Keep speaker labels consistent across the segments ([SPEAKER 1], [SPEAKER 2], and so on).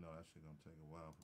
[SPEAKER 1] know that shit gonna take a while.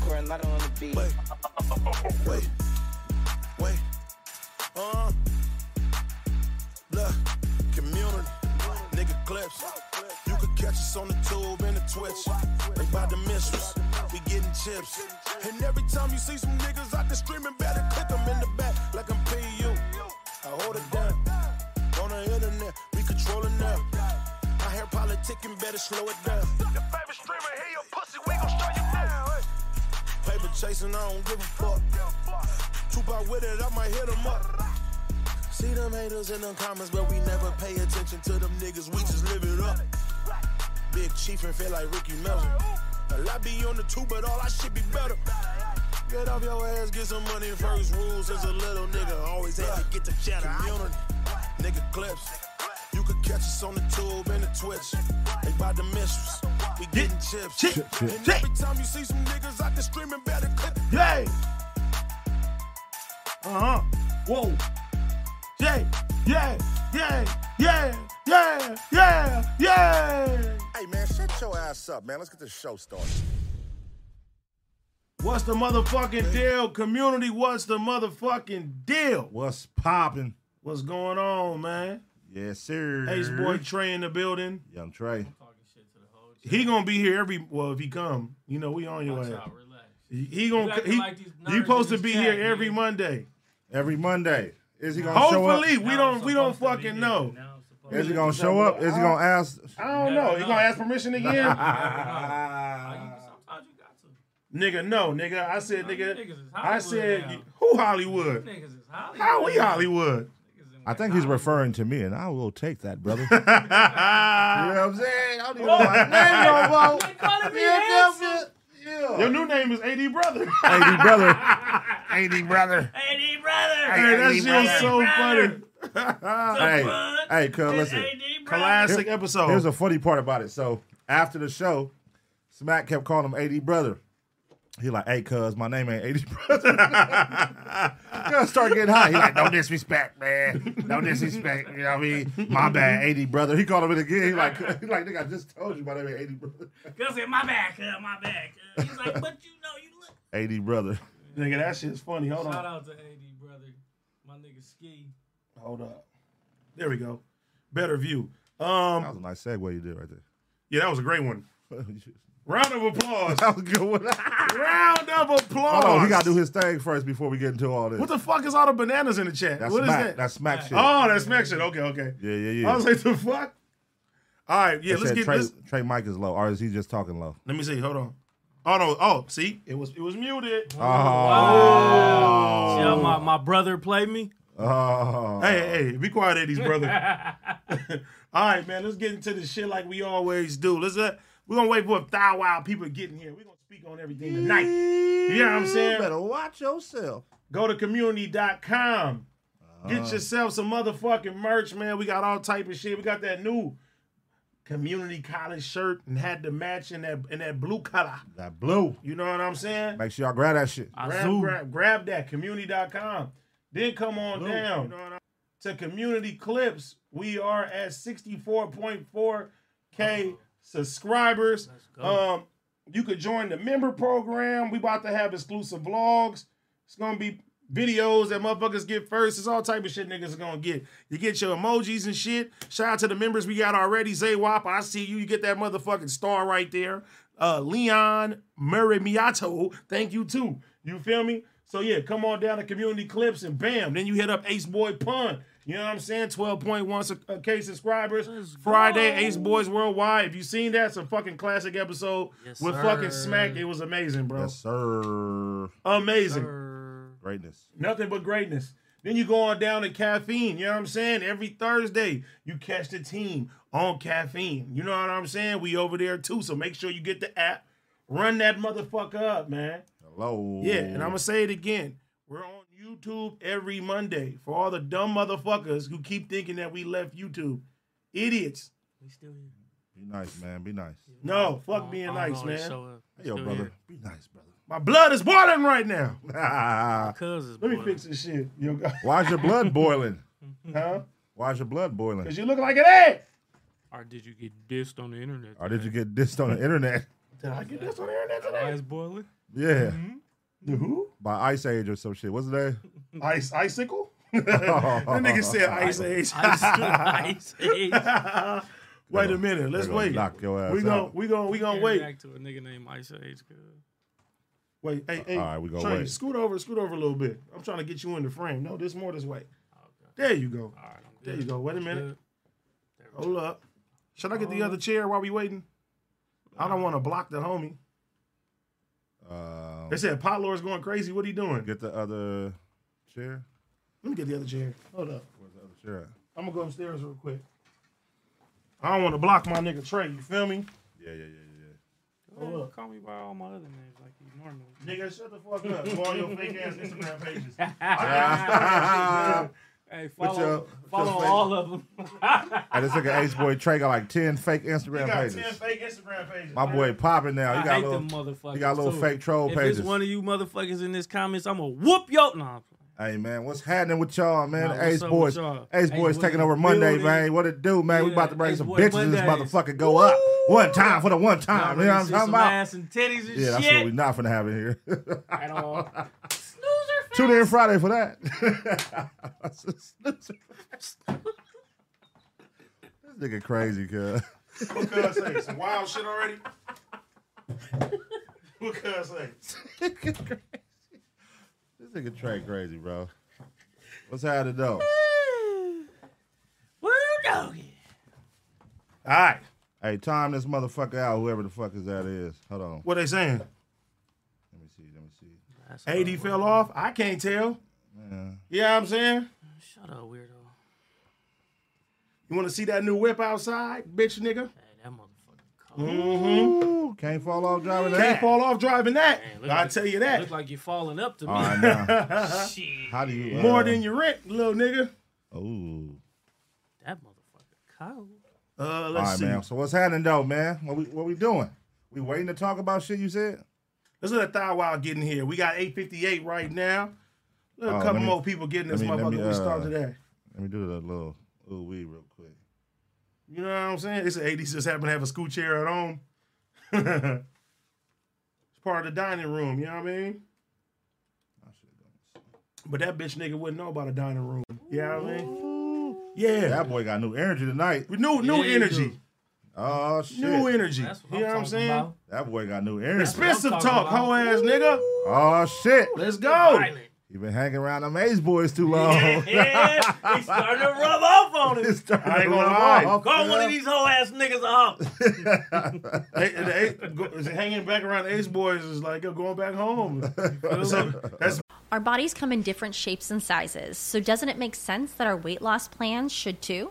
[SPEAKER 2] Coronado on the beat.
[SPEAKER 3] Wait, wait, wait. Uh, look, community, nigga clips. You could catch us on the tube and the Twitch. They buy the missiles, we getting chips. And every time you see some niggas out there streaming, better click 'em in the back like I'm PU. I hold it down on the internet, we controlling now. I hear politicking, better slow it down.
[SPEAKER 4] Your favorite streamer, hear your pussy, we gon' shut you down. Hey.
[SPEAKER 3] Paper chasing, I don't give a fuck. Two by with it, I might hit 'em up. See them haters in them comments, but we never pay attention to them niggas. We just live it up. Big chief and feel like Ricky Melvin. Well, I be on the two, but all I should be better. Get off your ass, get some money first. Rules as a little nigga, always had to get the chatter. Community, nigga clips. You could catch us on the tube and the Twitch. They buy the missiles, we getting chips. And every time you see some niggas out there streaming, better click
[SPEAKER 5] Yay! Uh huh. Whoa. Yay! Yay! Yay! Yay! Yay! Yay! Yay!
[SPEAKER 6] Hey man, shut your ass up, man. Let's get this show started.
[SPEAKER 5] What's the motherfucking deal, community? What's the motherfucking deal?
[SPEAKER 1] What's popping?
[SPEAKER 5] What's going on, man?
[SPEAKER 1] Yes, sir.
[SPEAKER 5] Ace boy
[SPEAKER 1] Mm-hmm.
[SPEAKER 5] Trey in the building.
[SPEAKER 1] Young Trey.
[SPEAKER 5] He gonna be here every well if he come. You know we on your
[SPEAKER 7] Watch
[SPEAKER 5] ass.
[SPEAKER 7] out, relax.
[SPEAKER 5] He he gonna
[SPEAKER 7] acting
[SPEAKER 5] he,
[SPEAKER 7] like these nerds
[SPEAKER 5] you supposed to
[SPEAKER 7] in
[SPEAKER 5] be
[SPEAKER 7] this
[SPEAKER 5] here
[SPEAKER 7] chat,
[SPEAKER 5] every
[SPEAKER 7] man.
[SPEAKER 5] Monday.
[SPEAKER 1] Every Monday. Is he gonna
[SPEAKER 5] Hopefully
[SPEAKER 1] show
[SPEAKER 5] we
[SPEAKER 7] Now
[SPEAKER 5] don't
[SPEAKER 7] I'm
[SPEAKER 5] we don't
[SPEAKER 7] supposed to be
[SPEAKER 5] fucking
[SPEAKER 7] there.
[SPEAKER 5] know.
[SPEAKER 7] Now I'm supposed
[SPEAKER 1] up? Is
[SPEAKER 7] to
[SPEAKER 1] he gonna show up? Is he gonna ask?
[SPEAKER 5] I don't
[SPEAKER 7] Never
[SPEAKER 5] know. You
[SPEAKER 7] know.
[SPEAKER 5] gonna ask permission again?
[SPEAKER 7] Like, you- sometimes you got to.
[SPEAKER 5] nigga, no, nigga. I said,
[SPEAKER 7] Like,
[SPEAKER 5] nigga.
[SPEAKER 7] niggas is
[SPEAKER 5] I
[SPEAKER 7] Hollywood now.
[SPEAKER 5] said, who Hollywood?
[SPEAKER 7] Niggas is Hollywood.
[SPEAKER 5] How we Hollywood?
[SPEAKER 7] Niggas in
[SPEAKER 1] Oh, I think he's
[SPEAKER 7] Hollywood.
[SPEAKER 1] referring to me, and I will take that, brother. you know what I'm saying? I don't even know my
[SPEAKER 7] They calling me handsome.
[SPEAKER 1] name no more.
[SPEAKER 5] Your new name is AD Brother.
[SPEAKER 1] Ain't he brother? Ain't he brother?
[SPEAKER 7] Hey, D brother.
[SPEAKER 5] hey, that shit was
[SPEAKER 7] Brother.
[SPEAKER 5] so funny.
[SPEAKER 1] Hey, hey, cuz listen.
[SPEAKER 7] Hey, D brother.
[SPEAKER 5] Classic episode.
[SPEAKER 1] Here's a funny part about it. So after the show, Smack kept calling him AD brother. He like, hey, cuz my name ain't AD brother. Gonna start getting hot. He like, no disrespect, man. No disrespect. You know what I mean? My bad, AD brother. He called him it again. He like, he like, nigga, I just told you my name ain't AD brother.
[SPEAKER 7] Cuz in my back, uh, my back. Uh, he's like, but you know, you look.
[SPEAKER 1] AD brother.
[SPEAKER 5] nigga, that shit's funny. Hold
[SPEAKER 7] Shout
[SPEAKER 5] on.
[SPEAKER 7] out to AD brother, my nigga Ski.
[SPEAKER 5] Hold up. There we go. Better view.
[SPEAKER 1] That
[SPEAKER 5] Um,
[SPEAKER 1] was a nice segue you did right there.
[SPEAKER 5] yeah, that was a great one. Round of applause.
[SPEAKER 1] that was a good one.
[SPEAKER 5] Round of applause.
[SPEAKER 1] Hold on, he gotta do his thing first before we get into all this.
[SPEAKER 5] What the fuck is all the bananas in the chat?
[SPEAKER 1] That's
[SPEAKER 5] what is
[SPEAKER 1] smack.
[SPEAKER 5] that?
[SPEAKER 1] That's smack shit.
[SPEAKER 5] Oh, that's Mexican. Okay, okay.
[SPEAKER 1] Yeah, yeah, yeah.
[SPEAKER 5] I was like, the fuck? All right, yeah,
[SPEAKER 1] They
[SPEAKER 5] let's
[SPEAKER 1] said
[SPEAKER 5] get
[SPEAKER 1] Trey,
[SPEAKER 5] this.
[SPEAKER 1] Trey Mike is low, or is he just talking low?
[SPEAKER 5] Let me see. Hold on. Oh no! Oh, see, it was it was
[SPEAKER 1] Oh.
[SPEAKER 5] muted.
[SPEAKER 8] Oh. See how my, my brother played me?
[SPEAKER 1] Oh.
[SPEAKER 5] Hey, hey, be quiet, Eddie's brother. All right, man, let's get into this shit like we always do. Let's uh, we're gonna wait for a thou wow people to get in here. We're gonna speak on everything tonight. You know what I'm saying?
[SPEAKER 1] Better watch yourself.
[SPEAKER 5] Go to community.com.
[SPEAKER 1] Uh,
[SPEAKER 5] Get yourself some motherfucking merch, man. We got all type of shit. We got that new community college shirt and had the match in that in that blue color.
[SPEAKER 1] That blue.
[SPEAKER 5] You know what I'm saying?
[SPEAKER 1] Make sure y'all grab that shit.
[SPEAKER 5] grab, grab, grab that community.com. Then come on down to community clips. We are at 64.4k subscribers. Um, you could join the member program. We about to have exclusive vlogs. It's gonna be videos that motherfuckers get first. It's all type of shit niggas are gonna get. You get your emojis and shit. Shout out to the members we got already. Zay Wap, I see you. You get that motherfucking star right there. Uh, Leon Murray Miato, thank you too. You feel me? So yeah, come on down to Community Clips and bam, then you hit up Ace Boy Pun. You know what I'm saying? 12.1 su- uh, K subscribers. Friday, Ace Boys Worldwide. If you seen that, it's a fucking classic episode
[SPEAKER 8] Yes,
[SPEAKER 5] with
[SPEAKER 8] sir.
[SPEAKER 5] fucking Smack. It was amazing, bro.
[SPEAKER 1] Yes, sir.
[SPEAKER 5] Amazing.
[SPEAKER 1] Greatness.
[SPEAKER 5] Nothing but greatness. Then you go on down to caffeine. You know what I'm saying? Every Thursday, you catch the team on caffeine. You know what I'm saying? We over there too. So make sure you get the app. Run that motherfucker up, man.
[SPEAKER 1] Hello.
[SPEAKER 5] Yeah, and I'm gonna say it again. We're on YouTube every Monday for all the dumb motherfuckers who keep thinking that we left YouTube. Idiots.
[SPEAKER 8] We still here.
[SPEAKER 1] Be nice, man. Be nice.
[SPEAKER 5] No, fuck
[SPEAKER 8] I
[SPEAKER 5] being
[SPEAKER 8] don't
[SPEAKER 5] nice,
[SPEAKER 8] know, they show
[SPEAKER 5] man.
[SPEAKER 8] up. We
[SPEAKER 1] Hey, yo,
[SPEAKER 8] still
[SPEAKER 1] brother.
[SPEAKER 8] here.
[SPEAKER 1] Be nice, brother.
[SPEAKER 5] My blood is boiling right now.
[SPEAKER 8] Cuz is
[SPEAKER 5] Let me
[SPEAKER 8] boiling.
[SPEAKER 5] fix this shit. Yo,
[SPEAKER 1] Why's your blood boiling?
[SPEAKER 5] huh?
[SPEAKER 1] Why's your blood boiling?
[SPEAKER 5] Because you look like an egg.
[SPEAKER 8] Or did you get dissed on the internet?
[SPEAKER 1] Or did you get dissed on the internet?
[SPEAKER 5] Did I get this on the internet
[SPEAKER 8] Why
[SPEAKER 5] today?
[SPEAKER 8] is boiling?
[SPEAKER 1] Yeah.
[SPEAKER 5] Mm-hmm. The who?
[SPEAKER 1] By Ice Age or some shit. What's the name?
[SPEAKER 5] Mm-hmm. Ice icicle? that nigga said ice age.
[SPEAKER 8] Ice, ice, ice.
[SPEAKER 5] wait a minute. Let's
[SPEAKER 1] They gonna
[SPEAKER 5] wait.
[SPEAKER 1] Knock your ass
[SPEAKER 5] We
[SPEAKER 1] out.
[SPEAKER 5] gon' we gon' we gon' wait.
[SPEAKER 8] Back to a nigga named Ice Age. cuz.
[SPEAKER 5] Wait. Hey, hey.
[SPEAKER 1] All right, we gonna
[SPEAKER 5] Shane,
[SPEAKER 1] wait.
[SPEAKER 5] Scoot over, scoot over a little bit. I'm trying to get you in the frame. No, this more this way. There you go.
[SPEAKER 8] All right, I'm
[SPEAKER 5] There
[SPEAKER 8] good.
[SPEAKER 5] you go. Wait a minute.
[SPEAKER 8] Good.
[SPEAKER 5] Hold up. Should I get the other chair while we waiting? I don't want to block the homie.
[SPEAKER 1] Um, Oh.
[SPEAKER 5] They said Pot Lord's going crazy. What he doing?
[SPEAKER 1] get the other chair.
[SPEAKER 5] Let me get the other chair. Hold up.
[SPEAKER 1] Where's the other chair at?
[SPEAKER 5] I'm gonna go upstairs real quick. I don't want to block my nigga Trey. You feel me?
[SPEAKER 1] Yeah, yeah, yeah, yeah.
[SPEAKER 8] Man, you Oh, Call me by all my other names like you normally. do.
[SPEAKER 5] Nigga, shut the fuck up. Go on your fake ass Instagram pages.
[SPEAKER 8] Hey,
[SPEAKER 1] your-
[SPEAKER 8] follow,
[SPEAKER 1] put your
[SPEAKER 8] follow
[SPEAKER 1] face-
[SPEAKER 8] all of them.
[SPEAKER 1] I just look at Ace Boy Trey got like 10 fake
[SPEAKER 5] He
[SPEAKER 1] Instagram
[SPEAKER 5] got
[SPEAKER 1] pages.
[SPEAKER 5] 10 fake Instagram pages.
[SPEAKER 1] My boy popping now.
[SPEAKER 8] I
[SPEAKER 1] He got
[SPEAKER 8] hate
[SPEAKER 1] a
[SPEAKER 8] them
[SPEAKER 1] little,
[SPEAKER 8] motherfuckers.
[SPEAKER 1] he got little
[SPEAKER 8] too.
[SPEAKER 1] fake troll
[SPEAKER 8] If
[SPEAKER 1] pages.
[SPEAKER 8] it's one of you motherfuckers in this comments, I'm gonna whoop your. Nah, I'm playing.
[SPEAKER 1] Hey man, what's happening with y'all,
[SPEAKER 8] Nah,
[SPEAKER 1] man?
[SPEAKER 8] what's
[SPEAKER 1] Ace
[SPEAKER 8] up
[SPEAKER 1] Boys,
[SPEAKER 8] with y'all?
[SPEAKER 1] Ace
[SPEAKER 8] Ace
[SPEAKER 1] Boys
[SPEAKER 8] Boys
[SPEAKER 1] taking
[SPEAKER 8] in
[SPEAKER 1] over
[SPEAKER 8] the
[SPEAKER 1] Monday,
[SPEAKER 8] building.
[SPEAKER 1] man. What it do, man? We
[SPEAKER 8] Yeah,
[SPEAKER 1] about to bring
[SPEAKER 8] Ace
[SPEAKER 1] some
[SPEAKER 8] Boy
[SPEAKER 1] bitches in this
[SPEAKER 8] Mondays.
[SPEAKER 1] motherfucker go up one time for the one
[SPEAKER 8] Y'all
[SPEAKER 1] time. You
[SPEAKER 8] ready
[SPEAKER 1] know
[SPEAKER 8] to
[SPEAKER 1] what I'm
[SPEAKER 8] see
[SPEAKER 1] talking
[SPEAKER 8] some
[SPEAKER 1] about?
[SPEAKER 8] ass and titties and
[SPEAKER 1] Yeah, that's
[SPEAKER 8] shit
[SPEAKER 1] what we not finna have in here.
[SPEAKER 8] at all.
[SPEAKER 1] Tune in Friday for that. That's a snoozer. this nigga crazy, cuz.
[SPEAKER 5] What cuz say? Some wild shit already? What cuz say?
[SPEAKER 1] This nigga Trey crazy, bro. What's happening though?
[SPEAKER 8] Woo doggy.
[SPEAKER 5] All right.
[SPEAKER 1] Hey, time this motherfucker out, whoever the fuck is that is. Hold on.
[SPEAKER 5] What they saying?
[SPEAKER 1] Let me see. Let me see.
[SPEAKER 5] AD fell off? I can't tell.
[SPEAKER 1] Yeah.
[SPEAKER 5] You know what I'm saying?
[SPEAKER 8] Shut up, weirdo.
[SPEAKER 5] You want to see that new whip outside, bitch nigga?
[SPEAKER 8] Hey, that motherfucker. cold.
[SPEAKER 1] Ooh, can't fall off driving that.
[SPEAKER 5] Mm-hmm. Can't fall off driving that.
[SPEAKER 8] Man, look
[SPEAKER 5] I
[SPEAKER 8] like-
[SPEAKER 5] tell you
[SPEAKER 8] Look
[SPEAKER 5] that.
[SPEAKER 8] like you're falling up to me.
[SPEAKER 1] All right, now.
[SPEAKER 8] Shit.
[SPEAKER 1] How do you uh, oh,
[SPEAKER 5] More than your rent, little nigga.
[SPEAKER 1] Ooh.
[SPEAKER 8] That motherfucker cold.
[SPEAKER 5] Uh,
[SPEAKER 1] All
[SPEAKER 5] let's
[SPEAKER 1] right,
[SPEAKER 5] see.
[SPEAKER 1] man. So what's happening though, man? What we what we doing? We waiting to talk about shit you said?
[SPEAKER 5] Let's let Thigh Wild get in here. We got 858 right now. Let a
[SPEAKER 1] Oh, let
[SPEAKER 5] couple
[SPEAKER 1] me-
[SPEAKER 5] more people get in this
[SPEAKER 1] let me- let
[SPEAKER 5] motherfucker.
[SPEAKER 1] me,
[SPEAKER 5] we start
[SPEAKER 1] uh,
[SPEAKER 5] today.
[SPEAKER 1] Let me do the little ooh wee real quick.
[SPEAKER 5] You know what I'm saying? It's the 80s just happen to have a school chair at home. it's part of the dining room, you know what I mean?
[SPEAKER 1] I should've done this.
[SPEAKER 5] But that bitch nigga wouldn't know about a dining room. You know what I mean? Yeah.
[SPEAKER 1] That boy got new energy tonight.
[SPEAKER 5] new new
[SPEAKER 8] Yeah, you
[SPEAKER 5] energy.
[SPEAKER 8] do.
[SPEAKER 1] Oh shit.
[SPEAKER 5] New energy.
[SPEAKER 8] That's what
[SPEAKER 5] you
[SPEAKER 8] I'm
[SPEAKER 5] know what I'm
[SPEAKER 8] talking
[SPEAKER 5] saying?
[SPEAKER 8] about.
[SPEAKER 1] that boy got new energy.
[SPEAKER 8] what I'm
[SPEAKER 5] Expensive
[SPEAKER 8] talking
[SPEAKER 5] talk,
[SPEAKER 8] about.
[SPEAKER 5] hoe ass nigga.
[SPEAKER 1] Oh shit.
[SPEAKER 5] Let's go.
[SPEAKER 8] Violent.
[SPEAKER 1] you been hanging around them Ace boys too long.
[SPEAKER 8] Yeah, it's starting to rub off on him.
[SPEAKER 1] It's starting
[SPEAKER 5] I ain't
[SPEAKER 1] to
[SPEAKER 5] gonna
[SPEAKER 1] rub
[SPEAKER 5] lie.
[SPEAKER 1] off,
[SPEAKER 8] Call
[SPEAKER 1] you
[SPEAKER 8] one
[SPEAKER 1] know?
[SPEAKER 8] of these whole ass niggas a hop.
[SPEAKER 5] Hey, and the eight- go- is it hanging back around the Ace Boys is like yo, going back home. So, that's
[SPEAKER 9] Our bodies come in different shapes and sizes, so doesn't it make sense that our weight loss plans should too?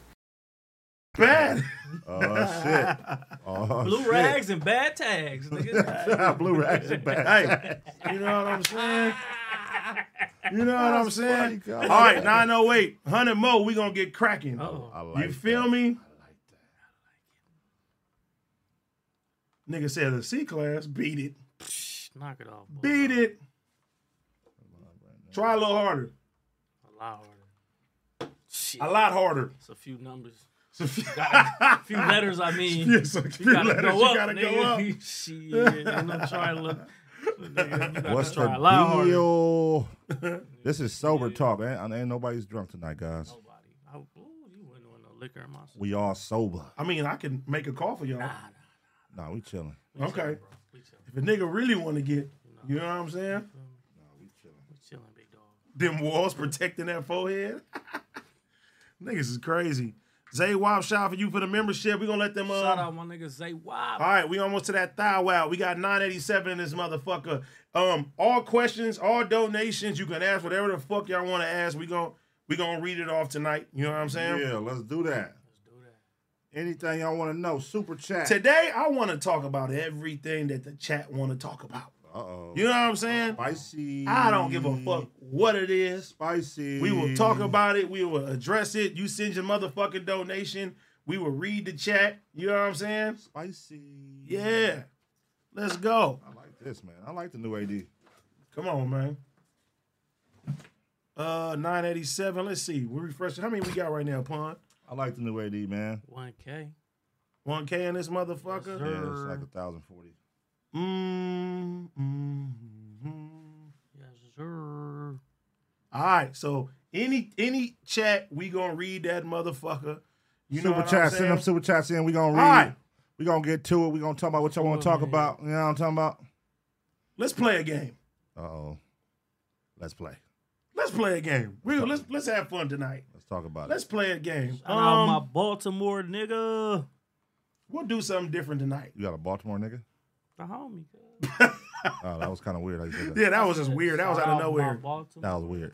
[SPEAKER 5] bad.
[SPEAKER 1] Oh shit! Oh,
[SPEAKER 8] Blue
[SPEAKER 1] shit.
[SPEAKER 8] rags and bad tags. Nigga.
[SPEAKER 1] Blue rags and bad.
[SPEAKER 5] Hey, you know what I'm saying? You know what I'm saying?
[SPEAKER 1] funny,
[SPEAKER 5] All
[SPEAKER 1] God.
[SPEAKER 5] right, 908, 100 more, we going to get cracking.
[SPEAKER 8] Uh-oh.
[SPEAKER 1] I like
[SPEAKER 5] you feel
[SPEAKER 1] that.
[SPEAKER 5] me? Nigga said the C class, beat it.
[SPEAKER 8] Knock it off. Boy.
[SPEAKER 5] Beat it. Try a little harder.
[SPEAKER 8] A lot harder. Shit.
[SPEAKER 5] A lot harder.
[SPEAKER 8] It's a few numbers.
[SPEAKER 5] It's a few,
[SPEAKER 8] A few letters, I mean.
[SPEAKER 5] it's a few
[SPEAKER 8] You gotta
[SPEAKER 5] letters.
[SPEAKER 8] go
[SPEAKER 5] you
[SPEAKER 8] up,
[SPEAKER 5] gotta
[SPEAKER 8] nigga.
[SPEAKER 5] go up.
[SPEAKER 8] Shit, I'm not trying to look. Nigga, you gotta
[SPEAKER 1] What's
[SPEAKER 8] try a lot
[SPEAKER 1] the
[SPEAKER 8] harder.
[SPEAKER 1] deal? this is sober talk. Ain't, ain't nobody's drunk tonight, guys.
[SPEAKER 8] Nobody. I, ooh, you wouldn't want no liquor in my soul.
[SPEAKER 1] We all sober.
[SPEAKER 5] I mean, I can make a call for y'all.
[SPEAKER 1] Nah, we chilling.
[SPEAKER 5] okay.
[SPEAKER 8] We chilling,
[SPEAKER 5] If a nigga really want to get, you know what I'm saying?
[SPEAKER 8] we chilling, big dog.
[SPEAKER 5] Them walls protecting that forehead. Niggas is crazy. Zay Wop, shout out for you for the membership. We gonna let them. Uh,
[SPEAKER 8] Shout out my nigga Zay Wild.
[SPEAKER 5] All right, we almost to that thigh wow. We got 987 in this motherfucker. Um, all questions, all donations, you can ask whatever the fuck y'all want to ask. We gonna we gonna read it off tonight. You know what I'm saying?
[SPEAKER 1] Yeah, let's do that. Anything y'all want to know? Super chat.
[SPEAKER 5] Today I want to talk about everything that the chat want to talk about.
[SPEAKER 1] uh oh.
[SPEAKER 5] You know what I'm saying?
[SPEAKER 1] Spicy.
[SPEAKER 5] I don't give a fuck what it is.
[SPEAKER 1] Spicy.
[SPEAKER 5] We will talk about it. We will address it. You send your motherfucking donation. We will read the chat. You know what I'm saying?
[SPEAKER 1] spicy.
[SPEAKER 5] Yeah. Let's go.
[SPEAKER 1] I like this man. I like the new AD.
[SPEAKER 5] Come on, man. Uh, 987. Let's see. We're refreshing. How many we got right now, Pun?
[SPEAKER 1] I like the new AD, man.
[SPEAKER 8] 1K.
[SPEAKER 5] 1K in this motherfucker?
[SPEAKER 1] Yeah, it's like a thousand forty.
[SPEAKER 5] Mm, mm, mm.
[SPEAKER 8] Yes, sir.
[SPEAKER 5] All right. So any any chat, we gonna read that motherfucker. You know
[SPEAKER 1] super
[SPEAKER 5] what I'm
[SPEAKER 1] chats, send
[SPEAKER 5] saying?
[SPEAKER 1] them super chats in. We gonna read.
[SPEAKER 5] All right.
[SPEAKER 1] We gonna get to it. We gonna talk about what y'all want to talk
[SPEAKER 8] man.
[SPEAKER 1] about. You know what I'm talking about?
[SPEAKER 5] Let's play a game.
[SPEAKER 1] Uh oh. Let's play.
[SPEAKER 5] Let's play a game. We, let's let's have fun tonight.
[SPEAKER 1] Let's talk about
[SPEAKER 5] Let's
[SPEAKER 1] it.
[SPEAKER 5] play a game.
[SPEAKER 8] Shout out my
[SPEAKER 5] Um,
[SPEAKER 8] Baltimore nigga.
[SPEAKER 5] we'll do something different tonight.
[SPEAKER 1] You got a Baltimore nigga?
[SPEAKER 8] The homie.
[SPEAKER 1] Oh, that was kind of weird. how you said that.
[SPEAKER 5] Yeah, that was just weird. That was
[SPEAKER 8] Shout
[SPEAKER 5] out of
[SPEAKER 8] my
[SPEAKER 5] nowhere.
[SPEAKER 8] Baltimore.
[SPEAKER 1] That was weird.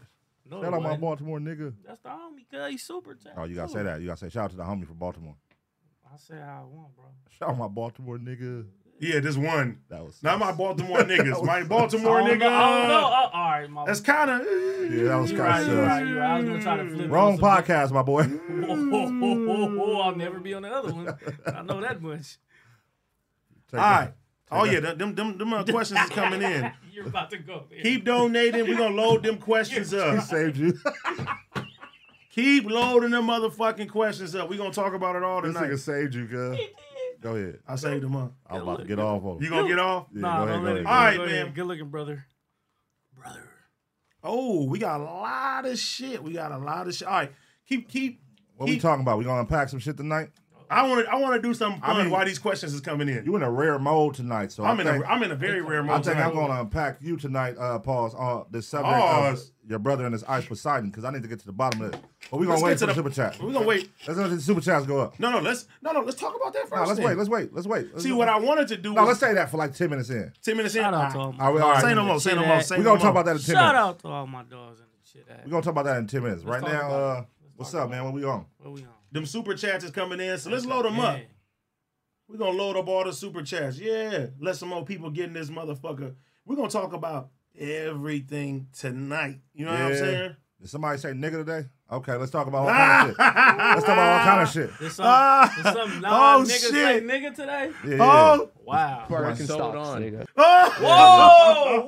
[SPEAKER 8] No,
[SPEAKER 1] Shout
[SPEAKER 8] it
[SPEAKER 1] out my
[SPEAKER 8] wasn't.
[SPEAKER 1] Baltimore nigga.
[SPEAKER 8] That's the homie, cuz. He's super talented.
[SPEAKER 1] Oh, you gotta say that. You gotta say shout out to the homie from Baltimore.
[SPEAKER 8] I say how I want, bro.
[SPEAKER 1] Shout out my Baltimore nigga.
[SPEAKER 5] Yeah, this one.
[SPEAKER 1] That was
[SPEAKER 5] Not my Baltimore niggas. My Baltimore
[SPEAKER 8] I don't
[SPEAKER 5] nigga. uh,
[SPEAKER 8] know- I don't know. Oh, all right, my
[SPEAKER 5] That's kind of.
[SPEAKER 1] Yeah, that was
[SPEAKER 8] you
[SPEAKER 1] kind
[SPEAKER 8] right,
[SPEAKER 1] of
[SPEAKER 8] you right, you right. I was going to try
[SPEAKER 5] Mm.
[SPEAKER 8] to flip it.
[SPEAKER 1] Wrong
[SPEAKER 8] It was a bit-
[SPEAKER 1] podcast, my boy.
[SPEAKER 8] Oh, oh, oh, oh, oh, I'll never be on the other one. I know that much.
[SPEAKER 1] Take
[SPEAKER 5] All right. Oh yeah, them them them, them uh, questions is coming in.
[SPEAKER 8] You're about to go there.
[SPEAKER 5] Keep donating. We're gonna load them questions
[SPEAKER 1] that. He
[SPEAKER 5] up.
[SPEAKER 1] saved you.
[SPEAKER 5] Keep loading them motherfucking questions up. We're gonna talk about it all
[SPEAKER 1] this
[SPEAKER 5] tonight.
[SPEAKER 1] nigga saved you, girl. Go ahead.
[SPEAKER 5] I saved them up.
[SPEAKER 1] I'm about to get off on
[SPEAKER 5] You
[SPEAKER 1] him.
[SPEAKER 5] gonna get off?
[SPEAKER 1] Yeah,
[SPEAKER 8] Nah,
[SPEAKER 1] go ahead,
[SPEAKER 8] don't
[SPEAKER 1] go
[SPEAKER 8] let it go.
[SPEAKER 1] ahead. go
[SPEAKER 5] All
[SPEAKER 1] ahead.
[SPEAKER 5] right,
[SPEAKER 8] Go ahead.
[SPEAKER 5] man.
[SPEAKER 8] Good looking, brother. Brother.
[SPEAKER 5] Oh, we got a lot of shit. We got a lot of shit. All right, keep keep.
[SPEAKER 1] What we
[SPEAKER 5] keep-
[SPEAKER 1] talking about? We gonna unpack some shit tonight?
[SPEAKER 5] I want to I want to do something
[SPEAKER 1] I
[SPEAKER 5] fun
[SPEAKER 1] mean-
[SPEAKER 5] while these questions is coming in.
[SPEAKER 1] You in a rare mode tonight, so
[SPEAKER 5] I'm in
[SPEAKER 1] think,
[SPEAKER 5] a I'm in a very rare
[SPEAKER 1] I
[SPEAKER 5] mode.
[SPEAKER 1] think
[SPEAKER 5] tonight.
[SPEAKER 1] I'm gonna unpack you tonight. Uh, pause. Uh, the subject
[SPEAKER 5] Pause.
[SPEAKER 1] of your brother and his ice Poseidon, because I need to get to the bottom of this. But we gonna
[SPEAKER 5] Let's
[SPEAKER 1] wait for
[SPEAKER 5] get to
[SPEAKER 1] the
[SPEAKER 5] the-
[SPEAKER 1] super chat.
[SPEAKER 5] we gonna wait.
[SPEAKER 1] Let's let the super chats go up.
[SPEAKER 5] No, no, let's no, no, let's talk about that first.
[SPEAKER 1] No, let's
[SPEAKER 5] then.
[SPEAKER 1] wait. Let's wait. Let's wait. Let's
[SPEAKER 5] see what I wanted to do.
[SPEAKER 1] No,
[SPEAKER 5] was-
[SPEAKER 1] let's say that for like ten minutes in.
[SPEAKER 5] ten minutes in.
[SPEAKER 8] Shout out to
[SPEAKER 5] All
[SPEAKER 8] all
[SPEAKER 5] right.
[SPEAKER 8] my
[SPEAKER 1] All right, all right.
[SPEAKER 5] Say no more. Say no
[SPEAKER 8] Shit
[SPEAKER 5] more.
[SPEAKER 8] ass.
[SPEAKER 5] Say
[SPEAKER 1] We're
[SPEAKER 5] no
[SPEAKER 1] gonna talk
[SPEAKER 5] more.
[SPEAKER 1] about that in ten
[SPEAKER 8] Shout
[SPEAKER 1] minutes.
[SPEAKER 8] out to all my dogs and the shit ass.
[SPEAKER 1] We're gonna talk about that in ten minutes. right
[SPEAKER 8] talk
[SPEAKER 1] now,
[SPEAKER 8] about
[SPEAKER 1] uh, What's up, man? What we on?
[SPEAKER 8] Where we on?
[SPEAKER 5] Them super chats is coming in, so let's load them up.
[SPEAKER 8] Yeah.
[SPEAKER 5] We're gonna load up all the super chats. Yeah, let some more people get in this motherfucker. We're gonna talk about everything tonight. You know what I'm
[SPEAKER 1] Yeah.
[SPEAKER 5] saying?
[SPEAKER 1] Did somebody say nigga today? Okay, let's talk about all kind of shit. Let's talk about all kind of shit.
[SPEAKER 8] Ah.
[SPEAKER 1] Ah.
[SPEAKER 8] There's some, there's some
[SPEAKER 5] oh,
[SPEAKER 8] non niggas
[SPEAKER 5] shit.
[SPEAKER 8] say nigga today.
[SPEAKER 1] Yeah, yeah.
[SPEAKER 5] Oh,
[SPEAKER 8] Wow.
[SPEAKER 5] oh,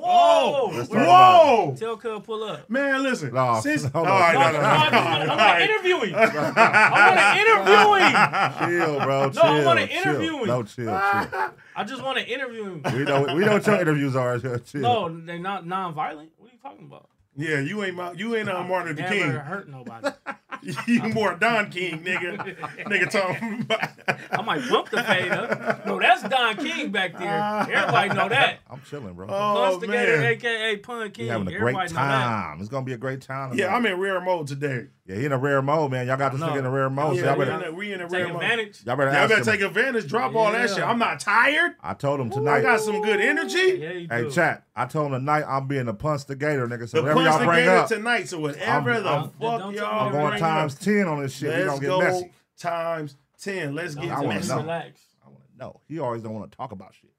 [SPEAKER 8] Whoa!
[SPEAKER 1] talk about it.
[SPEAKER 5] whoa,
[SPEAKER 8] Tell Cub pull up.
[SPEAKER 5] man! Listen,
[SPEAKER 1] No,
[SPEAKER 5] since
[SPEAKER 1] hold on.
[SPEAKER 5] all right, no, no,
[SPEAKER 1] No,
[SPEAKER 5] no,
[SPEAKER 1] no,
[SPEAKER 8] I
[SPEAKER 5] no,
[SPEAKER 8] want
[SPEAKER 5] no,
[SPEAKER 8] to
[SPEAKER 5] no.
[SPEAKER 8] interview him. I want to interview him.
[SPEAKER 1] Chill, bro.
[SPEAKER 8] No, I
[SPEAKER 1] chill,
[SPEAKER 8] wanna
[SPEAKER 1] chill.
[SPEAKER 8] interview Ah. him.
[SPEAKER 1] No, chill, chill.
[SPEAKER 8] I just want to interview him.
[SPEAKER 1] We know, we know what your interviews are. Chill.
[SPEAKER 8] No, they're not non-violent. What are you talking about?
[SPEAKER 5] Yeah, you ain't my, you ain't uh, Martin Luther
[SPEAKER 8] Never
[SPEAKER 5] King.
[SPEAKER 8] hurt nobody.
[SPEAKER 5] you more Don King, nigga. nigga talking about.
[SPEAKER 8] I might bump the fade up. No, Oh, that's Don King back there. Everybody know that.
[SPEAKER 1] I'm chilling, bro.
[SPEAKER 5] Oh
[SPEAKER 8] Instigator,
[SPEAKER 5] man,
[SPEAKER 8] aka Pun King.
[SPEAKER 1] He's having a
[SPEAKER 8] Everybody
[SPEAKER 1] great
[SPEAKER 8] know that.
[SPEAKER 1] time. It's gonna be a great time.
[SPEAKER 5] yeah,
[SPEAKER 1] tonight.
[SPEAKER 5] I'm in rare mode today.
[SPEAKER 1] Yeah, he in a rare mode, man. Y'all got this
[SPEAKER 8] I know.
[SPEAKER 1] nigga in a rare mode.
[SPEAKER 5] Yeah,
[SPEAKER 1] so y'all
[SPEAKER 5] we,
[SPEAKER 1] better,
[SPEAKER 5] in a, we in a
[SPEAKER 8] Take
[SPEAKER 5] rare mode.
[SPEAKER 8] advantage.
[SPEAKER 1] y'all better
[SPEAKER 5] Y'all
[SPEAKER 1] ask
[SPEAKER 5] better
[SPEAKER 1] him.
[SPEAKER 5] take advantage. Drop all that
[SPEAKER 8] Yeah.
[SPEAKER 5] shit. I'm not tired.
[SPEAKER 1] I told him
[SPEAKER 5] I
[SPEAKER 1] tonight.
[SPEAKER 5] got some good energy.
[SPEAKER 8] Yeah, you
[SPEAKER 1] hey,
[SPEAKER 8] do.
[SPEAKER 1] chat. I told him tonight I'm being a punch the gator, nigga. So
[SPEAKER 5] The
[SPEAKER 1] whatever y'all
[SPEAKER 5] punch the
[SPEAKER 1] bring
[SPEAKER 5] gator
[SPEAKER 1] up,
[SPEAKER 5] tonight. So whatever
[SPEAKER 1] I'm-
[SPEAKER 5] the
[SPEAKER 1] I'm-
[SPEAKER 5] fuck
[SPEAKER 8] don't tell
[SPEAKER 5] y'all
[SPEAKER 8] me
[SPEAKER 1] I'm going
[SPEAKER 5] bring
[SPEAKER 1] times
[SPEAKER 5] up,
[SPEAKER 1] ten on this shit. we
[SPEAKER 5] let's
[SPEAKER 1] gonna get
[SPEAKER 5] go
[SPEAKER 1] messy.
[SPEAKER 5] times ten. Let's get
[SPEAKER 8] Don't
[SPEAKER 1] I
[SPEAKER 5] to
[SPEAKER 8] tell
[SPEAKER 1] wanna
[SPEAKER 8] me
[SPEAKER 5] this.
[SPEAKER 1] know.
[SPEAKER 8] Relax.
[SPEAKER 1] I want to know. He always don't want to talk about shit.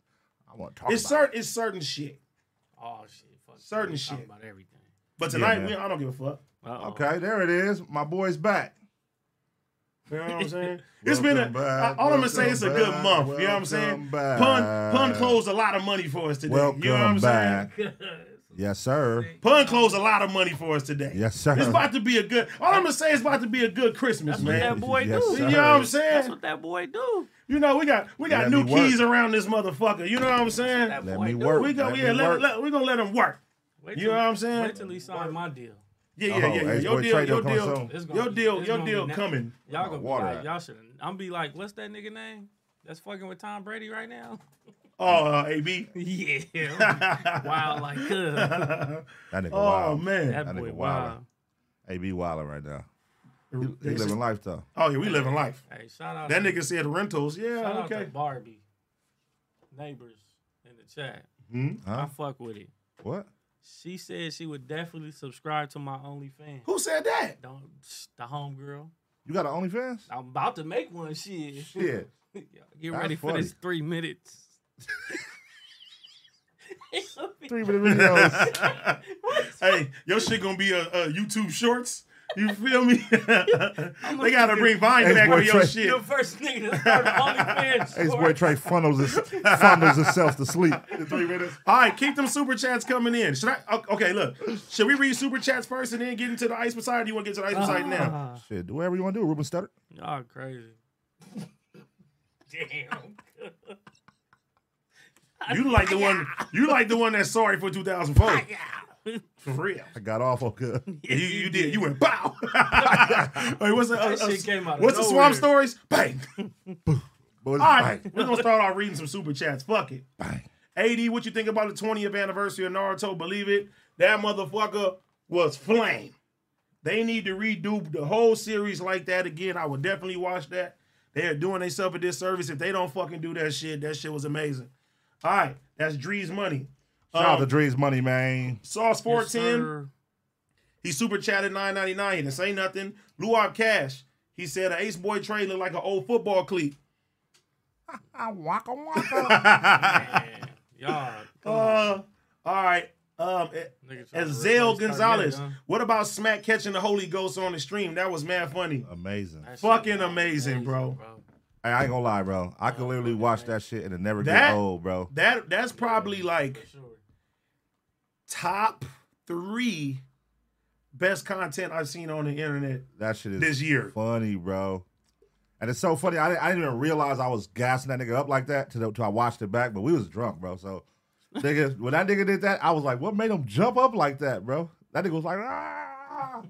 [SPEAKER 1] I want to talk.
[SPEAKER 5] It's
[SPEAKER 1] about
[SPEAKER 5] certain. It's certain shit.
[SPEAKER 8] Oh shit. Fuck.
[SPEAKER 5] Certain
[SPEAKER 8] Talk
[SPEAKER 5] shit.
[SPEAKER 8] about everything.
[SPEAKER 5] But
[SPEAKER 1] Yeah,
[SPEAKER 5] tonight,
[SPEAKER 1] man.
[SPEAKER 5] we, I don't give a fuck.
[SPEAKER 1] It.
[SPEAKER 8] Uh-oh.
[SPEAKER 1] Okay, there it is. My boy's back.
[SPEAKER 5] You know what I'm saying? It's been a.
[SPEAKER 1] Welcome back,
[SPEAKER 5] all I'm gonna say, it's a good
[SPEAKER 1] welcome
[SPEAKER 5] month.
[SPEAKER 1] back,
[SPEAKER 5] you know what I'm saying?
[SPEAKER 1] welcome back.
[SPEAKER 5] Pun Pun closed a lot of money for us today.
[SPEAKER 1] Welcome
[SPEAKER 5] you know what I'm saying?
[SPEAKER 1] back. Yes, sir.
[SPEAKER 5] Pun closed a lot of money for us today.
[SPEAKER 1] Yes, sir.
[SPEAKER 5] It's about to be a good. All I'm gonna say, it's about to be a good Christmas,
[SPEAKER 8] That's what
[SPEAKER 5] man.
[SPEAKER 8] that boy
[SPEAKER 1] Yes,
[SPEAKER 8] do.
[SPEAKER 1] sir.
[SPEAKER 5] You know what I'm
[SPEAKER 8] That's
[SPEAKER 5] saying?
[SPEAKER 8] what that boy do.
[SPEAKER 5] You know we got we got
[SPEAKER 1] Let
[SPEAKER 5] new
[SPEAKER 1] me work.
[SPEAKER 5] keys around this motherfucker. You know what I'm saying?
[SPEAKER 8] That
[SPEAKER 1] Let
[SPEAKER 8] boy
[SPEAKER 1] me
[SPEAKER 8] do.
[SPEAKER 1] work.
[SPEAKER 5] We go
[SPEAKER 1] Let
[SPEAKER 5] yeah.
[SPEAKER 1] me
[SPEAKER 5] Let,
[SPEAKER 1] work.
[SPEAKER 5] let, we gonna let him work.
[SPEAKER 8] Wait
[SPEAKER 5] You
[SPEAKER 8] till-
[SPEAKER 5] know what I'm saying?
[SPEAKER 8] Wait till he signed my deal.
[SPEAKER 5] Yeah, yeah,
[SPEAKER 1] Oh,
[SPEAKER 5] yeah. yeah.
[SPEAKER 1] Ace
[SPEAKER 5] Your
[SPEAKER 1] Boy
[SPEAKER 5] deal,
[SPEAKER 1] Trey
[SPEAKER 5] your
[SPEAKER 1] gonna come
[SPEAKER 5] deal,
[SPEAKER 8] It's gonna
[SPEAKER 5] your
[SPEAKER 8] be-
[SPEAKER 5] deal,
[SPEAKER 8] it's
[SPEAKER 5] your
[SPEAKER 8] gonna
[SPEAKER 5] deal
[SPEAKER 8] be na-
[SPEAKER 5] coming.
[SPEAKER 8] Y'all
[SPEAKER 1] Oh,
[SPEAKER 8] gonna
[SPEAKER 1] water
[SPEAKER 8] be
[SPEAKER 1] out.
[SPEAKER 8] like, y'all should. I'm be like, what's that nigga name? That's fucking with Tom Brady right now.
[SPEAKER 5] Oh, uh, AB.
[SPEAKER 8] yeah, wild like uh,
[SPEAKER 1] That nigga
[SPEAKER 5] Oh
[SPEAKER 1] wild.
[SPEAKER 5] man.
[SPEAKER 8] that
[SPEAKER 1] That
[SPEAKER 8] boy
[SPEAKER 1] nigga
[SPEAKER 8] wild.
[SPEAKER 1] wild. AB Wilder right now. He living life though.
[SPEAKER 5] Oh yeah, we living life.
[SPEAKER 8] Hey, shout out
[SPEAKER 5] That
[SPEAKER 8] to-
[SPEAKER 5] nigga said rentals.
[SPEAKER 8] shout
[SPEAKER 5] Yeah,
[SPEAKER 8] out
[SPEAKER 5] okay.
[SPEAKER 8] to Barbie neighbors in the chat.
[SPEAKER 5] Hmm?
[SPEAKER 1] Huh?
[SPEAKER 8] I fuck with it.
[SPEAKER 1] What?
[SPEAKER 8] She said she would definitely subscribe to my OnlyFans.
[SPEAKER 5] Who said that?
[SPEAKER 8] Don't psh, the homegirl.
[SPEAKER 1] You got an OnlyFans?
[SPEAKER 8] I'm about to make one. Oh, Shit.
[SPEAKER 1] Shit.
[SPEAKER 8] Y'all Get
[SPEAKER 1] That's
[SPEAKER 8] ready for this
[SPEAKER 1] funny.
[SPEAKER 8] three minutes. It's a bit-
[SPEAKER 1] Three minute videos.
[SPEAKER 5] hey, your shit gonna be a, a YouTube Shorts. You feel me? they gotta bring Vine
[SPEAKER 1] Ace
[SPEAKER 5] back
[SPEAKER 1] Boy
[SPEAKER 5] on your
[SPEAKER 1] Trey.
[SPEAKER 5] shit.
[SPEAKER 8] the first nigga that started OnlyFans.
[SPEAKER 1] Ace boy
[SPEAKER 8] short.
[SPEAKER 1] Trey funnels his, funnels himself to sleep. In three minutes.
[SPEAKER 5] All right, keep them super chats coming in. Should I? o- Okay, look. Should we read super chats first and then get into the ice beside? Or do you want to get to the ice beside now?
[SPEAKER 8] Ah,
[SPEAKER 1] Shit, do whatever you want to do. Ruben Studdard.
[SPEAKER 8] Y'all crazy. Damn.
[SPEAKER 1] Ah.
[SPEAKER 5] You like the one. You like the one that's sorry for 2004. For real.
[SPEAKER 1] I got off on good.
[SPEAKER 5] You, you did. You went bow. Wait, what's the uh,
[SPEAKER 8] That shit came out of
[SPEAKER 5] what's the swamp
[SPEAKER 8] nowhere.
[SPEAKER 5] stories? Bang.
[SPEAKER 1] Boys,
[SPEAKER 5] All right,
[SPEAKER 1] bang,
[SPEAKER 5] we're gonna start off reading some super chats. Fuck it.
[SPEAKER 1] bang.
[SPEAKER 5] AD, what you think about the 20th anniversary of Naruto? Believe it, that motherfucker was flame. They need to redo the whole series like that again. I would definitely watch that. They are doing themselves a disservice if they don't fucking do that shit. That shit was amazing. All right, that's Dree's money.
[SPEAKER 1] Shout out
[SPEAKER 5] Um,
[SPEAKER 1] to Dre's money, man.
[SPEAKER 5] Sauce
[SPEAKER 8] Yes,
[SPEAKER 5] 410.
[SPEAKER 8] sir.
[SPEAKER 5] He super chatted 999. He didn't say nothing. Luab Cash. He said an ace boy trade looked like an old football clique.
[SPEAKER 1] I waka waka.
[SPEAKER 8] Man, y'all. come on.
[SPEAKER 5] Uh, all right. Um,
[SPEAKER 8] Nigga trying to
[SPEAKER 5] Azel
[SPEAKER 8] replace Kyrie,
[SPEAKER 5] Gonzalez.
[SPEAKER 8] huh?
[SPEAKER 5] What about Smack catching the Holy Ghost on the stream? That was mad funny.
[SPEAKER 1] Amazing.
[SPEAKER 8] That shit
[SPEAKER 5] Fucking
[SPEAKER 8] was
[SPEAKER 5] amazing, bro.
[SPEAKER 1] Hey, I ain't gonna lie, bro. I could literally watch that shit and it never
[SPEAKER 5] That-
[SPEAKER 1] get old, bro.
[SPEAKER 5] That that's probably like
[SPEAKER 8] Sure.
[SPEAKER 5] top three best content I've seen on the internet.
[SPEAKER 1] That shit is
[SPEAKER 5] This year.
[SPEAKER 1] funny, bro. And it's so funny. I didn't, I didn't even realize I was gassing that nigga up like that till, till I watched it back. But we was drunk, bro. So, nigga, when that nigga did that, I was like, "What made him jump up like that, bro?" That nigga was like, "Ah!"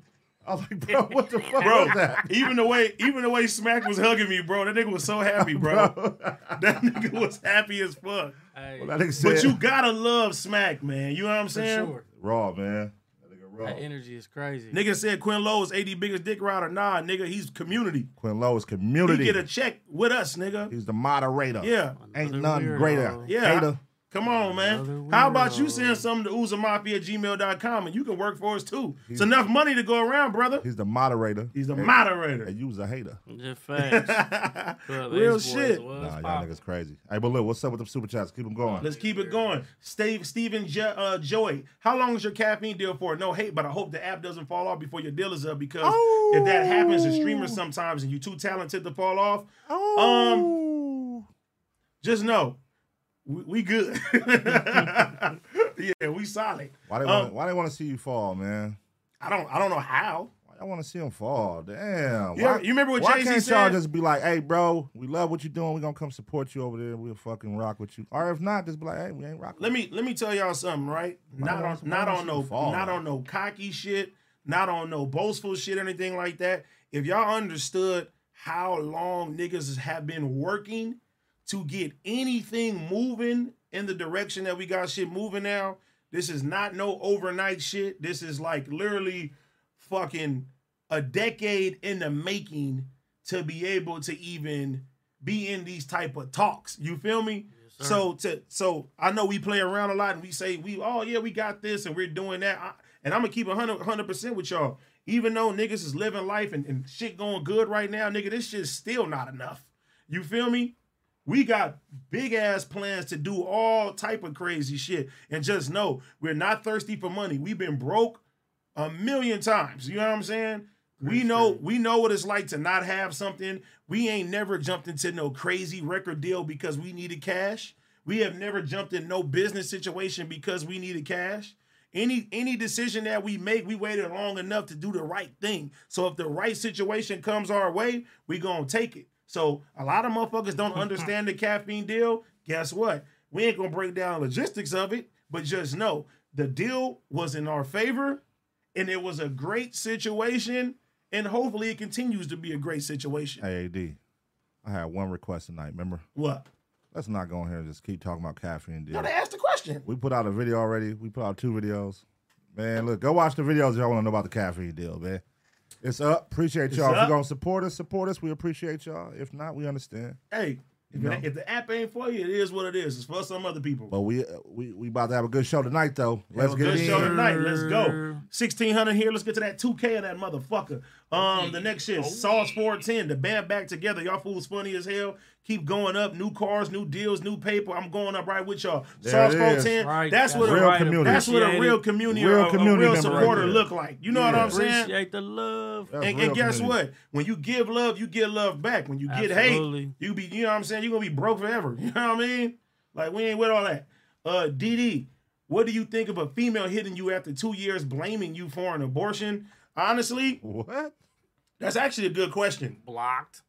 [SPEAKER 1] I was like, "Bro, what the fuck
[SPEAKER 5] Bro,
[SPEAKER 1] was that?"
[SPEAKER 5] even the way even the way Smack was hugging me, bro. That nigga was so happy, bro. that nigga was happy as fuck.
[SPEAKER 8] Hey,
[SPEAKER 1] That nigga said,
[SPEAKER 5] But you gotta love Smack, man. You know what I'm
[SPEAKER 8] for
[SPEAKER 5] saying?
[SPEAKER 8] sure.
[SPEAKER 1] raw, man. That nigga raw.
[SPEAKER 8] That energy is crazy.
[SPEAKER 5] Nigga said Quinn Lowe is AD biggest dick rider. Nah, nigga, he's community.
[SPEAKER 1] Quinn Lowe's
[SPEAKER 5] He
[SPEAKER 1] community.
[SPEAKER 5] get a check with us, nigga.
[SPEAKER 1] He's the moderator.
[SPEAKER 5] Yeah.
[SPEAKER 1] Ain't
[SPEAKER 8] Another
[SPEAKER 1] none
[SPEAKER 8] weirdo.
[SPEAKER 1] greater.
[SPEAKER 5] Yeah.
[SPEAKER 1] Hater.
[SPEAKER 5] Come on, man. How about you send something to oozamafia at gmail.com and you can work for us too? it's enough money to go around, brother.
[SPEAKER 1] He's the moderator.
[SPEAKER 5] He's the
[SPEAKER 1] and-
[SPEAKER 5] moderator.
[SPEAKER 1] And you was a hater.
[SPEAKER 8] Just facts. Bro, these
[SPEAKER 5] Real
[SPEAKER 8] boys
[SPEAKER 5] shit.
[SPEAKER 8] was
[SPEAKER 1] Nah, y'all
[SPEAKER 8] popping.
[SPEAKER 1] niggas crazy. Hey, but look, what's up with them super chats? Keep them going.
[SPEAKER 5] Let's keep it going. Steve, Stephen jo- uh, Joy, how long is your caffeine deal for? No hate, but I hope the app doesn't fall off before your deal is up because if that happens to streamers sometimes and you too talented to fall off, um, just know we, we good. yeah, we solid.
[SPEAKER 1] Why they
[SPEAKER 5] Um,
[SPEAKER 1] want? Why they want to see you fall, man?
[SPEAKER 5] I don't I don't know how.
[SPEAKER 1] Why y'all want to see him fall? Damn.
[SPEAKER 5] You
[SPEAKER 1] why,
[SPEAKER 5] ever- you remember what
[SPEAKER 1] why
[SPEAKER 5] Jay-Z
[SPEAKER 1] can't
[SPEAKER 5] said?
[SPEAKER 1] y'all just be like, "Hey, bro, we love what you're doing. We're gonna come support you over there. We'll fucking rock with you." Or if not, just be like, "Hey, we ain't rocking."
[SPEAKER 5] Let me let me tell y'all something, right? Not
[SPEAKER 1] why-
[SPEAKER 5] on
[SPEAKER 1] why
[SPEAKER 5] not
[SPEAKER 1] don't
[SPEAKER 5] on
[SPEAKER 1] you
[SPEAKER 5] no
[SPEAKER 1] fall?
[SPEAKER 5] not on no cocky shit, not on no boastful shit or anything like that. If y'all understood how long niggas have been working to get anything moving in the direction that we got shit moving now, this is not no overnight shit. This is like literally fucking a decade in the making to be able to even be in these type of talks. You feel me? so to so I know we play around a lot and we say we oh yeah we got this and we're doing that I- and I'm gonna keep 100 percent with y'all. Even though niggas is living life and, and shit going good right now, nigga, this shit's still not enough. You feel me? We got big ass plans to do all type of crazy shit. And just know we're not thirsty for money. We've been broke a million times. You know what I'm saying? We know we know what it's like to not have something. We ain't never jumped into no crazy record deal because we needed cash. We have never jumped in no business situation because we needed cash. Any any decision that we make, we waited long enough to do the right thing. So if the right situation comes our way, we gonna take it. So a lot of motherfuckers don't understand the caffeine deal. Guess what? We ain't gonna break down logistics of it, but just know the deal was in our favor and it was a great situation, and hopefully it continues to be a great situation.
[SPEAKER 1] Hey, AD, I had one request tonight. Remember?
[SPEAKER 5] What?
[SPEAKER 1] Let's not go in here and just keep talking about caffeine. Dude.
[SPEAKER 5] No, they asked the question.
[SPEAKER 1] We put out a video already. We put out two videos. Man, look, go watch the videos if y'all want to know about the caffeine deal, man. It's up. Appreciate y'all. If
[SPEAKER 5] up.
[SPEAKER 1] you're gonna support us, support us. We appreciate y'all. If not, we understand.
[SPEAKER 5] Hey, if, it- if the app ain't for you, it is what it is. It's for some other people.
[SPEAKER 1] But we uh, we we about to have a good show tonight, though. Let's
[SPEAKER 5] Have
[SPEAKER 1] get
[SPEAKER 5] a good
[SPEAKER 1] it
[SPEAKER 5] show
[SPEAKER 1] in.
[SPEAKER 5] tonight. Let's go. Sixteen hundred here. Let's get to that two K of that motherfucker. Um, the next shit, Sauce four ten. The band back together. Y'all fools funny as hell. Keep going up. New cars, new deals, new paper. I'm going up right with y'all.
[SPEAKER 1] There
[SPEAKER 5] Sauce
[SPEAKER 1] it
[SPEAKER 5] four
[SPEAKER 1] is.
[SPEAKER 5] ten.
[SPEAKER 8] Right,
[SPEAKER 5] That's what
[SPEAKER 1] that's
[SPEAKER 5] a
[SPEAKER 1] Real right. community.
[SPEAKER 5] that's what a
[SPEAKER 8] Appreciate
[SPEAKER 5] real
[SPEAKER 8] it.
[SPEAKER 5] community,
[SPEAKER 1] Real
[SPEAKER 5] real,
[SPEAKER 1] community
[SPEAKER 5] a real
[SPEAKER 1] member right
[SPEAKER 5] supporter
[SPEAKER 1] there.
[SPEAKER 5] look like. You know what
[SPEAKER 1] Yeah.
[SPEAKER 5] I'm saying?
[SPEAKER 8] Appreciate the love.
[SPEAKER 1] That's
[SPEAKER 5] and,
[SPEAKER 1] real
[SPEAKER 5] and guess
[SPEAKER 1] community.
[SPEAKER 5] what? When you give love, you get love back. When you get hate,
[SPEAKER 8] Absolutely.
[SPEAKER 5] you be you know what I'm saying. You gonna be broke forever. You know what I mean? Like we ain't with all that. Uh, DD, what do you think of a female hitting you after two years, blaming you for an abortion? Honestly,
[SPEAKER 1] What?
[SPEAKER 5] that's actually a good question.
[SPEAKER 8] Blocked.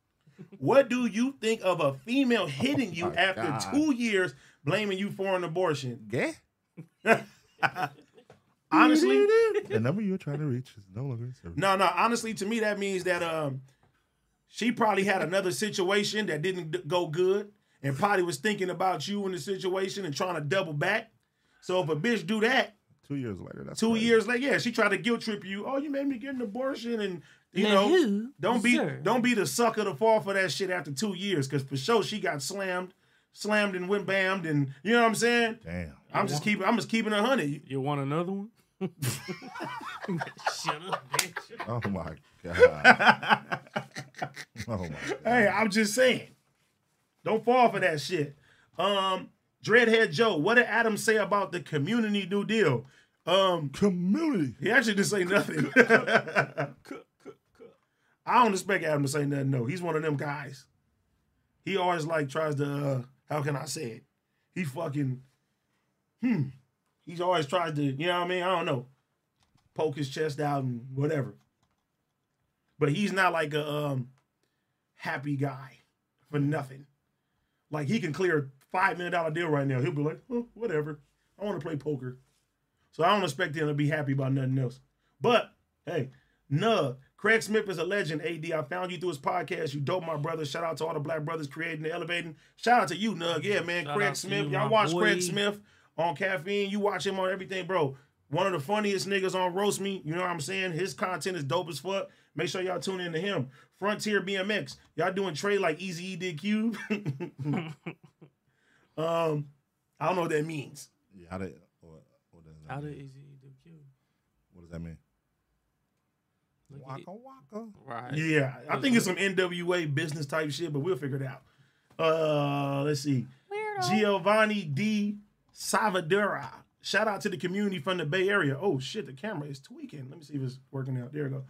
[SPEAKER 5] What do you think of a female hitting you
[SPEAKER 1] Oh my
[SPEAKER 5] after
[SPEAKER 1] God.
[SPEAKER 5] two years, blaming you for an abortion?
[SPEAKER 1] Gay?
[SPEAKER 5] Honestly,
[SPEAKER 1] the number you're trying to reach is no longer in service.
[SPEAKER 5] No, no. Honestly, to me, that means that um, she probably had another situation that didn't d- go good, and probably was thinking about you in the situation and trying to double back. So if a bitch do that
[SPEAKER 1] Two years later. That's
[SPEAKER 5] two
[SPEAKER 1] crazy.
[SPEAKER 5] years later, yeah, she tried to guilt trip you. Oh, you made me get an abortion, and you
[SPEAKER 8] Now
[SPEAKER 5] know,
[SPEAKER 8] who
[SPEAKER 5] don't be
[SPEAKER 8] deserved?
[SPEAKER 5] don't be the sucker to fall for that shit after two years, because for sure she got slammed, slammed and went bammed, and you know what I'm saying.
[SPEAKER 1] Damn.
[SPEAKER 5] I'm just keeping I'm just keeping a hundred.
[SPEAKER 8] You want another one? Shut up, bitch.
[SPEAKER 1] Oh my god. oh my. God.
[SPEAKER 5] Hey, I'm just saying. Don't fall for that shit. Um, Dreadhead Joe, what did Adam say about the community new deal? Um,
[SPEAKER 1] Community.
[SPEAKER 5] he actually didn't say nothing. I don't expect Adam to say nothing. No, he's one of them guys. He always like tries to. Uh, how can I say it? He fucking. Hmm. He's always tried to. You know what I mean? I don't know. Poke his chest out and whatever. But he's not like a um, happy guy for nothing. Like he can clear a five million dollar deal right now. He'll be like, oh, whatever. I want to play poker. So I don't expect him to be happy about nothing else. But hey, nah. Craig Smith is a legend, AD. I found you through his podcast. You dope, my brother. Shout out to all the black brothers creating and elevating. Shout out to you, Nug. Yeah, man.
[SPEAKER 8] Shout
[SPEAKER 5] Craig
[SPEAKER 8] out to
[SPEAKER 5] Smith.
[SPEAKER 8] you,
[SPEAKER 5] Y'all
[SPEAKER 8] my
[SPEAKER 5] watch
[SPEAKER 8] boy.
[SPEAKER 5] Craig Smith on Caffeine. You watch him on everything, bro. One of the funniest niggas on Roast Me. You know what I'm saying? His content is dope as fuck. Make sure y'all tune in to him. Frontier BMX. Y'all doing trade like Easy E did Cube. um, I don't know what that means.
[SPEAKER 1] Yeah, how did what, what does that
[SPEAKER 8] How
[SPEAKER 1] mean?
[SPEAKER 8] did is he do Q?
[SPEAKER 1] What does that mean?
[SPEAKER 8] Look at it.
[SPEAKER 1] Waka waka.
[SPEAKER 8] Right.
[SPEAKER 5] Yeah, I think it's some NWA business type shit, but we'll figure it out. Uh, let's see. Giovanni D. Savadura. Shout out to the community from the Bay Area. Oh shit, the camera is tweaking. Let me see if it's working out. There we go.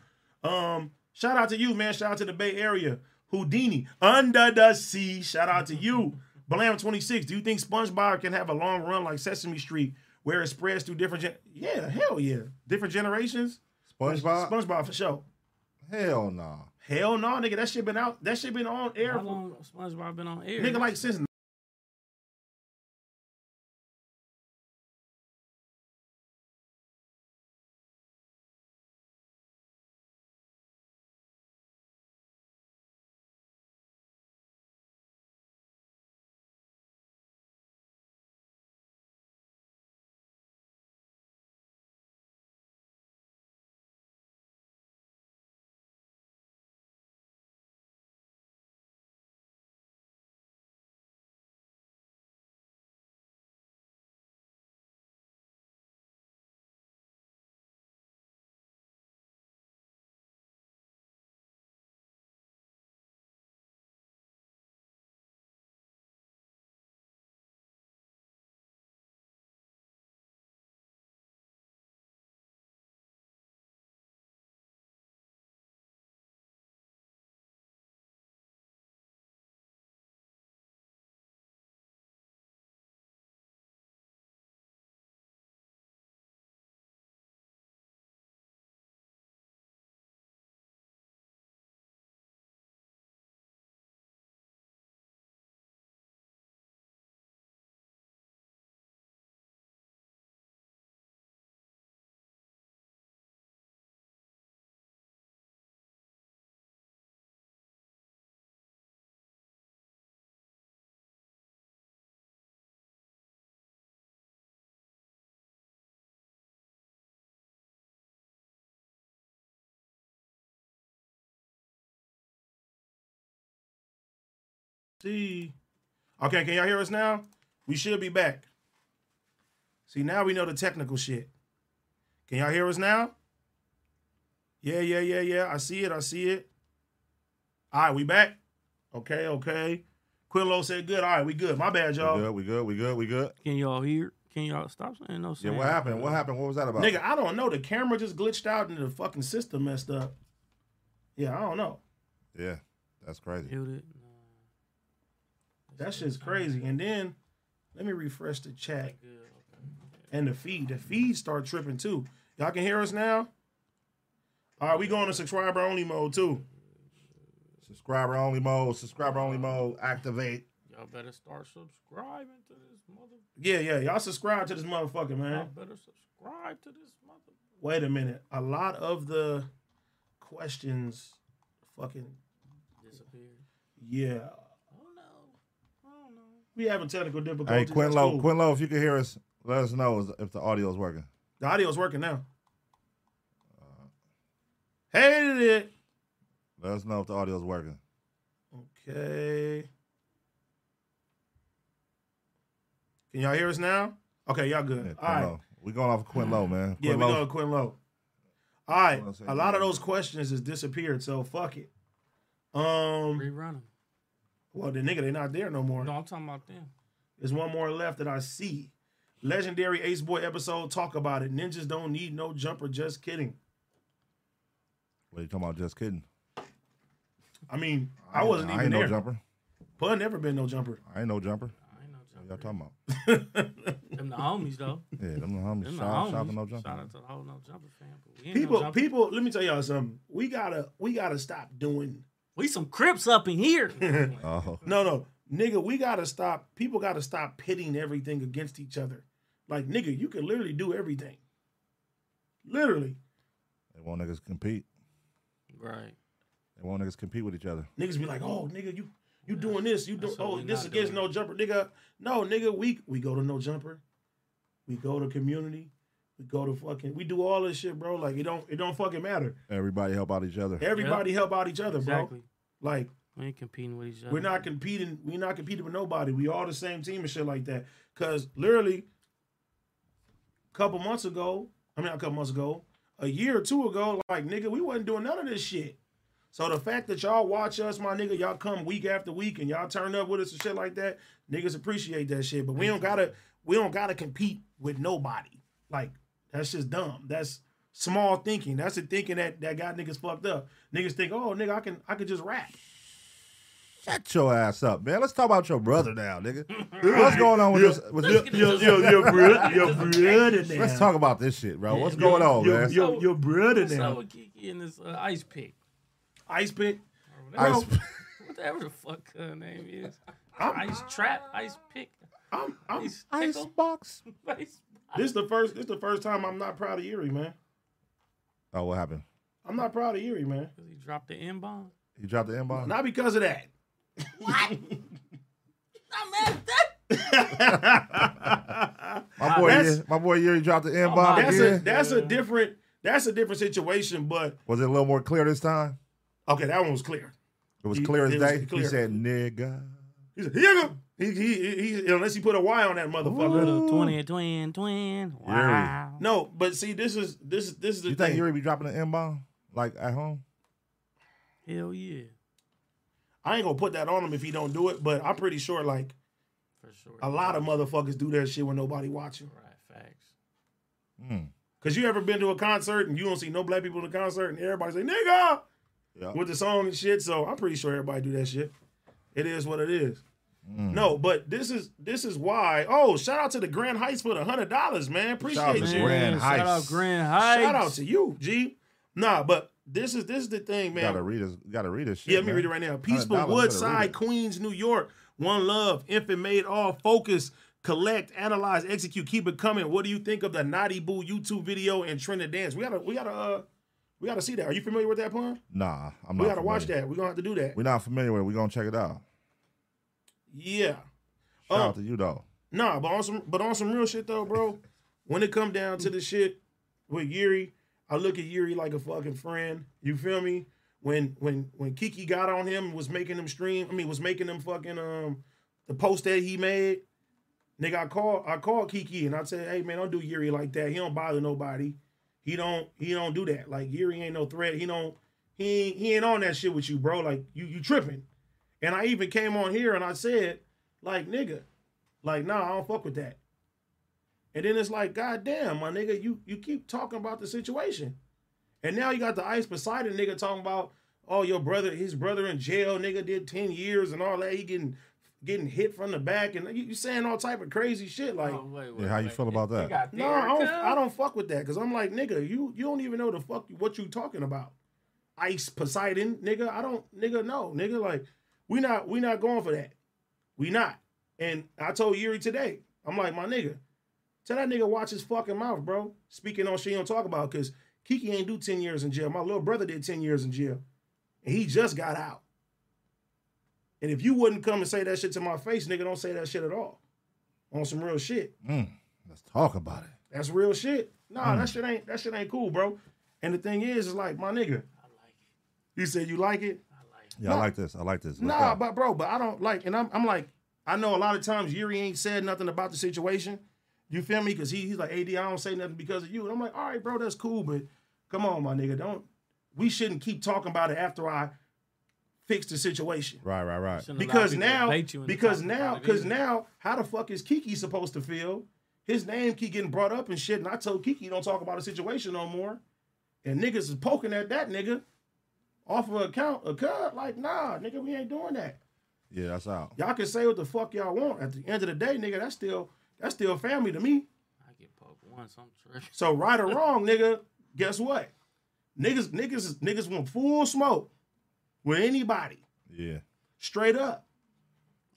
[SPEAKER 5] Um, shout out to you, man. Shout out to the Bay Area. Houdini under the sea. Shout out to you. Blam 26. Do you think SpongeBob can have a long run like Sesame Street, where it spreads through different? Gen- yeah, hell yeah, different generations.
[SPEAKER 1] SpongeBob?
[SPEAKER 5] SpongeBob for sure.
[SPEAKER 1] Hell nah.
[SPEAKER 5] Hell no, nigga. That shit been out. That shit been on air
[SPEAKER 8] How
[SPEAKER 5] for
[SPEAKER 8] long SpongeBob been on air?
[SPEAKER 5] nigga like since. See. Okay, can y'all hear us now? We should be back. See, now we know the technical shit. Can y'all hear us now? Yeah, yeah, yeah, yeah. I see it. I see it. All right, we back. Okay, okay. Quillo said good. All right, we good. My bad,
[SPEAKER 1] We
[SPEAKER 5] y'all.
[SPEAKER 1] good, we good, we good, we good.
[SPEAKER 8] Can y'all hear? Can y'all stop saying no?
[SPEAKER 1] Yeah,
[SPEAKER 8] Saying
[SPEAKER 1] what happened? What happened? What was that about?
[SPEAKER 5] Nigga, I don't know. The camera just glitched out and the fucking system messed up. Yeah, I don't know.
[SPEAKER 1] Yeah, that's crazy.
[SPEAKER 8] Killed it.
[SPEAKER 5] That shit's crazy. And then let me refresh the chat and the feed. The feed start tripping too. Y'all can hear us now. All right, we going to subscriber only mode too.
[SPEAKER 1] Subscriber only mode, subscriber only mode, activate.
[SPEAKER 8] Y'all better start subscribing to this mother.
[SPEAKER 5] Yeah, yeah. Y'all subscribe to this motherfucker,
[SPEAKER 8] Y'all
[SPEAKER 5] man.
[SPEAKER 8] better subscribe to this mother.
[SPEAKER 5] Wait a minute. A lot of the questions, fucking
[SPEAKER 8] Disappeared.
[SPEAKER 5] yeah.
[SPEAKER 8] Oh no. Oh no.
[SPEAKER 5] We having technical
[SPEAKER 1] Hey,
[SPEAKER 5] difficulties. That's
[SPEAKER 1] Quinlo,
[SPEAKER 5] cool.
[SPEAKER 1] Quinlo, if you can hear us, let us know is- if the audio's working.
[SPEAKER 5] The audio's working now.
[SPEAKER 1] Uh.
[SPEAKER 5] Hated it.
[SPEAKER 1] Let us know if the audio's working.
[SPEAKER 5] Okay. Can y'all hear us now? Okay, y'all good.
[SPEAKER 1] Yeah,
[SPEAKER 5] All right.
[SPEAKER 1] Quinlo. We going off of Quinlo, man.
[SPEAKER 5] Yeah, we
[SPEAKER 1] Quinlo-
[SPEAKER 5] going Quinn Low. All right.
[SPEAKER 1] Quinlo said
[SPEAKER 5] A
[SPEAKER 1] he
[SPEAKER 5] lot of
[SPEAKER 1] good.
[SPEAKER 5] those questions has disappeared, so fuck it. Um
[SPEAKER 8] Rerun them.
[SPEAKER 5] well the nigga, they not there no more.
[SPEAKER 8] No, I'm talking about them.
[SPEAKER 5] There's one more left that I see. Legendary Ace Boy episode, talk about it. Ninjas don't need no jumper, just kidding.
[SPEAKER 1] What are you talking about? Just kidding.
[SPEAKER 5] I mean, I wasn't
[SPEAKER 1] I
[SPEAKER 5] even
[SPEAKER 1] ain't no
[SPEAKER 5] there.
[SPEAKER 1] jumper.
[SPEAKER 5] Pun never been no jumper.
[SPEAKER 1] I ain't no jumper.
[SPEAKER 8] I ain't no
[SPEAKER 1] What
[SPEAKER 8] jumper.
[SPEAKER 1] y'all talking about?
[SPEAKER 8] Them the homies though.
[SPEAKER 1] Yeah, them the homies.
[SPEAKER 8] Them
[SPEAKER 1] Shout out,
[SPEAKER 8] the
[SPEAKER 1] shout out
[SPEAKER 8] homies.
[SPEAKER 1] to no
[SPEAKER 8] Shout
[SPEAKER 1] jumper.
[SPEAKER 8] out to the whole no jumper fan. But we ain't
[SPEAKER 5] People,
[SPEAKER 8] no jumper.
[SPEAKER 5] people, let me tell y'all something. We gotta we gotta stop doing
[SPEAKER 8] we some crips up in here.
[SPEAKER 1] Oh,
[SPEAKER 5] No, no, nigga, we gotta stop. People gotta stop pitting everything against each other. Like, nigga, you can literally do everything. Literally,
[SPEAKER 1] they want niggas compete.
[SPEAKER 8] right.
[SPEAKER 1] They want niggas compete with each other.
[SPEAKER 5] niggas be like, "Oh, nigga, you you doing this? You do?
[SPEAKER 8] That's what
[SPEAKER 5] Oh,
[SPEAKER 8] we
[SPEAKER 5] this
[SPEAKER 8] not
[SPEAKER 5] against
[SPEAKER 8] doing.
[SPEAKER 5] no jumper, nigga. No, nigga, we we go to no jumper. We go to community. We go to fucking. We do all this shit, bro. Like it don't it don't fucking matter.
[SPEAKER 1] Everybody help out each other.
[SPEAKER 5] Everybody help out each other, bro.
[SPEAKER 8] Exactly.
[SPEAKER 5] Like
[SPEAKER 8] We ain't competing with each other.
[SPEAKER 5] We're not competing. We're not competing with nobody. We all the same team and shit like that. Cause literally, a couple months ago, I mean, not a couple months ago, a year or two ago, like nigga, we wasn't doing none of this shit. So the fact that y'all watch us, my nigga, y'all come week after week and y'all turn up with us and shit like that, niggas appreciate that shit. But we don't gotta, we don't gotta compete with nobody. Like that's just dumb. That's small thinking. That's the thinking that that got niggas fucked up. Niggas think, oh nigga, I can, I can just rap.
[SPEAKER 1] Shut your ass up, man. Let's talk about your brother now, nigga. What's going on with this? With this?
[SPEAKER 5] Yo, yo, yo, brother, yo, brother, now.
[SPEAKER 1] Let's talk about this shit, bro. What's going on,
[SPEAKER 5] Yo,
[SPEAKER 1] man?
[SPEAKER 5] yo, yo, brother,
[SPEAKER 8] What's up
[SPEAKER 5] now.
[SPEAKER 8] with Kiki and this uh, ice pick?
[SPEAKER 5] Ice pick.
[SPEAKER 1] I
[SPEAKER 5] Bro,
[SPEAKER 1] sp-
[SPEAKER 8] Whatever the fuck her name is.
[SPEAKER 5] I'm,
[SPEAKER 8] Ice trap, ice pick,
[SPEAKER 5] I'm, I'm,
[SPEAKER 8] ice
[SPEAKER 1] Ice
[SPEAKER 8] pickle,
[SPEAKER 1] box.
[SPEAKER 8] ice.
[SPEAKER 5] this the first, this the first time I'm not proud of Erie, man.
[SPEAKER 1] Oh, what happened?
[SPEAKER 5] I'm not proud of Erie, man.
[SPEAKER 8] He dropped the N bomb.
[SPEAKER 1] You dropped the inbox.
[SPEAKER 5] Not because of that.
[SPEAKER 1] my boy,
[SPEAKER 5] that's-
[SPEAKER 1] yeah, my boy, Yuri dropped the inbox
[SPEAKER 5] That's a,
[SPEAKER 1] again.
[SPEAKER 5] that's a different, that's a different situation. But
[SPEAKER 1] Was it a little more clear this time?
[SPEAKER 5] okay, that one was clear.
[SPEAKER 1] It was
[SPEAKER 5] He-
[SPEAKER 1] clear as
[SPEAKER 5] it was
[SPEAKER 1] day. He
[SPEAKER 5] clear.
[SPEAKER 1] said, "Nigga."
[SPEAKER 5] He said, here you go. He, he, he, he, unless he put a Y on that motherfucker.
[SPEAKER 8] Little twin, twin, twin. Wow.
[SPEAKER 5] No, but see, this is, this is, this is the
[SPEAKER 1] You think
[SPEAKER 5] thing.
[SPEAKER 1] Yuri be dropping the inbox like at home?
[SPEAKER 8] Hell yeah,
[SPEAKER 5] I ain't gonna put that on him if he don't do it. But I'm pretty sure, like
[SPEAKER 8] for sure.
[SPEAKER 5] a lot of motherfuckers do that shit when nobody watching.
[SPEAKER 8] Right, facts.
[SPEAKER 1] Hmm.
[SPEAKER 5] Cause you ever been to a concert and you don't see no black people in the concert and everybody say nigga
[SPEAKER 1] Yeah.
[SPEAKER 5] with the song and shit. So I'm pretty sure everybody do that shit. It is what it is.
[SPEAKER 1] Hmm.
[SPEAKER 5] No, but this is this is why. Oh, shout out to the Grand Heights for the hundred dollars, man.
[SPEAKER 1] out
[SPEAKER 5] Appreciate
[SPEAKER 1] to
[SPEAKER 5] you.
[SPEAKER 1] Grand
[SPEAKER 8] Man, shout out
[SPEAKER 1] Heights.
[SPEAKER 8] Grand Heights.
[SPEAKER 5] Shout out to you, G. Nah, but this is this is the thing, man.
[SPEAKER 1] Gotta read this. Gotta read this shit.
[SPEAKER 5] Yeah, let me
[SPEAKER 1] man.
[SPEAKER 5] read it right now. Peaceful
[SPEAKER 1] $100, better read
[SPEAKER 5] Woodside,
[SPEAKER 1] it.
[SPEAKER 5] Queens, New York. One love, infant made all focus, collect, analyze, execute, keep it coming. What do you think of the Naughty Boo YouTube video and Trinidad dance? We gotta, we gotta, uh, we gotta see that. Are you familiar with that pun?
[SPEAKER 1] Nah, I'm not.
[SPEAKER 5] We gotta watch
[SPEAKER 1] familiar.
[SPEAKER 5] that. We're gonna have to do that.
[SPEAKER 1] We're not familiar with it. We're gonna check it out.
[SPEAKER 5] Yeah.
[SPEAKER 1] Shout
[SPEAKER 5] Oh.
[SPEAKER 1] out to you though.
[SPEAKER 5] Nah, but on some, but on some real shit though, bro. when it come down to the shit with Yuri, I look at Yuri like a fucking friend. You feel me? When when when Kiki got on him and was making him stream, I mean was making him fucking um the post that he made. Nigga, I call I called Kiki and I said, hey man, don't do Yuri like that. He don't bother nobody. He don't he don't do that. Like Yuri ain't no threat. He don't he ain't, he ain't on that shit with you, bro. Like you you tripping. And I even came on here and I said, like nigga, like nah, I don't fuck with that. And then it's like, God damn, my nigga, you you keep talking about the situation. And now you got the ice Poseidon nigga talking about, oh, your brother, his brother in jail, nigga did 10 years and all that. He getting getting hit from the back and you, you saying all type of crazy shit. Like,
[SPEAKER 8] Oh, wait, wait,
[SPEAKER 1] Yeah, how you
[SPEAKER 8] wait.
[SPEAKER 1] feel about
[SPEAKER 8] They
[SPEAKER 1] that?
[SPEAKER 8] got
[SPEAKER 5] no, I don't,
[SPEAKER 8] Derrick
[SPEAKER 5] I don't fuck with that because I'm like, nigga, you you don't even know the fuck you- what you talking about. Ice Poseidon, nigga, I don't, nigga, no, nigga, like we not we not going for that. We not. And I told Yuri today, I'm like, my nigga, tell that nigga watch his fucking mouth, bro. Speaking on shit you don't talk about because Kiki ain't do ten years in jail. My little brother did ten years in jail, and he just got out. And if you wouldn't come and say that shit to my face, nigga, don't say that shit at all. On some real shit.
[SPEAKER 1] Mm. Let's talk about it.
[SPEAKER 5] That's real shit. Nah, that shit ain't that shit ain't cool, bro. And the thing is, is like my nigga. You said you like it?
[SPEAKER 1] Yeah, I like this. I like this. Let's
[SPEAKER 5] Nah,
[SPEAKER 1] go.
[SPEAKER 5] but bro, but I don't like, and I'm I'm like, I know a lot of times Yuri ain't said nothing about the situation. You feel me? Cause he he's like, AD, I don't say nothing because of you. And I'm like, all right, bro, that's cool, but come on, my nigga. Don't we shouldn't keep talking about it after I fix the situation.
[SPEAKER 1] right, right, right.
[SPEAKER 8] Shouldn't allow
[SPEAKER 5] Because
[SPEAKER 8] people to
[SPEAKER 5] now,
[SPEAKER 8] bait you into
[SPEAKER 5] because
[SPEAKER 8] talking
[SPEAKER 5] now,
[SPEAKER 8] about it
[SPEAKER 5] because
[SPEAKER 8] either.
[SPEAKER 5] now, how the fuck is Kiki supposed to feel? His name keep getting brought up and shit, and I told Kiki don't talk about the situation no more. And niggas is poking at that nigga off of account a cut. Like, nah, nigga, we ain't doing that.
[SPEAKER 1] Yeah, that's out.
[SPEAKER 5] Y'all can say what the fuck y'all want. At the end of the day, nigga, that's still that's still family to me.
[SPEAKER 8] I get poked once. I'm tripping.
[SPEAKER 5] So right or wrong, nigga, guess what? Niggas, niggas, niggas want full smoke with anybody.
[SPEAKER 1] Yeah.
[SPEAKER 5] Straight up.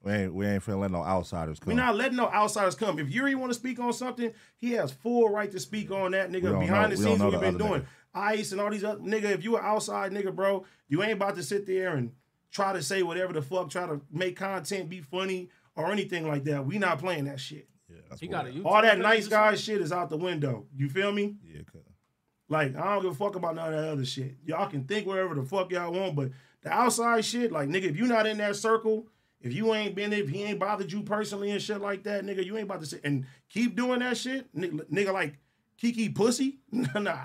[SPEAKER 1] We ain't we ain't finna let no outsiders come.
[SPEAKER 5] We're not letting no outsiders come. If Yuri want to speak on something, he has full right to speak on that, nigga.
[SPEAKER 1] don't
[SPEAKER 5] Behind
[SPEAKER 1] know- we don't
[SPEAKER 5] the scenes,
[SPEAKER 1] know
[SPEAKER 5] we've
[SPEAKER 1] the
[SPEAKER 5] been
[SPEAKER 1] other
[SPEAKER 5] doing
[SPEAKER 1] nigga.
[SPEAKER 5] ice and all these other nigga. If you an outside nigga, bro, you ain't about to sit there and try to say whatever the fuck, try to make content be funny or anything like that. We not playing that shit.
[SPEAKER 1] yeah, that's
[SPEAKER 8] He
[SPEAKER 1] what
[SPEAKER 8] got a
[SPEAKER 1] we-
[SPEAKER 8] YouTube
[SPEAKER 5] All that
[SPEAKER 8] page
[SPEAKER 5] nice
[SPEAKER 8] or
[SPEAKER 5] guy shit is out the window. You feel me?
[SPEAKER 1] Yeah, 'cause-
[SPEAKER 5] Like I don't give a fuck about none of that other shit. Y'all can think wherever the fuck y'all want, but The outside shit, like nigga, if you not in that circle, if you ain't been, if he ain't bothered you personally and shit like that, nigga, you ain't about to sit and keep doing that shit, nigga. nigga like Kiki pussy, nah,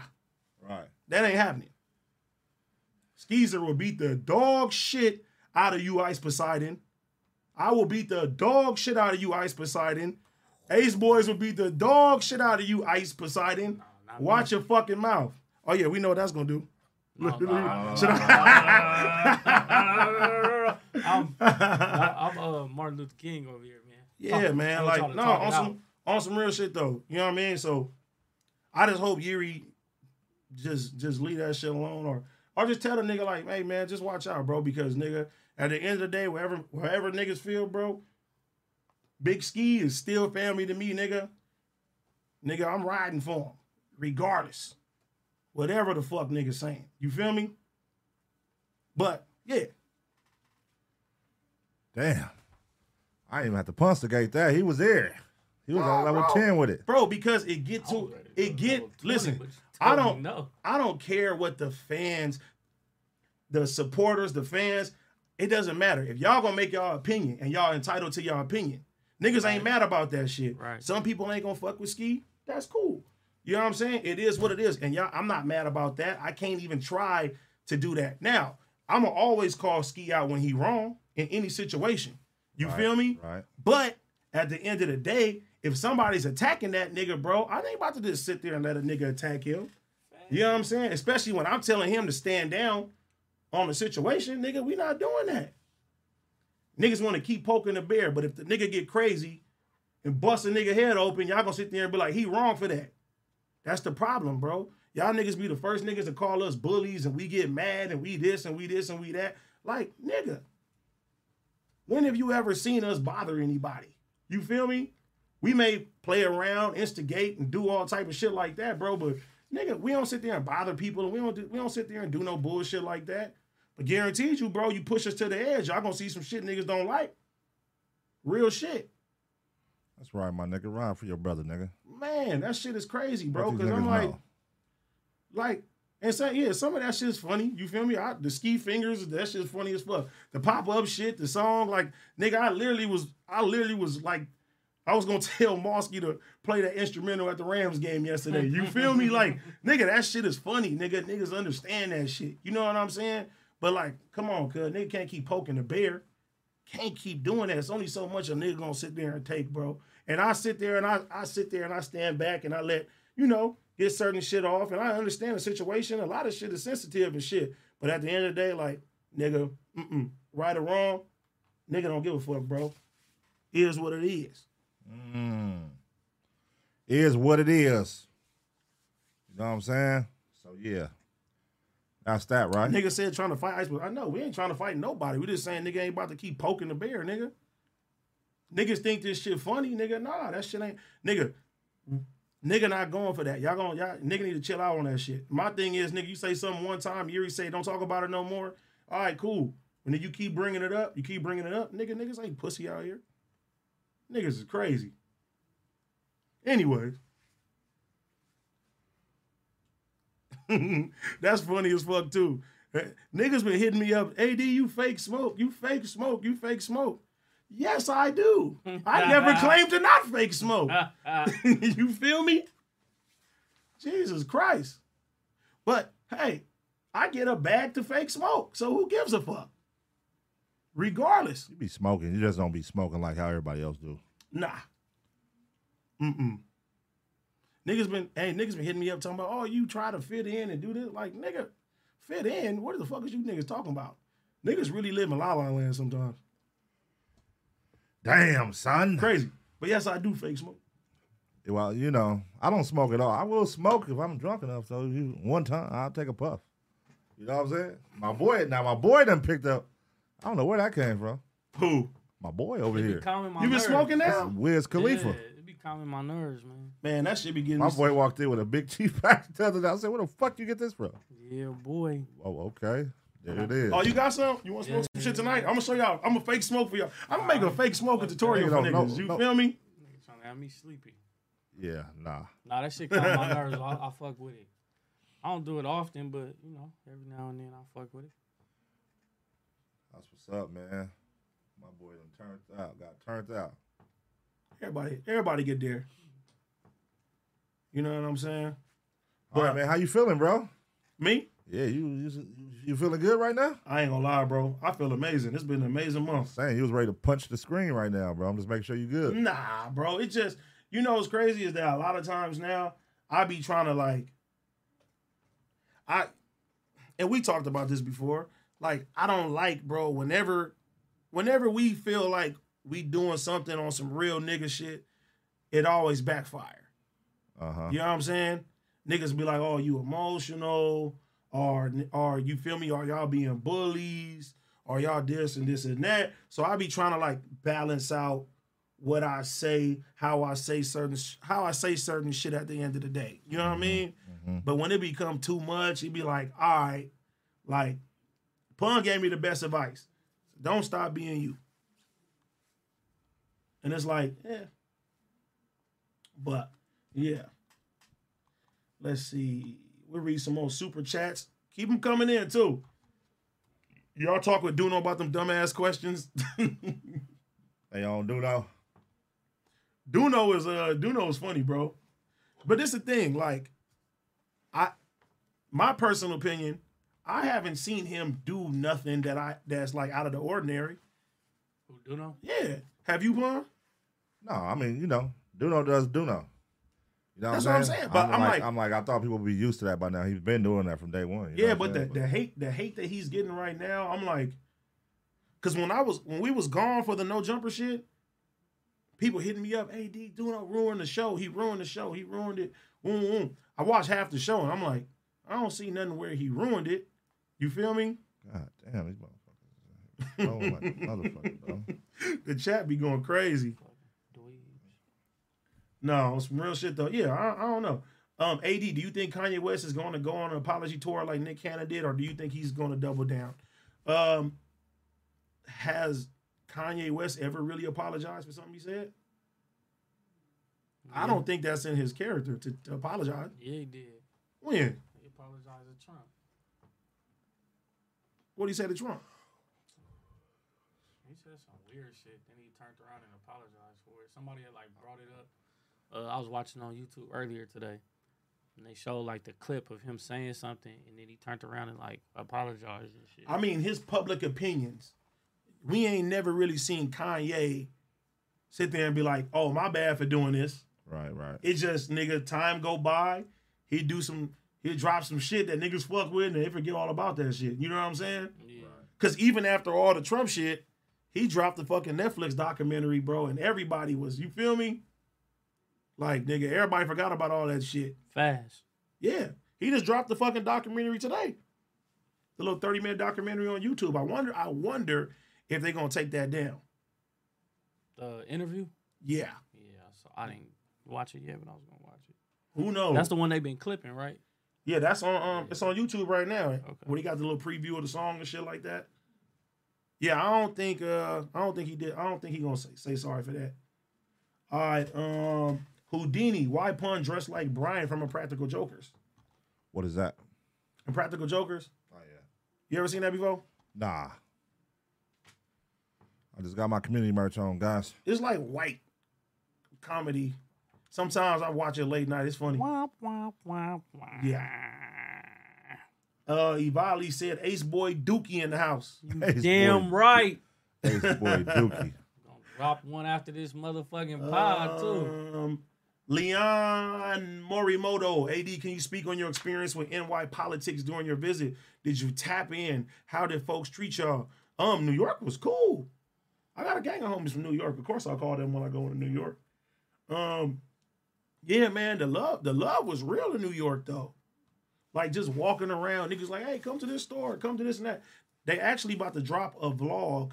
[SPEAKER 1] Right.
[SPEAKER 5] that ain't happening. Skeezer will beat the dog shit out of you, Ice Poseidon. I will beat the dog shit out of you, Ice Poseidon. Ace Boys will beat the dog shit out of you, Ice Poseidon. Watch your fucking mouth. Oh yeah, we know what that's gonna do.
[SPEAKER 8] I'm, I- I'm uh, Martin Luther King over here, man.
[SPEAKER 5] Yeah,
[SPEAKER 8] Talk- I
[SPEAKER 5] man.
[SPEAKER 8] want y'all
[SPEAKER 5] Like
[SPEAKER 8] to
[SPEAKER 5] no,
[SPEAKER 8] Oh, talk it
[SPEAKER 5] on
[SPEAKER 8] out.
[SPEAKER 5] some on some real shit though. You know what I mean? So I just hope Yuri just just leave that shit alone or or just tell the nigga like, hey man, just watch out, bro, because nigga, at the end of the day, wherever wherever niggas feel, bro, Big Ski is still family to me, nigga. Nigga, I'm riding for him, regardless. Whatever the fuck nigga saying. You feel me? But yeah,
[SPEAKER 1] Damn. I didn't even have to punstigate that. He was there. He was on level 10 with it.
[SPEAKER 5] bro, because it get to it get listen. I don't
[SPEAKER 8] know.
[SPEAKER 5] I don't care what the fans, the supporters, the fans, it doesn't matter. If y'all gonna make y'all opinion and y'all entitled to y'all opinion, niggas ain't mad about that shit.
[SPEAKER 8] Right.
[SPEAKER 5] Some people ain't gonna fuck with ski. That's cool. You know what I'm saying? It is what it is. And y'all, I'm not mad about that. I can't even try to do that. Now, I'ma always call ski out when he wrong in any situation. You feel me?
[SPEAKER 1] Right.
[SPEAKER 5] But at the end of the day, if somebody's attacking that nigga, bro, I ain't about to just sit there and let a nigga attack him. You know what I'm saying? Especially when I'm telling him to stand down on the situation, nigga, we not doing that. Niggas want to keep poking the bear, but if the nigga get crazy and bust a nigga head open, y'all gonna sit there and be like, he wrong for that. That's the problem, bro. Y'all niggas be the first niggas to call us bullies and we get mad and we this and we this and we that. Like, nigga, when have you ever seen us bother anybody? You feel me? We may play around, instigate, and do all type of shit like that, bro. But nigga, we don't sit there and bother people, and we don't do, we don't sit there and do no bullshit like that. But guaranteed you, bro, you push us to the edge, y'all gonna see some shit niggas don't like. Real shit,
[SPEAKER 1] That's right, my nigga. Ride for your brother, nigga.
[SPEAKER 5] man. That shit is crazy, bro.
[SPEAKER 1] Let these
[SPEAKER 5] Because I'm
[SPEAKER 1] niggas
[SPEAKER 5] like,
[SPEAKER 1] know.
[SPEAKER 5] like, and say, yeah, some of that shit's funny. You feel me? I, the ski fingers, that shit's funny as fuck. The pop up shit, the song, like, nigga, I literally was, I literally was like, I was gonna tell Mosky to play that instrumental at the Rams game yesterday. You feel me? Like, nigga, that shit is funny. Nigga, niggas understand that shit. You know what I'm saying? But like, come on, cuz nigga can't keep poking the bear. Can't keep doing that. It's only so much a nigga gonna sit there and take, bro. And I sit there and I, I sit there and I stand back and I let, you know, get certain shit off. And I understand the situation. A lot of shit is sensitive and shit. But at the end of the day, like, nigga, mm-mm, right or wrong, nigga don't give a fuck, bro. Is what it is.
[SPEAKER 1] Mm. Is what it is. You know what I'm saying? So, yeah. That's that, right?
[SPEAKER 5] Nigga said trying to fight Ice Iceberg. I know we ain't trying to fight nobody. We just saying nigga ain't about to keep poking the bear, nigga. Niggas think this shit funny, nigga. Nah, that shit ain't nigga. Nigga not going for that. Y'all going y'all nigga need to chill out on that shit. My thing is, nigga, you say something one time, Yuri say don't talk about it no more. All right, cool. And then you keep bringing it up, you keep bringing it up, nigga. Niggas ain't pussy out here. Niggas is crazy. Anyways. That's funny as fuck too. Niggas been hitting me up. Ad, you fake smoke. You fake smoke. You fake smoke. Yes, I do. I never claimed to not fake smoke. you feel me? Jesus Christ. But hey, I get a bag to fake smoke. So who gives a fuck? Regardless.
[SPEAKER 1] You be smoking. You just don't be smoking like how everybody else do.
[SPEAKER 5] Nah. Mm-mm. Niggas been hey, niggas been hitting me up talking about, oh, you try to fit in and do this. Like, nigga, fit in? What the fuck is you niggas talking about? Niggas really live in la la land sometimes.
[SPEAKER 1] Damn, son.
[SPEAKER 5] Crazy. But yes, I do fake smoke.
[SPEAKER 1] Well, you know, I don't smoke at all. I will smoke if I'm drunk enough. So you, one time, I'll take a puff. You know what I'm saying? My boy, now my boy done picked up. I don't know where that came from.
[SPEAKER 5] Who?
[SPEAKER 1] My boy over here,
[SPEAKER 8] Calming my
[SPEAKER 5] You been
[SPEAKER 8] nerves.
[SPEAKER 5] smoking now?
[SPEAKER 1] Wiz Khalifa.
[SPEAKER 8] Yeah, it be calming my nerves, man.
[SPEAKER 5] Man, that shit be getting
[SPEAKER 1] My
[SPEAKER 5] me-
[SPEAKER 1] boy walked in with a big cheap pack the other day. I said, "Where the fuck you get this from?"
[SPEAKER 8] Yeah, boy.
[SPEAKER 1] Oh, okay, there it is.
[SPEAKER 5] Oh, you got some? You want to smoke some shit tonight? I'm gonna show y'all. I'm gonna fake smoke for y'all. I'm gonna make a fake smoking tutorial for
[SPEAKER 1] No, no,
[SPEAKER 5] niggas. You
[SPEAKER 1] no.
[SPEAKER 5] feel me?
[SPEAKER 8] Nigga trying to have me sleepy.
[SPEAKER 1] yeah, nah.
[SPEAKER 8] Nah, that shit calm my nerves. I, I fuck with it. I don't do it often, but you know, every now and then I fuck with it.
[SPEAKER 1] That's what's up, man. My boy done turned out, got turned out.
[SPEAKER 5] Everybody, everybody get there. You know what I'm saying?
[SPEAKER 1] All right, man. How you feeling, bro?
[SPEAKER 5] Me?
[SPEAKER 1] Yeah, you you, you feeling good right now?
[SPEAKER 5] I ain't gonna lie, bro. I feel amazing. It's been an amazing month.
[SPEAKER 1] Saying you was ready to punch the screen right now, bro. I'm just making sure you good.
[SPEAKER 5] Nah, bro. It's just you know what's crazy is that a lot of times now I be trying to like I and we talked about this before. Like I don't like, bro, whenever whenever we feel like we doing something on some real nigga shit, it always backfire.
[SPEAKER 1] Uh huh.
[SPEAKER 5] You know what I'm saying? Niggas be like, "Oh, you emotional," or or you feel me? Or y'all being bullies, or y'all this and this and that. So I be trying to like balance out what I say, how I say certain sh- how I say certain shit at the end of the day. You know what I mean?
[SPEAKER 1] Mm-hmm.
[SPEAKER 5] But when it become too much, it be like, "All right, like." Pun gave me the best advice. Don't stop being you. And it's like, yeah. But yeah. Let's see. We'll read some more super chats. Keep them coming in too. Y'all talk with Duno about them dumbass questions.
[SPEAKER 1] Hey, on do though.
[SPEAKER 5] Duno is uh Duno is funny, bro. But this the thing, like, I my personal opinion, I haven't seen him do nothing that I that's like out of the ordinary.
[SPEAKER 8] Who do know?
[SPEAKER 5] Yeah. Have you Pun?
[SPEAKER 1] No, I mean you know, Duno does Duno. You know
[SPEAKER 5] That's
[SPEAKER 1] what I'm saying?
[SPEAKER 5] But I'm like-
[SPEAKER 1] I'm like, I thought people would be used to that by now. He's been doing that from day one. you know
[SPEAKER 5] Yeah,
[SPEAKER 1] what I'm
[SPEAKER 5] but the,
[SPEAKER 1] saying?
[SPEAKER 5] the hate the hate that he's getting right now, I'm like, cause when I was when we was gone for the no jumper shit, people hitting me up, hey D, Duno ruined the show. He ruined the show. He ruined it. Woom, woom. I watched half the show and I'm like, I don't see nothing where he ruined it. You feel me?
[SPEAKER 1] God damn, these motherfuckers. Blowing like a motherfucker, bro.
[SPEAKER 5] The chat be going crazy. No, some real shit though. Yeah, I, I don't know. Um, AD, do you think Kanye West is going to go on an apology tour like Nick Cannon did, or do you think he's going to double down? Um, has Kanye West ever really apologized for something he said? I don't think that's in his character to, to apologize.
[SPEAKER 8] Yeah, he did.
[SPEAKER 5] When?
[SPEAKER 8] He apologized to Trump.
[SPEAKER 5] What did he say to Trump?
[SPEAKER 8] He said some weird shit. Then he turned around and apologized for it. Somebody had like brought it up. Uh, I was watching on YouTube earlier today, and they showed like the clip of him saying something, and then he turned around and like apologized and shit.
[SPEAKER 5] I mean, his public opinions. We ain't never really seen Kanye sit there and be like, "Oh, my bad for doing this."
[SPEAKER 1] Right, right.
[SPEAKER 5] It just nigga, time go by. He do some, he drop some shit that niggas fuck with, and they forget all about that shit. You know what I'm saying?
[SPEAKER 8] yeah.
[SPEAKER 5] Because even after all the Trump shit, he dropped the fucking Netflix documentary, bro, and everybody was, you feel me? Like nigga, everybody forgot about all that shit.
[SPEAKER 8] Fast.
[SPEAKER 5] Yeah, he just dropped the fucking documentary today. The little 30 minute documentary on YouTube. I wonder, I wonder if they gonna take that down.
[SPEAKER 8] The interview.
[SPEAKER 5] Yeah,
[SPEAKER 8] Yeah. So I didn't watch it yet, but I was gonna watch it.
[SPEAKER 5] who knows?
[SPEAKER 8] That's the one they've been clipping, right?
[SPEAKER 5] Yeah, that's on um it's on YouTube right now. When he got the little preview of the song and shit like that. Yeah, I don't think uh I don't think he did I don't think he gonna say, say sorry for that. Alright, um Houdini, why pun dressed like Brian from Impractical Jokers?
[SPEAKER 1] What is that?
[SPEAKER 5] Impractical Jokers?
[SPEAKER 1] Oh yeah.
[SPEAKER 5] You ever seen that before?
[SPEAKER 1] Nah. I just got my community merch on, guys.
[SPEAKER 5] It's like white comedy. Sometimes I watch it late night, it's funny.
[SPEAKER 8] Womp, womp, womp, womp.
[SPEAKER 5] Yeah. Uh Ivali said Ace Boy Dookie in the house.
[SPEAKER 1] Ace
[SPEAKER 8] Damn
[SPEAKER 1] boy,
[SPEAKER 8] right.
[SPEAKER 1] Ace boy Dookie.
[SPEAKER 8] Gonna drop one after this motherfucking pod too.
[SPEAKER 5] Um, Leon Morimoto, AD, can you speak on your experience with NY politics during your visit? Did you tap in? How did folks treat y'all? Um, New York was cool. I got a gang of homies from New York. Of course, I'll call them when I go to New York. Um, yeah, man, the love, the love was real in New York though. Like just walking around, niggas like, hey, come to this store, come to this and that. They actually about to drop a vlog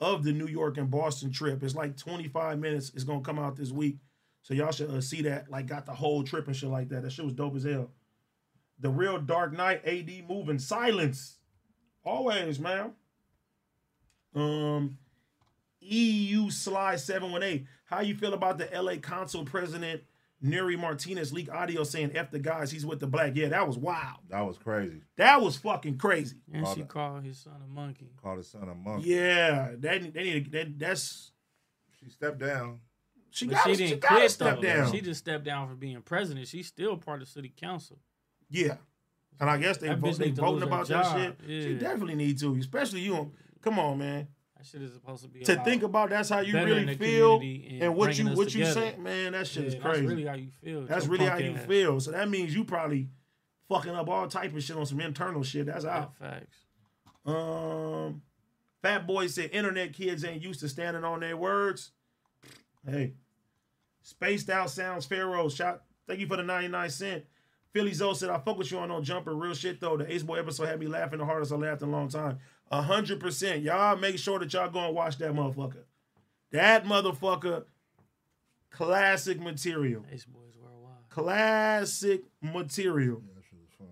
[SPEAKER 5] of the New York and Boston trip. It's like 25 minutes. It's gonna come out this week, so y'all should uh, see that. Like, got the whole trip and shit like that. That shit was dope as hell. The real Dark Knight, AD moving silence, always, man. Um, E EU Sly 718. How you feel about the LA Council President Neri Martinez leaked audio saying "F the guys, he's with the black." Yeah, that was wild.
[SPEAKER 1] That was crazy.
[SPEAKER 5] That was fucking crazy.
[SPEAKER 8] And
[SPEAKER 1] Call
[SPEAKER 8] she
[SPEAKER 1] that.
[SPEAKER 8] called his son a monkey.
[SPEAKER 1] Called his son a monkey.
[SPEAKER 5] Yeah, that they need to, that that's
[SPEAKER 1] She stepped down.
[SPEAKER 5] she
[SPEAKER 8] But
[SPEAKER 5] got
[SPEAKER 8] she
[SPEAKER 5] she,
[SPEAKER 8] didn't
[SPEAKER 5] got to
[SPEAKER 8] quit
[SPEAKER 5] step
[SPEAKER 8] though.
[SPEAKER 5] down.
[SPEAKER 8] She just stepped down for being president. She's still part of city council.
[SPEAKER 5] yeah, and I guess they
[SPEAKER 8] That
[SPEAKER 5] vote,
[SPEAKER 8] bitch
[SPEAKER 5] they
[SPEAKER 8] need to
[SPEAKER 5] voting
[SPEAKER 8] lose her
[SPEAKER 5] about that
[SPEAKER 8] job.
[SPEAKER 5] shit. She
[SPEAKER 8] Yeah.
[SPEAKER 5] definitely need to, especially you. on- Come on, man.
[SPEAKER 8] That shit is supposed to be
[SPEAKER 5] To
[SPEAKER 8] about
[SPEAKER 5] think about that's how you
[SPEAKER 8] bettering
[SPEAKER 5] really
[SPEAKER 8] the
[SPEAKER 5] feel
[SPEAKER 8] community
[SPEAKER 5] and,
[SPEAKER 8] and
[SPEAKER 5] what
[SPEAKER 8] bringing
[SPEAKER 5] you
[SPEAKER 8] us
[SPEAKER 5] what you
[SPEAKER 8] together.
[SPEAKER 5] say, man. That shit
[SPEAKER 8] Yeah,
[SPEAKER 5] is
[SPEAKER 8] That's
[SPEAKER 5] crazy.
[SPEAKER 8] really how you feel. with
[SPEAKER 5] That's
[SPEAKER 8] your
[SPEAKER 5] really how
[SPEAKER 8] punk
[SPEAKER 5] you
[SPEAKER 8] ass.
[SPEAKER 5] feel. So that means you probably fucking up all type of shit on some internal shit. That's
[SPEAKER 8] Yeah,
[SPEAKER 5] out.
[SPEAKER 8] Facts.
[SPEAKER 5] Um, Fat Boy said internet kids ain't used to standing on their words. Hey, spaced out sounds Pharaoh. Shot. Thank you for the ninety nine cent. Philly Zoe said I fuck with you on no jumper. Real shit though. The Ace Boy episode had me laughing the hardest I laughed in a long time. A hundred percent. Y'all make sure that y'all go and watch that motherfucker. That motherfucker. Classic material
[SPEAKER 8] Ace boys worldwide.
[SPEAKER 5] classic material.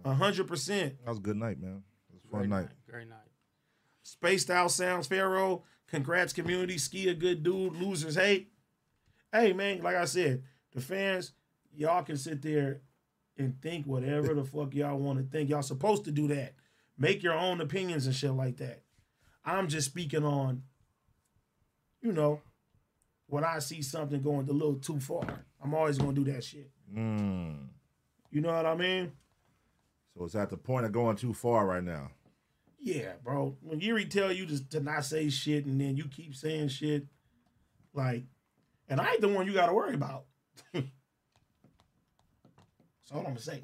[SPEAKER 5] A hundred percent.
[SPEAKER 1] That was a good night, man. It was a fun night.
[SPEAKER 8] Great night.
[SPEAKER 5] Spaced out sounds Pharaoh. Congrats, community. Ski a good dude. Losers hate. Hey man, like I said, the fans, y'all can sit there and think whatever the fuck y'all want to think. Y'all supposed to do that. Make your own opinions and shit like that. I'm just speaking on, you know, when I see something going a little too far. I'm always gonna do that shit.
[SPEAKER 1] Mm.
[SPEAKER 5] You know what I mean?
[SPEAKER 1] So it's at the point of going too far right now.
[SPEAKER 5] Yeah, bro. When Yuri tell you to, to not say shit and then you keep saying shit, like, and I ain't the one you got to worry about. That's all I'm gonna say.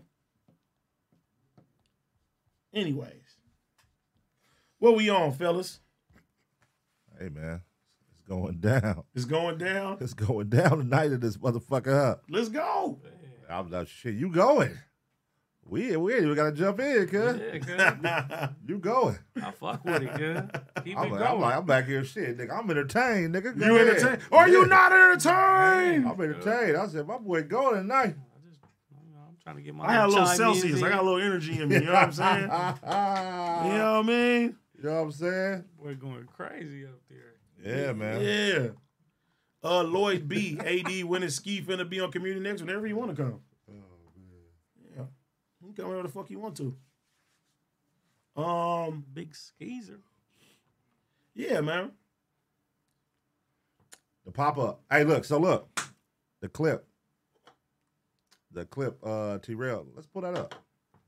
[SPEAKER 5] Anyways, what we on, fellas?
[SPEAKER 1] Hey, man, it's going down.
[SPEAKER 5] It's going down.
[SPEAKER 1] It's going down tonight of this motherfucker up.
[SPEAKER 5] Let's go.
[SPEAKER 1] I'm not shit. You going? We we ain't even gotta jump in, cuz.
[SPEAKER 8] Yeah, good.
[SPEAKER 1] You going?
[SPEAKER 8] I fuck with it, good. Keep
[SPEAKER 1] I'm
[SPEAKER 8] it
[SPEAKER 1] like,
[SPEAKER 8] going.
[SPEAKER 1] I'm like, I'm back here, shit, nigga. I'm entertained, nigga. Go
[SPEAKER 5] You
[SPEAKER 1] ahead.
[SPEAKER 5] entertained? Are you
[SPEAKER 1] Yeah.
[SPEAKER 5] not entertained?
[SPEAKER 1] I'm entertained. I said, my boy going tonight.
[SPEAKER 8] I just, you know, I'm trying to get my.
[SPEAKER 5] I had a little
[SPEAKER 8] chime in
[SPEAKER 5] Celsius. I
[SPEAKER 8] there.
[SPEAKER 5] got a little energy in me. You know what I'm saying? You know
[SPEAKER 1] yeah.
[SPEAKER 5] what I mean?
[SPEAKER 1] You know what I'm saying?
[SPEAKER 8] We're going crazy up there.
[SPEAKER 1] Yeah, man.
[SPEAKER 5] Yeah. Uh, Lloyd B. AD, when is Ski finna be on Community Next? Whenever you want to come.
[SPEAKER 1] Oh,
[SPEAKER 5] Yeah. You can come whenever the fuck you want to. Um.
[SPEAKER 8] Big skeezer.
[SPEAKER 5] Yeah, man.
[SPEAKER 1] The pop up. Hey, look. So look, the clip. The clip. Uh, T-Rail. Let's pull that up.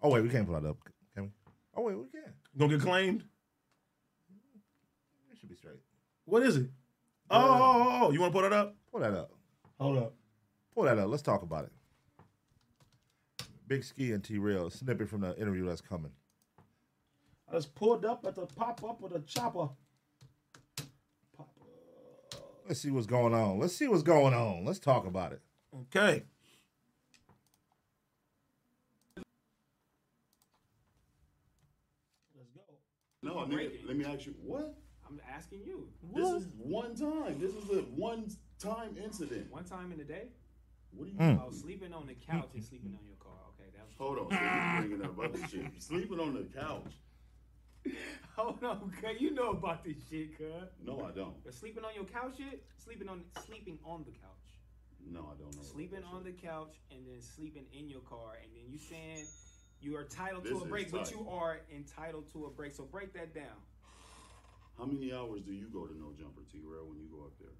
[SPEAKER 1] Oh wait, we can't pull that up, can we? Oh wait, we can.
[SPEAKER 5] Gonna get claimed.
[SPEAKER 1] It should be straight.
[SPEAKER 5] What is it? Oh, oh, oh, oh. you want to put it up?
[SPEAKER 1] Pull that up.
[SPEAKER 5] Hold up.
[SPEAKER 1] Pull that up. Let's talk about it. Big Ski and T-Rail snippet from the interview that's coming.
[SPEAKER 5] I just pulled up at the pop up with a chopper. Pop up.
[SPEAKER 1] Let's see what's going on. Let's see what's going on. Let's talk about it.
[SPEAKER 5] Okay. Let's go.
[SPEAKER 10] No, nigga, let me ask you, what?
[SPEAKER 7] I'm asking you.
[SPEAKER 10] This is one time. This is a one time incident.
[SPEAKER 7] One time in the day,
[SPEAKER 10] What do you
[SPEAKER 1] Hmm.
[SPEAKER 7] I was sleeping on the couch and sleeping on your car. Okay, that was.
[SPEAKER 10] Hold on, so you bringing up other shit. Sleeping on the couch.
[SPEAKER 7] Hold on, cuz you know about this shit, cuz.
[SPEAKER 10] No, I don't.
[SPEAKER 7] But sleeping on your couch shit, sleeping on sleeping on the couch.
[SPEAKER 10] No, I don't know.
[SPEAKER 7] Sleeping on the couch and then sleeping in your car and then you saying you are entitled
[SPEAKER 10] This
[SPEAKER 7] to a
[SPEAKER 10] is
[SPEAKER 7] break, but
[SPEAKER 10] tight.
[SPEAKER 7] you are entitled to a break. So break that down.
[SPEAKER 10] How many hours do you go to No Jumper T Rail when you go up there?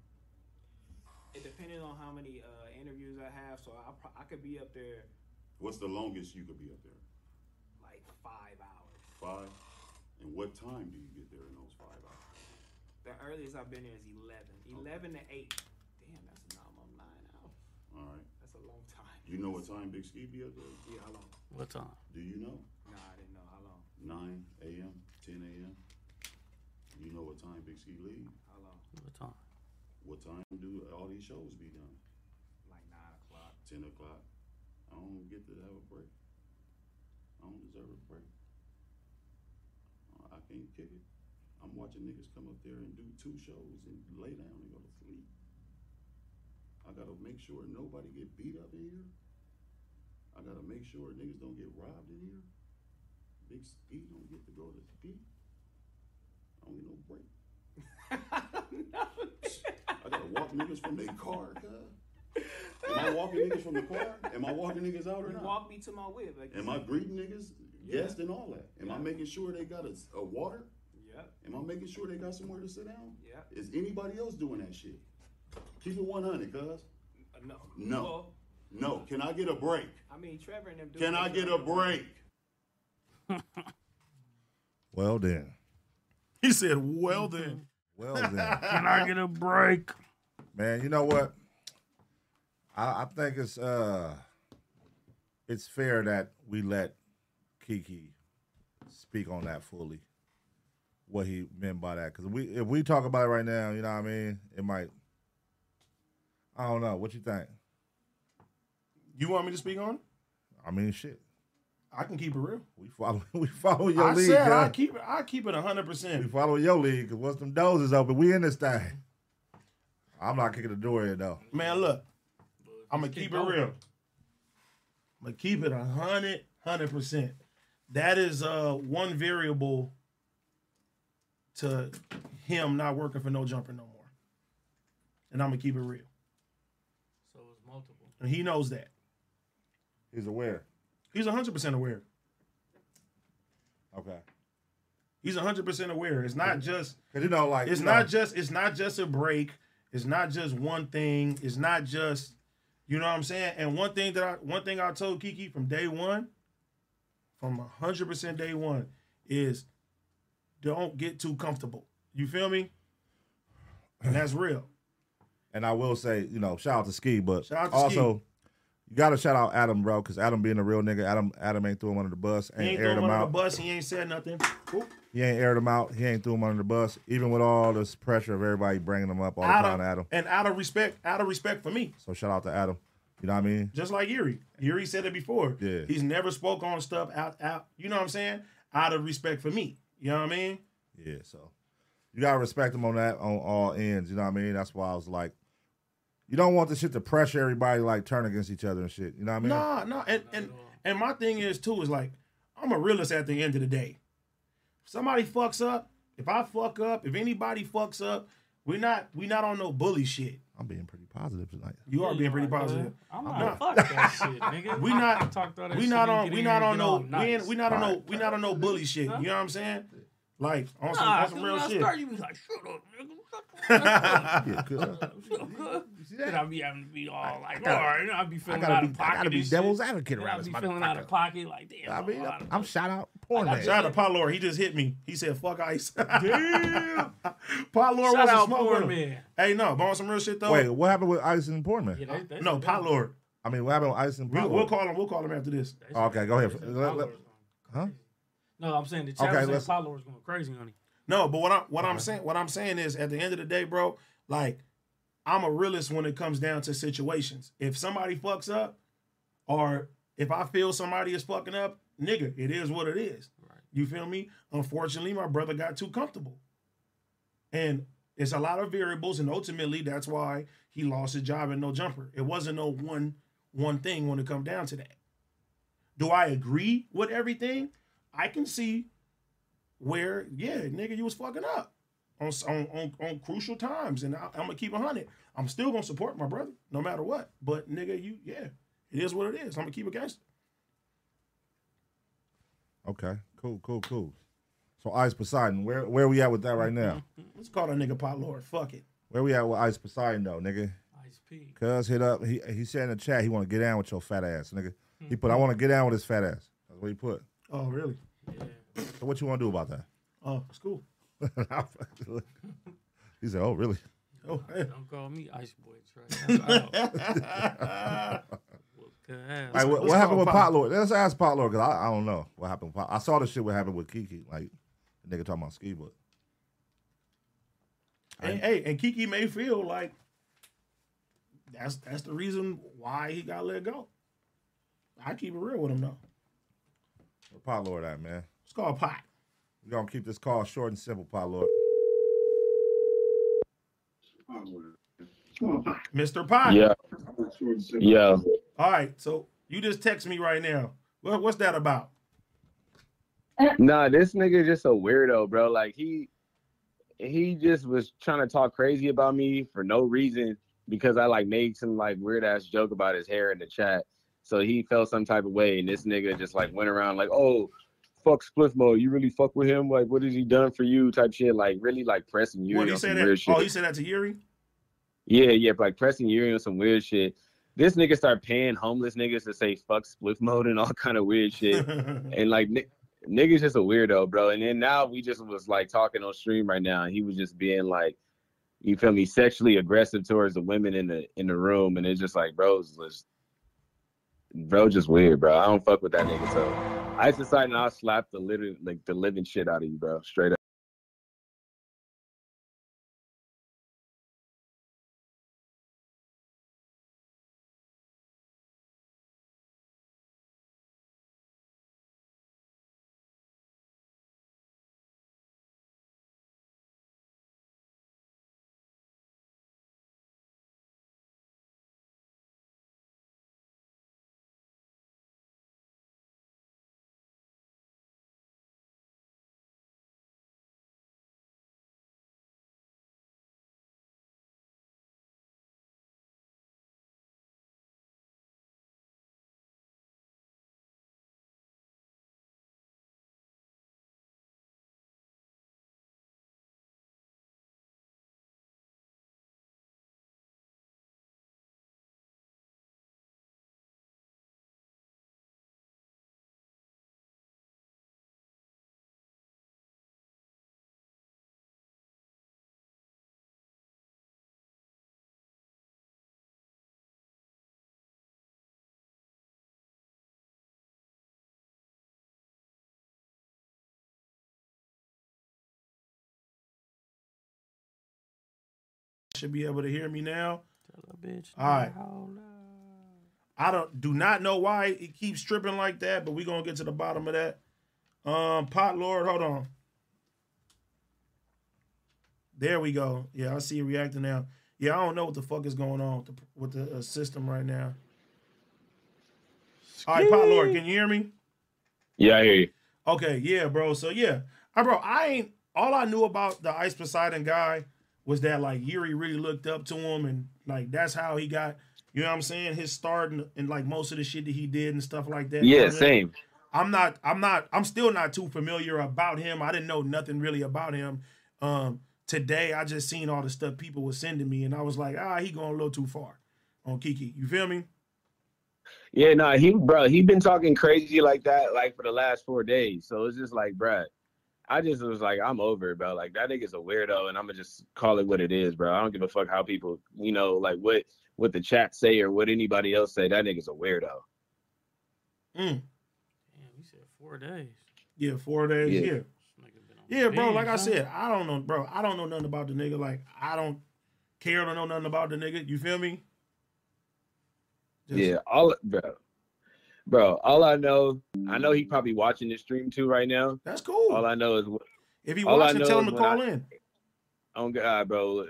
[SPEAKER 7] It depended on how many uh, interviews I have, so I, pro- I could be up there
[SPEAKER 10] What's the longest you could be up there?
[SPEAKER 7] like five hours.
[SPEAKER 10] Five. And what time do you get there in those five hours?
[SPEAKER 7] The earliest I've been there is 11. 11 to 8. Damn, that's a normal nine hours.
[SPEAKER 10] All right.
[SPEAKER 7] That's a long time.
[SPEAKER 10] You know what time Big Ski be up there?
[SPEAKER 7] Yeah, how long?
[SPEAKER 8] What time?
[SPEAKER 10] Do you know?
[SPEAKER 7] Nah, I didn't know. How long?
[SPEAKER 10] 9 a.m., 10 a.m. You know what time Big Ski leave?
[SPEAKER 7] How long?
[SPEAKER 8] What time?
[SPEAKER 10] What time do all these shows be done?
[SPEAKER 7] Like 9 o'clock.
[SPEAKER 10] 10 o'clock. I don't get to have a break. I don't deserve a break. Uh, I can't kick it. I'm watching niggas come up there and do two shows and lay down and go to sleep. I gotta make sure nobody get beat up in here. I gotta make sure niggas don't get robbed in here. Big Ski don't get to go to sleep. I don't get no break. I gotta walk niggas from their car, cuz. And I I walking niggas from the car? Am I walking niggas out or
[SPEAKER 7] You
[SPEAKER 10] not?
[SPEAKER 7] walk me to my whip. Like you
[SPEAKER 10] Am I
[SPEAKER 7] said.
[SPEAKER 10] greeting niggas? Yes, and all that. Am I making sure they got a, a water?
[SPEAKER 7] Yep.
[SPEAKER 10] Am I making sure they got somewhere to sit down?
[SPEAKER 7] Yep.
[SPEAKER 10] Is anybody else doing that shit? Keep it 100, cuz.
[SPEAKER 7] Uh, no.
[SPEAKER 10] No.
[SPEAKER 7] Well,
[SPEAKER 10] No. Can I get a break?
[SPEAKER 7] I mean, Trevor and them. dudes-
[SPEAKER 10] Can I get a break?
[SPEAKER 1] Well then.
[SPEAKER 5] He said, "Well
[SPEAKER 8] Mm-hmm.
[SPEAKER 5] then,
[SPEAKER 1] well then,
[SPEAKER 5] can I get a break?"
[SPEAKER 1] Man, you know what? I, I think it's uh it's fair that we let Kiki speak on that fully. What he meant by that. Cause we if we talk about it right now, you know what I mean? It might I don't know. What you think?
[SPEAKER 5] You want me to speak on? it?
[SPEAKER 1] I mean shit.
[SPEAKER 5] I can keep it real.
[SPEAKER 1] We follow we follow Oh, your
[SPEAKER 5] I
[SPEAKER 1] lead,
[SPEAKER 5] said I
[SPEAKER 1] bro.
[SPEAKER 5] keep it. I keep it hundred
[SPEAKER 1] We
[SPEAKER 5] percent.
[SPEAKER 1] follow your lead, cause once them doors is open, we in this thing. I'm not kicking the door in though.
[SPEAKER 5] Man, look, I'm gonna keep it real. I'm gonna keep it 100 100 percent. That is uh one variable to him not working for no jumper no more. And I'm gonna keep it real,
[SPEAKER 8] So it's multiple.
[SPEAKER 5] and he knows that.
[SPEAKER 1] He's aware.
[SPEAKER 5] He's 100 percent aware.
[SPEAKER 1] Okay.
[SPEAKER 5] He's 100 percent aware. It's not just
[SPEAKER 1] 'Cause you know, like,
[SPEAKER 5] it's
[SPEAKER 1] you
[SPEAKER 5] not
[SPEAKER 1] know-
[SPEAKER 5] just it's not just a break. It's not just one thing. It's not just you know what I'm saying. And one thing that I one thing I told Kiki from day one, from 100 percent day one, is don't get too comfortable. You feel me? And that's real.
[SPEAKER 1] And I will say, you know, shout out to Ski, but
[SPEAKER 5] Shout out to
[SPEAKER 1] also you got to shout out Adam, bro, because Adam being a real nigga, Adam Adam ain't threw him under the bus,
[SPEAKER 5] He
[SPEAKER 1] ain't,
[SPEAKER 5] ain't
[SPEAKER 1] aired
[SPEAKER 5] throwing
[SPEAKER 1] him
[SPEAKER 5] under the
[SPEAKER 1] out.
[SPEAKER 5] bus. He ain't said nothing. Oop.
[SPEAKER 1] He ain't aired him out. He ain't threw him under the bus, even with all this pressure of everybody bringing him up all the
[SPEAKER 5] Out
[SPEAKER 1] time.
[SPEAKER 5] of,
[SPEAKER 1] Adam,
[SPEAKER 5] and out of respect, out of respect for me,
[SPEAKER 1] so shout out to Adam. You know what I mean?
[SPEAKER 5] just like Yuri. Yuri said it before.
[SPEAKER 1] Yeah.
[SPEAKER 5] He's never spoke on stuff out out. You know what I'm saying? Out of respect for me. You know what I mean?
[SPEAKER 1] Yeah. So you gotta respect him on that on all ends. You know what I mean? That's why I was like, you don't want this shit to pressure everybody like turn against each other and shit. You know what I mean?
[SPEAKER 5] Nah, nah. And and, and my thing is too is like I'm a realist at the end of the day. If somebody fucks up, if I fuck up, if anybody fucks up, we're not we not on no bully shit.
[SPEAKER 1] I'm being pretty positive tonight.
[SPEAKER 5] You are being pretty positive.
[SPEAKER 8] I'm
[SPEAKER 5] Nah.
[SPEAKER 8] not fuck that shit, nigga.
[SPEAKER 5] We
[SPEAKER 8] I
[SPEAKER 5] not
[SPEAKER 8] talked all that
[SPEAKER 5] we
[SPEAKER 8] shit,
[SPEAKER 5] not
[SPEAKER 8] you
[SPEAKER 5] on
[SPEAKER 8] get
[SPEAKER 5] we
[SPEAKER 8] in
[SPEAKER 5] not
[SPEAKER 8] here,
[SPEAKER 5] on
[SPEAKER 8] get
[SPEAKER 5] no
[SPEAKER 8] all
[SPEAKER 5] we ain't,
[SPEAKER 8] nice.
[SPEAKER 5] we not on no we not on no bully shit. You know what I'm saying? Like on some,
[SPEAKER 8] Nah,
[SPEAKER 5] on
[SPEAKER 8] 'cause
[SPEAKER 5] some
[SPEAKER 8] when
[SPEAKER 5] real
[SPEAKER 8] I
[SPEAKER 5] shit.
[SPEAKER 8] start, you be like, shut up, nigga. Shut up.
[SPEAKER 1] Yeah, good.
[SPEAKER 8] Shut up. Then I be having to be all like,
[SPEAKER 1] gotta-
[SPEAKER 8] all right, I be feeling
[SPEAKER 1] gotta
[SPEAKER 8] out
[SPEAKER 1] be- I
[SPEAKER 8] of pocket.
[SPEAKER 1] gotta be
[SPEAKER 8] and shit.
[SPEAKER 1] devil's advocate
[SPEAKER 8] Then
[SPEAKER 1] around
[SPEAKER 8] I
[SPEAKER 1] this
[SPEAKER 8] be feeling out of
[SPEAKER 1] motherfucker.
[SPEAKER 8] pocket, like damn.
[SPEAKER 1] I mean,
[SPEAKER 8] I'm out of
[SPEAKER 1] I'm, I'm
[SPEAKER 8] pocket.
[SPEAKER 1] shout out porn
[SPEAKER 8] I
[SPEAKER 1] man.
[SPEAKER 5] Shout out to Paul Lord. He just hit me. He said, "Fuck ice." Damn. Paul Lord
[SPEAKER 8] Shout
[SPEAKER 5] was a
[SPEAKER 8] out
[SPEAKER 5] smoke
[SPEAKER 8] Poor
[SPEAKER 5] with him.
[SPEAKER 8] Man.
[SPEAKER 5] Hey, no, but on some real shit though.
[SPEAKER 1] Wait, what happened with Ice and Portman?
[SPEAKER 8] Yeah, they- they-
[SPEAKER 5] no, Paul Lord.
[SPEAKER 1] I mean, what happened with Ice and
[SPEAKER 5] We,
[SPEAKER 1] Portman?
[SPEAKER 5] we'll call him. We'll call him after this.
[SPEAKER 1] Okay, go ahead.
[SPEAKER 8] they-
[SPEAKER 1] Let-
[SPEAKER 8] Paul
[SPEAKER 1] let-
[SPEAKER 8] Lord.
[SPEAKER 1] huh?
[SPEAKER 8] No, I'm saying the
[SPEAKER 1] Okay,
[SPEAKER 8] chat was saying
[SPEAKER 1] let's-
[SPEAKER 8] Paul Lord's going crazy on him.
[SPEAKER 5] No, but what I'm what I'm saying what I'm saying is at the end of the day, bro, like I'm a realist when it comes down to situations. If somebody fucks up, or if I feel somebody is fucking up, nigga, it is what it is.
[SPEAKER 8] Right.
[SPEAKER 5] You feel me? Unfortunately, my brother got too comfortable. And it's a lot of variables, and ultimately that's why he lost his job and no jumper. It wasn't no one one thing when it come down to that. Do I agree with everything? I can see where, yeah, nigga, you was fucking up on s- on on, on crucial times, and I, I'm gonna keep a hundred. I'm still gonna support my brother no matter what. But nigga, you, yeah, it is what it is. I'm gonna keep it gangster.
[SPEAKER 1] Okay, cool, cool, cool. So Ice Poseidon, where where we at with that right now?
[SPEAKER 8] Mm-hmm.
[SPEAKER 5] Let's call that nigga pot lord. Fuck it.
[SPEAKER 1] Where we at with Ice Poseidon though, nigga?
[SPEAKER 8] Ice P.
[SPEAKER 1] Cuz hit up. He he said in the chat he want to get down with your fat ass, nigga. He put I
[SPEAKER 8] Mm-hmm.
[SPEAKER 1] want to get down with his fat ass. That's what he put.
[SPEAKER 5] Oh really?
[SPEAKER 1] So what you want to do about
[SPEAKER 5] Oh, it's cool.
[SPEAKER 1] that? he said, "Oh, really?"
[SPEAKER 5] Oh,
[SPEAKER 8] Don't call me Ice Boy Trey. That's out. Whoop her ass.
[SPEAKER 1] Like, what,
[SPEAKER 5] let's
[SPEAKER 1] what happened
[SPEAKER 5] call
[SPEAKER 1] with
[SPEAKER 5] Pop.
[SPEAKER 1] Pot Lord? Let's ask Pot Lord because I, I don't know what happened. With Pot. I saw the shit what happened with Kiki. Like the nigga talking about ski, but
[SPEAKER 5] and, hey, and Kiki may feel like that's that's the reason why he got let go. I keep it real with him though.
[SPEAKER 1] where Pot Lord at man?
[SPEAKER 5] It's called pot.
[SPEAKER 1] We gonna keep this call short and simple, Pot Lord.
[SPEAKER 5] Mr. Pot.
[SPEAKER 11] Yeah. Yeah.
[SPEAKER 5] All right. So you just text me right now. What, what's that about?
[SPEAKER 11] Nah, this nigga just a weirdo, bro. Like he he just was trying to talk crazy about me for no reason. because I like made some like weird ass joke about his hair in the chat. So he felt some type of way, and this nigga just like went around like, "Oh, fuck Spliffmo, you really fuck with him? Like, what has he done for you?" Type shit, like really like pressing Yuri
[SPEAKER 5] What he
[SPEAKER 11] on
[SPEAKER 5] said
[SPEAKER 11] some
[SPEAKER 5] that?
[SPEAKER 11] weird shit.
[SPEAKER 5] Oh, he said that to Yuri.
[SPEAKER 11] Yeah, yeah, like pressing Yuri on some weird shit. This nigga start paying homeless niggas to say fuck spliff mode and all kind of weird shit. and like ni- niggas just a weirdo, bro. And then now we just was like talking on stream right now, and he was just being like, you feel me, sexually aggressive towards the women in the in the room, and it's just like, bros, just, bro, just weird, bro. I don't fuck with that nigga. So I decided I'll slap the living like the living shit out of you, bro, straight up.
[SPEAKER 5] Should be able to hear me now.
[SPEAKER 8] bitch.
[SPEAKER 5] All right. I don't do not know why it keeps tripping like that, but we're gonna get to the bottom of that. Um, pot lord, hold on. There we go. Yeah, I see it reacting now. Yeah, I don't know what the fuck is going on with the, with the uh, system right now. All right, pot lord, can you hear me?
[SPEAKER 11] Yeah, I hear you.
[SPEAKER 5] Okay, yeah, bro. So yeah, I bro, I ain't all I knew about the Ice Poseidon guy was that like Yuri really looked up to him and like that's how he got, you know what I'm saying, his start and, and like most of the shit that he did and stuff like that.
[SPEAKER 11] Yeah,
[SPEAKER 5] I'm-
[SPEAKER 11] same.
[SPEAKER 5] I'm not I'm not I'm still not too familiar about him. I didn't know nothing really about him. Um today I just seen all the stuff people were sending me and I was like, ah, he going a little too far on Kiki. You feel me?
[SPEAKER 11] Yeah, no, he bro, he been talking crazy like that like for the last four days. So it's just like, bruh, I just was like, I'm over, it, bro. Like that nigga's a weirdo, and I'm gonna just call it what it is, bro. I don't give a fuck how people, you know, like what what the chat say or what anybody else say. That nigga's a weirdo.
[SPEAKER 8] Damn,
[SPEAKER 5] Mm.
[SPEAKER 8] we said four days.
[SPEAKER 5] Yeah, four days.
[SPEAKER 11] Yeah.
[SPEAKER 5] Yeah. Yeah, bro.
[SPEAKER 8] bed,
[SPEAKER 5] Like I
[SPEAKER 8] son.
[SPEAKER 5] said, I don't know, bro. I don't know nothing about the nigga. Like I don't care to know nothing about the nigga. You feel me?
[SPEAKER 11] yeah, all bro, bro. All I know, I know he probably watching this stream too right now.
[SPEAKER 5] That's cool.
[SPEAKER 11] All I know is
[SPEAKER 5] If he
[SPEAKER 11] all I
[SPEAKER 5] watching,
[SPEAKER 11] know
[SPEAKER 5] tell
[SPEAKER 11] is
[SPEAKER 5] him to
[SPEAKER 11] when I-
[SPEAKER 5] call in.
[SPEAKER 11] Oh God, bro,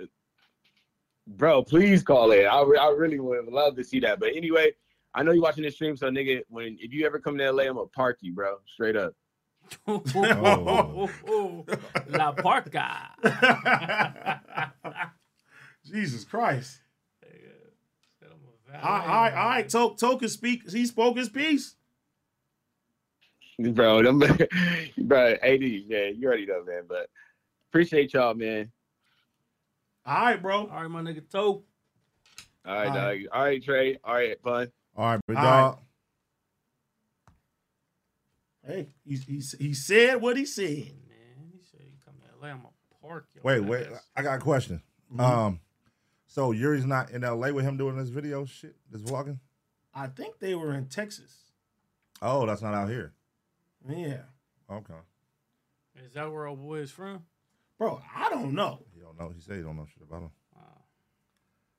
[SPEAKER 11] bro, please call in. I, re- I really would love to see that. But anyway, I know you watching this stream, so nigga, when if you ever come to LA, I'm gonna park you, bro, straight up.
[SPEAKER 8] Oh. La Parca.
[SPEAKER 5] Jesus Christ. I, I,
[SPEAKER 8] valet,
[SPEAKER 5] I, Toke, Toke can speak. He spoke his piece.
[SPEAKER 11] bro, them, bro, AD, yeah, you already know, man. But appreciate y'all, man.
[SPEAKER 5] All right, bro. All
[SPEAKER 8] right, my nigga Toe.
[SPEAKER 11] All right,
[SPEAKER 8] All
[SPEAKER 11] all
[SPEAKER 8] right.
[SPEAKER 11] right, all right Trey. All right, fun.
[SPEAKER 1] All right, big
[SPEAKER 11] All
[SPEAKER 1] dog.
[SPEAKER 5] Hey, he, he, he said what he said.
[SPEAKER 8] LA, I'm a park. Yo,
[SPEAKER 1] Wait,
[SPEAKER 8] fat
[SPEAKER 1] wait.
[SPEAKER 8] ass.
[SPEAKER 1] I got a question.
[SPEAKER 5] Mm-hmm.
[SPEAKER 8] Mhm.
[SPEAKER 1] Um, so Yuri's not in L.A. with him doing this video shit, this vlogging.
[SPEAKER 5] I think they were in Texas.
[SPEAKER 1] Oh, that's not out here.
[SPEAKER 5] Yeah.
[SPEAKER 1] Okay.
[SPEAKER 8] Is that where old boy is from?
[SPEAKER 5] Bro, I don't know.
[SPEAKER 1] He don't know. He said he don't know shit about him.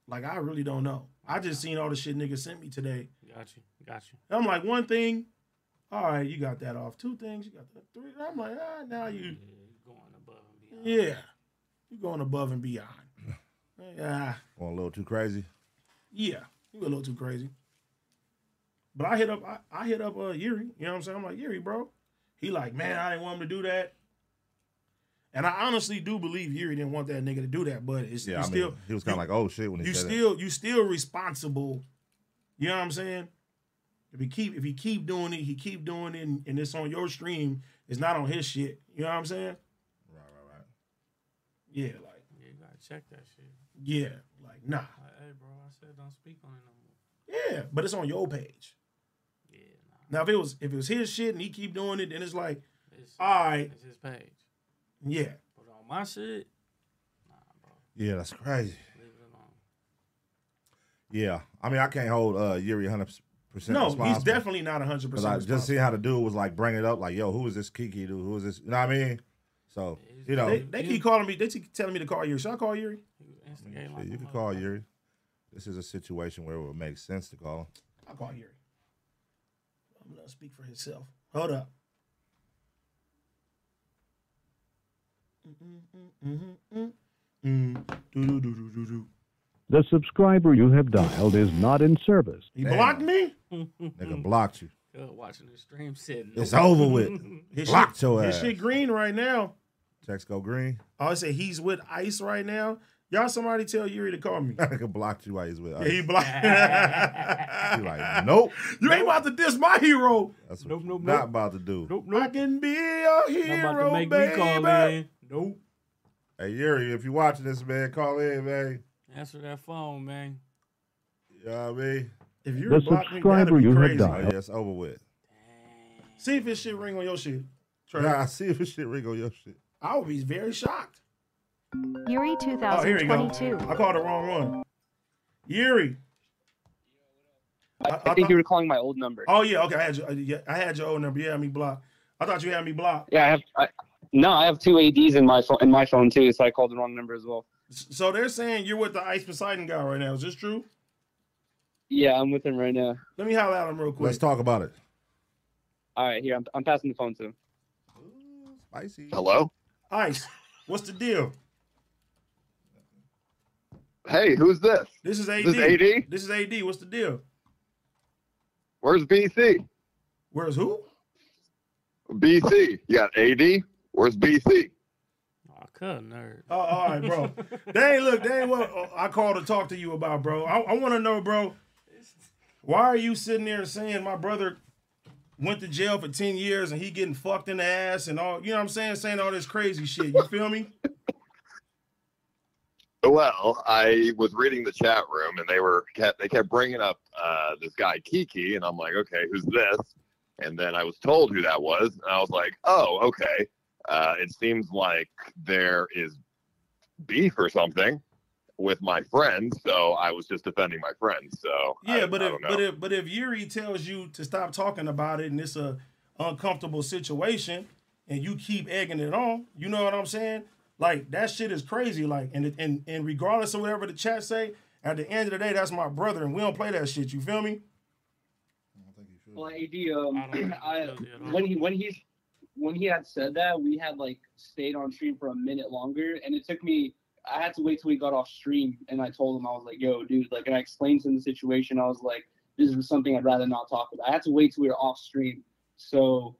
[SPEAKER 5] Like, I really don't know. I just seen all the shit niggas sent me today.
[SPEAKER 8] Got you. Got you.
[SPEAKER 5] I'm like, one thing, all right, you got that off. Two things, you got that three. I'm like, ah, now you. Yeah. You going above and beyond. Yeah.
[SPEAKER 1] Going a little too crazy.
[SPEAKER 5] Yeah, you a little too crazy. But I hit up, I, I hit up uh Yuri. You know what I'm saying? I'm like Yuri, bro. He like, man, I didn't want him to do that. And I honestly do believe Yuri didn't want that nigga to do that, but it's
[SPEAKER 1] Yeah,
[SPEAKER 5] you
[SPEAKER 1] I mean,
[SPEAKER 5] still
[SPEAKER 1] he was kind of like, oh shit, when he
[SPEAKER 5] you
[SPEAKER 1] said that.
[SPEAKER 5] still you still responsible. You know what I'm saying? If he keep if he keep doing it, he keep doing it, and, and it's on your stream. It's not on his shit. You know what I'm saying? Right, right, right. Yeah, like
[SPEAKER 8] yeah, you gotta check that shit.
[SPEAKER 5] yeah, like nah,
[SPEAKER 8] Like, hey, bro, I said don't speak on it no more.
[SPEAKER 5] yeah. But it's on your page. Yeah. Now if it was if it was his shit and he keep doing it, then it's like, all right,
[SPEAKER 8] It's his page.
[SPEAKER 5] yeah.
[SPEAKER 8] But on my shit,
[SPEAKER 1] Yeah, that's crazy.
[SPEAKER 8] leave it alone.
[SPEAKER 1] Yeah, I mean, I can't hold uh, Yuri 100 percent.
[SPEAKER 5] No, he's definitely not 100
[SPEAKER 1] Because I
[SPEAKER 5] percent.
[SPEAKER 1] just see how the dude was like bringing it up, like, yo, who is this Kiki dude? Who is this? You know what I mean? So you know,
[SPEAKER 5] they, they keep calling me. They keep telling me to call Yuri. Should I call Yuri?
[SPEAKER 1] shit, you can call Yuri. This is a situation where it would make sense to call him.
[SPEAKER 5] I'll call Yuri. I'm gonna speak for himself. Hold up.
[SPEAKER 12] The subscriber you have dialed is not in service.
[SPEAKER 5] He blocked me.
[SPEAKER 1] Nigga blocked you.
[SPEAKER 8] Good watching the stream said
[SPEAKER 1] It's over with.
[SPEAKER 5] His
[SPEAKER 1] blocked
[SPEAKER 5] shit,
[SPEAKER 1] your
[SPEAKER 5] his
[SPEAKER 1] ass.
[SPEAKER 5] shit green right now.
[SPEAKER 1] Text go green.
[SPEAKER 5] Oh, I would say he's with Ice right now. Y'all, somebody tell Yuri to call me.
[SPEAKER 1] Nigga blocked you while he's with.
[SPEAKER 5] Yeah,
[SPEAKER 1] us.
[SPEAKER 5] he blocked.
[SPEAKER 1] He like, nope.
[SPEAKER 5] You ain't about to diss my hero.
[SPEAKER 1] That's what
[SPEAKER 5] Nope,
[SPEAKER 1] nope,
[SPEAKER 5] nope,
[SPEAKER 1] not
[SPEAKER 5] nope.
[SPEAKER 1] about to do.
[SPEAKER 8] Nope,
[SPEAKER 5] nope. I can be a
[SPEAKER 1] I'm about to
[SPEAKER 5] hero,
[SPEAKER 1] make me
[SPEAKER 5] baby.
[SPEAKER 1] call in.
[SPEAKER 8] Nope.
[SPEAKER 1] Hey Yuri, if you watching this, man, call in, man.
[SPEAKER 8] Answer that phone, man.
[SPEAKER 1] You know what I mean?
[SPEAKER 5] If
[SPEAKER 1] you're
[SPEAKER 12] The subscriber you have
[SPEAKER 1] Oh, yeah,
[SPEAKER 12] dialed.
[SPEAKER 1] it's over with.
[SPEAKER 5] See if his shit ring on your shit. Trey.
[SPEAKER 1] Nah, I see if this shit ring on your shit.
[SPEAKER 5] I would be very shocked.
[SPEAKER 13] Yuri
[SPEAKER 5] Oh, here we go.
[SPEAKER 13] 2022.
[SPEAKER 5] I called the wrong one. Yuri.
[SPEAKER 14] I, think you were calling my old number.
[SPEAKER 5] Oh yeah, okay. I had your, uh, yeah, I had your old number. You had me blocked. I thought you had me blocked.
[SPEAKER 14] Yeah, I have. I, no, I have two ads in my phone in my phone too, so I called the wrong number as well.
[SPEAKER 5] So they're saying you're with the Ice Poseidon guy right now. Is this true?
[SPEAKER 14] Yeah, I'm with him right now.
[SPEAKER 5] Let me holler at him real quick.
[SPEAKER 1] Let's talk about it.
[SPEAKER 14] All right, here I'm, I'm passing the phone to him.
[SPEAKER 1] Spicy.
[SPEAKER 15] Hello.
[SPEAKER 5] Ice, what's the deal?
[SPEAKER 15] Hey, who's this?
[SPEAKER 5] This is AD.
[SPEAKER 15] This is AD.
[SPEAKER 5] This is AD. What's the deal?
[SPEAKER 15] Where's BC?
[SPEAKER 5] Where's who?
[SPEAKER 15] BC. You got AD. Where's BC?
[SPEAKER 8] I could nerd.
[SPEAKER 5] Oh, all right, bro. they ain't look. They ain't what uh, I called to talk to you about, bro. I, I want to know, bro. Why are you sitting there saying my brother went to jail for ten years and he getting fucked in the ass and all? You know what I'm saying? Saying all this crazy shit. You feel me?
[SPEAKER 15] Well, I was reading the chat room, and they were kept, they kept bringing up uh, this guy Kiki, and I'm like, okay, who's this? And then I was told who that was, and I was like, oh, okay. Uh, it seems like there is beef or something with my friend, so I was just defending my friend. So I-
[SPEAKER 5] Yeah, but
[SPEAKER 15] I
[SPEAKER 5] if
[SPEAKER 15] don't know.
[SPEAKER 5] but if but if Yuri tells you to stop talking about it and it's a uncomfortable situation and you keep egging it on, you know what I'm saying? Like that shit is crazy. Like and and and regardless of whatever the chat say, at the end of the day, that's my brother, and we don't play that shit. You feel me?
[SPEAKER 14] Well, AD, um, I, when he when he when he had said that, we had like stayed on stream for a minute longer, and it took me. I had to wait till we got off stream, and I told him I was like, "Yo, dude," like, and I explained to him the situation. I was like, "This is something I'd rather not talk about." I had to wait till we were off stream, so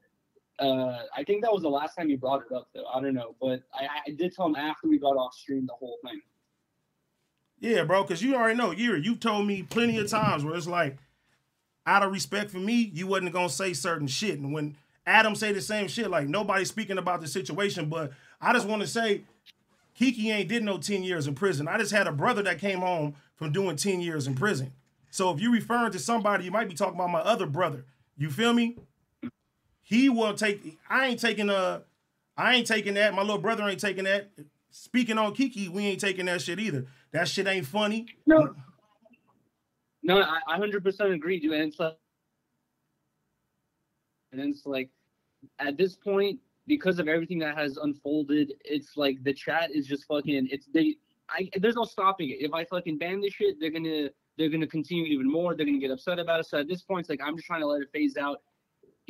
[SPEAKER 14] uh, I think that was the last time you brought it up, though. I don't know, but I, I did tell him after we got off stream the whole thing.
[SPEAKER 5] Yeah, bro, because you already know, Yuri, you've told me plenty of times where it's like, out of respect for me, you wasn't gonna say certain shit. And when Adam say the same shit, like nobody's speaking about the situation, but I just wanna say Kiki ain't did no 10 years in prison. I just had a brother that came home from doing 10 years in prison. So if you referring to somebody, you might be talking about my other brother. You feel me? He will take I ain't taking uh I ain't taking that. My little brother ain't taking that. Speaking on Kiki, we ain't taking that shit either. That shit ain't funny.
[SPEAKER 14] No. No, I I 100% agree, dude. And it's like, and it's like, at this point, because of everything that has unfolded, it's like the chat is just fucking. It's they. I there's no stopping it. If I fucking ban this shit, they're gonna they're gonna continue even more. They're gonna get upset about it. So at this point, it's like I'm just trying to let it phase out.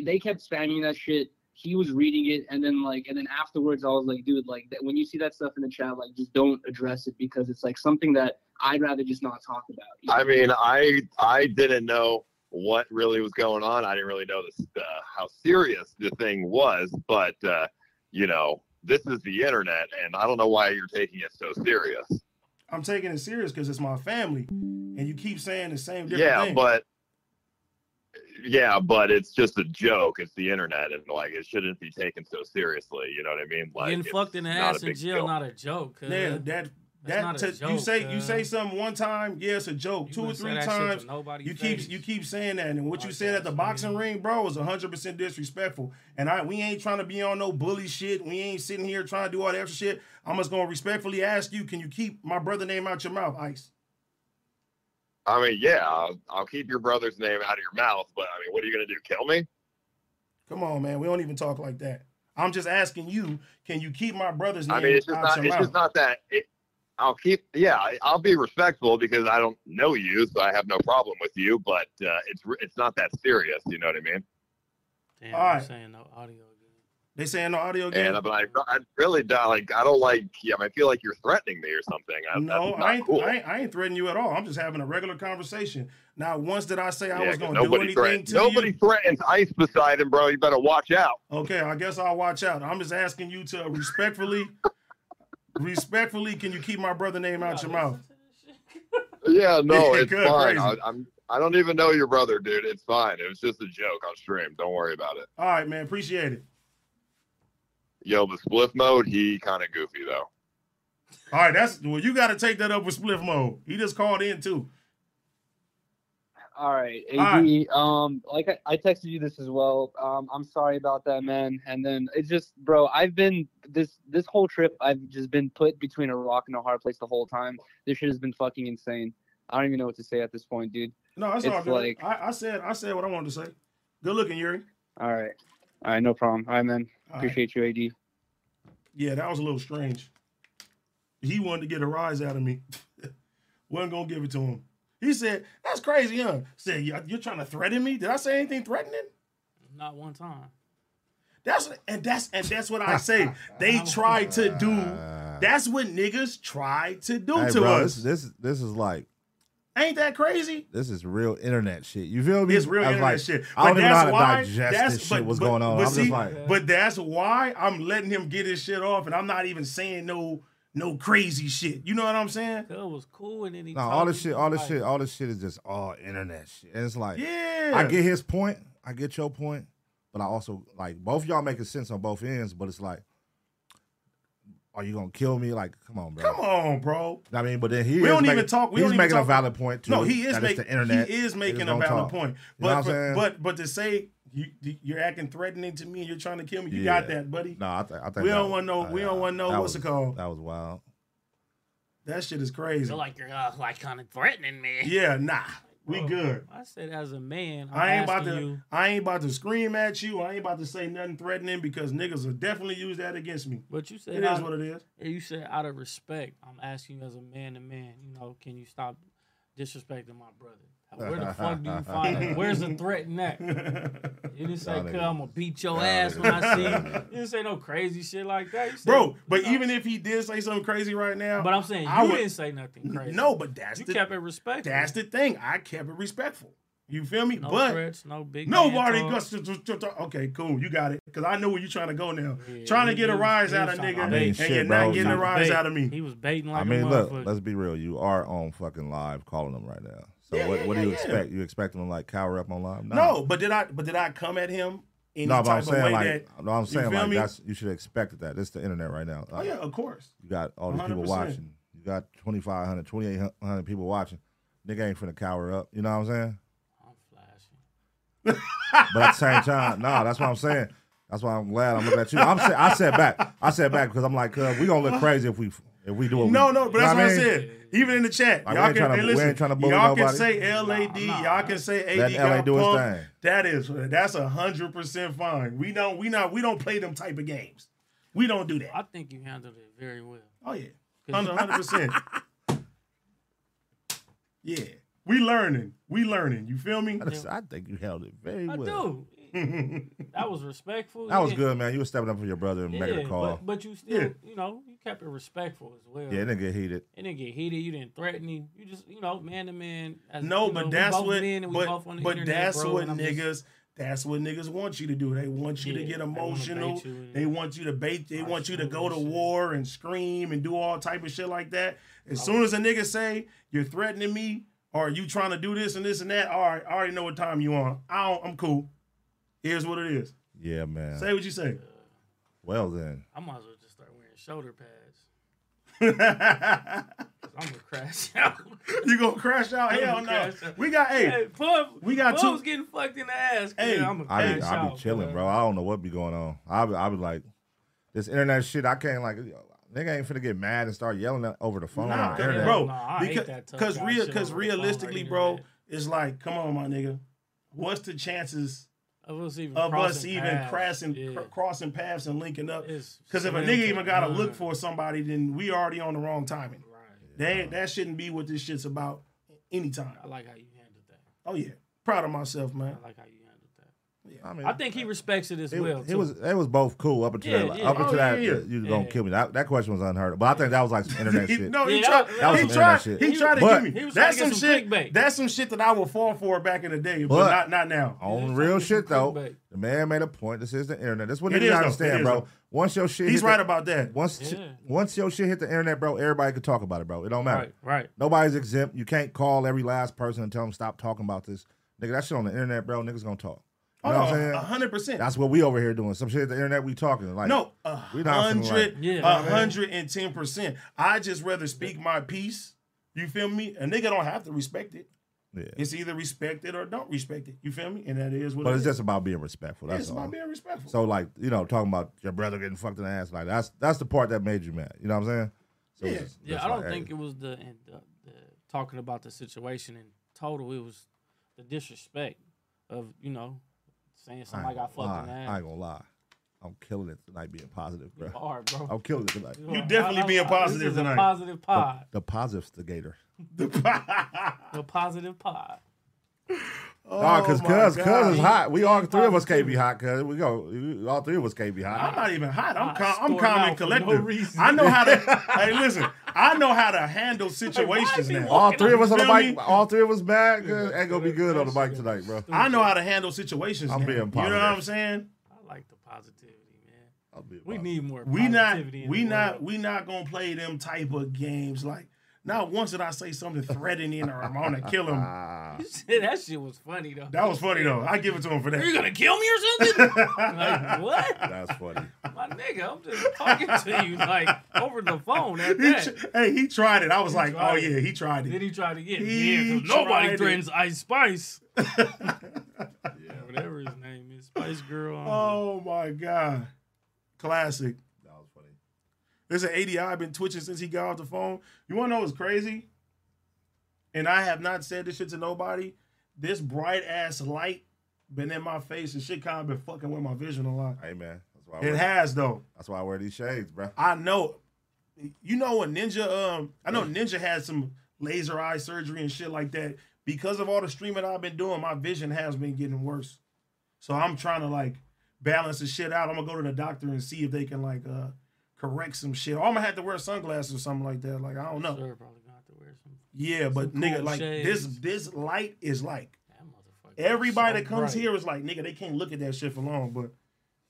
[SPEAKER 14] They kept spamming that shit. He was reading it, and then like, and then afterwards, I was like, dude, like that, when you see that stuff in the chat, like just don't address it because it's like something that I'd rather just not talk about.
[SPEAKER 15] I mean, I I didn't know what really was going on. I didn't really know this, uh, how serious the thing was, but uh, you know, this is the internet, and I don't know why you're taking it so serious.
[SPEAKER 5] I'm taking it serious because it's my family, and you keep saying the same different
[SPEAKER 15] yeah,
[SPEAKER 5] thing.
[SPEAKER 15] but yeah, but it's just a joke. It's the internet, and like it shouldn't be taken so seriously. You know what I mean? Like
[SPEAKER 8] Getting
[SPEAKER 15] it's
[SPEAKER 8] fucked in the
[SPEAKER 15] not
[SPEAKER 8] ass
[SPEAKER 15] a
[SPEAKER 8] in
[SPEAKER 15] big
[SPEAKER 8] jail,
[SPEAKER 15] deal.
[SPEAKER 8] not a joke. cuz.
[SPEAKER 5] Yeah, that that
[SPEAKER 8] That's not a
[SPEAKER 5] t- you
[SPEAKER 8] joke,
[SPEAKER 5] say you
[SPEAKER 8] cuz.
[SPEAKER 5] say something one time, yeah, it's a joke. Two or
[SPEAKER 8] wouldn't say
[SPEAKER 5] three
[SPEAKER 8] that shit to
[SPEAKER 5] times,
[SPEAKER 8] nobody's
[SPEAKER 5] you keep
[SPEAKER 8] face.
[SPEAKER 5] you keep saying that, and what you said at the boxing ring, bro, is hundred percent disrespectful. And I we ain't trying to be on no bully shit. We ain't sitting here trying to do all that extra shit. I'm just gonna respectfully ask you, can you keep my brother name out your mouth, Ice?
[SPEAKER 15] I mean, yeah, I'll, I'll keep your brother's name out of your mouth, but I mean, what are you gonna do? Kill me?
[SPEAKER 5] Come on, man. We don't even talk like that. I'm just asking you, can you keep my brother's name
[SPEAKER 15] I mean, it's just
[SPEAKER 5] out
[SPEAKER 15] not.
[SPEAKER 5] your
[SPEAKER 15] It's
[SPEAKER 5] mouth?
[SPEAKER 15] just not that. It, I'll keep. Yeah, I- I'll be respectful because I don't know you, so I have no problem with you. But uh, it's re- it's not that serious. You know what I mean?
[SPEAKER 8] Damn,
[SPEAKER 5] All right.
[SPEAKER 8] saying no audio.
[SPEAKER 5] They saying no audio again.
[SPEAKER 15] And uh, but I, I really don't like. I don't like. Yeah, I feel like you're threatening me or something. I,
[SPEAKER 5] No,
[SPEAKER 15] that's not
[SPEAKER 5] I ain't,
[SPEAKER 15] cool.
[SPEAKER 5] I ain't. I ain't threatening you at all. I'm just having a regular conversation. Now, once did I say I
[SPEAKER 15] Yeah, 'cause
[SPEAKER 5] was going to do
[SPEAKER 15] nobody
[SPEAKER 5] anything
[SPEAKER 15] threatens.
[SPEAKER 5] to
[SPEAKER 15] Nobody
[SPEAKER 5] you?
[SPEAKER 15] threatens ice beside him, bro. You better watch out.
[SPEAKER 5] Okay, I guess I'll watch out. I'm just asking you to respectfully, respectfully, can you keep my brother name out your mouth?
[SPEAKER 15] Yeah, no,
[SPEAKER 5] Yeah,
[SPEAKER 15] it's
[SPEAKER 5] good,
[SPEAKER 15] fine. I,
[SPEAKER 5] crazy.
[SPEAKER 15] I'm. I don't even know your brother, dude. It's fine. It was just a joke on stream. Don't worry about it.
[SPEAKER 5] All right, man. Appreciate it.
[SPEAKER 15] Yo, the spliff mode. He kind of goofy though.
[SPEAKER 5] All right, that's well. You got to take that up with Spliff Mode. He just called in too.
[SPEAKER 14] All right,
[SPEAKER 5] All
[SPEAKER 14] AD. Um, like I, I texted you this as well. Um, I'm sorry about that, man. And then it's just, bro. I've been this this whole trip. I've just been put between a rock and a hard place the whole time. This shit has been fucking insane. I don't even know what to say at this point, dude.
[SPEAKER 5] No, that's
[SPEAKER 14] It's
[SPEAKER 5] all good.
[SPEAKER 14] like-
[SPEAKER 5] I, I said. I said what I wanted to say. Good looking, Yuri.
[SPEAKER 14] All right, all right, no problem. All right, man.
[SPEAKER 5] All right.
[SPEAKER 14] Appreciate you, AD.
[SPEAKER 5] Yeah, that was a little strange. He wanted to get a rise out of me. Wasn't gonna give it to him. He said, "That's crazy, huh?" Said, "You- "You're trying to threaten me? Did I say anything threatening?"
[SPEAKER 8] Not one time.
[SPEAKER 5] That's and that's and that's what I say. They try to do. That's what niggas try to do
[SPEAKER 1] Hey,
[SPEAKER 5] to
[SPEAKER 1] bro,
[SPEAKER 5] us.
[SPEAKER 1] This, this this is like
[SPEAKER 5] Ain't that crazy?
[SPEAKER 1] this is real internet shit. You feel me?
[SPEAKER 5] It's real
[SPEAKER 1] I was
[SPEAKER 5] internet
[SPEAKER 1] like,
[SPEAKER 5] shit.
[SPEAKER 1] I don't
[SPEAKER 5] But
[SPEAKER 1] even know how
[SPEAKER 5] that's
[SPEAKER 1] to
[SPEAKER 5] why.
[SPEAKER 1] digest
[SPEAKER 5] That's
[SPEAKER 1] this
[SPEAKER 5] but,
[SPEAKER 1] shit. What's
[SPEAKER 5] but-
[SPEAKER 1] going on?
[SPEAKER 5] But
[SPEAKER 1] I'm
[SPEAKER 5] see,
[SPEAKER 1] just like,
[SPEAKER 5] but that's why I'm letting him get his shit off, and I'm not even saying no no crazy shit. You know what I'm saying?
[SPEAKER 8] That was cool, and then he
[SPEAKER 1] no, all this shit, all this shit, all this shit is just all internet shit. And it's like,
[SPEAKER 5] Yeah.
[SPEAKER 1] I get his point, I get your point, but I also like both y'all making sense on both ends. But it's like, are you gonna kill me? Like, come on, bro.
[SPEAKER 5] Come on, bro.
[SPEAKER 1] I mean, but then he
[SPEAKER 5] we
[SPEAKER 1] is
[SPEAKER 5] don't
[SPEAKER 1] making,
[SPEAKER 5] even talk. We
[SPEAKER 1] he's
[SPEAKER 5] don't even
[SPEAKER 1] making a
[SPEAKER 5] talk-
[SPEAKER 1] valid point too.
[SPEAKER 5] No, he
[SPEAKER 1] that
[SPEAKER 5] is
[SPEAKER 1] it's
[SPEAKER 5] making
[SPEAKER 1] the internet.
[SPEAKER 5] He is
[SPEAKER 1] Niggas
[SPEAKER 5] making a
[SPEAKER 1] don't
[SPEAKER 5] valid
[SPEAKER 1] talk.
[SPEAKER 5] point.
[SPEAKER 1] You know what
[SPEAKER 5] But
[SPEAKER 1] I'm saying?
[SPEAKER 5] but but to say you you're acting threatening to me and you're trying to kill me, you got
[SPEAKER 1] Yeah.
[SPEAKER 5] that, buddy.
[SPEAKER 1] No, I, th- I think
[SPEAKER 5] we
[SPEAKER 1] that
[SPEAKER 5] don't
[SPEAKER 1] was-
[SPEAKER 5] want no. we
[SPEAKER 1] uh,
[SPEAKER 5] don't want no.
[SPEAKER 1] that
[SPEAKER 5] What's
[SPEAKER 1] was-
[SPEAKER 5] it called?
[SPEAKER 1] That was wild.
[SPEAKER 5] That shit is crazy.
[SPEAKER 8] Feel like you're uh, like kind of threatening me. Oh,
[SPEAKER 5] Yeah, nah. We good.
[SPEAKER 8] I said as a man, I'm
[SPEAKER 5] I ain't about
[SPEAKER 8] asking
[SPEAKER 5] to.
[SPEAKER 8] you.
[SPEAKER 5] I ain't about to scream at you. I ain't about to say nothing threatening because niggas will definitely use that against me.
[SPEAKER 8] But you said
[SPEAKER 5] it is
[SPEAKER 8] out-
[SPEAKER 5] what it is.
[SPEAKER 8] You said out of respect, I'm asking you as a man to man. You know, can you stop disrespecting my brother? Where the fuck do you find that? Where's the threat in that? You didn't say,
[SPEAKER 5] Y'all
[SPEAKER 8] "Cuz I'm
[SPEAKER 5] niggas-
[SPEAKER 8] gonna beat your
[SPEAKER 5] y'all
[SPEAKER 8] ass
[SPEAKER 5] niggas-
[SPEAKER 8] when I see you."
[SPEAKER 5] y'all
[SPEAKER 8] You didn't say no crazy shit like that, You said-
[SPEAKER 5] Bro, but even if he did say something crazy right now,
[SPEAKER 8] But I'm saying
[SPEAKER 5] I
[SPEAKER 8] you
[SPEAKER 5] would-
[SPEAKER 8] didn't say nothing crazy.
[SPEAKER 5] No, but that's
[SPEAKER 8] you
[SPEAKER 5] the-
[SPEAKER 8] kept it respectful.
[SPEAKER 5] That's the thing. I kept it respectful. You feel me?
[SPEAKER 8] No
[SPEAKER 5] but
[SPEAKER 8] threats, no big
[SPEAKER 5] nobody
[SPEAKER 8] man
[SPEAKER 5] goes to, to- to- to- Okay, cool. You got it. Because I know where you're trying to go now.
[SPEAKER 8] Yeah,
[SPEAKER 5] trying to
[SPEAKER 8] he-
[SPEAKER 5] get a
[SPEAKER 8] he was-
[SPEAKER 5] rise
[SPEAKER 8] he
[SPEAKER 5] out
[SPEAKER 8] was
[SPEAKER 5] of
[SPEAKER 8] trying to
[SPEAKER 5] nigga,
[SPEAKER 1] bait.
[SPEAKER 5] and
[SPEAKER 1] Shit,
[SPEAKER 5] you're
[SPEAKER 1] bro.
[SPEAKER 5] not getting a rise
[SPEAKER 8] bait.
[SPEAKER 5] out of me.
[SPEAKER 8] He was baiting like
[SPEAKER 1] I mean,
[SPEAKER 8] a
[SPEAKER 1] look,
[SPEAKER 8] motherfucker.
[SPEAKER 1] let's be real. You are on fucking live calling them right now. So
[SPEAKER 5] Yeah,
[SPEAKER 1] what,
[SPEAKER 5] yeah,
[SPEAKER 1] what
[SPEAKER 5] yeah,
[SPEAKER 1] do you
[SPEAKER 5] yeah.
[SPEAKER 1] expect? You expect them to like cower up on live?
[SPEAKER 5] No, but did I? But did I come at him any
[SPEAKER 1] no, but I'm
[SPEAKER 5] type of way
[SPEAKER 1] saying like,
[SPEAKER 5] that?
[SPEAKER 1] no, I'm
[SPEAKER 5] you
[SPEAKER 1] saying
[SPEAKER 5] feel
[SPEAKER 1] like
[SPEAKER 5] me?
[SPEAKER 1] that's you should expect that. That's the internet right now.
[SPEAKER 5] Oh yeah, of course.
[SPEAKER 1] You got all these people
[SPEAKER 5] 100%.
[SPEAKER 1] watching. You got 2,500, 2,800 people watching. Nigga ain't finna cower up. You know what I'm saying? I'm flashing. but at the same time, no, that's what I'm saying. That's why I'm glad I'm looking at you. I'm sa- I said back. I said back because I'm like, uh, we gonna look crazy if we if we do what we
[SPEAKER 5] No, no, but
[SPEAKER 1] You know
[SPEAKER 5] that's what I,
[SPEAKER 1] mean?
[SPEAKER 5] said. Even in the chat,
[SPEAKER 1] Like, we
[SPEAKER 5] y'all
[SPEAKER 1] ain't
[SPEAKER 5] can
[SPEAKER 1] tryna-
[SPEAKER 5] and
[SPEAKER 1] we ain't
[SPEAKER 5] listen.
[SPEAKER 1] tryna bully
[SPEAKER 5] y'all
[SPEAKER 1] nobody.
[SPEAKER 5] can say LAD. y'all can say AD.
[SPEAKER 1] Let LA
[SPEAKER 5] got
[SPEAKER 1] do its
[SPEAKER 5] punked.
[SPEAKER 1] thing.
[SPEAKER 5] That is that's a hundred percent fine. We don't we not we don't play them type of games. We don't do that.
[SPEAKER 8] I think you handled it very well.
[SPEAKER 5] Oh yeah,
[SPEAKER 8] 'Cause-
[SPEAKER 5] hundred percent. Yeah, we learning. We learning. You feel me?
[SPEAKER 1] I, just- I think you held it very
[SPEAKER 8] I
[SPEAKER 1] well.
[SPEAKER 8] do. that was respectful.
[SPEAKER 1] That was
[SPEAKER 8] Yeah.
[SPEAKER 1] good, man. You were stepping up for your brother and making
[SPEAKER 8] Yeah,
[SPEAKER 1] a call.
[SPEAKER 8] But, but you still,
[SPEAKER 1] Yeah.
[SPEAKER 8] you know, you kept it respectful as well.
[SPEAKER 1] Yeah, it didn't get heated.
[SPEAKER 8] It didn't get heated. You didn't threaten him. You just, you know, man to man. as-
[SPEAKER 5] No,
[SPEAKER 8] you know,
[SPEAKER 5] but
[SPEAKER 8] we
[SPEAKER 5] that's
[SPEAKER 8] both
[SPEAKER 5] what.
[SPEAKER 8] men and we both on
[SPEAKER 5] But,
[SPEAKER 8] the
[SPEAKER 5] but
[SPEAKER 8] internet,
[SPEAKER 5] that's
[SPEAKER 8] bro,
[SPEAKER 5] what
[SPEAKER 8] and I'm
[SPEAKER 5] niggas.
[SPEAKER 8] just-
[SPEAKER 5] That's what niggas want you to do. They want you to get emotional. They want you to bait. They want you to go to war and scream and do all type of shit like that. As soon as a nigga say you're threatening me or you trying to do this and this and that, all right, I already know what time you on. I don't, I'm cool. Here's what it is.
[SPEAKER 1] Yeah, man.
[SPEAKER 5] Say what you say.
[SPEAKER 1] Well then,
[SPEAKER 8] I might as well just start wearing shoulder pads. 'Cause I'm gonna crash out.
[SPEAKER 5] You gonna crash out?
[SPEAKER 8] I'm
[SPEAKER 5] Hell
[SPEAKER 8] gonna
[SPEAKER 5] no.
[SPEAKER 8] crash out.
[SPEAKER 5] We got- hey,
[SPEAKER 8] Puff,
[SPEAKER 5] we got two-
[SPEAKER 8] Puff's getting fucked in the ass.
[SPEAKER 5] Hey,
[SPEAKER 8] I'm gonna
[SPEAKER 1] I
[SPEAKER 8] crash
[SPEAKER 1] be, I
[SPEAKER 8] out.
[SPEAKER 1] be chilling, bro. I don't know what be going on. I be, I be like, this internet shit. I can't like, nigga ain't finna get mad and start yelling at- over the phone.
[SPEAKER 5] Nah,
[SPEAKER 1] on the internet.
[SPEAKER 5] bro.
[SPEAKER 8] Nah, I hate that tough
[SPEAKER 5] because
[SPEAKER 8] guy
[SPEAKER 5] real,
[SPEAKER 8] shit
[SPEAKER 5] because
[SPEAKER 8] over the phone
[SPEAKER 5] realistically,
[SPEAKER 8] right
[SPEAKER 5] bro, it's like, come on, my nigga, what's the chances
[SPEAKER 8] of us even
[SPEAKER 5] of us
[SPEAKER 8] crossing
[SPEAKER 5] even
[SPEAKER 8] paths?
[SPEAKER 5] crossing cr- crossing paths and linking up? Because if
[SPEAKER 8] slim
[SPEAKER 5] a nigga
[SPEAKER 8] to
[SPEAKER 5] even gotta look
[SPEAKER 8] none.
[SPEAKER 5] for somebody, then we already on the wrong timing. They, that shouldn't be what this shit's about. Anytime.
[SPEAKER 8] I like how you handled that.
[SPEAKER 5] Oh yeah, proud of myself, man.
[SPEAKER 8] I like how you handled
[SPEAKER 5] that.
[SPEAKER 1] I mean,
[SPEAKER 8] I think he respects it as
[SPEAKER 1] It,
[SPEAKER 8] well.
[SPEAKER 1] it
[SPEAKER 8] too.
[SPEAKER 1] was it was both cool up until
[SPEAKER 8] Yeah,
[SPEAKER 1] that,
[SPEAKER 8] yeah.
[SPEAKER 1] up
[SPEAKER 8] Oh,
[SPEAKER 1] until
[SPEAKER 8] yeah,
[SPEAKER 1] that
[SPEAKER 8] yeah.
[SPEAKER 1] you gonna
[SPEAKER 8] Yeah.
[SPEAKER 1] kill me. That, that question was unheard of, but I think that was like some internet
[SPEAKER 5] He-
[SPEAKER 1] shit.
[SPEAKER 5] No, he
[SPEAKER 8] Yeah,
[SPEAKER 5] tried.
[SPEAKER 8] that- that
[SPEAKER 5] he
[SPEAKER 1] was some
[SPEAKER 5] tried.
[SPEAKER 1] internet shit.
[SPEAKER 5] He tried to
[SPEAKER 1] But-
[SPEAKER 5] give
[SPEAKER 1] He
[SPEAKER 5] me.
[SPEAKER 1] was
[SPEAKER 5] That's
[SPEAKER 1] trying
[SPEAKER 5] some
[SPEAKER 1] to get
[SPEAKER 5] shit.
[SPEAKER 1] some clickbait.
[SPEAKER 5] That's some shit that I would fall for back in the day, but,
[SPEAKER 1] But-
[SPEAKER 5] not not now.
[SPEAKER 1] On real shit though, the man made a point. This is the internet. That's what
[SPEAKER 5] It
[SPEAKER 1] niggas
[SPEAKER 5] is, though.
[SPEAKER 1] gotta
[SPEAKER 5] It
[SPEAKER 1] understand,
[SPEAKER 5] is,
[SPEAKER 1] bro.
[SPEAKER 5] though.
[SPEAKER 1] Once your shit, hit
[SPEAKER 5] He's
[SPEAKER 1] the-
[SPEAKER 5] right about that.
[SPEAKER 1] Once
[SPEAKER 5] Yeah.
[SPEAKER 1] shi- once your shit hit the internet, bro, everybody could talk about it, bro. It don't matter.
[SPEAKER 8] Right, right.
[SPEAKER 1] Nobody's exempt. You can't call every last person and tell them stop talking about this, nigga. That shit on the internet, bro. Niggas gonna talk. You know what I'm saying?
[SPEAKER 5] Oh, hundred percent.
[SPEAKER 1] That's what we over here doing. Some shit at the internet, we talking like
[SPEAKER 5] no, a
[SPEAKER 1] we not finna, like-
[SPEAKER 5] hundred, a hundred and ten percent. I just rather speak my piece. You feel me? A nigga don't have to respect it.
[SPEAKER 1] Yeah.
[SPEAKER 5] It's either respect it or don't respect it. You feel me? And that is what.
[SPEAKER 1] But
[SPEAKER 5] it
[SPEAKER 1] it's
[SPEAKER 5] is.
[SPEAKER 1] just about being respectful.
[SPEAKER 5] Yeah,
[SPEAKER 1] That's
[SPEAKER 5] it's
[SPEAKER 1] all.
[SPEAKER 5] about being respectful.
[SPEAKER 1] So like you know, talking about your brother getting fucked in the ass like that's that's the part that made you mad. You know what I'm saying? So
[SPEAKER 8] yeah,
[SPEAKER 1] it's just-
[SPEAKER 8] yeah.
[SPEAKER 1] that's
[SPEAKER 8] I don't
[SPEAKER 1] like, hey,
[SPEAKER 8] think it was the, and the the talking about the situation in total. It was the disrespect of you know saying
[SPEAKER 1] I ain't
[SPEAKER 8] something like I
[SPEAKER 1] gonna
[SPEAKER 8] fucked in the
[SPEAKER 1] lie.
[SPEAKER 8] ass.
[SPEAKER 1] I ain't gonna lie. I'm killing it tonight, being positive, bro.
[SPEAKER 8] are, bro.
[SPEAKER 1] I'm killing it tonight.
[SPEAKER 8] You are. definitely I- I- being I- this positive is a tonight. positive
[SPEAKER 1] The-
[SPEAKER 8] pod.
[SPEAKER 1] The, positive gator.
[SPEAKER 8] the positive pod.
[SPEAKER 1] Oh, cause cuz cuz is hot. We all three of us can't
[SPEAKER 8] Positivity.
[SPEAKER 1] be hot. Cuz we go, all three of us can't be hot.
[SPEAKER 5] I'm not even hot. I'm
[SPEAKER 8] I
[SPEAKER 5] calm. I'm
[SPEAKER 8] storm
[SPEAKER 5] calm
[SPEAKER 8] out
[SPEAKER 5] and
[SPEAKER 8] for no
[SPEAKER 5] collective.
[SPEAKER 8] reason.
[SPEAKER 5] I know how to. hey, listen. I know how to handle situations now.
[SPEAKER 1] All three of us on the
[SPEAKER 5] Feel me?
[SPEAKER 1] bike. All three of us bad. Cuz ain't gonna be good on the bike tonight, bro.
[SPEAKER 5] I know how to handle situations.
[SPEAKER 1] I'm
[SPEAKER 5] now.
[SPEAKER 1] being
[SPEAKER 5] You know
[SPEAKER 1] positive.
[SPEAKER 5] what I'm saying?
[SPEAKER 8] I like the positivity, man. We need more.
[SPEAKER 5] We not.
[SPEAKER 8] positivity in
[SPEAKER 5] We
[SPEAKER 8] the
[SPEAKER 5] not.
[SPEAKER 8] world.
[SPEAKER 5] We not gonna play them type of games. Like not once did I say something threatening or I'm gonna kill him.
[SPEAKER 8] You said that shit was funny though.
[SPEAKER 5] That was funny though. I give it to him for that.
[SPEAKER 8] You're gonna kill me or something? like what?
[SPEAKER 1] That's funny.
[SPEAKER 8] My nigga, I'm just talking to you like over the phone at
[SPEAKER 5] He
[SPEAKER 8] that.
[SPEAKER 5] tr- hey, he tried it. I was
[SPEAKER 8] He
[SPEAKER 5] like,
[SPEAKER 8] tried
[SPEAKER 5] oh
[SPEAKER 8] it.
[SPEAKER 5] yeah, he tried it.
[SPEAKER 8] Then he tried to get
[SPEAKER 5] He
[SPEAKER 8] yeah, 'cause nobody
[SPEAKER 5] tried
[SPEAKER 8] threatens
[SPEAKER 5] it.
[SPEAKER 8] Ice Spice. Whatever his name is, Spice Girl. I don't know.
[SPEAKER 5] Oh my god, classic.
[SPEAKER 1] That was funny.
[SPEAKER 5] There's an ADI been twitching since he got off the phone. You want to know what's crazy? And I have not said this shit to nobody. This bright ass light been in my face and shit kind of been fucking with my vision a lot.
[SPEAKER 1] Hey man, that's why I
[SPEAKER 5] It
[SPEAKER 1] wear-
[SPEAKER 5] has though.
[SPEAKER 1] That's why I wear these shades, bro.
[SPEAKER 5] I know. You know when Ninja, um, I know Ninja had some laser eye surgery and shit like that. Because of all the streaming I've been doing, my vision has been getting worse. So I'm trying to like balance the shit out. I'm gonna go to the doctor and see if they can like uh correct some shit. Or I'm gonna have to wear sunglasses or something like that. Like I don't know.
[SPEAKER 8] Sure, probably gonna have to wear some.
[SPEAKER 5] Yeah, but
[SPEAKER 8] Some
[SPEAKER 5] nigga,
[SPEAKER 8] cool
[SPEAKER 5] like this
[SPEAKER 8] shades.
[SPEAKER 5] this light is like everybody that comes here is like, nigga, they can't look at that shit for long, but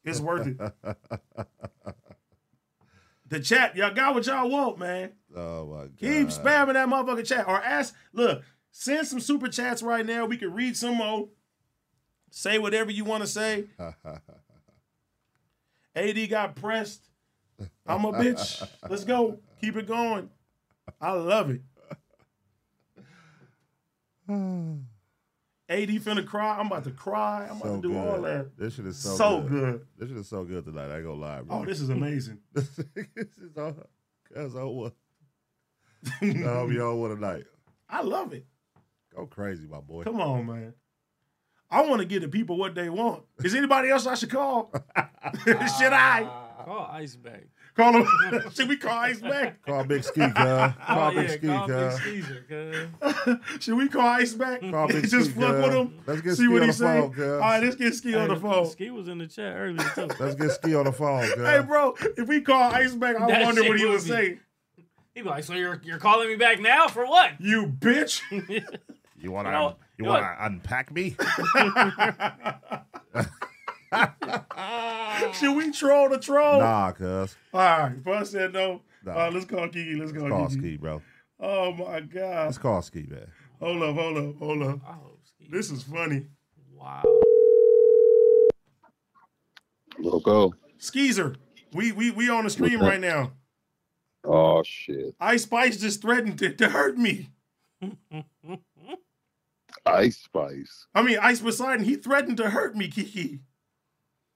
[SPEAKER 5] it's worth it. the chat, y'all got what y'all want, man.
[SPEAKER 1] Oh my god.
[SPEAKER 5] Keep spamming that motherfucking chat. Or ask, look, send some super chats right now. We can read some more. Say whatever you want to say. AD got pressed. I'm a bitch. Let's go. Keep it going. I love it. AD finna cry. I'm about to cry. I'm about to do all that.
[SPEAKER 1] This shit is so,
[SPEAKER 5] So
[SPEAKER 1] good.
[SPEAKER 5] good.
[SPEAKER 1] This shit is so good tonight. I ain't gonna lie, bro.
[SPEAKER 5] Oh, this is amazing.
[SPEAKER 1] this is all cause I want. I hope y'all want tonight.
[SPEAKER 5] I love it.
[SPEAKER 1] Go crazy, my boy.
[SPEAKER 5] Come on, man. I want to give the people what they want. Is anybody else I should call? should I
[SPEAKER 8] Call Ice back.
[SPEAKER 5] call them? should we call Ice back?
[SPEAKER 1] Call Big Ski, cuz. Call
[SPEAKER 8] Oh, yeah,
[SPEAKER 1] Big Ski,
[SPEAKER 8] call Big
[SPEAKER 1] cuz.
[SPEAKER 8] Skeezer, cuz.
[SPEAKER 5] Should we call Ice back?
[SPEAKER 1] Call Big
[SPEAKER 5] Just
[SPEAKER 1] Ski,
[SPEAKER 5] flip
[SPEAKER 1] cuz.
[SPEAKER 5] with him.
[SPEAKER 1] Let's get
[SPEAKER 5] see
[SPEAKER 1] Ski
[SPEAKER 5] what
[SPEAKER 1] on
[SPEAKER 5] he
[SPEAKER 1] the
[SPEAKER 5] say.
[SPEAKER 1] phone, cuz.
[SPEAKER 5] All right, let's get Ski on
[SPEAKER 8] Hey,
[SPEAKER 5] the phone.
[SPEAKER 8] Ski was in the chat earlier too.
[SPEAKER 1] Let's get Ski on the phone, cuz.
[SPEAKER 5] Hey, bro, if we call Ice back, I
[SPEAKER 8] That
[SPEAKER 5] wonder
[SPEAKER 8] shit
[SPEAKER 5] what he
[SPEAKER 8] would
[SPEAKER 5] would
[SPEAKER 8] be-
[SPEAKER 5] say.
[SPEAKER 8] He be like, so you're you're calling me back now for what?
[SPEAKER 5] You bitch.
[SPEAKER 1] You wanna
[SPEAKER 8] You know-
[SPEAKER 1] you
[SPEAKER 8] you know
[SPEAKER 1] wanna unpack me?
[SPEAKER 5] Should we troll the troll?
[SPEAKER 1] Nah, cuz.
[SPEAKER 5] All right, if I said no,
[SPEAKER 1] Nah.
[SPEAKER 5] all right, let's call Kiki. Let's call
[SPEAKER 1] Let's call
[SPEAKER 5] Kiki.
[SPEAKER 1] Ski, bro.
[SPEAKER 5] Oh my God.
[SPEAKER 1] Let's call Ski, man.
[SPEAKER 5] Hold up, hold up, hold up. This is funny.
[SPEAKER 8] Wow.
[SPEAKER 10] Loco.
[SPEAKER 5] Skeezer, we we we on the stream
[SPEAKER 10] What's up?
[SPEAKER 5] right now.
[SPEAKER 10] Oh shit.
[SPEAKER 5] Ice Spice just threatened to, to hurt me.
[SPEAKER 10] Ice Spice.
[SPEAKER 5] I mean, Ice Poseidon, he threatened to hurt me, Kiki.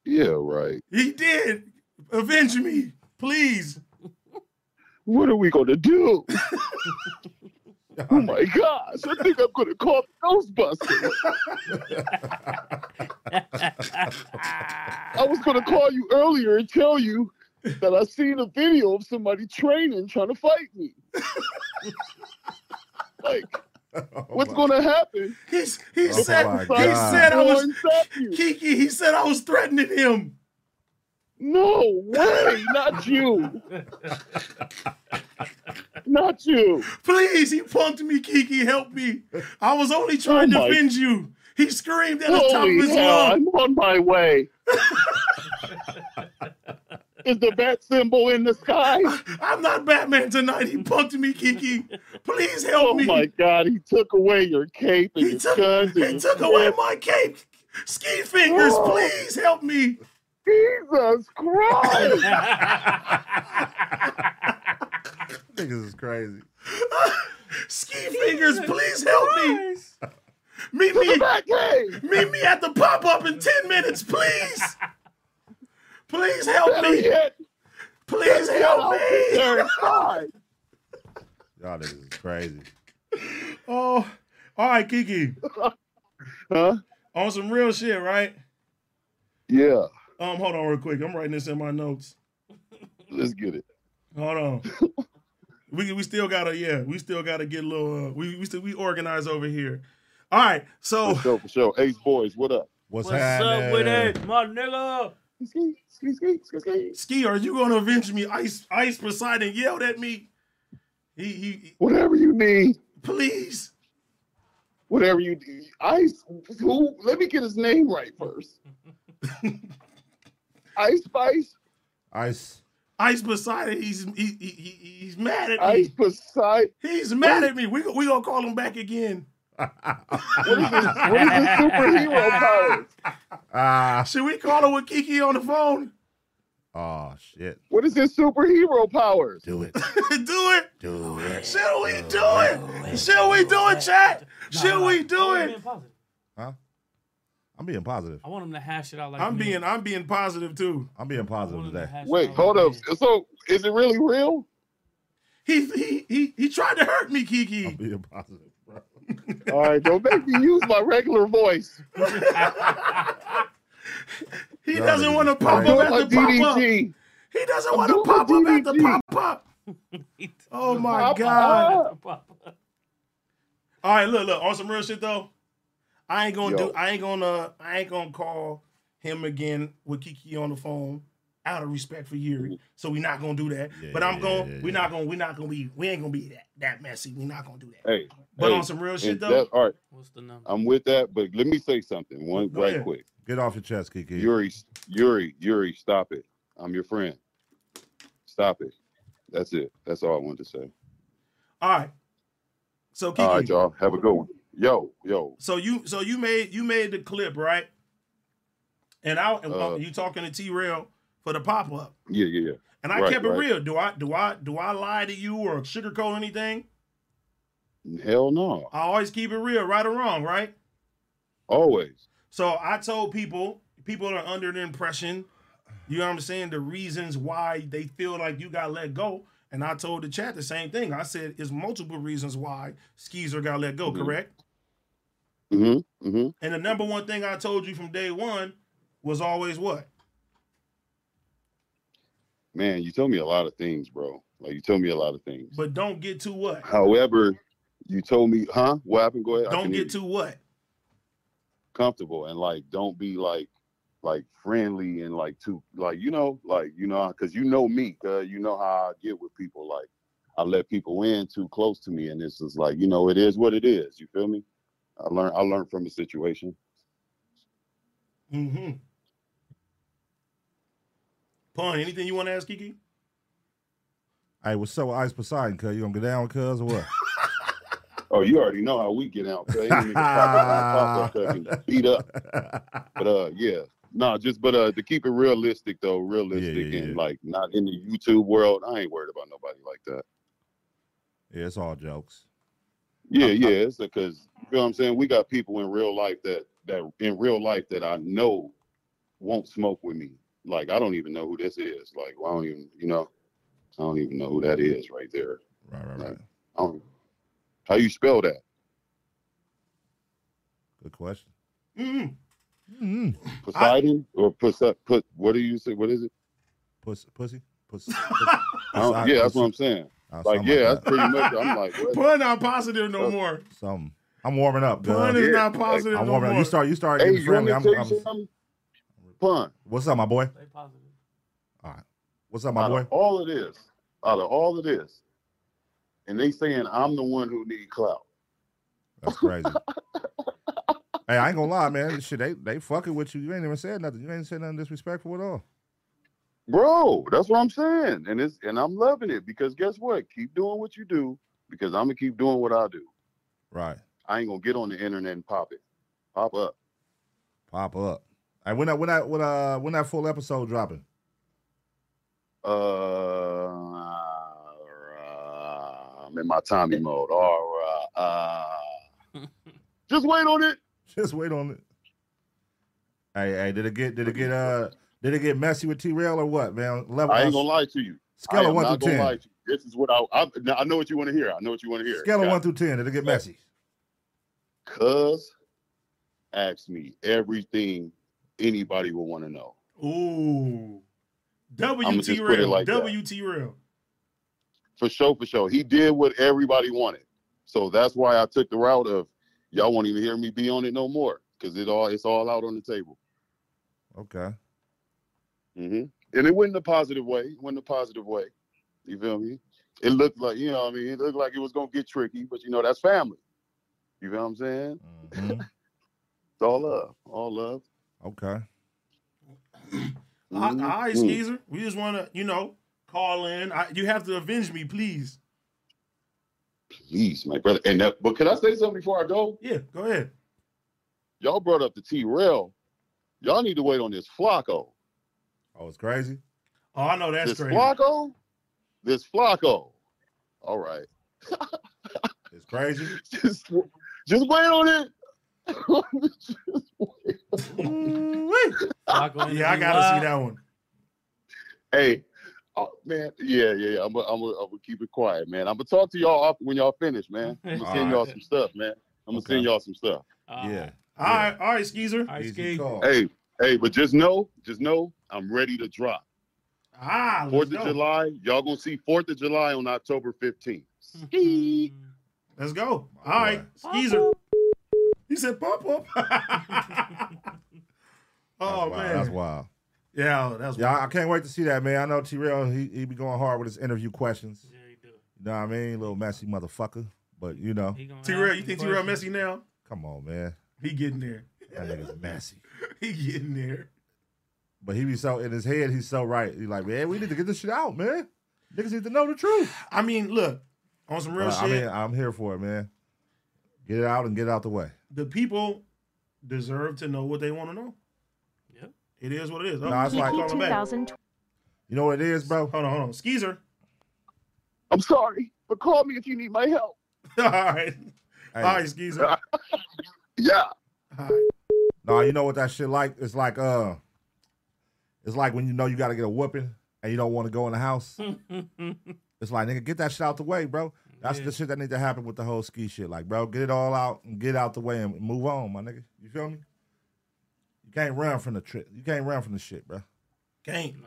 [SPEAKER 10] Yeah, right.
[SPEAKER 5] He did. Avenge me, please.
[SPEAKER 10] What are we gonna do? oh my gosh, I think I'm gonna call Ghostbusters. I was gonna call you earlier and tell you that I seen a video of somebody training trying to fight me. like,
[SPEAKER 5] Oh
[SPEAKER 10] what's gonna happen?
[SPEAKER 5] He's, he
[SPEAKER 10] Oh
[SPEAKER 5] said
[SPEAKER 10] my
[SPEAKER 5] he
[SPEAKER 10] God.
[SPEAKER 5] said I was
[SPEAKER 10] Everyone
[SPEAKER 5] Kiki. He said I was threatening him.
[SPEAKER 10] No way, not you. Not you.
[SPEAKER 5] Please, he punked me, Kiki. Help me. I was only trying
[SPEAKER 10] Oh my-
[SPEAKER 5] to avenge you. He screamed at the top of
[SPEAKER 10] Holy
[SPEAKER 5] his
[SPEAKER 10] hell,
[SPEAKER 5] lungs.
[SPEAKER 10] I'm on my way. Is the bat symbol in the sky?
[SPEAKER 5] I'm not Batman tonight. He punked me, Kiki. Please help
[SPEAKER 10] oh
[SPEAKER 5] me.
[SPEAKER 10] my god, he took away your cape and your
[SPEAKER 5] took-
[SPEAKER 10] guns. and
[SPEAKER 5] he
[SPEAKER 10] your
[SPEAKER 5] took away
[SPEAKER 10] script.
[SPEAKER 5] my cape. Ski fingers, please help me.
[SPEAKER 10] Jesus Christ.
[SPEAKER 1] Niggas is crazy.
[SPEAKER 5] Ski fingers, please help me. Meet me, meet me at the pop up in 10 minutes, please. Please help
[SPEAKER 10] Better
[SPEAKER 5] me.
[SPEAKER 10] yet,
[SPEAKER 5] Please
[SPEAKER 10] get
[SPEAKER 5] help
[SPEAKER 10] out
[SPEAKER 5] me.
[SPEAKER 10] there and fight.
[SPEAKER 1] Y'all niggas is crazy.
[SPEAKER 5] Oh, all right, Kiki.
[SPEAKER 10] Huh?
[SPEAKER 5] On some real shit, right?
[SPEAKER 10] Yeah,
[SPEAKER 5] Um, hold on real quick. I'm writing this in my notes.
[SPEAKER 10] let's get it.
[SPEAKER 5] Hold on. we we still gotta yeah. We still gotta get a little. Uh, we we still we organize over here. All right. So
[SPEAKER 10] For sure, for sure. Ace Boys, what up?
[SPEAKER 1] What's,
[SPEAKER 8] up with it, my nigga?
[SPEAKER 10] Ski, ski, ski, ski, ski.
[SPEAKER 5] Ski, are you gonna avenge me? Ice Ice Poseidon yelled at me. He he.
[SPEAKER 10] Whatever you need,
[SPEAKER 5] Please.
[SPEAKER 10] whatever you need. Ice, who? Let me get his name right first. Ice Spice,
[SPEAKER 1] Ice.
[SPEAKER 5] Ice Poseidon. He's he, he, he he's mad at me.
[SPEAKER 10] Ice Poseidon.
[SPEAKER 5] He's mad at me. We go- we gonna call him back again.
[SPEAKER 10] What is his, what is his superhero powers?
[SPEAKER 1] Ah,
[SPEAKER 5] Should we call him with Kiki on the phone?
[SPEAKER 1] oh shit.
[SPEAKER 10] What is his superhero powers?
[SPEAKER 1] Do it.
[SPEAKER 5] do it.
[SPEAKER 1] Do it.
[SPEAKER 5] Should we do it? Should we do it, chat? Should we do it?
[SPEAKER 1] Huh? I'm being positive.
[SPEAKER 8] I want him to hash it out like
[SPEAKER 5] I'm
[SPEAKER 8] me.
[SPEAKER 5] being I'm being positive too.
[SPEAKER 1] I'm being positive today.
[SPEAKER 10] Wait, hold up. So, is it really real?
[SPEAKER 5] He he he he tried to hurt me, Kiki.
[SPEAKER 1] Being positive, bro.
[SPEAKER 10] All right, don't make me use my regular voice.
[SPEAKER 5] He
[SPEAKER 1] Y'all
[SPEAKER 5] doesn't
[SPEAKER 1] niggas
[SPEAKER 5] want to
[SPEAKER 1] is
[SPEAKER 5] pop
[SPEAKER 1] crazy.
[SPEAKER 5] up at the pop up. He
[SPEAKER 10] DDG.
[SPEAKER 5] doesn't want to pop up at the pop up. Oh my god! All right, look look on some real shit though. I ain't gonna
[SPEAKER 10] Yo.
[SPEAKER 5] do. I ain't gonna. uh, I ain't gonna call him again with Kiki on the phone out of respect for Yuri. So we not gonna do that.
[SPEAKER 1] Yeah,
[SPEAKER 5] but I'm
[SPEAKER 1] yeah,
[SPEAKER 5] going.
[SPEAKER 1] yeah,
[SPEAKER 5] we not gonna. We not gonna be. We ain't gonna be that that messy. We not gonna do that.
[SPEAKER 10] Hey,
[SPEAKER 5] But
[SPEAKER 10] hey,
[SPEAKER 5] on some real shit
[SPEAKER 10] and
[SPEAKER 5] though.
[SPEAKER 10] that- all right,
[SPEAKER 8] What's the number?
[SPEAKER 10] I'm with that, but let me say something one
[SPEAKER 5] Go
[SPEAKER 10] right
[SPEAKER 5] ahead.
[SPEAKER 10] quick.
[SPEAKER 1] Get off your chest, Kiki.
[SPEAKER 10] Yuri, Yuri, Yuri, stop it. I'm your friend. Stop it. That's it. That's all I wanted to say.
[SPEAKER 5] All right. So Kiki.
[SPEAKER 10] All right, y'all. Have a good one. Yo, yo.
[SPEAKER 5] So you so you made you made the clip right, and I and
[SPEAKER 10] Uh,
[SPEAKER 5] you talking to T Rail for the pop up,
[SPEAKER 10] Yeah, yeah, yeah.
[SPEAKER 5] and I
[SPEAKER 10] Right,
[SPEAKER 5] kept it
[SPEAKER 10] right.
[SPEAKER 5] real. Do I do I do I lie to you or sugarcoat anything?
[SPEAKER 10] Hell no.
[SPEAKER 5] I always keep it real, right or wrong, right?
[SPEAKER 10] Always.
[SPEAKER 5] So I told people people are under the impression, you know what I'm saying, the reasons why they feel like you got let go. And I told the chat the same thing. I said it's multiple reasons why Skeezer got let go,
[SPEAKER 10] Mhm.
[SPEAKER 5] correct?
[SPEAKER 10] Mm-hmm. Mm-hmm.
[SPEAKER 5] And the number one thing I told you from day one was always what?
[SPEAKER 10] Man, you told me a lot of things, bro. Like you told me a lot of things.
[SPEAKER 5] But don't get to what?
[SPEAKER 10] However, you told me, huh? What happened? Go ahead. I
[SPEAKER 5] Don't
[SPEAKER 10] can hear
[SPEAKER 5] get to what?
[SPEAKER 10] comfortable and like don't be like like friendly and like too like you know like you know because you know me uh, you know how I get with people like I let people in too close to me and it's just like you know it is what it is you feel me I learned I learned from the situation
[SPEAKER 5] Mm-hmm. Pun, anything you want to ask Kiki?
[SPEAKER 1] Hey, what's up with Ice Poseidon, cuz? You gonna get down with cuz or what?
[SPEAKER 10] Oh, you already know how we get out. Cause niggas pop up, pop up, cuz beat up. But uh, yeah, no, just but uh, to keep it realistic though, realistic and like not in the YouTube world, I ain't worried about nobody like that.
[SPEAKER 1] yeah, it's all jokes.
[SPEAKER 10] Yeah, yeah, it's because you know what I'm saying. We got people in real life that that in real life that I know won't smoke with me. Like I don't even know who this is. Like I don't even, you know, I don't even know who that is right there.
[SPEAKER 1] Right, right,
[SPEAKER 10] right. I don't, how you spell that?
[SPEAKER 1] Good question.
[SPEAKER 5] Mm.
[SPEAKER 10] Mm-hmm.
[SPEAKER 1] Mm.
[SPEAKER 10] Poseidon or Poseidon? Put what do you say? What is it?
[SPEAKER 1] Pussy, pussy, pussy.
[SPEAKER 10] I don't- yeah, that's what I'm saying.
[SPEAKER 1] Uh,
[SPEAKER 10] like
[SPEAKER 1] something
[SPEAKER 10] yeah,
[SPEAKER 1] like
[SPEAKER 10] that's pretty much. I'm like, what?
[SPEAKER 5] Pun not positive no more.
[SPEAKER 1] Something. I'm warming up.
[SPEAKER 5] Pun
[SPEAKER 1] cuz.
[SPEAKER 5] is not positive
[SPEAKER 1] I'm
[SPEAKER 5] no
[SPEAKER 1] warming up.
[SPEAKER 5] more.
[SPEAKER 1] You start. You start
[SPEAKER 5] Hey,
[SPEAKER 1] getting
[SPEAKER 5] you want
[SPEAKER 1] friendly.
[SPEAKER 5] me
[SPEAKER 1] I'm,
[SPEAKER 5] to
[SPEAKER 1] I'm,
[SPEAKER 5] tell you
[SPEAKER 10] Pun.
[SPEAKER 1] What's up, my boy? All right. What's up, my
[SPEAKER 10] out
[SPEAKER 1] boy?
[SPEAKER 10] Of all of this, out of all of this, and they saying I'm the one who need clout.
[SPEAKER 1] That's crazy. hey, I ain't gonna lie, man. Shit, they they fucking with you. You ain't even said nothing. You ain't said nothing disrespectful at all.
[SPEAKER 10] bro that's what i'm saying and it's and i'm loving it because guess what keep doing what you do because i'm gonna keep doing what i do
[SPEAKER 1] Right.
[SPEAKER 10] i ain't gonna get on the internet and pop it pop up
[SPEAKER 1] Pop up. Hey, when that when that when uh when that full episode dropping?
[SPEAKER 10] uh i'm in my tommy mode or uh, uh just wait on it
[SPEAKER 1] just wait on it Hey, hey, did it get did it get uh did it get messy with T Rail or what, man? Level
[SPEAKER 10] i
[SPEAKER 1] us.
[SPEAKER 10] ain't gonna lie to you
[SPEAKER 1] Scale
[SPEAKER 10] I
[SPEAKER 1] of
[SPEAKER 10] am
[SPEAKER 1] one
[SPEAKER 10] not
[SPEAKER 1] through
[SPEAKER 10] gonna
[SPEAKER 1] 10.
[SPEAKER 10] lie to you. this is what i i, now, I know what you want to hear i know what you want to hear
[SPEAKER 1] Scale of one through ten. Did it get messy?
[SPEAKER 10] cuz ask me everything anybody will want to know
[SPEAKER 5] Ooh.
[SPEAKER 10] I'ma
[SPEAKER 5] WT
[SPEAKER 10] just put it
[SPEAKER 5] Rail.
[SPEAKER 10] like that.
[SPEAKER 5] WT Rail.
[SPEAKER 10] For sure, for sure. He did what everybody wanted. So that's why I took the route of y'all won't even hear me be on it no more. Cause it all it's all out on the table.
[SPEAKER 1] Okay.
[SPEAKER 10] hmm And it went in a positive way. It went in a positive way. You feel me? It looked like, you know what I mean, it looked like it was gonna get tricky, but you know, that's family. You feel what I'm saying?
[SPEAKER 5] Mm-hmm.
[SPEAKER 10] it's all love. All love.
[SPEAKER 1] Okay.
[SPEAKER 5] All
[SPEAKER 10] Mm-hmm.
[SPEAKER 5] right, all
[SPEAKER 10] Mm.
[SPEAKER 5] right, Skeezer. We just want to, you know, call in. I, you have to avenge me, please.
[SPEAKER 10] Please, my brother. And that, but can I say something before I go?
[SPEAKER 5] Yeah, go ahead.
[SPEAKER 10] Y'all brought up the T Rail. Y'all need to wait on this Flacco.
[SPEAKER 1] Oh, it's crazy.
[SPEAKER 5] Oh, I know that's
[SPEAKER 10] this
[SPEAKER 5] crazy.
[SPEAKER 10] Flacco? This Flacco. All right.
[SPEAKER 1] it's crazy.
[SPEAKER 10] Just, just wait on it.
[SPEAKER 5] yeah, I gotta see that one.
[SPEAKER 10] Hey, oh, man. Yeah, yeah, yeah. I'm gonna I'm gonna- I'm gonna keep it quiet, man. I'm gonna talk to y'all off when y'all finish, man. I'm gonna send
[SPEAKER 5] Alright.
[SPEAKER 10] y'all some stuff, man. I'm gonna
[SPEAKER 5] Okay.
[SPEAKER 10] send y'all some stuff.
[SPEAKER 1] yeah.
[SPEAKER 5] All right, all right, Skeezer. All right,
[SPEAKER 10] Hey, hey, but just know, just know, I'm ready to drop.
[SPEAKER 5] Ah,
[SPEAKER 10] Fourth
[SPEAKER 5] let's
[SPEAKER 10] of
[SPEAKER 5] go.
[SPEAKER 10] July, y'all gonna see Fourth of July on October 15th.
[SPEAKER 5] Mm-hmm. Let's go. All right, Skeezer. He said pop up. oh
[SPEAKER 1] Wow,
[SPEAKER 5] man.
[SPEAKER 1] that's wild.
[SPEAKER 5] Yeah, that's
[SPEAKER 1] yeah. I- I can't wait to see that, man. I know T Rail he he be going hard with his interview questions. Yeah, he do. You know what I mean? Little messy motherfucker. But you know,
[SPEAKER 5] T-Rail, you think T-Rail messy now?
[SPEAKER 1] come on, man.
[SPEAKER 5] He getting there.
[SPEAKER 1] That nigga's messy.
[SPEAKER 5] He getting there.
[SPEAKER 1] But he be so in his head, he's so right. He's like, man, we need to get this shit out, man. Niggas need to know the truth.
[SPEAKER 5] I mean, look, on some real
[SPEAKER 1] But, I
[SPEAKER 5] shit.
[SPEAKER 1] mean, I'm here for it, man. Get it out and get it out the way.
[SPEAKER 5] the people deserve to know what they want to know.
[SPEAKER 8] Yep.
[SPEAKER 5] It is what it is.
[SPEAKER 1] Nah, it's like-
[SPEAKER 5] call him back.
[SPEAKER 1] You know what it is, bro?
[SPEAKER 5] Hold on, hold on. Skeezer.
[SPEAKER 10] I'm sorry, but call me if you need my help.
[SPEAKER 5] All right.
[SPEAKER 1] Hey.
[SPEAKER 5] All right, Skeezer.
[SPEAKER 10] yeah.
[SPEAKER 1] Nah, you know what that shit like? It's like uh it's like when you know you gotta get a whooping and you don't want to go in the house. it's like nigga, get that shit out the way, bro. That's the shit that need to happen with the whole ski shit. Like, bro, get it all out and get out the way and move on, my nigga. You feel me? You can't run from the trip. You can't run from the shit, bro.
[SPEAKER 5] Game.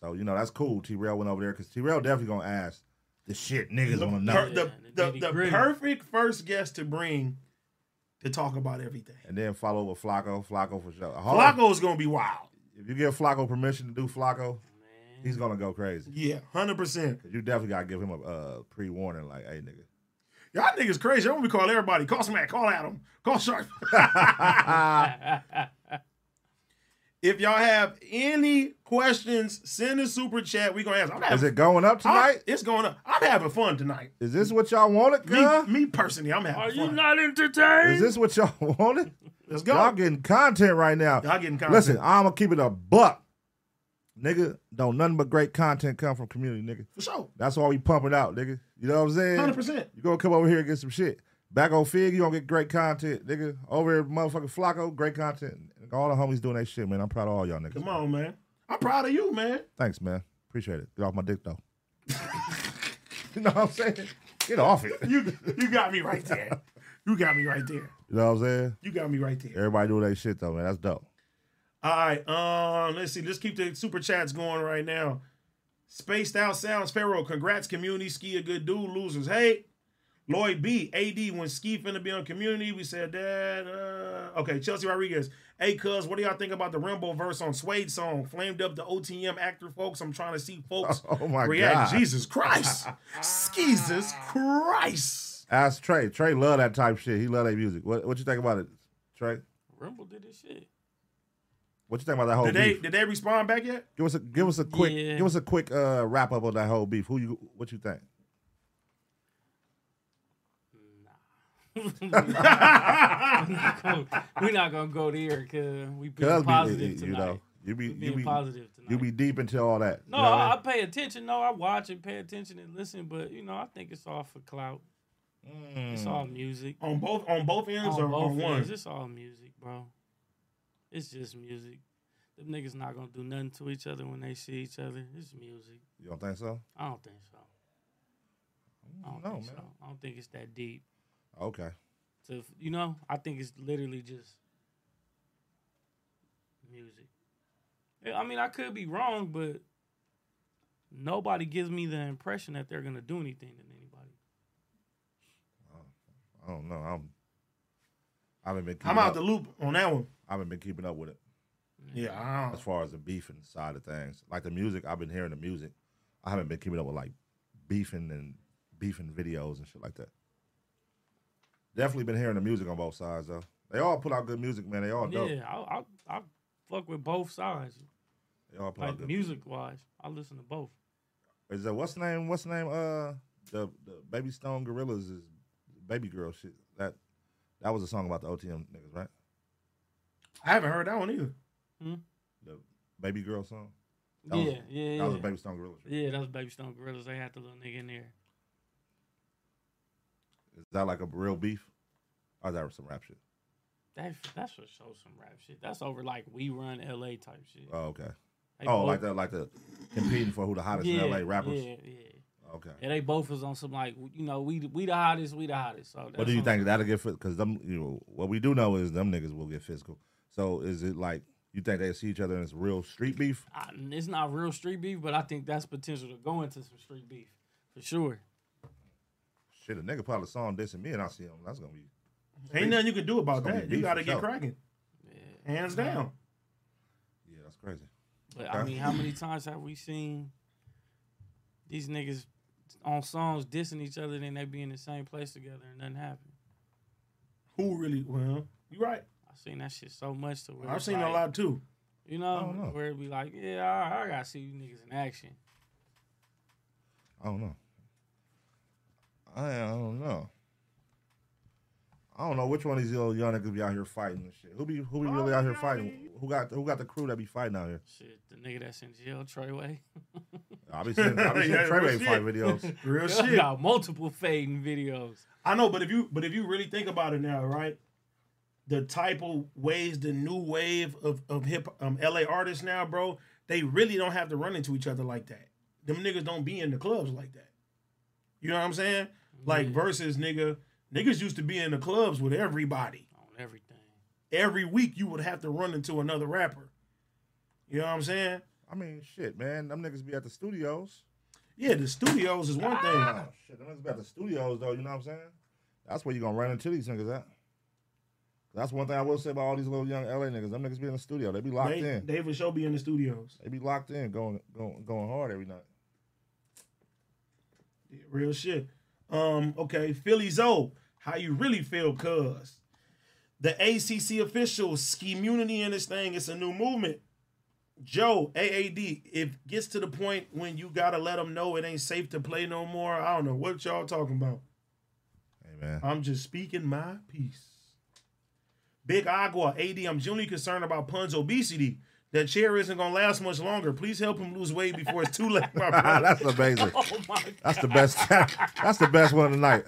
[SPEAKER 1] So you know that's cool. T Rail went over there because T Rail definitely gonna ask the shit niggas wanna know.
[SPEAKER 5] Per- the the, the perfect first guest to bring to talk about everything.
[SPEAKER 1] and then follow with Flacco, Flacco for sure. Hold on.
[SPEAKER 5] Flacco's gonna be wild.
[SPEAKER 1] If you give Flacco permission to do Flacco, he's gonna go crazy.
[SPEAKER 5] Yeah, hundred percent.
[SPEAKER 1] You definitely gotta give him a uh, pre warning, like, hey nigga.
[SPEAKER 5] Y'all niggas crazy. I'm gonna be calling everybody. Call Smack. Call Adam. Call Sharp. If y'all have any questions, send a super chat. We're gonna answer. I'm
[SPEAKER 1] Is
[SPEAKER 5] having-
[SPEAKER 1] it going up
[SPEAKER 5] I-
[SPEAKER 1] tonight?
[SPEAKER 5] it's going up. I'm having fun tonight.
[SPEAKER 1] Is this what y'all wanted, girl?
[SPEAKER 5] Me, me personally, I'm having. Are you
[SPEAKER 8] not entertained?
[SPEAKER 1] Is this what y'all wanted?
[SPEAKER 5] Let's go.
[SPEAKER 1] Y'all getting content right now.
[SPEAKER 5] Y'all getting content.
[SPEAKER 1] Listen, I'm gonna keep it a buck, nigga. Don't nothing but great content come from community, nigga.
[SPEAKER 5] For sure.
[SPEAKER 1] That's why we pump it out, nigga. You know what I'm saying?
[SPEAKER 5] 100%.
[SPEAKER 1] You gonna come over here and get some shit. Back on Fig, you gonna get great content, nigga. Over here, motherfucking Flacco, great content. All the homies doing that shit, man. I'm proud of all y'all niggas.
[SPEAKER 5] Come on, man. I'm proud of you, man.
[SPEAKER 1] Thanks, man. Appreciate it. Get off my dick though. you know what I'm saying? Get off it.
[SPEAKER 5] You you got me right there. You got me right there.
[SPEAKER 1] You know what I'm saying?
[SPEAKER 5] You got me right there.
[SPEAKER 1] Everybody doing that shit though, man. That's dope.
[SPEAKER 5] All right, um, let's see. Let's keep the super chats going right now. Spaced out sounds. Pharaoh, congrats, community. Ski a good dude. Losers, hey. Lloyd B, AD, when Ski finna be on community, we said that. Uh, okay, Chelsea Rodriguez. Hey, cuz, what do y'all think about the Rambo verse on Suede song? Flamed up the OTM actor, folks. I'm trying to see folks
[SPEAKER 1] Oh my
[SPEAKER 5] react.
[SPEAKER 1] God.
[SPEAKER 5] Jesus Christ. Jesus Christ.
[SPEAKER 1] Ask Trey. Trey love that type shit. He love that music. What what you think about it, Trey?
[SPEAKER 8] Rumble did this shit.
[SPEAKER 1] What you think about that whole
[SPEAKER 5] Did they
[SPEAKER 1] beef?
[SPEAKER 5] did they respond back yet?
[SPEAKER 1] Give us a give us a quick
[SPEAKER 8] Yeah.
[SPEAKER 1] give us a quick uh, wrap up on that whole beef. Who you what you think?
[SPEAKER 8] We're not gonna go there because we being
[SPEAKER 1] Cuz
[SPEAKER 8] positive
[SPEAKER 1] be, you,
[SPEAKER 8] tonight.
[SPEAKER 1] you know you be
[SPEAKER 8] We
[SPEAKER 1] you
[SPEAKER 8] being
[SPEAKER 1] be
[SPEAKER 8] positive
[SPEAKER 1] You be deep into all that.
[SPEAKER 8] No,
[SPEAKER 1] you know what I
[SPEAKER 8] I, I
[SPEAKER 1] mean?
[SPEAKER 8] pay attention. No, I watch and pay attention and listen, but you know, I think it's all for clout. It's all
[SPEAKER 1] Mm.
[SPEAKER 8] music
[SPEAKER 5] On both on both ends or on
[SPEAKER 8] both
[SPEAKER 5] one?
[SPEAKER 8] ends, It's all music, bro. It's just music. Them niggas not gonna do nothing to each other when they see each other. It's music.
[SPEAKER 1] You don't think so?
[SPEAKER 8] I don't think so. I don't
[SPEAKER 1] know,
[SPEAKER 8] think
[SPEAKER 1] man.
[SPEAKER 8] so. I don't think it's that deep.
[SPEAKER 1] Okay.
[SPEAKER 8] So you know, I think it's literally just music. Yeah, I mean, I could be wrong, but nobody gives me the impression that they're gonna do anything to anybody.
[SPEAKER 1] I don't know. I'm I haven't been keeping
[SPEAKER 5] I'm out
[SPEAKER 1] up.
[SPEAKER 5] the loop on that one.
[SPEAKER 1] I haven't been keeping up with it.
[SPEAKER 5] Yeah, I don't-
[SPEAKER 1] As far as the beefing side of things, like the music, I've been hearing the music. I haven't been keeping up with like beefing and beefing videos and shit like that. Definitely been hearing the music on both sides though. They all put out good music, man. They all dope.
[SPEAKER 8] yeah, I, I I fuck with both sides.
[SPEAKER 1] They all put out
[SPEAKER 8] Like
[SPEAKER 1] good
[SPEAKER 8] music wise, I listen to both.
[SPEAKER 1] Is that what's the name? What's the name? Uh, the, the Baby Stone Gorillas is Baby Girl shit. That that was a song about the OTM niggas, right?
[SPEAKER 5] I haven't heard that one either.
[SPEAKER 1] The Baby Girl song. That
[SPEAKER 8] Yeah,
[SPEAKER 1] was,
[SPEAKER 8] yeah,
[SPEAKER 1] That was
[SPEAKER 8] yeah.
[SPEAKER 1] Baby Stone Gorillas. shit.
[SPEAKER 8] Yeah, that was Baby Stone Gorillas. They had the little nigga in there.
[SPEAKER 1] Is that like a real beef? Or is that some rap shit?
[SPEAKER 8] That that's what shows some rap shit. That's over like we run LA type shit.
[SPEAKER 1] Oh, okay.
[SPEAKER 8] They
[SPEAKER 1] oh, like
[SPEAKER 8] both-
[SPEAKER 1] the like the competing for who the hottest
[SPEAKER 8] Yeah,
[SPEAKER 1] in LA rappers.
[SPEAKER 8] Yeah, yeah.
[SPEAKER 1] Okay.
[SPEAKER 8] And they both was on some like you know we we the hottest, we the hottest. So
[SPEAKER 1] What
[SPEAKER 8] that's
[SPEAKER 1] do you
[SPEAKER 8] on
[SPEAKER 1] think that'll get? Because them, you know, what we do know is them niggas will get physical. So is it like you think they see each other and it's real street beef?
[SPEAKER 8] I, it's not real street beef, but I think that's potential to go into some street beef for sure.
[SPEAKER 1] Shit, a nigga probably saw him dissing me and I see him. That's gonna be
[SPEAKER 5] Ain't nothing you can do about
[SPEAKER 1] It's gonna
[SPEAKER 5] that.
[SPEAKER 1] be
[SPEAKER 5] You
[SPEAKER 1] beef
[SPEAKER 5] got to
[SPEAKER 1] for
[SPEAKER 5] get
[SPEAKER 1] sure.
[SPEAKER 5] cracking. Hands down.
[SPEAKER 1] yeah, that's crazy.
[SPEAKER 8] But I
[SPEAKER 1] Okay.
[SPEAKER 8] mean, how many times have we seen these niggas on songs dissing each other, then they be in the same place together and nothing happen?
[SPEAKER 5] Who really? Well, you right.
[SPEAKER 8] I've seen that shit so much to where
[SPEAKER 5] I've
[SPEAKER 8] it's
[SPEAKER 5] seen a
[SPEAKER 8] like,
[SPEAKER 5] lot too.
[SPEAKER 8] You
[SPEAKER 1] I
[SPEAKER 8] know,
[SPEAKER 1] don't know.
[SPEAKER 8] where it be like, yeah, I, I gotta see you niggas in action.
[SPEAKER 1] I don't know. I, I don't know. I don't know which one of these little young niggas be out here fighting and shit. Who be who be really out here fighting? Who got who got the crew that be fighting out here?
[SPEAKER 8] Shit, the nigga that's in jail, Treyway.
[SPEAKER 1] I be seeing, I be seeing
[SPEAKER 5] Yeah, real
[SPEAKER 1] Treyway fight
[SPEAKER 5] shit.
[SPEAKER 1] videos.
[SPEAKER 5] Real
[SPEAKER 8] Y'all
[SPEAKER 5] shit.
[SPEAKER 8] got multiple fading videos.
[SPEAKER 5] I know, but if you but if you really think about it now, right? The type of ways, the new wave of of hip um, LA artists now, bro, they really don't have to run into each other like that. Them niggas don't be in the clubs like that. You know what I'm saying? Like versus nigga, niggas used to be in the clubs with everybody.
[SPEAKER 8] On everything.
[SPEAKER 5] Every week you would have to run into another rapper. You know what I'm saying?
[SPEAKER 1] I mean, shit, man. Them niggas be at the studios.
[SPEAKER 5] Yeah, the studios is one thing.
[SPEAKER 1] Oh, shit, them niggas be at the studios though. You know what I'm saying? That's where you gonna run into these niggas at. That's one thing I will say about all these little young LA niggas. Them niggas be in the studio. They be locked
[SPEAKER 5] They,
[SPEAKER 1] in.
[SPEAKER 5] they for sure be in the studios.
[SPEAKER 1] They be locked in, going going going hard every night.
[SPEAKER 5] Real shit. Um, okay, Philly Zoe, how you really feel, cuz? The ACC officials, Ski Immunity in this thing, it's a new movement. Joe AAD, it gets to the point when you gotta let them know it ain't safe to play no more. I don't know what y'all talking about. I'm just speaking my piece. Big Agua AD, I'm genuinely concerned about Pun's obesity. That chair isn't gonna last much longer. Please help him lose weight before it's too late. my brother.
[SPEAKER 1] That's amazing. That's the best. that's the best one tonight.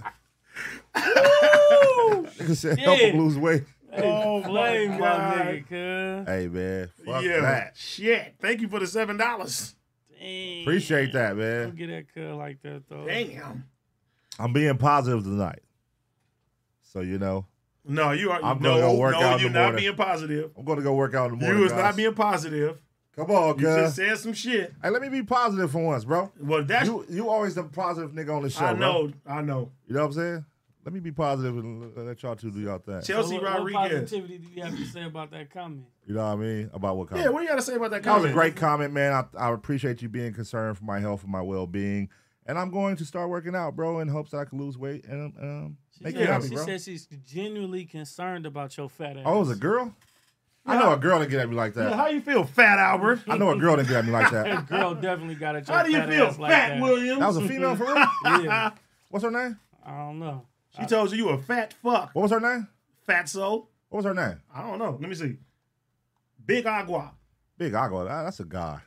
[SPEAKER 1] Nigga said, help him
[SPEAKER 5] Oh, Yeah.
[SPEAKER 1] lose weight.
[SPEAKER 5] Oh
[SPEAKER 8] Flame my
[SPEAKER 5] my god.
[SPEAKER 8] nigga,
[SPEAKER 1] Hey man, fuck
[SPEAKER 5] yeah.
[SPEAKER 1] that.
[SPEAKER 5] Shit. Thank you for the seven dollars.
[SPEAKER 1] Appreciate that,
[SPEAKER 8] Don't
[SPEAKER 1] man.
[SPEAKER 8] get that cut like that though.
[SPEAKER 5] Damn.
[SPEAKER 1] I'm being positive tonight. So you know,
[SPEAKER 5] No, you are.
[SPEAKER 1] I'm
[SPEAKER 5] no,
[SPEAKER 1] gonna go work
[SPEAKER 5] no,
[SPEAKER 1] out in
[SPEAKER 5] you're
[SPEAKER 1] the
[SPEAKER 5] not
[SPEAKER 1] morning.
[SPEAKER 5] being positive.
[SPEAKER 1] I'm gonna go work out in the morning.
[SPEAKER 5] You was
[SPEAKER 1] guys.
[SPEAKER 5] not being positive.
[SPEAKER 1] Come on,
[SPEAKER 5] You just
[SPEAKER 1] cuz.
[SPEAKER 5] said some shit.
[SPEAKER 1] Hey, let me be positive for once, bro.
[SPEAKER 5] Well, that's
[SPEAKER 1] you. You always the positive nigga on the show.
[SPEAKER 5] I
[SPEAKER 1] bro.
[SPEAKER 5] know. I know.
[SPEAKER 1] You know what I'm saying? Let me be positive and let y'all two do y'all thing.
[SPEAKER 5] Chelsea
[SPEAKER 8] what, What
[SPEAKER 5] Rodriguez.
[SPEAKER 8] positivity do you have to say about that comment?
[SPEAKER 1] You know what I mean? About what comment?
[SPEAKER 5] Yeah, what do you got to say about that
[SPEAKER 1] That was
[SPEAKER 5] comment?
[SPEAKER 1] a great comment, man. I, I appreciate you being concerned for my health and my well being. And I'm going to start working out, bro, in hopes that I can lose weight and um, make
[SPEAKER 8] yeah,
[SPEAKER 1] it happy,
[SPEAKER 8] she
[SPEAKER 1] bro.
[SPEAKER 8] said she's genuinely concerned about your fat ass.
[SPEAKER 1] oh, it was a girl? I know a girl that get at me like that.
[SPEAKER 5] Yeah, how you feel, Fat Albert?
[SPEAKER 1] I know a girl that get at me like that.
[SPEAKER 8] That girl definitely got a.
[SPEAKER 5] How do you feel,
[SPEAKER 8] ass like
[SPEAKER 5] Fat
[SPEAKER 8] that.
[SPEAKER 5] Williams?
[SPEAKER 1] That was a female for real?
[SPEAKER 8] yeah,
[SPEAKER 1] What's her name?
[SPEAKER 8] I don't know.
[SPEAKER 5] She told you you a fat fuck.
[SPEAKER 1] What was her name?
[SPEAKER 5] Fatso.
[SPEAKER 1] What was her name?
[SPEAKER 5] I don't know. Let me see. Big Agua.
[SPEAKER 1] Big Agua. That, that's a guy.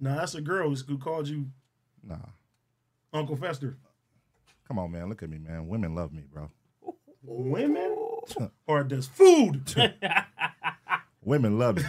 [SPEAKER 5] No, that's a girl who's- who called you
[SPEAKER 1] Nah.
[SPEAKER 5] Uncle Fester.
[SPEAKER 1] Come on, man. Look at me, man. Women love me, bro.
[SPEAKER 5] Women or does food?
[SPEAKER 1] Women love me.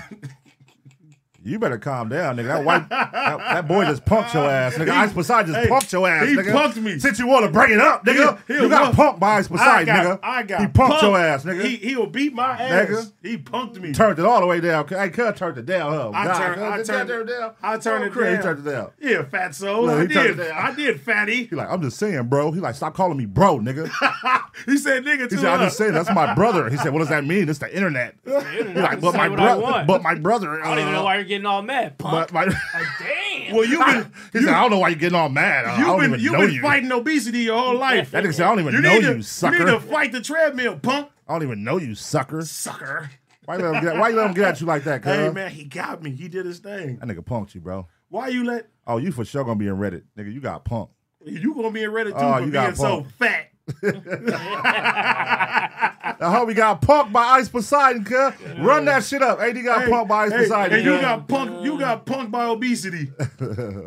[SPEAKER 1] You better calm down, nigga. That white, that, that boy just punked your ass, nigga.
[SPEAKER 5] He-
[SPEAKER 1] Ice Poseidon just
[SPEAKER 5] hey,
[SPEAKER 1] punked your ass,
[SPEAKER 5] he
[SPEAKER 1] nigga.
[SPEAKER 5] punked me.
[SPEAKER 1] Since you want to bring it up, nigga,
[SPEAKER 5] He- he
[SPEAKER 1] you got
[SPEAKER 5] was-
[SPEAKER 1] punked by Ice
[SPEAKER 5] I
[SPEAKER 1] Poseidon,
[SPEAKER 5] got,
[SPEAKER 1] nigga.
[SPEAKER 5] I got
[SPEAKER 1] he punked, your ass, nigga.
[SPEAKER 5] He, he'll beat my ass.
[SPEAKER 1] Nigga.
[SPEAKER 5] He punked me.
[SPEAKER 1] turned it all the way down. Hey, cuz turned it down, huh?
[SPEAKER 5] I
[SPEAKER 1] Oh, God,
[SPEAKER 5] turned,
[SPEAKER 1] cuz,
[SPEAKER 5] I
[SPEAKER 1] did
[SPEAKER 5] turned,
[SPEAKER 1] that turn it down.
[SPEAKER 5] I turned
[SPEAKER 1] Oh,
[SPEAKER 5] it
[SPEAKER 1] Chris,
[SPEAKER 5] down.
[SPEAKER 1] He turned it down.
[SPEAKER 5] Yeah, fatso.
[SPEAKER 1] Look,
[SPEAKER 5] I
[SPEAKER 1] he turned
[SPEAKER 5] did.
[SPEAKER 1] it down.
[SPEAKER 5] I did, fatty.
[SPEAKER 1] He like, I'm just saying, bro. He like, stop calling me bro, nigga.
[SPEAKER 5] He said, nigga,
[SPEAKER 1] He
[SPEAKER 5] too.
[SPEAKER 1] said, I
[SPEAKER 5] huh?
[SPEAKER 1] just saying, that's my brother. He said, what does that mean? It's the internet. He
[SPEAKER 8] internet. I
[SPEAKER 1] like,
[SPEAKER 8] can
[SPEAKER 1] but
[SPEAKER 8] say
[SPEAKER 1] my
[SPEAKER 8] what I
[SPEAKER 1] brother,
[SPEAKER 8] want."
[SPEAKER 1] but my brother.
[SPEAKER 8] I don't even
[SPEAKER 1] uh,
[SPEAKER 8] know why you're getting all mad, punk.
[SPEAKER 1] But my,
[SPEAKER 8] Like, damn.
[SPEAKER 5] Well, you've been
[SPEAKER 1] he said, I don't know why you're getting all mad. I
[SPEAKER 5] you've
[SPEAKER 1] don't
[SPEAKER 5] been
[SPEAKER 1] even
[SPEAKER 5] you've
[SPEAKER 1] know
[SPEAKER 5] been
[SPEAKER 1] you.
[SPEAKER 5] fighting obesity your whole life.
[SPEAKER 1] That nigga said, I don't even know
[SPEAKER 5] need
[SPEAKER 1] you,
[SPEAKER 5] to,
[SPEAKER 1] sucker.
[SPEAKER 5] You need to fight the treadmill, punk.
[SPEAKER 1] I don't even know you, sucker.
[SPEAKER 5] Sucker.
[SPEAKER 1] Why you let him get, why you let him get at you like that, cuz?
[SPEAKER 5] Hey man, he got me. He did his thing.
[SPEAKER 1] That nigga punked you, bro.
[SPEAKER 5] Why you let
[SPEAKER 1] Oh, you for sure gonna be in Reddit, nigga. You got punked.
[SPEAKER 5] you gonna be in Reddit too
[SPEAKER 1] Oh,
[SPEAKER 5] for
[SPEAKER 1] you
[SPEAKER 5] being
[SPEAKER 1] got
[SPEAKER 5] so
[SPEAKER 1] punked.
[SPEAKER 5] fat?
[SPEAKER 1] I hope he got punked by Ice Poseidon, cuz. Run that shit up. AD got punked by Ice
[SPEAKER 5] Hey,
[SPEAKER 1] Poseidon.
[SPEAKER 5] and you
[SPEAKER 1] cuz.
[SPEAKER 5] got punked you got punked by obesity.
[SPEAKER 8] That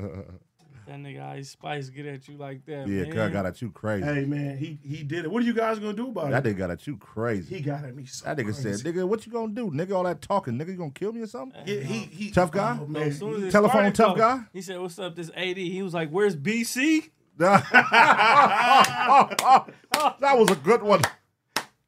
[SPEAKER 8] nigga Ice Spice get at you like that.
[SPEAKER 1] yeah, cuz
[SPEAKER 8] man.
[SPEAKER 1] got at you crazy.
[SPEAKER 5] hey man, he he did it. What are you guys gonna do about
[SPEAKER 1] That
[SPEAKER 5] it?
[SPEAKER 1] nigga got at you crazy.
[SPEAKER 5] He got at me so
[SPEAKER 1] That nigga
[SPEAKER 5] crazy.
[SPEAKER 1] said, nigga, what you gonna do? Nigga, all that talking, nigga, you gonna kill me or something?
[SPEAKER 5] Yeah, he, he
[SPEAKER 1] Tough guy?
[SPEAKER 5] Oh,
[SPEAKER 8] No,
[SPEAKER 5] man.
[SPEAKER 8] as soon as it
[SPEAKER 1] Telephone
[SPEAKER 8] started,
[SPEAKER 1] tough
[SPEAKER 8] though,
[SPEAKER 1] guy?
[SPEAKER 8] He said, "What's up, this AD?" He was like, "Where's BC?"
[SPEAKER 1] Ah, that was a good one.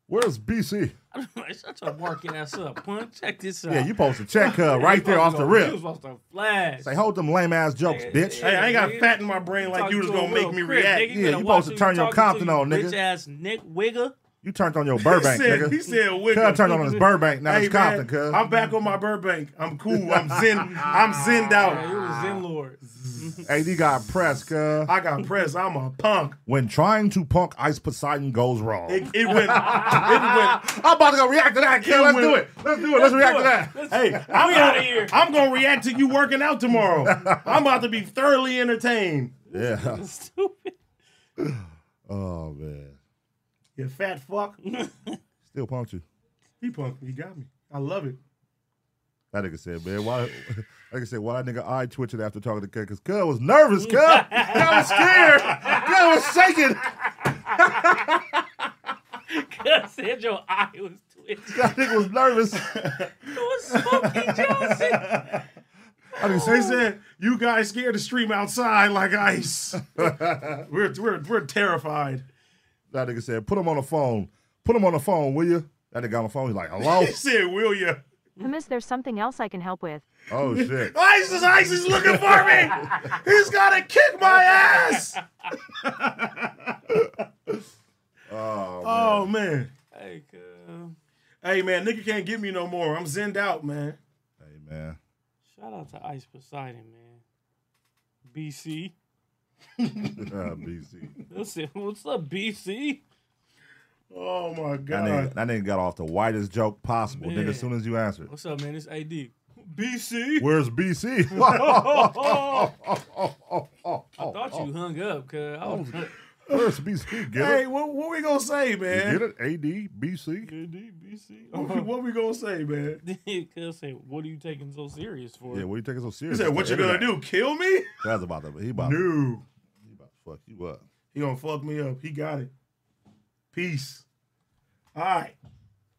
[SPEAKER 1] Where's BC?
[SPEAKER 8] I'm like, "Shut your barking ass up, punk. Check this out."
[SPEAKER 1] Yeah, you supposed to check her
[SPEAKER 8] You
[SPEAKER 1] right there
[SPEAKER 8] supposed
[SPEAKER 1] off
[SPEAKER 8] to
[SPEAKER 1] the
[SPEAKER 8] go- You
[SPEAKER 1] rip.
[SPEAKER 8] supposed to flash.
[SPEAKER 1] Say, hold them lame ass jokes, bitch.
[SPEAKER 5] Hey, I ain't got
[SPEAKER 8] nigga.
[SPEAKER 5] fat in my brain like
[SPEAKER 8] Talking
[SPEAKER 5] you was
[SPEAKER 8] to a
[SPEAKER 5] gonna make
[SPEAKER 8] real
[SPEAKER 5] me
[SPEAKER 8] crip,
[SPEAKER 5] react.
[SPEAKER 8] nigga.
[SPEAKER 1] Yeah,
[SPEAKER 8] gotta
[SPEAKER 1] you
[SPEAKER 8] watch
[SPEAKER 1] supposed to
[SPEAKER 8] who
[SPEAKER 1] turn your
[SPEAKER 8] talking
[SPEAKER 1] Compton
[SPEAKER 8] you
[SPEAKER 1] on, nigga.
[SPEAKER 8] Bitch ass Nick Wigger.
[SPEAKER 1] You turned on your Burbank,
[SPEAKER 5] he said,
[SPEAKER 1] nigga.
[SPEAKER 5] He said,
[SPEAKER 1] Cuz
[SPEAKER 5] "Wicked."
[SPEAKER 1] turned on his Burbank. Now
[SPEAKER 5] Hey,
[SPEAKER 1] it's Compton,
[SPEAKER 5] man,
[SPEAKER 1] cuz.
[SPEAKER 5] I'm back on my Burbank. I'm cool. I'm zen. I'm zenned
[SPEAKER 8] Yeah, you
[SPEAKER 5] out.
[SPEAKER 8] was Zen Lord.
[SPEAKER 1] AD got pressed, cuz.
[SPEAKER 5] I got pressed. I'm a punk.
[SPEAKER 1] When trying to punk Ice Poseidon goes wrong.
[SPEAKER 5] It, it went.
[SPEAKER 8] Ah.
[SPEAKER 5] It
[SPEAKER 1] I'm about to go react to that, cuz. Let's
[SPEAKER 5] went-
[SPEAKER 1] do it. Let's do it. Let's react to that.
[SPEAKER 5] went. Hey, I'm
[SPEAKER 8] outta
[SPEAKER 5] gonna,
[SPEAKER 8] here.
[SPEAKER 5] I'm gonna react to you working out tomorrow. I'm about to be thoroughly entertained.
[SPEAKER 1] Yeah.
[SPEAKER 8] Stupid.
[SPEAKER 1] Oh, man.
[SPEAKER 5] You fat fuck.
[SPEAKER 1] Still punked you.
[SPEAKER 5] He punked me. He got me. I love it.
[SPEAKER 1] That nigga said, man, why? Like I said, why that nigga eye twitching after talking to Cuz? Cuz Cuz was nervous, Cuz. Cuz was scared. Cuz was shaking.
[SPEAKER 8] Cuz said your eye was twitching.
[SPEAKER 1] That nigga was nervous. That
[SPEAKER 8] It was Smokey Johnson.
[SPEAKER 1] nigga
[SPEAKER 5] They
[SPEAKER 1] said,
[SPEAKER 5] said you guys scared to stream outside like ice. we're, we're we're terrified.
[SPEAKER 1] that nigga said, put him on the phone. Put him on the phone, will you? That nigga on the phone. He's like, hello?
[SPEAKER 5] He said, "Will you?"
[SPEAKER 13] Miss, there's something else I can help with.
[SPEAKER 1] oh, shit.
[SPEAKER 5] ISIS, ISIS is looking for me. He's gotta kick my ass.
[SPEAKER 1] Oh,
[SPEAKER 5] Oh man.
[SPEAKER 8] Hey, cuz.
[SPEAKER 5] Hey man, nigga can't get me no more. I'm zenned out, man.
[SPEAKER 1] Hey, man.
[SPEAKER 8] Shout out to Ice Poseidon, man. BC.
[SPEAKER 1] Ah, BC.
[SPEAKER 8] Listen, what's up, BC?
[SPEAKER 5] Oh my
[SPEAKER 1] That
[SPEAKER 5] god.
[SPEAKER 1] nigga, that nigga got off the whitest joke possible. Nigga,
[SPEAKER 8] Man.
[SPEAKER 1] as soon as you answered.
[SPEAKER 8] What's up, man? It's AD. BC.
[SPEAKER 1] Where's BC? Oh,
[SPEAKER 8] I thought you hung up, cause I was.
[SPEAKER 1] Where's BC? Get
[SPEAKER 5] hey,
[SPEAKER 1] it?
[SPEAKER 5] what what we gonna say, man?
[SPEAKER 1] Get it? AD, BC?
[SPEAKER 5] What, we- what we gonna say, man?
[SPEAKER 8] Cause say, what are you taking so serious for?
[SPEAKER 1] Yeah, what are you taking so
[SPEAKER 5] He
[SPEAKER 1] serious?
[SPEAKER 5] said, "What you gonna do? Kill me?
[SPEAKER 1] That's about to. He about to
[SPEAKER 5] No,
[SPEAKER 1] fuck you up.
[SPEAKER 5] he gonna fuck me up. He got it. Peace. All right,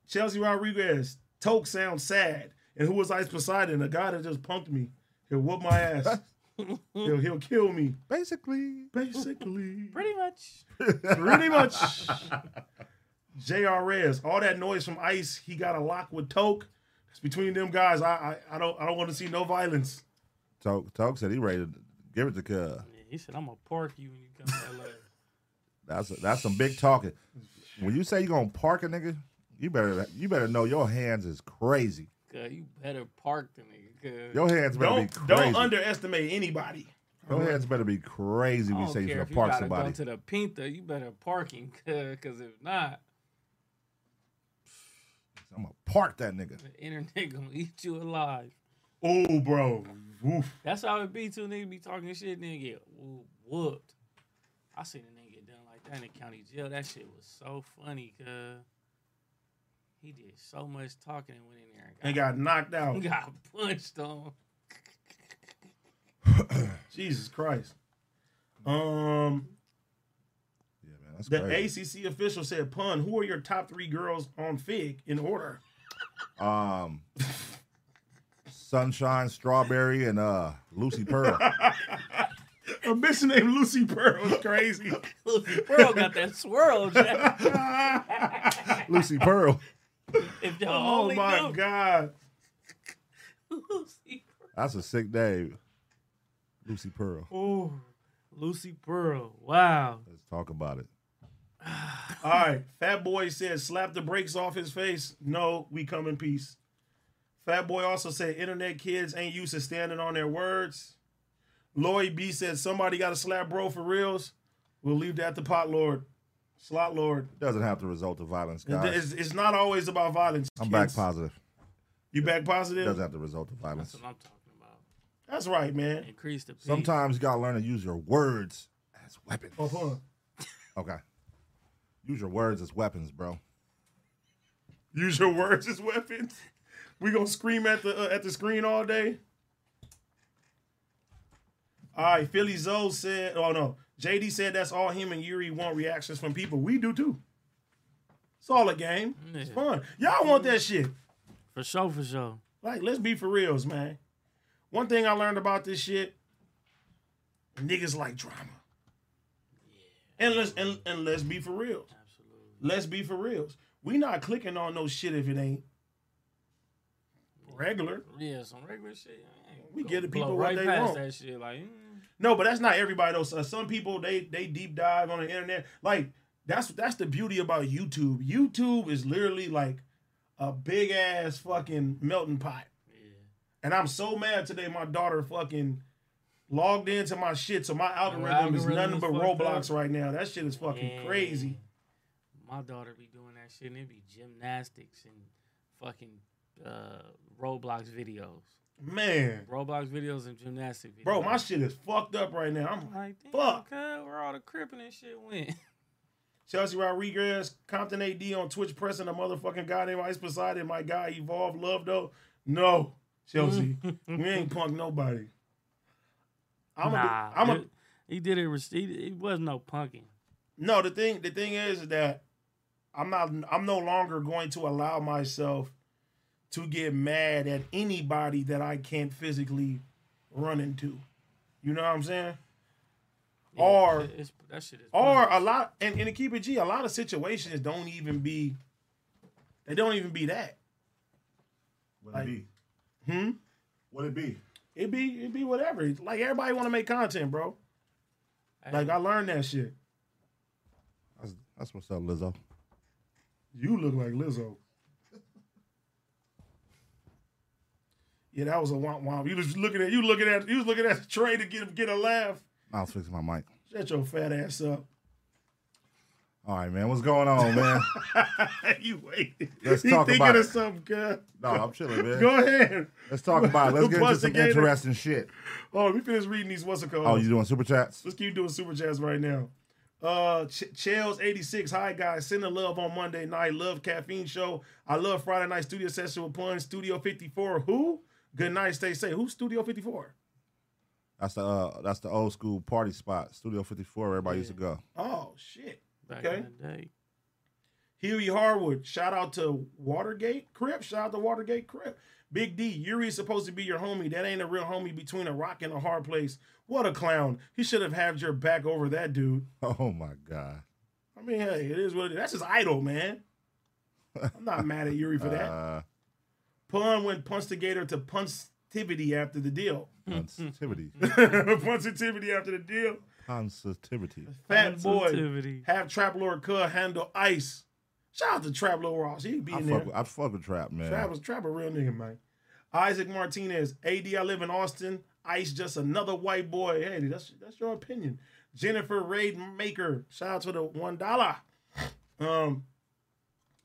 [SPEAKER 5] Chelsea Rodriguez. Toke sounds sad. And who was Ice Poseidon? A guy that just punked me. He'll whoop my ass. he'll he'll kill me.
[SPEAKER 1] Basically,
[SPEAKER 5] basically,
[SPEAKER 8] pretty much.
[SPEAKER 5] Pretty much. JRS, all that noise from Ice, he got a lock with Toke. It's between them guys. I I, I don't I don't want to see no violence.
[SPEAKER 1] Talk, talk said he ready to give it to Cub.
[SPEAKER 8] He said, "I'm gonna park you when you come to LA."
[SPEAKER 1] That's that's some big talking. When you say you gonna park a nigga, you better you better know your hands is crazy.
[SPEAKER 8] Cause you better park the nigga. Cause
[SPEAKER 1] Your hands better
[SPEAKER 5] Don't
[SPEAKER 1] be crazy.
[SPEAKER 5] don't underestimate anybody.
[SPEAKER 1] Your hands better be crazy
[SPEAKER 8] I
[SPEAKER 1] when
[SPEAKER 8] don't
[SPEAKER 1] you say
[SPEAKER 8] care
[SPEAKER 1] you're
[SPEAKER 8] if
[SPEAKER 1] gonna
[SPEAKER 8] you
[SPEAKER 1] park
[SPEAKER 8] gotta
[SPEAKER 1] somebody.
[SPEAKER 8] Go to the Pinta, you better park him, cause if not,
[SPEAKER 1] I'm gonna park that nigga.
[SPEAKER 8] the internet gonna eat you alive.
[SPEAKER 5] Oh, bro. Woof.
[SPEAKER 8] That's how it be. Two niggas be talking shit, and then get woo- whooped. I seen a nigga get done like that in the county jail. That shit was so funny, cause he did so much talking and went in there
[SPEAKER 5] And
[SPEAKER 8] and
[SPEAKER 5] got knocked out.
[SPEAKER 8] Got punched on.
[SPEAKER 5] Jesus Christ. Um. the ACC official said, "Pun, who are your top three girls on Fig in order?"
[SPEAKER 1] Um, sunshine, strawberry, and uh, Lucy Pearl.
[SPEAKER 5] A bitch named Lucy Pearl was crazy.
[SPEAKER 8] Lucy Pearl got that swirl. Jack.
[SPEAKER 1] Lucy Pearl.
[SPEAKER 8] If y'all
[SPEAKER 5] Oh
[SPEAKER 8] only
[SPEAKER 5] my
[SPEAKER 8] knew.
[SPEAKER 5] God!
[SPEAKER 8] Lucy,
[SPEAKER 1] That's a sick name. Lucy Pearl.
[SPEAKER 8] oh, Lucy Pearl. Wow.
[SPEAKER 1] Let's talk about it.
[SPEAKER 5] All right, Fat Boy said, "Slap the brakes off his face." No, we come in peace. Fat Boy also said, "Internet kids ain't used to standing on their words." Lloyd B said, "Somebody got to slap bro for reals." We'll leave that to Pot Lord, Slot Lord.
[SPEAKER 1] Doesn't have to result to violence,
[SPEAKER 5] It-
[SPEAKER 1] guys.
[SPEAKER 5] It's, it's not always about violence.
[SPEAKER 1] I'm back
[SPEAKER 5] kids.
[SPEAKER 1] positive.
[SPEAKER 5] You back
[SPEAKER 1] It
[SPEAKER 5] positive?
[SPEAKER 1] doesn't have to result to violence.
[SPEAKER 8] That's what I'm talking
[SPEAKER 5] That's right, man.
[SPEAKER 8] about. Increase the pace.
[SPEAKER 1] Sometimes you gotta learn to use your words as weapons.
[SPEAKER 5] Oh, hold on.
[SPEAKER 1] Okay. Use your words as weapons, bro.
[SPEAKER 5] Use your words as weapons. We gonna scream at the uh, at the screen all day. All right, Philly Zoe said. Oh no, JD said that's all him and Yuri want reactions from people. We do too. It's all a game. It's fun. Y'all want that shit.
[SPEAKER 8] For sure, for sure.
[SPEAKER 5] Like, let's be for reals, man. One thing I learned about this shit, niggas like drama. And let's and, and let's be for reals. Let's be for reals. We not clicking on no shit if it ain't regular.
[SPEAKER 8] Yeah, some regular shit. I ain't
[SPEAKER 5] We
[SPEAKER 8] gonna
[SPEAKER 5] give the
[SPEAKER 8] blow
[SPEAKER 5] people what
[SPEAKER 8] right
[SPEAKER 5] they
[SPEAKER 8] past
[SPEAKER 5] want.
[SPEAKER 8] That shit, like, mm,
[SPEAKER 5] No, but that's not everybody though. So some people they they deep dive on the internet. Like that's that's the beauty about YouTube. YouTube is literally like a big ass fucking melting pot. And I'm so mad today. My daughter fucking logged into my shit, so my algorithm, is
[SPEAKER 8] algorithm
[SPEAKER 5] nothing
[SPEAKER 8] is
[SPEAKER 5] but
[SPEAKER 8] fucked
[SPEAKER 5] Roblox
[SPEAKER 8] up.
[SPEAKER 5] right now. That shit is fucking
[SPEAKER 8] Yeah.
[SPEAKER 5] crazy.
[SPEAKER 8] my daughter be doing that shit, and it be gymnastics and fucking uh, Roblox videos.
[SPEAKER 5] Man.
[SPEAKER 8] Roblox videos and gymnastic videos.
[SPEAKER 5] Bro, my shit is fucked up right now. I'm
[SPEAKER 8] like,
[SPEAKER 5] fuck.
[SPEAKER 8] Okay, where all the crippin' and shit went.
[SPEAKER 5] Chelsea Rodriguez, Compton AD on Twitch pressing a motherfucking guy named Ice Poseidon. My guy Evolve Love though. No, Chelsea, we ain't punk nobody. I'm
[SPEAKER 8] nah,
[SPEAKER 5] a, I'm a,
[SPEAKER 8] dude. he did it. res- He, it was no punking.
[SPEAKER 5] no. The thing, the thing is that I'm not. I'm no longer going to allow myself to get mad at anybody that I can't physically run into. You know what I'm saying? or
[SPEAKER 8] It's, that shit is.
[SPEAKER 5] or a lot and, and to keep it G, a lot of situations don't even be they don't even be that.
[SPEAKER 1] What
[SPEAKER 5] Like-
[SPEAKER 1] it
[SPEAKER 5] Hmm?
[SPEAKER 1] What it be?
[SPEAKER 5] It be it be whatever. It's Like everybody wanna make content, bro. Like I learned that shit.
[SPEAKER 1] That's, that's what's up, Lizzo.
[SPEAKER 5] You look like Lizzo. Yeah, that was a womp womp. You was looking at you looking at you was looking at Trey to get get a laugh.
[SPEAKER 1] I was fixing my mic.
[SPEAKER 5] Shut your fat ass up.
[SPEAKER 1] All right, man. What's going on, man?
[SPEAKER 5] you waiting.
[SPEAKER 1] Let's
[SPEAKER 5] He
[SPEAKER 1] talk
[SPEAKER 5] thinking
[SPEAKER 1] about
[SPEAKER 5] of
[SPEAKER 1] it.
[SPEAKER 5] something, girl.
[SPEAKER 1] No, I'm chilling, man.
[SPEAKER 5] Go ahead.
[SPEAKER 1] Let's talk about it. Let's get into
[SPEAKER 5] Plus the
[SPEAKER 1] some
[SPEAKER 5] Gator.
[SPEAKER 1] interesting shit.
[SPEAKER 5] Oh, let me finish reading these. What's it called?
[SPEAKER 1] Oh, you doing super chats?
[SPEAKER 5] Let's keep doing super chats right now. Uh, Ch- Chels eighty six. Hi guys, send the love on Monday night. Love caffeine show. I love Friday night studio session with Pun. Studio fifty four. Who? Good night. Stay safe. Who's Studio fifty four?
[SPEAKER 1] That's the uh, that's the old school party spot, Studio 54. where Everybody used to go.
[SPEAKER 5] Oh shit.
[SPEAKER 8] Back
[SPEAKER 5] okay.
[SPEAKER 8] in the day.
[SPEAKER 5] Huey Harwood, shout out to Watergate Crip. Shout out to Watergate Crip. Big D, Yuri's supposed to be your homie. That ain't a real homie between a rock and a hard place. What a clown. He should have had your back over that dude.
[SPEAKER 1] Oh my god.
[SPEAKER 5] I mean, hey, it is what it is. That's his idol, man. I'm not mad at Yuri for that.
[SPEAKER 1] Uh,
[SPEAKER 5] Pun went punch the gator to puntivity after the deal.
[SPEAKER 1] Sensitivity.
[SPEAKER 5] puntivity after the deal.
[SPEAKER 1] Sensitivity.
[SPEAKER 5] Fat boy.
[SPEAKER 8] Puntivity.
[SPEAKER 5] Have Trap Lord Cud handle ice. Shout out to Trap Lord Ross. He be
[SPEAKER 1] I
[SPEAKER 5] in there.
[SPEAKER 1] fuck, with, I fuck with trap, man.
[SPEAKER 5] Trap was Trap a real nigga, man. Isaac Martinez, AD, I live in Austin. Ice, just another white boy. Hey, that's that's your opinion. Jennifer Raidmaker, shout out to the one dollar. Um,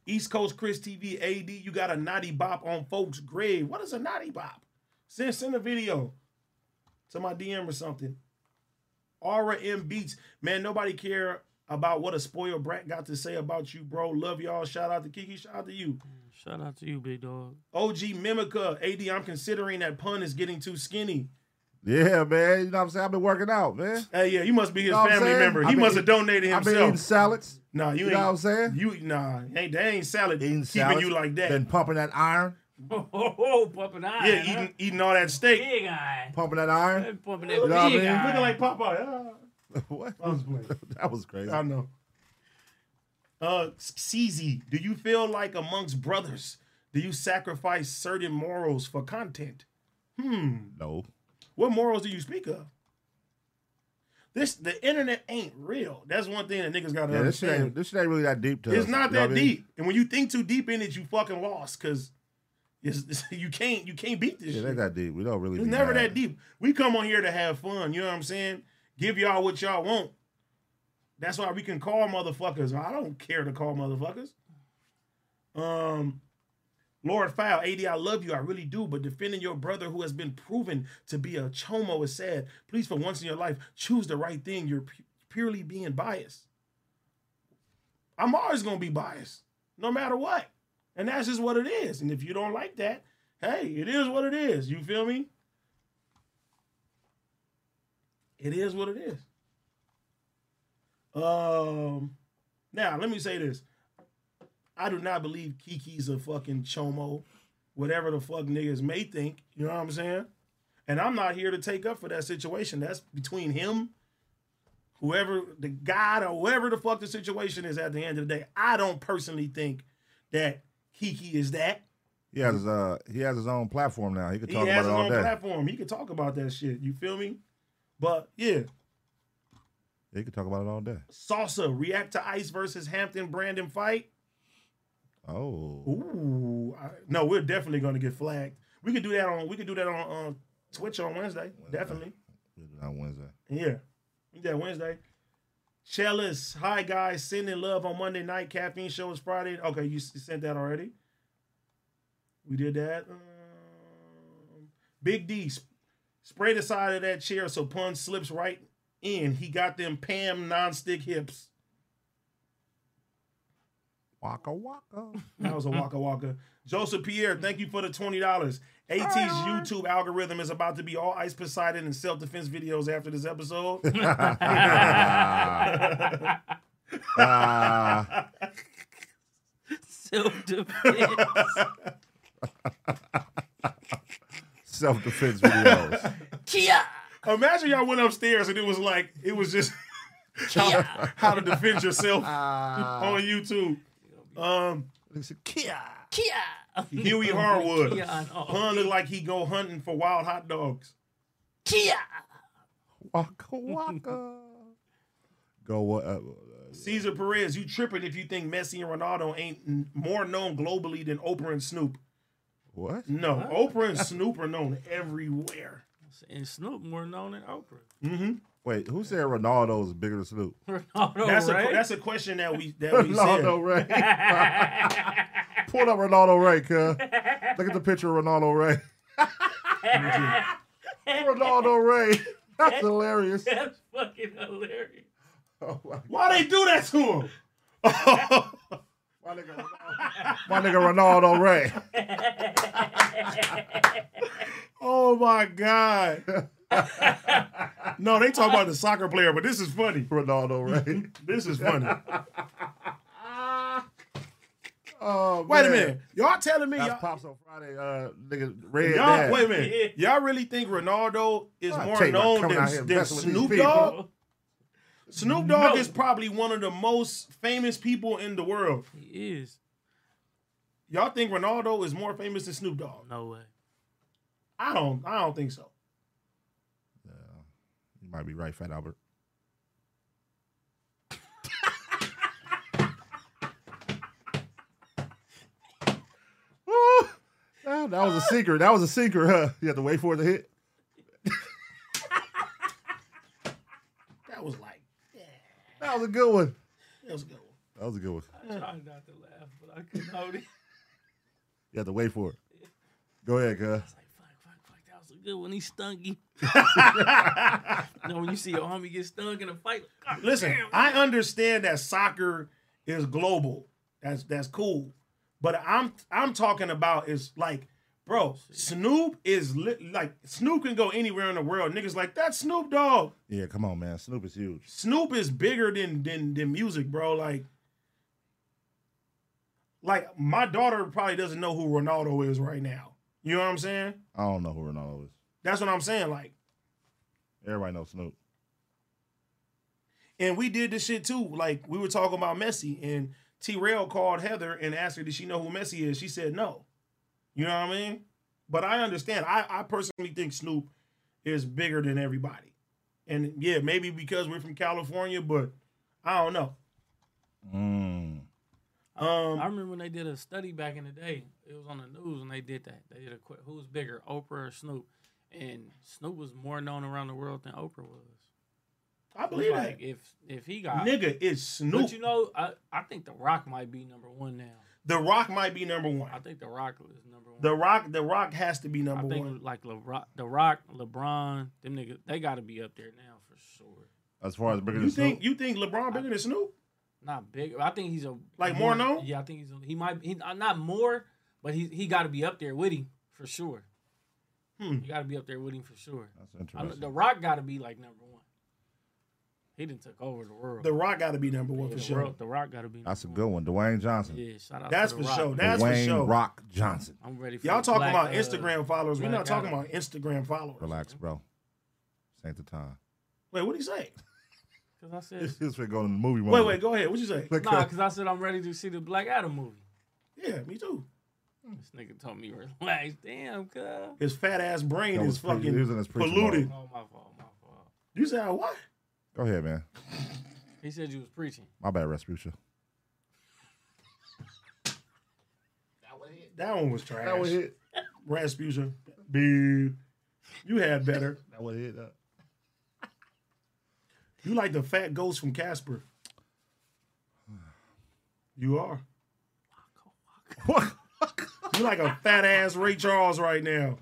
[SPEAKER 5] East Coast Chris TV, AD, you got a naughty bop on folks' grave. What is a naughty bop? Send send a video to my DM or something. Aura M Beats, man, nobody care about what a spoiled brat got to say about you, bro. Love y'all. Shout out to Kiki. Shout out to you.
[SPEAKER 8] Shout out to you, big dog.
[SPEAKER 5] OG Mimica, AD, I'm considering that pun is getting too skinny.
[SPEAKER 1] Yeah, man. You know what I'm saying? I've been working out, man.
[SPEAKER 5] Hey, yeah, you must be his
[SPEAKER 1] Know what I'm
[SPEAKER 5] family
[SPEAKER 1] saying?
[SPEAKER 5] member. He
[SPEAKER 1] I've been
[SPEAKER 5] must have
[SPEAKER 1] eating-
[SPEAKER 5] donated
[SPEAKER 1] I've
[SPEAKER 5] himself.
[SPEAKER 1] been eating salads.
[SPEAKER 5] Nah, you,
[SPEAKER 1] You
[SPEAKER 5] ain't,
[SPEAKER 1] know what I'm saying?
[SPEAKER 5] You nah, ain't that ain't salad keeping
[SPEAKER 1] Salads.
[SPEAKER 5] you like that.
[SPEAKER 1] Been pumping that iron.
[SPEAKER 8] Oh, oh, oh, pumping iron.
[SPEAKER 5] yeah, eating eating all that steak.
[SPEAKER 8] Big eye.
[SPEAKER 1] Pumping that iron.
[SPEAKER 8] Pumping
[SPEAKER 1] You know
[SPEAKER 8] that
[SPEAKER 1] what I
[SPEAKER 8] big
[SPEAKER 1] mean?
[SPEAKER 8] eye.
[SPEAKER 5] Looking like Popeye.
[SPEAKER 1] what?
[SPEAKER 5] I was playing.
[SPEAKER 1] that was crazy.
[SPEAKER 5] I know. Uh CZ, do you feel like amongst brothers, do you sacrifice certain morals for content? Hmm.
[SPEAKER 1] No.
[SPEAKER 5] What morals do you speak of? This the internet ain't real. That's one thing that niggas gotta
[SPEAKER 1] Yeah, this shit
[SPEAKER 5] understand.
[SPEAKER 1] ain't this shit ain't really that deep to us.
[SPEAKER 5] It's not
[SPEAKER 1] You know
[SPEAKER 5] that
[SPEAKER 1] what I mean?
[SPEAKER 5] deep. And when you think too deep in it, you fucking lost because you can't you can't beat this
[SPEAKER 1] Yeah, it
[SPEAKER 5] shit.
[SPEAKER 1] ain't that deep. We don't really.
[SPEAKER 5] It's
[SPEAKER 1] be
[SPEAKER 5] never
[SPEAKER 1] mad.
[SPEAKER 5] that deep. We come on here to have fun. You know what I'm saying? Give y'all what y'all want. That's why we can call motherfuckers. I don't care to call motherfuckers. Um, Lord Fowl, AD, I love you. I really do. But defending your brother who has been proven to be a chomo is sad. Please, for once in your life, choose the right thing. You're pu- purely being biased. I'm always going to be biased, no matter what. And that's just what it is. And if you don't like that, hey, it is what it is. You feel me? It is what it is. Um, now let me say this: I do not believe Kiki's a fucking chomo, whatever the fuck niggas may think. You know what I'm saying? And I'm not here to take up for that situation. That's between him, whoever the god or whoever the fuck the situation is. At the end of the day, I don't personally think that Kiki is that.
[SPEAKER 1] He has his, uh he has his own platform now. He could talk
[SPEAKER 5] he
[SPEAKER 1] about
[SPEAKER 5] has
[SPEAKER 1] it
[SPEAKER 5] his
[SPEAKER 1] all
[SPEAKER 5] own
[SPEAKER 1] day.
[SPEAKER 5] platform. He can talk about that shit. You feel me? But yeah,
[SPEAKER 1] He could talk about it all day.
[SPEAKER 5] Salsa react to Ice versus Hampton Brandon fight.
[SPEAKER 1] Oh,
[SPEAKER 5] Ooh, I, no, we're definitely gonna get flagged. We could do that on we could do that on um, Twitch on Wednesday, definitely.
[SPEAKER 1] we'll do that on Wednesday.
[SPEAKER 5] Yeah, we do that Wednesday. Chalice, hi guys, sending love on Monday night. Caffeine show is Friday. Okay, you s- sent that already. We did that. Um, Big D, sp- spray the side of that chair so pun slips right in. He got them Pam nonstick hips.
[SPEAKER 1] Waka waka.
[SPEAKER 5] That was a waka waka. Joseph Pierre, thank you for the twenty dollars. AT's YouTube algorithm is about to be all Ice Poseidon and self defense videos after this episode.
[SPEAKER 1] Ah.
[SPEAKER 8] Self defense.
[SPEAKER 1] Self defense videos.
[SPEAKER 8] Kia.
[SPEAKER 5] Imagine y'all went upstairs and it was like it was just how, to, how to defend yourself on YouTube. Um,
[SPEAKER 1] Kia.
[SPEAKER 8] Kia.
[SPEAKER 5] Huey Harwood,
[SPEAKER 8] Kia, I know.
[SPEAKER 5] pun look like he go hunting for wild hot dogs.
[SPEAKER 8] Kia.
[SPEAKER 1] Waka waka. Go what? Uh,
[SPEAKER 5] Caesar Perez, you tripping if you think Messi and Ronaldo ain't n- more known globally than Oprah and Snoop.
[SPEAKER 1] what?
[SPEAKER 5] No, Oprah and Snoop are known everywhere.
[SPEAKER 8] And Snoop more known than Oprah.
[SPEAKER 5] Mm-hmm.
[SPEAKER 1] Wait, who said Ronaldo is bigger than Snoop?
[SPEAKER 8] Ronaldo
[SPEAKER 5] that's a
[SPEAKER 1] Ray?
[SPEAKER 5] that's a question that we that we said.
[SPEAKER 1] Ronaldo Ray. Pull up Ronaldo Ray, cuz. Look at the picture of Ronaldo Ray. Ronaldo Ray. That's hilarious.
[SPEAKER 8] That's fucking hilarious.
[SPEAKER 5] Why they do that to him?
[SPEAKER 1] My nigga Ronaldo Ray.
[SPEAKER 5] Oh my god. no, they talk about the soccer player, but this is funny.
[SPEAKER 1] Ronaldo Ray.
[SPEAKER 5] this is funny.
[SPEAKER 1] Oh,
[SPEAKER 5] Wait a
[SPEAKER 1] man.
[SPEAKER 5] minute. Y'all telling me
[SPEAKER 1] That's
[SPEAKER 5] y'all
[SPEAKER 1] Pops on Friday, uh, nigga Red.
[SPEAKER 5] y'all,
[SPEAKER 1] Dad.
[SPEAKER 5] Wait a minute. Y'all really think Ronaldo is
[SPEAKER 1] I tell
[SPEAKER 5] more
[SPEAKER 1] you what,
[SPEAKER 5] known
[SPEAKER 1] coming out here
[SPEAKER 5] than, than
[SPEAKER 1] messing with these
[SPEAKER 5] Snoop
[SPEAKER 1] people.
[SPEAKER 5] Dogg? Snoop
[SPEAKER 1] No.
[SPEAKER 5] Dogg is probably one of the most famous people in the world.
[SPEAKER 8] He is.
[SPEAKER 5] Y'all think Ronaldo is more famous than Snoop Dogg?
[SPEAKER 8] No way.
[SPEAKER 5] I don't. I don't think so.
[SPEAKER 1] You might be right, Fat Albert. Woo! Ah, that was a secret. That was a secret, huh? You had to wait for it to hit.
[SPEAKER 5] That was like
[SPEAKER 1] That was a good one.
[SPEAKER 5] that was a good one.
[SPEAKER 1] That was a good one.
[SPEAKER 8] I tried not to laugh, but I couldn't hold it.
[SPEAKER 1] You had to wait for it. Go ahead, cuz.
[SPEAKER 8] That was a good one. He stung you. know when you see your homie get stung in a fight, like, God
[SPEAKER 5] Listen,
[SPEAKER 8] damn.
[SPEAKER 5] I understand that soccer is global. That's that's cool. But I'm I'm talking about is like, bro, Snoop is li- like Snoop can go anywhere in the world. Niggas like that's Snoop Dogg.
[SPEAKER 1] Yeah, come on, man. Snoop is huge.
[SPEAKER 5] Snoop is bigger than than than music, bro. Like, like my daughter probably doesn't know who Ronaldo is right now. You know what I'm saying?
[SPEAKER 1] I don't know who Ronaldo is.
[SPEAKER 5] That's what I'm saying. Like,
[SPEAKER 1] Everybody knows Snoop.
[SPEAKER 5] and we did this shit too. Like, we were talking about Messi, and T Rail called Heather and asked her, "Did she know who Messi is?" She said no. You know what I mean? But I understand. I I personally think Snoop is bigger than everybody. And yeah, maybe because we're from California, but I don't know.
[SPEAKER 1] Mm.
[SPEAKER 5] Um,
[SPEAKER 8] I remember when they did a study back in the day. It was on the news when they did that. They did a qu- who's bigger, Oprah or Snoop? And Snoop was more known around the world than Oprah was.
[SPEAKER 5] I believe that.
[SPEAKER 8] like, If if he got
[SPEAKER 5] Nigga is Snoop.
[SPEAKER 8] but you know, I, I think The Rock might be number one now.
[SPEAKER 5] The Rock might be number one.
[SPEAKER 8] I think The Rock is number one.
[SPEAKER 5] The Rock, The Rock has to be
[SPEAKER 8] I
[SPEAKER 5] number
[SPEAKER 8] think
[SPEAKER 5] one.
[SPEAKER 8] like LeBron, The Rock, LeBron, them niggas, they got to be up there now for sure.
[SPEAKER 1] As far as bigger
[SPEAKER 5] You
[SPEAKER 1] than
[SPEAKER 5] think
[SPEAKER 1] Snoop.
[SPEAKER 5] you think LeBron bigger than Snoop?
[SPEAKER 8] Not big. I think he's a
[SPEAKER 5] Like more known?
[SPEAKER 8] Yeah, I think he's a, he might he uh, not more, but he he got to be up there with him for sure.
[SPEAKER 5] Hmm.
[SPEAKER 8] You got to be up there with him for sure.
[SPEAKER 1] That's
[SPEAKER 8] I know
[SPEAKER 1] interesting.
[SPEAKER 8] the Rock got to be like number one. He didn't took over the world.
[SPEAKER 5] The Rock got to be number one
[SPEAKER 8] Yeah,
[SPEAKER 5] for
[SPEAKER 8] the
[SPEAKER 5] sure.
[SPEAKER 8] Rock- the Rock got to be.
[SPEAKER 1] That's a good one. Dwayne Johnson.
[SPEAKER 8] Yeah, shout out.
[SPEAKER 5] That's
[SPEAKER 8] to
[SPEAKER 5] for
[SPEAKER 8] the Rock.
[SPEAKER 5] sure. That's for
[SPEAKER 1] Dwayne
[SPEAKER 5] sure.
[SPEAKER 1] Rock Johnson.
[SPEAKER 8] I'm ready. For
[SPEAKER 5] Y'all
[SPEAKER 8] the black,
[SPEAKER 5] talking about
[SPEAKER 8] uh,
[SPEAKER 5] Instagram followers. We're
[SPEAKER 8] Black
[SPEAKER 5] not talking
[SPEAKER 8] Adam.
[SPEAKER 5] about Instagram followers.
[SPEAKER 1] Relax, bro. This ain't the time.
[SPEAKER 5] Wait, what do you say?
[SPEAKER 8] 'Cause I said
[SPEAKER 1] This is for going to the movie.
[SPEAKER 5] Wait, wait, go ahead. What you say?
[SPEAKER 8] Nah, because I said I'm ready to see the Black Adam movie.
[SPEAKER 5] Yeah, me too.
[SPEAKER 8] This nigga told me relax. Damn, cuz.
[SPEAKER 5] His fat ass brain
[SPEAKER 1] That
[SPEAKER 5] is
[SPEAKER 1] was pre-
[SPEAKER 5] fucking
[SPEAKER 1] he was in his preacher
[SPEAKER 5] polluted.
[SPEAKER 8] Oh, my fault, my fault.
[SPEAKER 5] You said what?
[SPEAKER 1] Go ahead, man.
[SPEAKER 8] He said you was preaching.
[SPEAKER 1] My bad, Respucia.
[SPEAKER 5] That one was trash. That
[SPEAKER 1] was
[SPEAKER 5] it. Rasputia. Boo. You had better.
[SPEAKER 1] That was it. That.
[SPEAKER 5] You like the fat ghost from Casper. You are. you like a fat ass Ray Charles right now.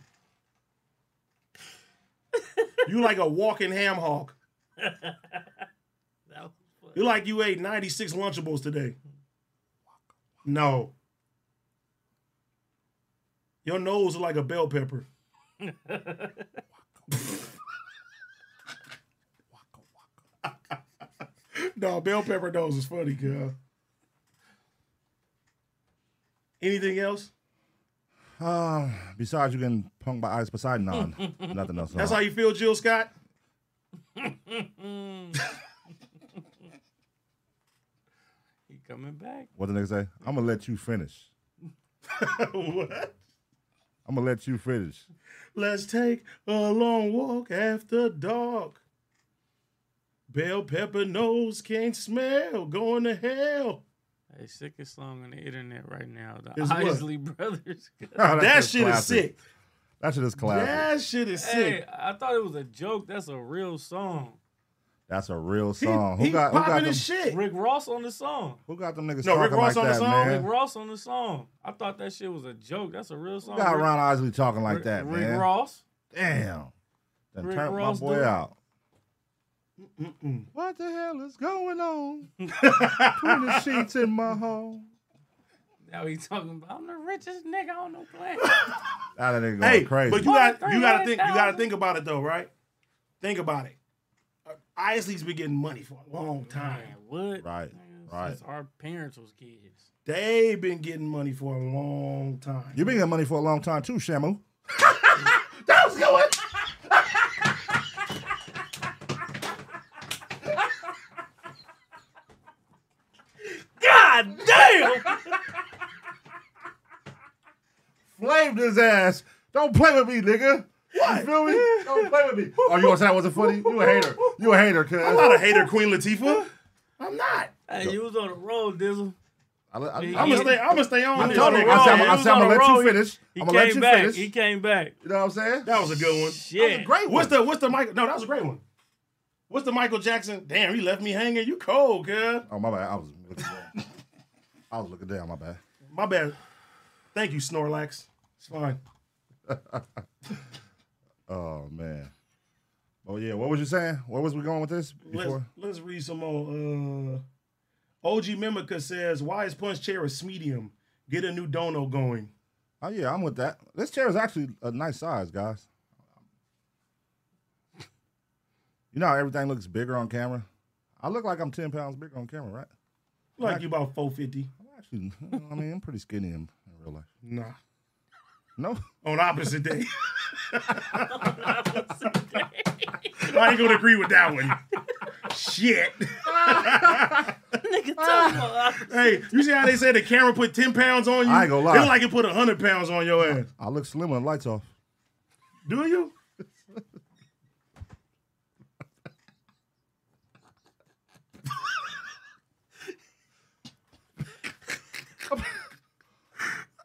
[SPEAKER 5] You like a walking ham hock.
[SPEAKER 8] That was
[SPEAKER 5] You like you ate 96 Lunchables today. No. Your nose is like a bell pepper. no, bell pepper nose is funny, girl. Anything else?
[SPEAKER 1] Uh, besides you getting punked by Ice Poseidon, on nothing else.
[SPEAKER 5] That's
[SPEAKER 1] on.
[SPEAKER 5] how you feel, Jill Scott?
[SPEAKER 8] he coming back.
[SPEAKER 1] What the nigga say? I'm gonna let you finish.
[SPEAKER 5] what?
[SPEAKER 1] I'm gonna let you finish.
[SPEAKER 5] Let's take a long walk after dark. Bell pepper nose can't smell. Going to hell.
[SPEAKER 8] Hey, sickest song on the internet right now. The
[SPEAKER 5] Is what?
[SPEAKER 8] Isley Brothers.
[SPEAKER 1] That's
[SPEAKER 5] Oh, that
[SPEAKER 1] just
[SPEAKER 5] shit is
[SPEAKER 1] classic.
[SPEAKER 5] sick.
[SPEAKER 1] That shit is classic.
[SPEAKER 5] That shit is
[SPEAKER 8] Hey,
[SPEAKER 5] sick.
[SPEAKER 8] I thought it was a joke. That's a real song.
[SPEAKER 1] That's a real song.
[SPEAKER 8] he
[SPEAKER 1] who got who got
[SPEAKER 8] popping
[SPEAKER 1] them,
[SPEAKER 8] his shit. Rick Ross on the song.
[SPEAKER 1] Who got them niggas
[SPEAKER 8] No, Rick
[SPEAKER 1] talking
[SPEAKER 8] Ross
[SPEAKER 1] like
[SPEAKER 8] on the
[SPEAKER 1] that,
[SPEAKER 8] song.
[SPEAKER 1] man?
[SPEAKER 8] Rick Ross on the song. I thought that shit was a joke. That's a real
[SPEAKER 1] Who
[SPEAKER 8] song.
[SPEAKER 1] got
[SPEAKER 8] Rick-
[SPEAKER 1] Ron Isley talking like
[SPEAKER 8] Rick-
[SPEAKER 1] that,
[SPEAKER 8] Rick
[SPEAKER 1] man?
[SPEAKER 8] Ross.
[SPEAKER 1] Damn. Done
[SPEAKER 8] Rick
[SPEAKER 1] turned my
[SPEAKER 8] Ross
[SPEAKER 1] boy
[SPEAKER 8] do it.
[SPEAKER 1] out.
[SPEAKER 5] Mm-mm.
[SPEAKER 1] What the hell is going on? Putting the sheets in my home.
[SPEAKER 8] Now he talking about I'm the richest nigga on the planet.
[SPEAKER 1] Now that nigga going
[SPEAKER 5] Hey,
[SPEAKER 1] crazy.
[SPEAKER 5] but you got you got to think you got to think about it though, right? Think about it. Uh, Isley's been getting money for a long time.
[SPEAKER 8] what?
[SPEAKER 1] Right, right.
[SPEAKER 8] Since our parents was kids.
[SPEAKER 5] They been getting money for a long time.
[SPEAKER 1] You've been getting money for a long time too, Shamu.
[SPEAKER 5] That was good. one.
[SPEAKER 8] God damn!
[SPEAKER 1] Flamed his ass. Don't play with me, nigga. What? You feel me? Don't play with me. Oh, you gonna say that wasn't funny? You a hater. You a hater, cuz.
[SPEAKER 5] I'm not a hater, Queen Latifah. I'm not.
[SPEAKER 8] Hey, you was on the road, Dizzle.
[SPEAKER 1] I, I,
[SPEAKER 5] I'ma stay- I'ma stay on
[SPEAKER 1] I
[SPEAKER 5] this,
[SPEAKER 1] told him.
[SPEAKER 5] nigga.
[SPEAKER 1] I said, I'm,
[SPEAKER 5] He
[SPEAKER 1] I
[SPEAKER 5] was
[SPEAKER 1] said, I'm
[SPEAKER 5] on
[SPEAKER 1] gonna
[SPEAKER 5] the
[SPEAKER 1] let
[SPEAKER 5] road.
[SPEAKER 1] you finish.
[SPEAKER 5] He
[SPEAKER 1] I'm gonna let
[SPEAKER 5] came
[SPEAKER 1] you
[SPEAKER 5] back.
[SPEAKER 1] finish.
[SPEAKER 8] He came back.
[SPEAKER 1] You know what I'm saying?
[SPEAKER 5] That was a good one. That was a
[SPEAKER 1] Shit.
[SPEAKER 5] great one. What's the what's the Michael? No, that was a great one. What's the Michael Jackson? Damn, he left me hanging. You cold, girl.
[SPEAKER 1] Oh my bad. I was looking down. I was looking down. My bad.
[SPEAKER 5] My bad. Thank you, Snorlax. It's fine.
[SPEAKER 1] Oh man. Oh yeah. What was you saying? Where was we going with this
[SPEAKER 5] Let's,
[SPEAKER 1] before?
[SPEAKER 5] let's read some more. Uh, OG Mimica says, "Why is Punch Chair a smedium? Get a new dono going."
[SPEAKER 1] Oh yeah, I'm with that. This chair is actually a nice size, guys. You know how everything looks bigger on camera. I look like I'm ten pounds bigger on camera, right?
[SPEAKER 5] Like you about four fifty.
[SPEAKER 1] Actually, I mean, I'm pretty skinny in, in real life.
[SPEAKER 5] Nah.
[SPEAKER 1] No.
[SPEAKER 5] On opposite day. I ain't gonna agree with that one. Shit.
[SPEAKER 8] Nigga, talking about
[SPEAKER 5] Hey, you see how they said the camera put 10 pounds on you?
[SPEAKER 1] I ain't gonna lie.
[SPEAKER 5] Feel like it put 100 pounds on your ass.
[SPEAKER 1] I look slim when the lights off.
[SPEAKER 5] Do you?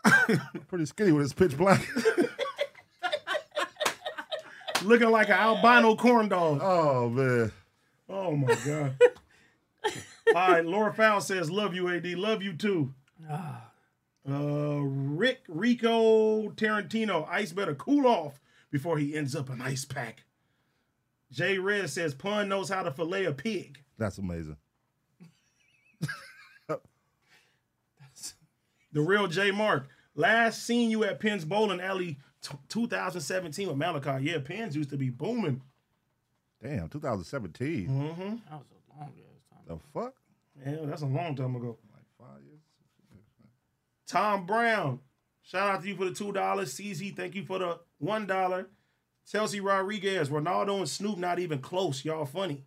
[SPEAKER 1] I'm pretty skinny when it's pitch black.
[SPEAKER 5] Looking like an albino corn dog.
[SPEAKER 1] Oh man.
[SPEAKER 5] Oh my god. All right, Laura Fowl says, "Love you, Ad. Love you too." Uh, Rick Rico Tarantino, Ice better cool off before he ends up an ice pack. Jay Red says, "Pun knows how to fillet a pig."
[SPEAKER 1] That's amazing.
[SPEAKER 5] The real J Mark. Last seen you at Penn's Bowling Alley, t- 2017 with Malachi. Yeah, Penn's used to be booming.
[SPEAKER 1] Damn, 2017.
[SPEAKER 5] Mm-hmm.
[SPEAKER 8] That was a long ass time.
[SPEAKER 1] The fuck?
[SPEAKER 5] Yeah, that's a long time ago. Tom Brown, shout out to you for the two dollars. CZ, thank you for the one dollar. Chelsea Rodriguez, Ronaldo and Snoop not even close. Y'all funny.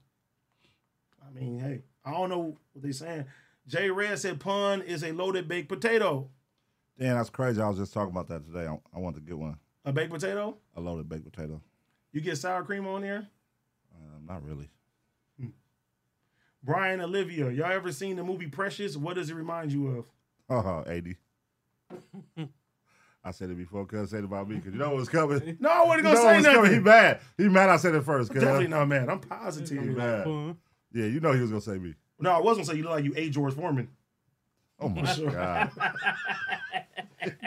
[SPEAKER 5] I mean, hey, I don't know what they saying. Jay Red said pun is a loaded baked potato.
[SPEAKER 1] Damn, that's crazy. I was just talking about that today. I, I wanted to get one,
[SPEAKER 5] A baked potato?
[SPEAKER 1] a loaded baked potato.
[SPEAKER 5] You get sour cream on there?
[SPEAKER 1] Um, not really.
[SPEAKER 5] Brian Olivia, y'all ever seen the movie Precious? What does it remind you of?
[SPEAKER 1] Oh, 80. I said it before, cuz said it about me, because you know what's coming.
[SPEAKER 5] No, I wasn't
[SPEAKER 1] You know
[SPEAKER 5] gonna say
[SPEAKER 1] what's coming.
[SPEAKER 5] nothing.
[SPEAKER 1] He mad. He mad I said it first,
[SPEAKER 5] I'm
[SPEAKER 1] cuz.
[SPEAKER 5] definitely not mad. I'm positive.
[SPEAKER 1] He mad. Yeah, you know he was gonna say me.
[SPEAKER 5] No, I wasn't gonna say you look like you ate George Foreman.
[SPEAKER 1] Oh my
[SPEAKER 5] Sure.
[SPEAKER 1] god.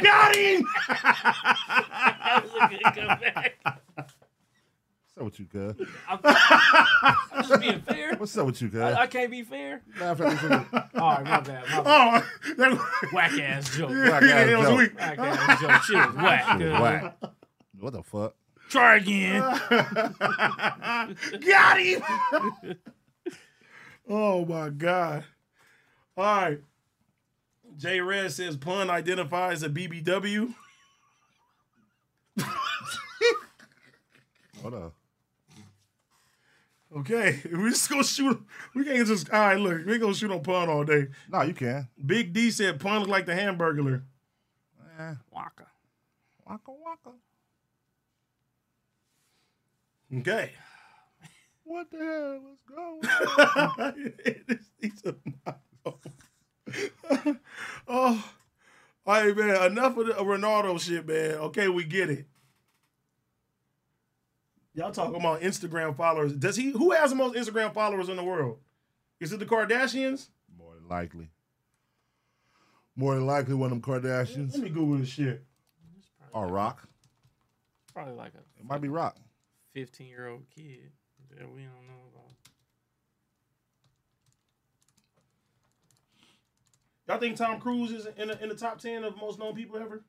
[SPEAKER 5] Got him!
[SPEAKER 8] that was a good comeback.
[SPEAKER 1] What's up with you, cuz?
[SPEAKER 8] I'm, I'm just being fair.
[SPEAKER 1] What's up with you, cuz?
[SPEAKER 8] I, I can't be fair.
[SPEAKER 1] Laugh at me for me.
[SPEAKER 8] All right, my bad. My bad.
[SPEAKER 5] Oh,
[SPEAKER 8] Whack ass joke.
[SPEAKER 1] Whack ass
[SPEAKER 5] It was
[SPEAKER 1] joke.
[SPEAKER 5] weak.
[SPEAKER 8] Whack ass joke. Shit was whack.
[SPEAKER 1] Shit,
[SPEAKER 8] dude.
[SPEAKER 1] whack. What the fuck?
[SPEAKER 8] Try again.
[SPEAKER 5] Got him! oh my god. All right. J Red says pun identifies a BBW.
[SPEAKER 1] Hold on.
[SPEAKER 5] Okay, we just gonna shoot. We can't just. All right, look, we gonna shoot on pun all day.
[SPEAKER 1] No, you can.
[SPEAKER 5] Big D said pun look like the Hamburglar.
[SPEAKER 1] Eh,
[SPEAKER 8] Waka.
[SPEAKER 1] waka waka.
[SPEAKER 5] Okay.
[SPEAKER 1] What the hell is going
[SPEAKER 5] These are not- oh, all right, man. Enough of the Ronaldo shit, man. Okay, we get it. Y'all talking about Instagram followers? Does he? Who has the most Instagram followers in the world? Is it the Kardashians?
[SPEAKER 1] Likely. More than likely one of them Kardashians.
[SPEAKER 5] Let me Google this shit.
[SPEAKER 1] Or Rock.
[SPEAKER 8] Probably like a
[SPEAKER 1] It might be Rock.
[SPEAKER 8] 15 year old kid that we don't know about.
[SPEAKER 5] Y'all think Tom Cruise is in the, in the top ten of most known people ever?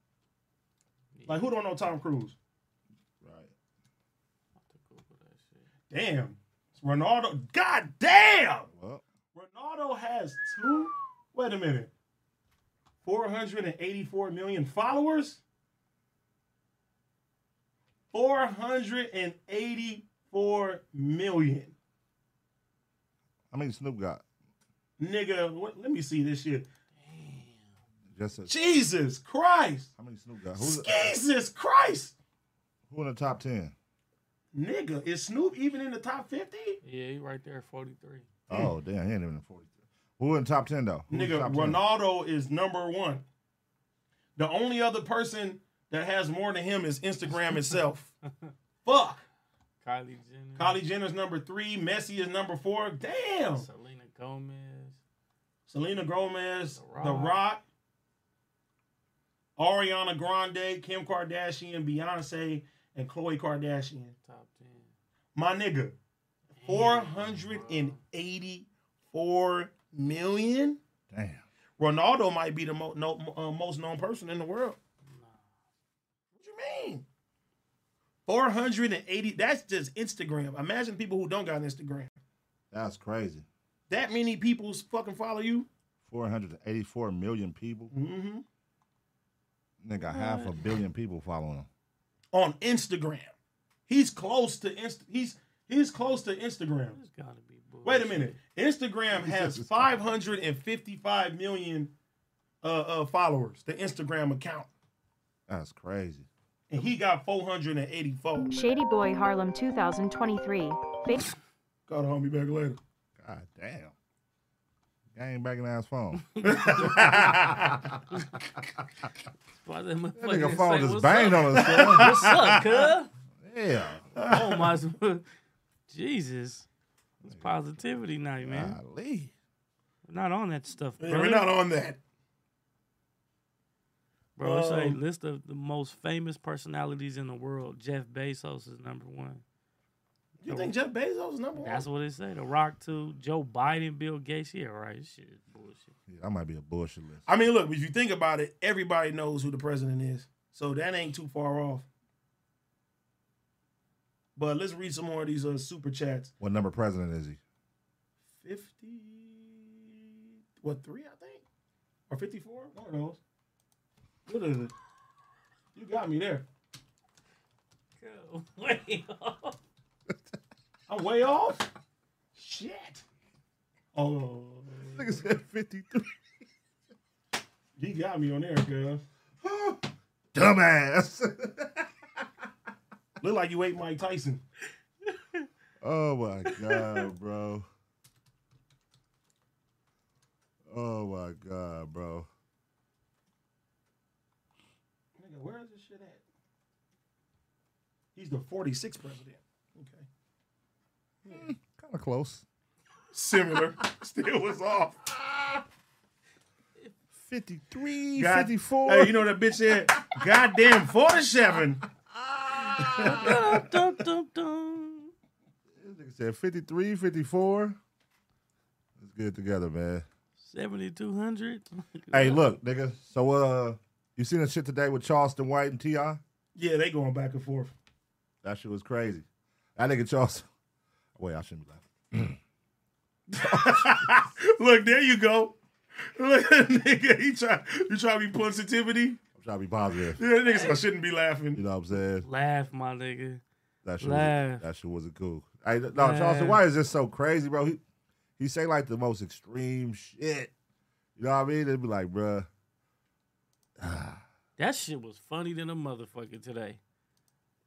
[SPEAKER 5] Like who don't know Tom Cruise? Right. Damn, It's Ronaldo. God damn.
[SPEAKER 1] Well.
[SPEAKER 5] Ronaldo has two. Wait a minute. Four hundred and eighty-four million followers. Four hundred and eighty-four million.
[SPEAKER 1] I mean Snoop got
[SPEAKER 5] Nigga, what, let me see this shit.
[SPEAKER 1] just a,
[SPEAKER 5] Jesus Christ.
[SPEAKER 1] How many Snoop got? Who's
[SPEAKER 5] Jesus Christ.
[SPEAKER 1] who in the top ten?
[SPEAKER 5] Nigga, is Snoop even in the top 50?
[SPEAKER 8] Yeah, he right there at 43.
[SPEAKER 1] Oh damn, he ain't even in forty three. Who in the top ten though? Who's the
[SPEAKER 5] Nigga,
[SPEAKER 1] top 10?
[SPEAKER 5] Ronaldo is number one. The only other person that has more than him is Instagram itself. Fuck.
[SPEAKER 8] Kylie Jenner.
[SPEAKER 5] Kylie Jenner's number three. Messi is number four. Damn.
[SPEAKER 8] Selena Gomez.
[SPEAKER 5] Selena Gomez, The Rock.
[SPEAKER 8] The Rock.
[SPEAKER 5] Ariana Grande, Kim Kardashian, Beyonce, and Khloe Kardashian.
[SPEAKER 8] Top 10.
[SPEAKER 5] My nigga, 484 million?
[SPEAKER 1] Damn.
[SPEAKER 5] Ronaldo might be the mo- no, uh, most known person in the world. What you mean? 480. That's just Instagram. Imagine people who don't got Instagram.
[SPEAKER 1] That's crazy.
[SPEAKER 5] That many people fucking follow you?
[SPEAKER 1] Four hundred and eighty four million people.
[SPEAKER 5] Mm-hmm.
[SPEAKER 1] Nigga, half a billion people following him.
[SPEAKER 5] on Instagram. He's close to inst- he's he's close to Instagram. Wait a minute. Instagram has 555 million uh, uh, followers, the Instagram account,
[SPEAKER 1] That's crazy.
[SPEAKER 5] and he got 484.
[SPEAKER 13] Shady Boy Harlem 2023. Fa-
[SPEAKER 5] Call the homie back later.
[SPEAKER 1] God damn. Gang banging ass phone.
[SPEAKER 8] Why that motherfucker
[SPEAKER 1] nigga
[SPEAKER 8] didn't
[SPEAKER 1] phone
[SPEAKER 8] say,
[SPEAKER 1] just
[SPEAKER 8] "What's
[SPEAKER 1] banged
[SPEAKER 8] up?"
[SPEAKER 1] on us, son.
[SPEAKER 8] What's up, cuz?
[SPEAKER 1] Yeah.
[SPEAKER 8] Oh my s- Jesus. It's positivity night, man. We're not on that stuff,
[SPEAKER 5] Yeah,
[SPEAKER 8] bro.
[SPEAKER 5] we're not on that.
[SPEAKER 8] Bro, it's a
[SPEAKER 5] Um,
[SPEAKER 8] list of the most famous personalities in the world. Jeff Bezos is number one.
[SPEAKER 5] You think Jeff Bezos is number one?
[SPEAKER 8] That's what they say. The Rock two, Joe Biden, Bill Gates. Yeah, right. This Shit is bullshit.
[SPEAKER 1] Yeah, that might be a bullshit list.
[SPEAKER 5] I mean, look, if you think about it, everybody knows who the president is. So that ain't too far off. But let's read some more of these uh, super chats.
[SPEAKER 1] What number president is he?
[SPEAKER 5] 50, what, three, I think? Or 54? One of those. What is it? You got me there.
[SPEAKER 8] Way off.
[SPEAKER 5] I'm way off? Shit. Oh.
[SPEAKER 1] Nigga said 53.
[SPEAKER 5] You got me on there, girl.
[SPEAKER 1] Dumbass.
[SPEAKER 5] Look like you ate Mike Tyson.
[SPEAKER 1] oh my god, bro. Oh my god, bro.
[SPEAKER 5] Nigga, where is this shit at? He's the 46th president. Okay.
[SPEAKER 1] Hmm. Kind of close.
[SPEAKER 5] Similar. Still was off.
[SPEAKER 1] 53,
[SPEAKER 5] God-
[SPEAKER 1] 54.
[SPEAKER 5] Hey, you know that bitch said, goddamn 47.
[SPEAKER 8] dum, dum, dum.
[SPEAKER 1] Nigga said 53, 54. Let's get it together, man.
[SPEAKER 8] 7,200.
[SPEAKER 1] Hey, look, nigga. So, uh, you seen the shit today with Charleston White and T.I.?
[SPEAKER 5] Yeah, they going back and forth.
[SPEAKER 1] That shit was crazy. That nigga Charleston. Wait, I shouldn't be laughing.
[SPEAKER 5] Look, there you go. Look, nigga, he try, you try to be positivity.
[SPEAKER 1] I'm trying to be positive.
[SPEAKER 5] Yeah, that nigga said, "I shouldn't be laughing.
[SPEAKER 1] You know what I'm saying?
[SPEAKER 8] Laugh, my nigga.
[SPEAKER 1] That shit,
[SPEAKER 8] Laugh.
[SPEAKER 1] was, that shit wasn't cool. Hey, no, Charleston
[SPEAKER 8] Laugh.
[SPEAKER 1] White is just so crazy, bro. He he say like the most extreme shit. You know what I mean? It'd be like, bruh. ah,
[SPEAKER 8] That shit was funny than a motherfucker today.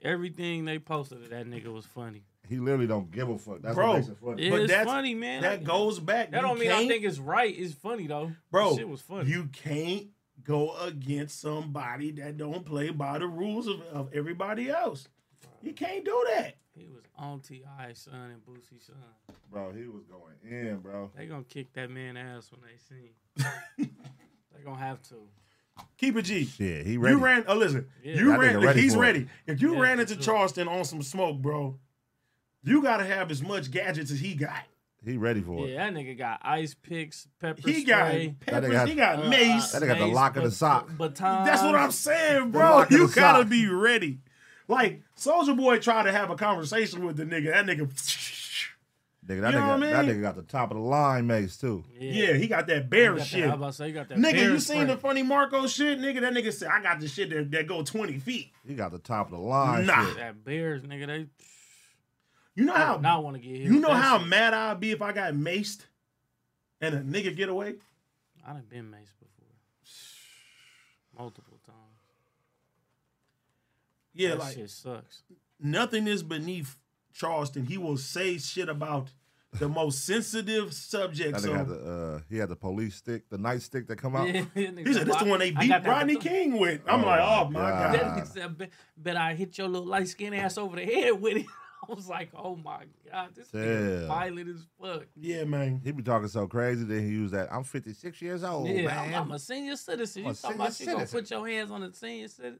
[SPEAKER 8] Everything they posted of that nigga was funny.
[SPEAKER 1] He literally don't give a fuck. That's
[SPEAKER 5] Bro,
[SPEAKER 1] what makes it funny.
[SPEAKER 8] Yeah,
[SPEAKER 5] But
[SPEAKER 8] it's
[SPEAKER 5] that's-
[SPEAKER 8] funny, man.
[SPEAKER 5] that goes back.
[SPEAKER 8] That
[SPEAKER 5] You
[SPEAKER 8] don't mean I
[SPEAKER 5] can't-
[SPEAKER 8] think it's right. It's funny though.
[SPEAKER 5] Bro,
[SPEAKER 8] That shit was funny.
[SPEAKER 5] you can't go against somebody that don't play by the rules of, of everybody else. You can't do that.
[SPEAKER 8] He was on Ti son and Boosie son.
[SPEAKER 1] Bro, he was going in, bro.
[SPEAKER 8] They gonna kick that man ass when they see. him. they gonna have to.
[SPEAKER 5] Keep it G.
[SPEAKER 1] Shit, he
[SPEAKER 5] You ran. Oh, listen.
[SPEAKER 8] Yeah.
[SPEAKER 5] You
[SPEAKER 1] That
[SPEAKER 5] ran.
[SPEAKER 1] nigga
[SPEAKER 5] look,
[SPEAKER 1] ready
[SPEAKER 5] he's
[SPEAKER 1] for it.
[SPEAKER 5] ready. If you
[SPEAKER 1] Yeah,
[SPEAKER 5] ran
[SPEAKER 1] for
[SPEAKER 5] into
[SPEAKER 1] sure.
[SPEAKER 5] Charleston on some smoke, bro, you gotta have as much gadgets as he got.
[SPEAKER 1] He ready for it.
[SPEAKER 8] Yeah, that nigga got ice picks, pepper
[SPEAKER 5] He got
[SPEAKER 8] spray. Uh,
[SPEAKER 5] That peppers, nigga got- he got mace.
[SPEAKER 1] that nigga got the lock of the sock.
[SPEAKER 8] Baton.
[SPEAKER 5] That's what I'm saying,
[SPEAKER 1] The
[SPEAKER 5] bro.
[SPEAKER 1] lock of
[SPEAKER 5] You
[SPEAKER 1] the
[SPEAKER 5] gotta
[SPEAKER 1] sock.
[SPEAKER 5] be ready. Like Soldier Boy tried to have a conversation with the nigga. That nigga,
[SPEAKER 1] Nigga, that,
[SPEAKER 5] You know
[SPEAKER 1] nigga,
[SPEAKER 5] what I
[SPEAKER 1] that
[SPEAKER 5] mean?
[SPEAKER 1] nigga got the top of the line mace too.
[SPEAKER 5] yeah, he got that
[SPEAKER 8] He got
[SPEAKER 5] bear
[SPEAKER 8] that-
[SPEAKER 5] shit.
[SPEAKER 8] I was about to say, he got that
[SPEAKER 5] nigga,
[SPEAKER 8] bear
[SPEAKER 5] you seen
[SPEAKER 8] spray.
[SPEAKER 5] the funny Marco shit, nigga? That nigga said, "I got the shit that, that go twenty feet."
[SPEAKER 1] He got the top of the line.
[SPEAKER 5] Nah.
[SPEAKER 1] Ah, shit.
[SPEAKER 8] That Bears, nigga, they.
[SPEAKER 5] You know
[SPEAKER 8] I
[SPEAKER 5] how
[SPEAKER 8] do not want to get hit.
[SPEAKER 5] You
[SPEAKER 8] with
[SPEAKER 5] know
[SPEAKER 8] that
[SPEAKER 5] how
[SPEAKER 8] shit.
[SPEAKER 5] mad I'd be if I got maced and a nigga get away?
[SPEAKER 8] I done been maced before, multiple times.
[SPEAKER 5] Yeah,
[SPEAKER 8] that
[SPEAKER 5] like
[SPEAKER 8] shit sucks.
[SPEAKER 5] nothing is beneath Charleston. He will say shit about the most sensitive
[SPEAKER 1] That
[SPEAKER 5] subjects.
[SPEAKER 1] nigga had
[SPEAKER 5] on-
[SPEAKER 1] the uh, he had the police stick, the night stick that come out.
[SPEAKER 8] Yeah,
[SPEAKER 5] He said, "This the one they
[SPEAKER 8] I
[SPEAKER 5] beat
[SPEAKER 8] got that
[SPEAKER 5] Rodney
[SPEAKER 8] baton."
[SPEAKER 5] King with." I'm like, "Oh my god!"
[SPEAKER 8] That nigga said, "Bet- bet I hit your little light skinned ass over the head with it. I was like, oh my god, this nigga
[SPEAKER 1] Yeah.
[SPEAKER 8] violent as fuck.
[SPEAKER 5] Yeah, man.
[SPEAKER 1] He be talking so crazy that he was that I'm 56 years old,
[SPEAKER 8] yeah,
[SPEAKER 1] man.
[SPEAKER 8] I'm, I'm a senior citizen.
[SPEAKER 1] I'm
[SPEAKER 8] You
[SPEAKER 1] a
[SPEAKER 8] talking about you
[SPEAKER 1] senior
[SPEAKER 8] gonna
[SPEAKER 1] citizen.
[SPEAKER 8] put your hands on a senior citizen?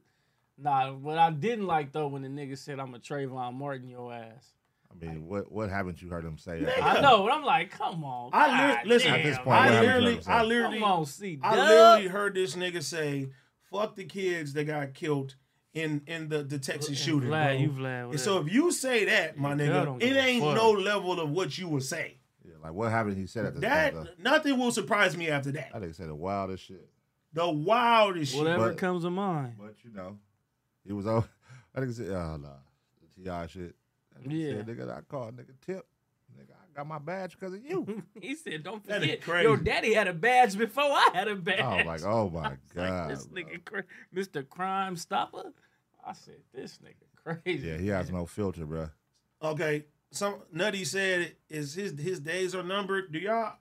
[SPEAKER 8] Nah, what I didn't like though when the nigga said I'm a Trayvon Martin your ass.
[SPEAKER 1] I mean, what what haven't you heard him say?
[SPEAKER 8] I know, but I'm like, come on.
[SPEAKER 5] I
[SPEAKER 8] God
[SPEAKER 5] li- listen.
[SPEAKER 8] damn,
[SPEAKER 1] At this point, what
[SPEAKER 5] I
[SPEAKER 1] happened to
[SPEAKER 5] literally,
[SPEAKER 1] himself?
[SPEAKER 5] I literally,
[SPEAKER 8] Come on, C.
[SPEAKER 5] I
[SPEAKER 8] Dub.
[SPEAKER 5] literally heard this nigga say, "Fuck the kids that got killed in in the the Texas shooting."
[SPEAKER 8] Vlad,
[SPEAKER 5] bro."
[SPEAKER 8] you Vlad,
[SPEAKER 5] And so if you say that, my
[SPEAKER 1] Dub
[SPEAKER 5] nigga,
[SPEAKER 1] don't
[SPEAKER 5] it
[SPEAKER 1] give a
[SPEAKER 5] ain't
[SPEAKER 1] fuck.
[SPEAKER 5] no level of what you would say.
[SPEAKER 1] Yeah, like what happened? He said at this
[SPEAKER 5] That
[SPEAKER 1] point,
[SPEAKER 5] nothing will surprise me after that.
[SPEAKER 1] though. That nigga said the wildest shit.
[SPEAKER 5] The wildest
[SPEAKER 8] Whatever
[SPEAKER 1] But-
[SPEAKER 8] comes to mind.
[SPEAKER 1] But you know, he was on. I think said, oh no, the Ti shit. That nigga
[SPEAKER 8] Yeah.
[SPEAKER 1] said, nigga, I called nigga tip. Nigga, I got my badge because of you.
[SPEAKER 8] He said, "Don't
[SPEAKER 1] That is
[SPEAKER 8] forget,
[SPEAKER 1] crazy.
[SPEAKER 8] your daddy had a badge before I had a badge."
[SPEAKER 1] I was like, oh my
[SPEAKER 8] Like,
[SPEAKER 1] god.
[SPEAKER 8] this nigga, cra- Mr. Crime Stopper. I said, this nigga crazy.
[SPEAKER 1] yeah, he has no filter, bruh.
[SPEAKER 5] Okay, some Nutty said is his his days are numbered. Do y'all?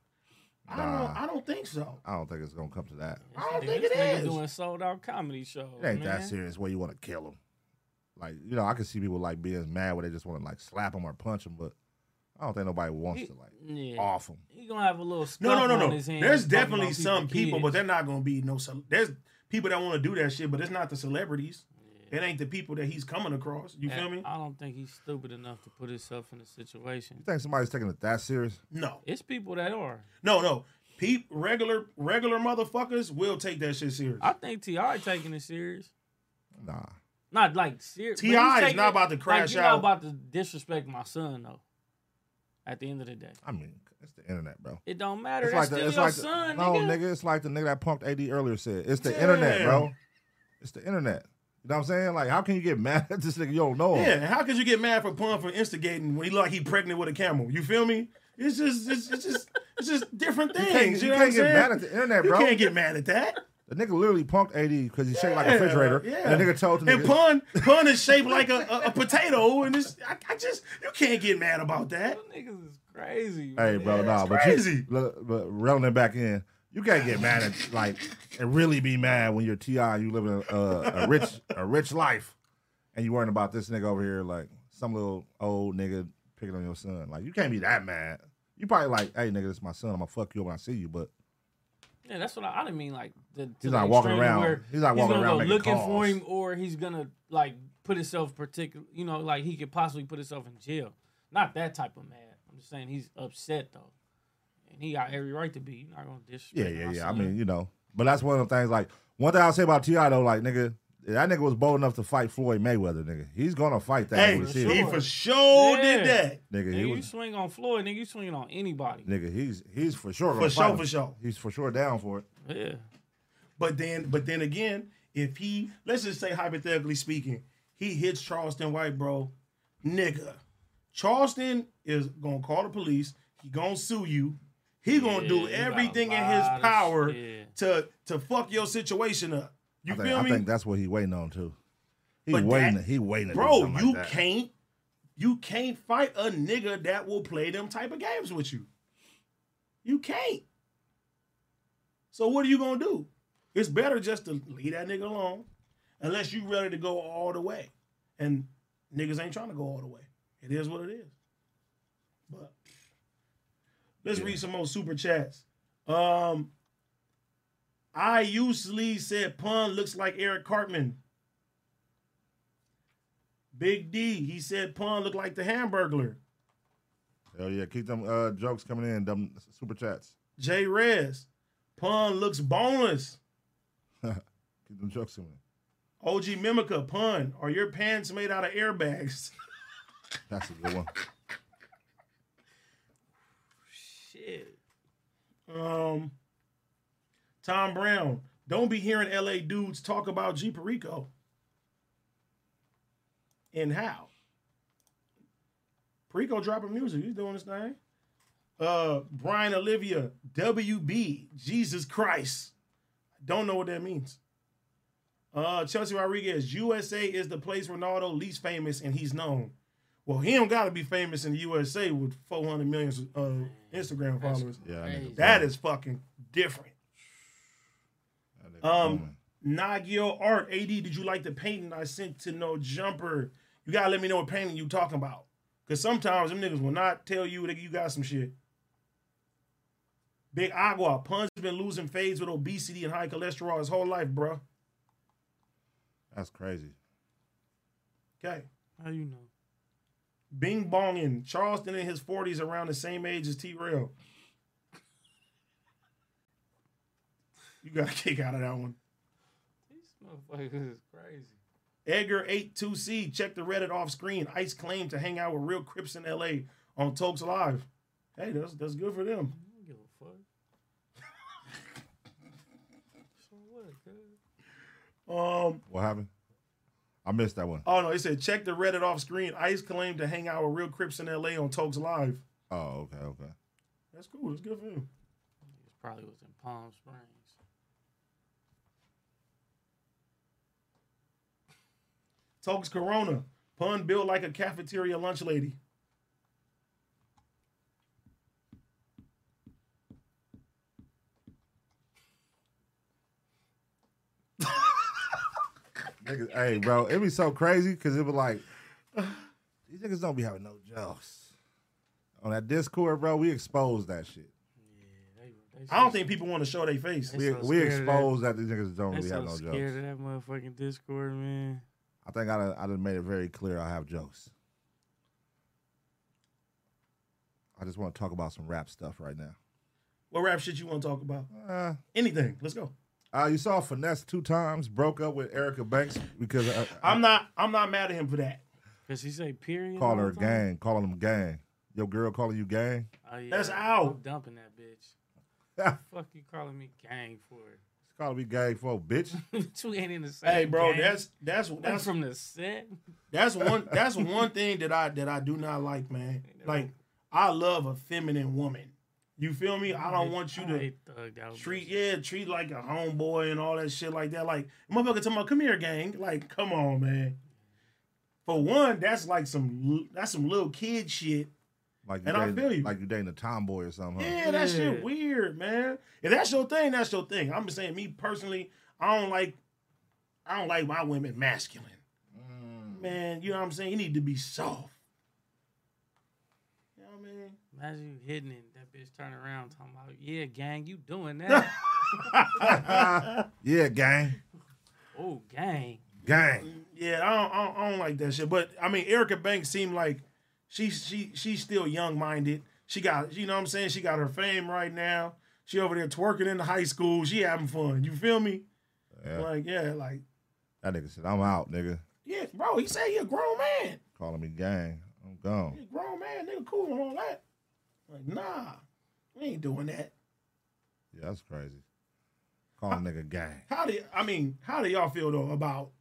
[SPEAKER 5] I don't. know.
[SPEAKER 1] Nah.
[SPEAKER 5] I don't think so.
[SPEAKER 1] I don't think it's gonna come to that.
[SPEAKER 5] I don't
[SPEAKER 8] Nigga,
[SPEAKER 5] think
[SPEAKER 8] this
[SPEAKER 5] it
[SPEAKER 8] nigga
[SPEAKER 5] is.
[SPEAKER 8] doing sold out comedy shows.
[SPEAKER 1] It ain't that
[SPEAKER 8] man.
[SPEAKER 1] serious where you want to kill him. Like you know, I can see people like being mad where they just want to like slap him or punch him, but I don't think nobody wants
[SPEAKER 8] He-
[SPEAKER 1] to like
[SPEAKER 8] yeah.
[SPEAKER 1] off him.
[SPEAKER 8] He gonna have a little.
[SPEAKER 5] No, no,
[SPEAKER 8] scuff
[SPEAKER 5] no,
[SPEAKER 8] on
[SPEAKER 5] no.
[SPEAKER 8] his hand
[SPEAKER 5] There's
[SPEAKER 8] talking about
[SPEAKER 5] definitely some people,
[SPEAKER 8] kids.
[SPEAKER 5] but they're not gonna be no. cel- There's people that want to do that shit, but it's not the celebrities. It ain't the people that he's coming across. You
[SPEAKER 8] And
[SPEAKER 5] feel me?
[SPEAKER 8] I don't think he's stupid enough to put himself in a situation.
[SPEAKER 1] You think somebody's taking it that serious?
[SPEAKER 5] No,
[SPEAKER 8] It's people that are.
[SPEAKER 5] no, no. Peep, regular, regular motherfuckers will take that shit serious.
[SPEAKER 8] I think Ti taking it serious.
[SPEAKER 1] Nah.
[SPEAKER 8] Not like serious.
[SPEAKER 5] T.I. is not about to crash
[SPEAKER 8] like, you're
[SPEAKER 5] out.
[SPEAKER 8] Not about to disrespect my son though. At the end of the day,
[SPEAKER 1] I mean, it's the internet, bro.
[SPEAKER 8] it don't matter. That's still your
[SPEAKER 1] the-
[SPEAKER 8] son,
[SPEAKER 1] no,
[SPEAKER 8] nigga.
[SPEAKER 1] It's like the nigga that pumped AD earlier said. It's the internet, bro.
[SPEAKER 5] Damn.
[SPEAKER 1] It's the internet. You know what I'm saying? Like, how can you get mad at this nigga you don't know?
[SPEAKER 5] Yeah,
[SPEAKER 1] Him?
[SPEAKER 5] and how could you get mad for Pun for instigating when he like he pregnant with a camel? You feel me? It's just, it's, it's just, it's just different
[SPEAKER 1] You
[SPEAKER 5] things.
[SPEAKER 1] can't-
[SPEAKER 5] you
[SPEAKER 1] you
[SPEAKER 5] know
[SPEAKER 1] can't
[SPEAKER 5] what
[SPEAKER 1] get
[SPEAKER 5] I'm saying?
[SPEAKER 1] mad at the internet,
[SPEAKER 5] You
[SPEAKER 1] bro.
[SPEAKER 5] can't get mad at that.
[SPEAKER 1] The nigga literally punked AD because he shaped like a refrigerator.
[SPEAKER 5] Yeah.
[SPEAKER 1] And the nigga told the
[SPEAKER 5] And
[SPEAKER 1] nigga-
[SPEAKER 5] Pun, Pun is shaped like a, a, a potato, and it's I, I just you can't get mad about that.
[SPEAKER 8] Niggas is crazy.
[SPEAKER 1] Hey,
[SPEAKER 8] man.
[SPEAKER 1] bro, nah,
[SPEAKER 8] It's
[SPEAKER 1] but
[SPEAKER 8] crazy.
[SPEAKER 1] you, look, but reeling it back in, you can't get mad at like and really be mad when you're Ti, and you living a, a, a rich a rich life, and you worrying about this nigga over here like some little old nigga picking on your son. Like you can't be that mad. You probably like, hey nigga, this is my son. I'm gonna fuck you when I see you, but
[SPEAKER 8] Yeah, that's what I, I didn't mean. Like the, to
[SPEAKER 1] He's
[SPEAKER 8] the
[SPEAKER 1] not walking
[SPEAKER 8] extreme
[SPEAKER 1] around-
[SPEAKER 8] where
[SPEAKER 1] he's not walking
[SPEAKER 8] gonna
[SPEAKER 1] around
[SPEAKER 8] go
[SPEAKER 1] making
[SPEAKER 8] looking for
[SPEAKER 1] calls.
[SPEAKER 8] him, or he's gonna like put himself particular. You know, like he could possibly put himself in jail. Not that type of mad. I'm just saying he's upset though, and he got every right to be. You're not gonna
[SPEAKER 1] yeah,
[SPEAKER 8] disrespect.
[SPEAKER 1] yeah,
[SPEAKER 8] my
[SPEAKER 1] yeah. I
[SPEAKER 8] son.
[SPEAKER 1] mean, you know, but that's one of the things. Like one thing I'll say about Ti though, like nigga, that nigga was bold enough to fight Floyd Mayweather, nigga. He's gonna fight that.
[SPEAKER 5] Hey,
[SPEAKER 1] nigga. See
[SPEAKER 5] he
[SPEAKER 1] it.
[SPEAKER 5] for sure did
[SPEAKER 8] Yeah.
[SPEAKER 5] that.
[SPEAKER 1] Nigga, he
[SPEAKER 8] Nigga, you
[SPEAKER 1] was-
[SPEAKER 8] swing on Floyd, nigga, you swinging on anybody.
[SPEAKER 1] Nigga, he's he's for sure.
[SPEAKER 5] For
[SPEAKER 1] gonna
[SPEAKER 5] sure,
[SPEAKER 1] fight him.
[SPEAKER 5] for sure.
[SPEAKER 1] He's for sure down for it.
[SPEAKER 8] Yeah.
[SPEAKER 5] But then, but then again, if he let's just say hypothetically speaking, he hits Charleston White, bro, nigga, Charleston is gonna call the police. He gonna sue you. He gonna
[SPEAKER 8] Yeah,
[SPEAKER 5] do
[SPEAKER 8] you got a
[SPEAKER 5] everything in his
[SPEAKER 8] lot of
[SPEAKER 5] power
[SPEAKER 8] shit.
[SPEAKER 5] to to fuck your situation up. You
[SPEAKER 1] I think,
[SPEAKER 5] feel
[SPEAKER 1] I
[SPEAKER 5] me?
[SPEAKER 1] think that's what he waiting on too. He
[SPEAKER 5] But
[SPEAKER 1] waiting.
[SPEAKER 5] that-
[SPEAKER 1] he waiting. to do
[SPEAKER 5] bro.
[SPEAKER 1] something
[SPEAKER 5] you
[SPEAKER 1] like that.
[SPEAKER 5] can't, you can't fight a nigga that will play them type of games with you. You can't. So what are you gonna do? It's better just to leave that nigga alone, unless you ready to go all the way, and niggas ain't trying to go all the way. It is what it is. But let's read some more super chats. Um, I usually said pun looks like Eric Cartman. Big D, he said pun looked like the Hamburglar.
[SPEAKER 1] Hell yeah. Keep them uh, jokes coming in, them super chats.
[SPEAKER 5] J Rez, pun looks boneless.
[SPEAKER 1] Keep them jokes coming in.
[SPEAKER 5] OG Mimica, pun, are your pants made out of airbags?
[SPEAKER 1] That's a good one.
[SPEAKER 5] Shit. Um, Tom Brown, don't be hearing LA dudes talk about G Perico. And how? Perico dropping music. He's doing his thing. Uh, Brian Olivia, WB, Jesus Christ. I don't know what that means. Uh, Chelsea Rodriguez, USA is the place Ronaldo least famous and he's known. Well, he don't gotta be famous in the USA with 400 million uh, Instagram followers.
[SPEAKER 1] Yeah, I know.
[SPEAKER 5] that is fucking different. Um, Nagio Art AD, did you like the painting I sent to No Jumper? You gotta let me know what painting you talking about, cause sometimes them niggas will not tell you that you got some shit. Big Agua, Pun's been losing fades with obesity and high cholesterol his whole life, bruh.
[SPEAKER 1] That's crazy.
[SPEAKER 5] Okay.
[SPEAKER 8] How you know?
[SPEAKER 5] Bing Bongin, Charleston in his 40s, around the same age as T Rail. You got a kick out of that one.
[SPEAKER 8] These motherfuckers is crazy.
[SPEAKER 5] Edgar82C, check the Reddit off screen. Ice claimed to hang out with real Crips in LA on Tokes Live. Hey, that's, that's good for them.
[SPEAKER 8] I don't give a fuck. so what, cuz?
[SPEAKER 5] Um,
[SPEAKER 1] What happened? I missed that one.
[SPEAKER 5] oh no, it said check the Reddit off screen. Ice claimed to hang out with real Crips in LA on Tokes Live.
[SPEAKER 1] Oh, okay, okay.
[SPEAKER 5] That's cool. That's good for him.
[SPEAKER 8] It probably was in Palm Springs.
[SPEAKER 5] Tokes Corona, pun built like a cafeteria lunch lady.
[SPEAKER 1] Niggas, hey, bro, it be so crazy because it was like these niggas don't be having no jokes on that Discord, bro. We expose that shit.
[SPEAKER 5] I don't think people want to show their face.
[SPEAKER 1] We, we expose that. these niggas don't really
[SPEAKER 8] so
[SPEAKER 1] have no
[SPEAKER 8] scared
[SPEAKER 1] jokes.
[SPEAKER 8] of that motherfucking Discord, man.
[SPEAKER 1] I think I done, I done made it very clear I have jokes. I just want to talk about some rap stuff right now.
[SPEAKER 5] What rap shit you want to talk about? Anything. Let's go.
[SPEAKER 1] Uh, you saw finesse two times, broke up with Erica Banks because uh, I,
[SPEAKER 5] I'm not. I'm not mad at him for that.
[SPEAKER 8] Cause he say period.
[SPEAKER 1] call
[SPEAKER 8] all
[SPEAKER 1] her
[SPEAKER 8] the time?
[SPEAKER 1] gang, calling them gang. Your girl calling you gang.
[SPEAKER 8] Oh, yeah.
[SPEAKER 5] That's out.
[SPEAKER 8] I'm dumping that bitch. Fuck you calling me gang for it.
[SPEAKER 1] It's calling me gang for bitch.
[SPEAKER 8] Two ain't in the same.
[SPEAKER 5] Hey, bro,
[SPEAKER 8] gang.
[SPEAKER 5] that's that's
[SPEAKER 8] One
[SPEAKER 5] that's
[SPEAKER 8] from the set.
[SPEAKER 5] That's one. That's one thing that I that I do not like, man. Like I love a feminine woman. You feel me? I don't want you
[SPEAKER 8] I
[SPEAKER 5] to
[SPEAKER 8] hate Thug, that was
[SPEAKER 5] treat yeah treat like a homeboy and all that shit like that. Like motherfucker, talking about come here, gang. Like come on, man. For one, that's like some l- that's some little kid shit.
[SPEAKER 1] Like you
[SPEAKER 5] And I
[SPEAKER 1] dating,
[SPEAKER 5] feel you.
[SPEAKER 1] Like you dating a tomboy or something. huh?
[SPEAKER 5] Yeah, that shit weird, man. If that's your thing, that's your thing. I'm just saying, me personally, I don't like, I don't like my women masculine.
[SPEAKER 1] Mm.
[SPEAKER 5] Man, you know what I'm saying? You need to be soft. You know what I mean?
[SPEAKER 8] Imagine you hitting it, that bitch turn around talking about, yeah, gang, you doing that.
[SPEAKER 1] Yeah, gang,
[SPEAKER 8] oh, gang.
[SPEAKER 1] gang.
[SPEAKER 5] Yeah, I don't, I, don't, I don't like that shit. But I mean, Erica Banks seemed like she she she's still young minded. She got you know what I'm saying. She got her fame right now. She over there twerking in the high school. She having fun. You feel me?
[SPEAKER 1] Yeah.
[SPEAKER 5] Like yeah, like
[SPEAKER 1] That nigga said, "I'm out, nigga."
[SPEAKER 5] yeah, bro. He said he a grown man.
[SPEAKER 1] Calling me gang. I'm gone.
[SPEAKER 5] grown man, nigga, cool and all that. Like, nah, we ain't doing that.
[SPEAKER 1] Yeah, that's crazy. Calling nigga gang.
[SPEAKER 5] How do y- I mean? How do y'all feel though about?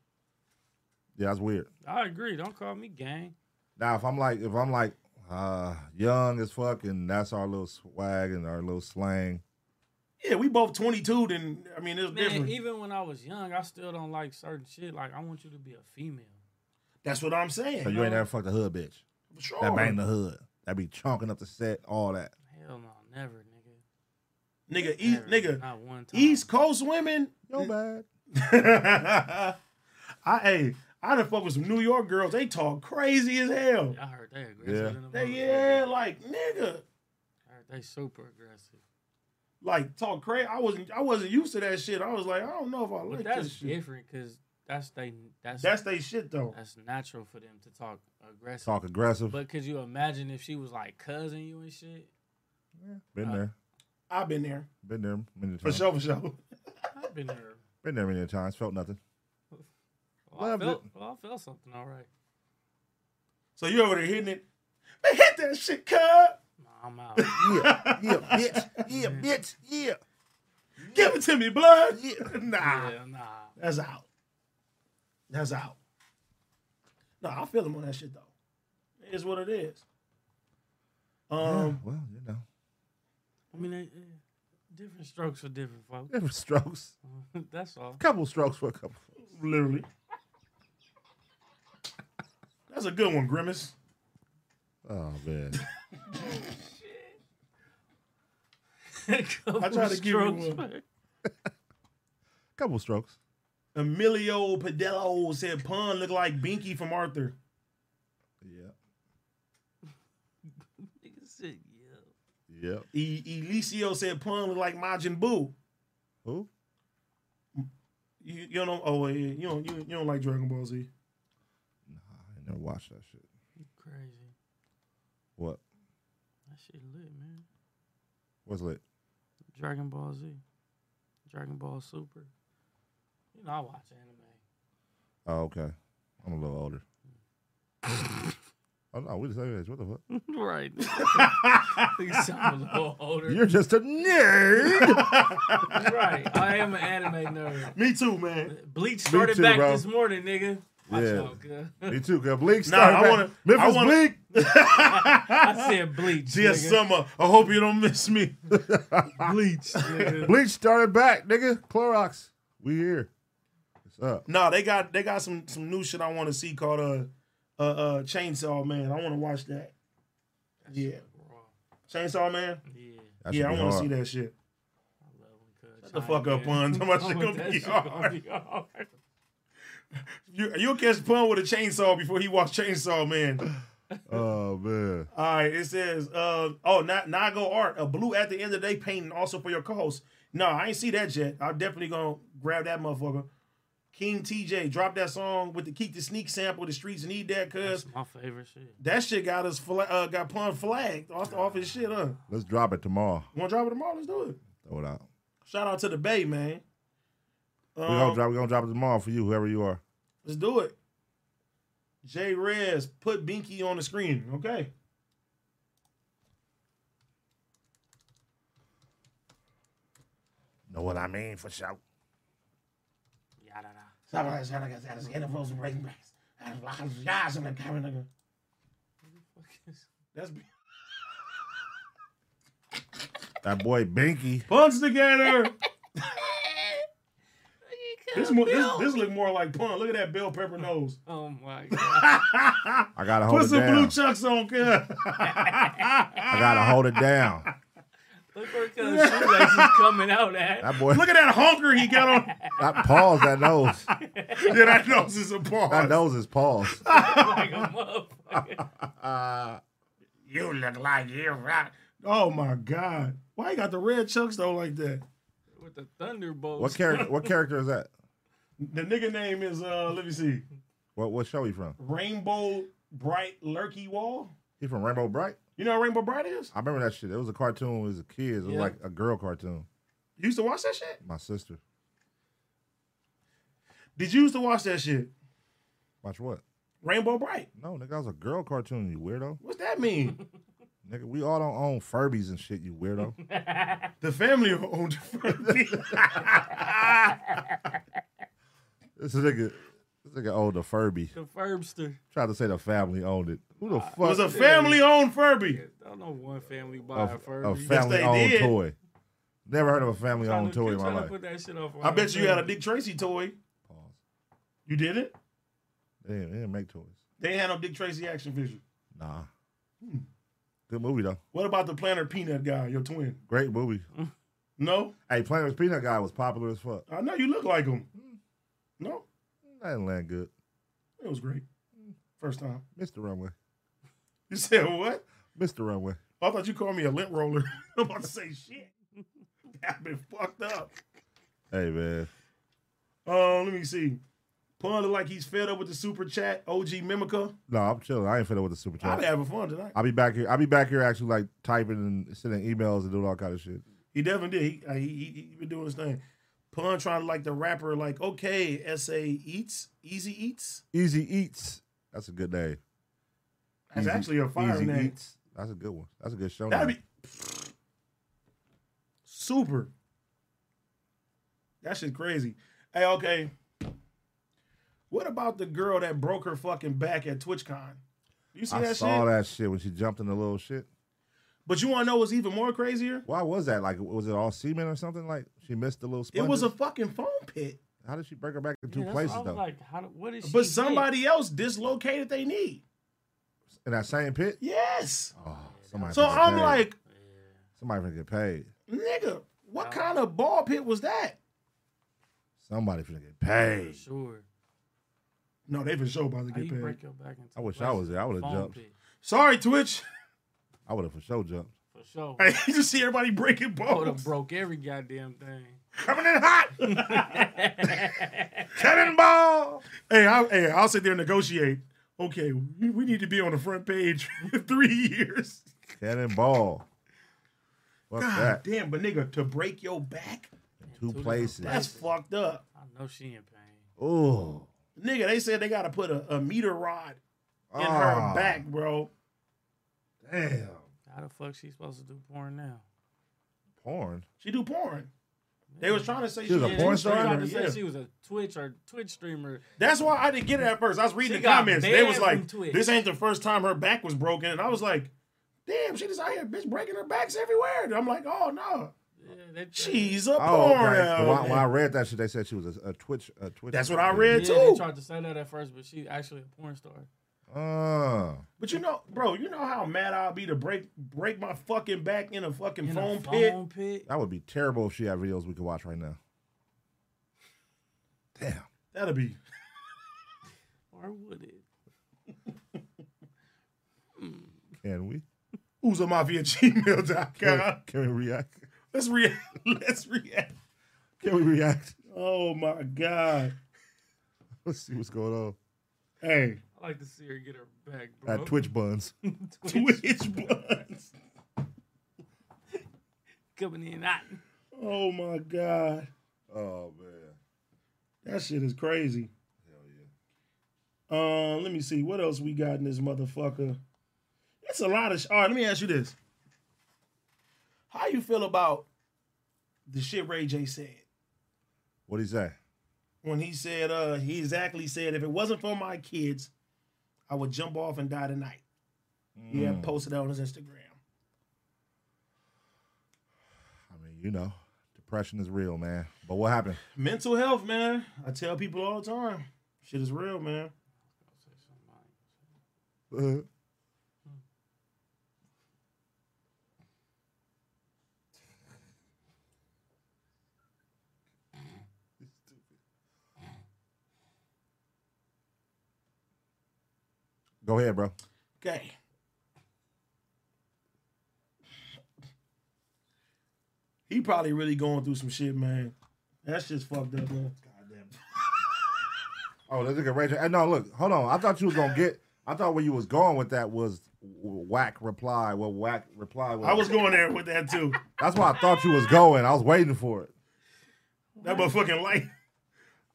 [SPEAKER 1] Yeah, that's weird.
[SPEAKER 8] I agree. Don't call me gang.
[SPEAKER 1] Now, if I'm like, if I'm like, uh, young as fuck, and that's our little swag and our little slang.
[SPEAKER 5] Yeah, we both twenty two. Then I mean, it's
[SPEAKER 8] Man,
[SPEAKER 5] different.
[SPEAKER 8] even when I was young, I still don't like certain shit. Like, I want you to be a female.
[SPEAKER 5] That's what I'm saying. Uh,
[SPEAKER 1] So you ain't never fucked a hood bitch.
[SPEAKER 5] Sure.
[SPEAKER 1] That bang the hood. That be chunking up the set. All that.
[SPEAKER 8] Hell no, never, nigga.
[SPEAKER 5] nigga, East, nigga,
[SPEAKER 8] Not one time.
[SPEAKER 5] East Coast women.
[SPEAKER 1] No bad.
[SPEAKER 5] I hey, I done fuck with some New York girls. They talk crazy as hell.
[SPEAKER 8] I heard they aggressive.
[SPEAKER 1] Yeah.
[SPEAKER 8] than a
[SPEAKER 5] They,
[SPEAKER 8] motherfucker.
[SPEAKER 5] yeah, like nigga,
[SPEAKER 8] I heard they super aggressive.
[SPEAKER 5] like talk crazy. I wasn't, I wasn't used to that shit. I was like, I don't know if I
[SPEAKER 8] But
[SPEAKER 5] like
[SPEAKER 8] that's
[SPEAKER 5] this shit.
[SPEAKER 8] different because that's they that's
[SPEAKER 5] That's they shit though.
[SPEAKER 8] That's natural for them to talk aggressive.
[SPEAKER 1] Talk aggressive.
[SPEAKER 8] But could you imagine if she was like cousin you and shit?
[SPEAKER 1] Been there.
[SPEAKER 5] I've been there
[SPEAKER 1] Been there many times.
[SPEAKER 5] for sure, for sure.
[SPEAKER 8] I've been there.
[SPEAKER 1] Been there many times. Felt nothing.
[SPEAKER 8] Well, I
[SPEAKER 1] Loved
[SPEAKER 8] felt, well, I felt something all right.
[SPEAKER 5] So you over there hitting it? Man, hit that shit, cut.
[SPEAKER 8] I'm out.
[SPEAKER 1] yeah, yeah, bitch, yeah, bitch, yeah.
[SPEAKER 5] Give it to me, blood. nah,
[SPEAKER 8] Yeah, nah.
[SPEAKER 5] that's out. That's out. No, I feel him on that shit though. It is what it is. Um,
[SPEAKER 1] Yeah, well, you know,
[SPEAKER 8] I mean, they, eh, different strokes for different folks.
[SPEAKER 1] different strokes.
[SPEAKER 8] That's all.
[SPEAKER 1] couple strokes for a couple.
[SPEAKER 5] Literally. That's a good one, Grimace.
[SPEAKER 1] Oh man.
[SPEAKER 8] Couple
[SPEAKER 5] I tried to give you
[SPEAKER 8] strokes
[SPEAKER 5] one.
[SPEAKER 8] for-
[SPEAKER 1] couple strokes.
[SPEAKER 5] Emilio Padello said Pun looked like Binky from Arthur.
[SPEAKER 1] Yeah.
[SPEAKER 8] Nigga said, yeah.
[SPEAKER 1] Yep.
[SPEAKER 5] E- Elicio said Pun looked like Majin Buu.
[SPEAKER 1] Who?
[SPEAKER 5] You, you don't know? Oh, yeah, you don't you, you don't like Dragon Ball Z?
[SPEAKER 1] I never watched that shit.
[SPEAKER 8] You crazy.
[SPEAKER 1] What?
[SPEAKER 8] That shit lit, man.
[SPEAKER 1] What's lit?
[SPEAKER 8] Dragon Ball Z. Dragon Ball Super. You know, I watch anime.
[SPEAKER 1] Oh, okay. I'm a little older. oh no, we the same age. What the fuck?
[SPEAKER 8] right. Nigga sound a little older.
[SPEAKER 1] You're just a nerd.
[SPEAKER 8] right. I am an anime nerd.
[SPEAKER 5] Me too, man.
[SPEAKER 8] Bleach
[SPEAKER 1] Me
[SPEAKER 8] started
[SPEAKER 1] too,
[SPEAKER 8] back
[SPEAKER 1] bro.
[SPEAKER 8] this morning, nigga. Watch
[SPEAKER 1] Yeah.
[SPEAKER 8] out, good.
[SPEAKER 1] Me too, cause Bleak
[SPEAKER 5] Nah,
[SPEAKER 1] started
[SPEAKER 5] I
[SPEAKER 1] back-
[SPEAKER 5] wanna-
[SPEAKER 1] Memphis
[SPEAKER 5] I wanna-
[SPEAKER 1] Bleak.
[SPEAKER 8] I said bleach.
[SPEAKER 5] Dear
[SPEAKER 8] nigga.
[SPEAKER 5] summer, I hope you don't miss me.
[SPEAKER 8] bleach. nigga.
[SPEAKER 1] Bleach started back, nigga. Clorox. We here. What's up?
[SPEAKER 5] No, they got they got some some new shit I want to see called uh, uh uh Chainsaw Man. I want to watch that.
[SPEAKER 8] That
[SPEAKER 5] Yeah,
[SPEAKER 8] shit raw.
[SPEAKER 5] Chainsaw Man.
[SPEAKER 8] Yeah.
[SPEAKER 1] That should
[SPEAKER 5] yeah, I
[SPEAKER 1] be
[SPEAKER 5] want to
[SPEAKER 1] hard.
[SPEAKER 5] see that shit.
[SPEAKER 8] I love when cuz.
[SPEAKER 5] Shut the fuck up, Pun. How much it gonna be hard?
[SPEAKER 8] hard.
[SPEAKER 5] You, you'll catch Pun with a chainsaw before he walks Chainsaw Man.
[SPEAKER 1] Oh man.
[SPEAKER 5] All right, it says, uh, oh, not Nago Art, a blue at the end of the day painting also for your co-host. No, I ain't see that yet. I'm definitely gonna grab that motherfucker. King TJ, drop that song with the Keep the Sneak sample. The streets need that, cuz
[SPEAKER 8] That's my favorite shit.
[SPEAKER 5] that shit got us fla- uh, got Pun flagged off, off his shit, huh?
[SPEAKER 1] Let's drop it tomorrow.
[SPEAKER 5] You wanna drop it tomorrow? Let's do it.
[SPEAKER 1] Throw it out.
[SPEAKER 5] Shout out to the Bay, man. Um,
[SPEAKER 1] we're gonna drop we gonna drop it tomorrow for you, whoever you are.
[SPEAKER 5] Let's do it. J Rez, put Binky on the screen. Okay.
[SPEAKER 1] Know what I mean for sure.
[SPEAKER 8] Yada da.
[SPEAKER 5] That's
[SPEAKER 1] That boy Binky.
[SPEAKER 5] puns together. this, mo- this this look more like pun. Look at that bell pepper nose.
[SPEAKER 8] Oh my god.
[SPEAKER 1] I gotta hold
[SPEAKER 5] Put
[SPEAKER 1] it
[SPEAKER 5] some blue
[SPEAKER 1] down.
[SPEAKER 5] chucks on, cuz.
[SPEAKER 1] I gotta hold it down.
[SPEAKER 8] Look where cuz shoelaces coming out at.
[SPEAKER 1] That boy
[SPEAKER 5] Look at that honker he got on.
[SPEAKER 1] that pause, that nose.
[SPEAKER 5] yeah, that nose is a pause.
[SPEAKER 1] That nose is paused.
[SPEAKER 8] Like a motherfucker.
[SPEAKER 5] You look like you rock. Oh my god. Why you got the red chucks though like that?
[SPEAKER 8] With the thunderbolts.
[SPEAKER 1] What character what character is that?
[SPEAKER 5] The nigga name is uh let me see.
[SPEAKER 1] What what show he from?
[SPEAKER 5] Rainbow Bright Lurky Wall.
[SPEAKER 1] He from Rainbow Bright?
[SPEAKER 5] You know what Rainbow Bright is?
[SPEAKER 1] I remember that shit. It was a cartoon when we was a kid. It was
[SPEAKER 8] Yeah.
[SPEAKER 1] like a girl cartoon.
[SPEAKER 5] You used to watch that shit?
[SPEAKER 1] My sister.
[SPEAKER 5] Did you used to watch that shit?
[SPEAKER 1] Watch what?
[SPEAKER 5] Rainbow Bright.
[SPEAKER 1] No, nigga, that was a girl cartoon, you weirdo.
[SPEAKER 5] What's that mean?
[SPEAKER 1] Nigga, we all don't own Furbies and shit, you weirdo.
[SPEAKER 5] the family owned Furby.
[SPEAKER 1] This nigga, this nigga owned a Furby.
[SPEAKER 8] The Ferbster.
[SPEAKER 1] Tried to say the family owned it. Who the
[SPEAKER 5] It was
[SPEAKER 1] fuck?
[SPEAKER 5] a family owned Furby.
[SPEAKER 8] I don't know one family
[SPEAKER 1] a,
[SPEAKER 8] buy a, Furby.
[SPEAKER 1] a family owned
[SPEAKER 5] did.
[SPEAKER 1] toy. Never heard of a family
[SPEAKER 8] Tryna-
[SPEAKER 1] owned toy in
[SPEAKER 8] keep
[SPEAKER 1] my
[SPEAKER 8] tryna
[SPEAKER 1] life.
[SPEAKER 8] Put that shit off
[SPEAKER 5] I bet you had a Dick Tracy toy.
[SPEAKER 1] Pause.
[SPEAKER 5] You did it?
[SPEAKER 1] They didn't, they didn't make toys.
[SPEAKER 5] They had no Dick Tracy action figure.
[SPEAKER 1] Nah. Good movie though.
[SPEAKER 5] Hmm. What about the Planner Peanut guy, your twin?
[SPEAKER 1] Great movie.
[SPEAKER 5] No?
[SPEAKER 1] hey, Planters Peanut guy was popular as fuck.
[SPEAKER 5] I know you look like him. No?
[SPEAKER 1] That didn't land good.
[SPEAKER 5] It was great. First time.
[SPEAKER 1] Mr. Runway.
[SPEAKER 5] You said what?
[SPEAKER 1] Mr. Runway.
[SPEAKER 5] I thought you called me a lint roller. I'm about to say shit. I've been fucked up.
[SPEAKER 1] Hey man.
[SPEAKER 5] Uh, let me see. Pun look like he's fed up with the super chat. OG Mimica.
[SPEAKER 1] No, I'm chilling. I ain't finna with the super
[SPEAKER 5] I've
[SPEAKER 1] chat.
[SPEAKER 5] been having fun tonight.
[SPEAKER 1] I'll be back here. I'll be back here actually like typing and sending emails and doing all kind of shit.
[SPEAKER 5] He definitely did. He, uh, he, he, he been doing his thing. Pun trying to like the rapper, like, okay, SA Eats, Easy Eats.
[SPEAKER 1] Easy Eats. That's a good name.
[SPEAKER 5] That's actually a fire
[SPEAKER 1] Easy
[SPEAKER 5] name.
[SPEAKER 1] Eats. That's a good one. That's a good show.
[SPEAKER 5] That'd
[SPEAKER 1] name.
[SPEAKER 5] be super. That shit crazy. Hey, okay. What about the girl that broke her fucking back at TwitchCon? You see
[SPEAKER 1] I
[SPEAKER 5] that
[SPEAKER 1] saw
[SPEAKER 5] shit?
[SPEAKER 1] that shit when she jumped in the little shit.
[SPEAKER 5] But you want to know what's even more crazier?
[SPEAKER 1] Why was that? Like, was it all semen or something? Like, she missed the little. Sponges?
[SPEAKER 5] It was a fucking foam pit.
[SPEAKER 1] How did she break her back in two
[SPEAKER 5] that's
[SPEAKER 1] places
[SPEAKER 5] what I was
[SPEAKER 1] though?
[SPEAKER 8] Like, how, do- what is she?
[SPEAKER 5] But somebody else dislocated they knee.
[SPEAKER 1] in that same pit?
[SPEAKER 5] Yes.
[SPEAKER 1] Oh, somebody.
[SPEAKER 5] So
[SPEAKER 1] finna get
[SPEAKER 5] I'm
[SPEAKER 1] paid.
[SPEAKER 5] like,
[SPEAKER 1] somebody finna get paid.
[SPEAKER 5] nigga, what kind of ball pit was that?
[SPEAKER 1] Somebody finna get paid.
[SPEAKER 8] Sure.
[SPEAKER 5] No, they for sure about to
[SPEAKER 8] How
[SPEAKER 5] get
[SPEAKER 8] you break
[SPEAKER 5] paid.
[SPEAKER 8] your back into
[SPEAKER 1] I wish I was there. I would have
[SPEAKER 8] Phone
[SPEAKER 1] jumped.
[SPEAKER 8] pit.
[SPEAKER 5] Sorry, Twitch.
[SPEAKER 1] I would have for sure jumped.
[SPEAKER 8] For sure.
[SPEAKER 5] Hey, you just see everybody breaking
[SPEAKER 8] I would have
[SPEAKER 5] balls.
[SPEAKER 8] broke every goddamn thing.
[SPEAKER 5] Coming in hot. Cannonball. Hey, I, hey, I'll sit there and negotiate. Okay, we, we need to be on the front page in three years.
[SPEAKER 1] Cannonball. Fuck
[SPEAKER 5] God
[SPEAKER 1] that.
[SPEAKER 5] damn, but nigga, to break your back,
[SPEAKER 1] Two places.
[SPEAKER 5] that's fucked up.
[SPEAKER 8] I know she in pain.
[SPEAKER 1] Oh,
[SPEAKER 5] Nigga, they said they gotta put a, a meter rod in
[SPEAKER 1] Ah.
[SPEAKER 5] her back, bro.
[SPEAKER 1] Damn.
[SPEAKER 8] How the fuck she supposed to do porn now?
[SPEAKER 1] porn.
[SPEAKER 5] She do porn. They was trying to say
[SPEAKER 1] She was a
[SPEAKER 5] was
[SPEAKER 1] porn
[SPEAKER 5] a
[SPEAKER 1] star?
[SPEAKER 8] Trying
[SPEAKER 5] streamer,
[SPEAKER 8] to say
[SPEAKER 5] yeah.
[SPEAKER 8] she was a Twitch or Twitch streamer.
[SPEAKER 5] That's why I didn't get it at first. I was reading
[SPEAKER 8] She
[SPEAKER 5] the
[SPEAKER 8] got
[SPEAKER 5] comments. They
[SPEAKER 8] banned
[SPEAKER 5] was
[SPEAKER 8] from
[SPEAKER 5] like,
[SPEAKER 8] Twitch.
[SPEAKER 5] "This ain't the first time her back was broken," and I was like, "Damn, she just out here bitch breaking her backs everywhere." And I'm like, "Oh no, she's a
[SPEAKER 1] Oh,
[SPEAKER 5] porn."
[SPEAKER 1] okay. When, I,
[SPEAKER 5] addict."
[SPEAKER 1] when I read that shit, they said she was a, a Twitch. A Twitch.
[SPEAKER 5] That's what I read
[SPEAKER 8] yeah,
[SPEAKER 5] too.
[SPEAKER 8] They tried to say that at first, but she actually a porn star.
[SPEAKER 1] Oh.
[SPEAKER 5] But you know, bro, you know how mad I'll be to break break my fucking back in a fucking
[SPEAKER 8] In
[SPEAKER 5] foam
[SPEAKER 8] a
[SPEAKER 5] pit.
[SPEAKER 8] phone pit.
[SPEAKER 1] That would be terrible if she had videos we could watch right now. Damn.
[SPEAKER 5] That'll be
[SPEAKER 8] Or would it?
[SPEAKER 1] Can we?
[SPEAKER 5] who's a mafia gmail.com.
[SPEAKER 1] Can, can we react?
[SPEAKER 5] Let's react. Let's react.
[SPEAKER 1] Can we react?
[SPEAKER 5] Oh my god.
[SPEAKER 1] Let's see what's going on.
[SPEAKER 5] Hey,
[SPEAKER 8] I like to see her get her back, bro.
[SPEAKER 1] At Twitch Buns.
[SPEAKER 5] Uh, Twitch buns.
[SPEAKER 8] Coming in hot.
[SPEAKER 5] Oh my god.
[SPEAKER 1] Oh man.
[SPEAKER 5] That shit is crazy. Hell yeah. Uh, let me see. What else we got in this motherfucker? It's a lot of. Sh- All right, let me ask you this. How you feel about the shit Ray J said
[SPEAKER 1] What do you say?
[SPEAKER 5] when he said uh he exactly said if it wasn't for my kids, I would jump off and die tonight. He had posted that on his Instagram.
[SPEAKER 1] I mean, you know, depression is real, man. But what happened?
[SPEAKER 5] Mental health, man. I tell people all the time, shit is real, man.
[SPEAKER 1] Go ahead, bro.
[SPEAKER 5] Okay. He probably really going through some shit, man. That's just fucked up, man.
[SPEAKER 1] Oh, let's look at Rachel. And no, look, hold on. I thought you was gonna get. I thought where you was going with that was whack reply. Well, whack reply. Was.
[SPEAKER 5] I was going there with that too.
[SPEAKER 1] That's why I thought you was going. I was waiting for it.
[SPEAKER 5] That motherfucking light.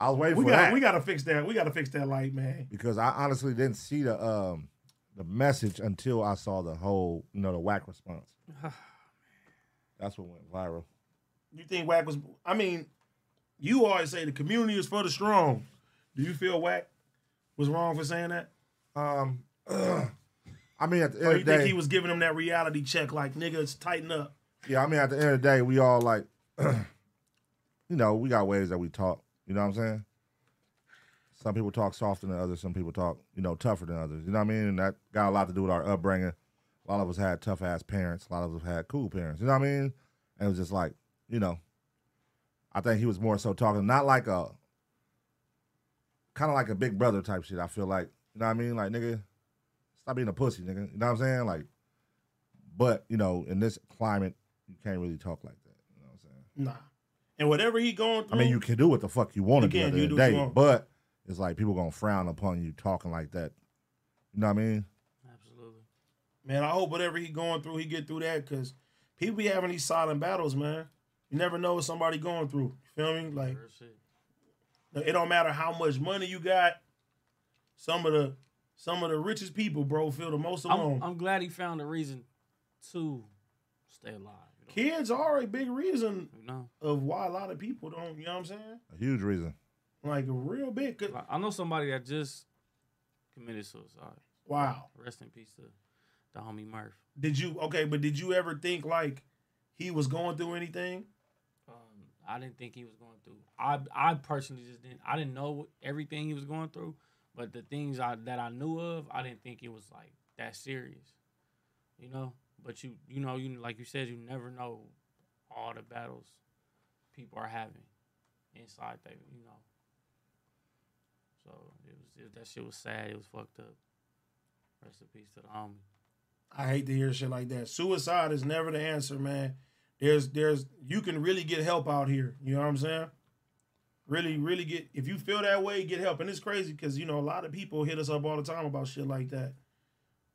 [SPEAKER 1] I was waiting
[SPEAKER 5] We
[SPEAKER 1] for
[SPEAKER 5] got
[SPEAKER 1] that
[SPEAKER 5] we gotta fix that. We gotta fix that light, man.
[SPEAKER 1] because I honestly didn't see the um the message until I saw the whole you know the whack response. That's what went viral.
[SPEAKER 5] You think whack was I mean, you always say the community is for the strong. Do you feel whack was wrong for saying that?
[SPEAKER 1] Um I mean, at the end
[SPEAKER 5] Or
[SPEAKER 1] of
[SPEAKER 5] Oh, you
[SPEAKER 1] the
[SPEAKER 5] think
[SPEAKER 1] day,
[SPEAKER 5] he was giving him that reality check, like niggas tighten up.
[SPEAKER 1] yeah. I mean, at the end of the day, we all like, you know, we got ways that we talk. You know what I'm saying? Some people talk softer than others. Some people talk, you know, tougher than others. You know what I mean? And that got a lot to do with our upbringing. A lot of us had tough ass parents. A lot of us had cool parents. You know what I mean? And it was just like, you know, I think he was more so talking not like a kind of like a big brother type shit. I feel like, you know what I mean? Like, nigga, stop being a pussy, nigga. You know what I'm saying? Like, but you know, in this climate, you can't really talk like that. You know what I'm saying?
[SPEAKER 5] Nah. And whatever he going
[SPEAKER 1] I
[SPEAKER 5] through,
[SPEAKER 1] mean, you can do what the fuck you want to
[SPEAKER 5] You
[SPEAKER 1] do
[SPEAKER 5] can,
[SPEAKER 1] at the
[SPEAKER 5] you
[SPEAKER 1] end
[SPEAKER 5] do
[SPEAKER 1] of
[SPEAKER 5] what
[SPEAKER 1] the
[SPEAKER 5] you
[SPEAKER 1] day,
[SPEAKER 5] want.
[SPEAKER 1] but it's like people gonna frown upon you talking like that. You know what I mean?
[SPEAKER 5] man, I hope whatever he going through, he get through that because people be having these silent battles, man. You never know what somebody going through. You feel me? Like it don't matter how much money you got. Some of the some of the richest people, bro, feel the most alone.
[SPEAKER 8] I'm, I'm glad he found a reason to stay alive.
[SPEAKER 5] Kids are a big reason
[SPEAKER 8] No.
[SPEAKER 5] of why a lot of people don't. You know what I'm saying?
[SPEAKER 1] A huge reason.
[SPEAKER 5] Like real big.
[SPEAKER 8] I know somebody that just committed suicide.
[SPEAKER 5] Wow.
[SPEAKER 8] Rest in peace to the homie Murph.
[SPEAKER 5] Did you okay? But did you ever think like he was going through anything?
[SPEAKER 8] Um, I didn't think he was going through. I I personally just didn't. I didn't know what- everything he was going through, but the things I that I knew of, I didn't think it was like that serious, you know. But you you know you like you said you never know all the battles people are having inside they you know. So it was it, that shit was sad. It was fucked up. Rest in peace to the homie.
[SPEAKER 5] I hate to hear shit like that. Suicide is never the answer, man. There's there's you can really get help out here. You know what I'm saying? Really, really get if you feel that way, get help. And it's crazy because you know a lot of people hit us up all the time about shit like that.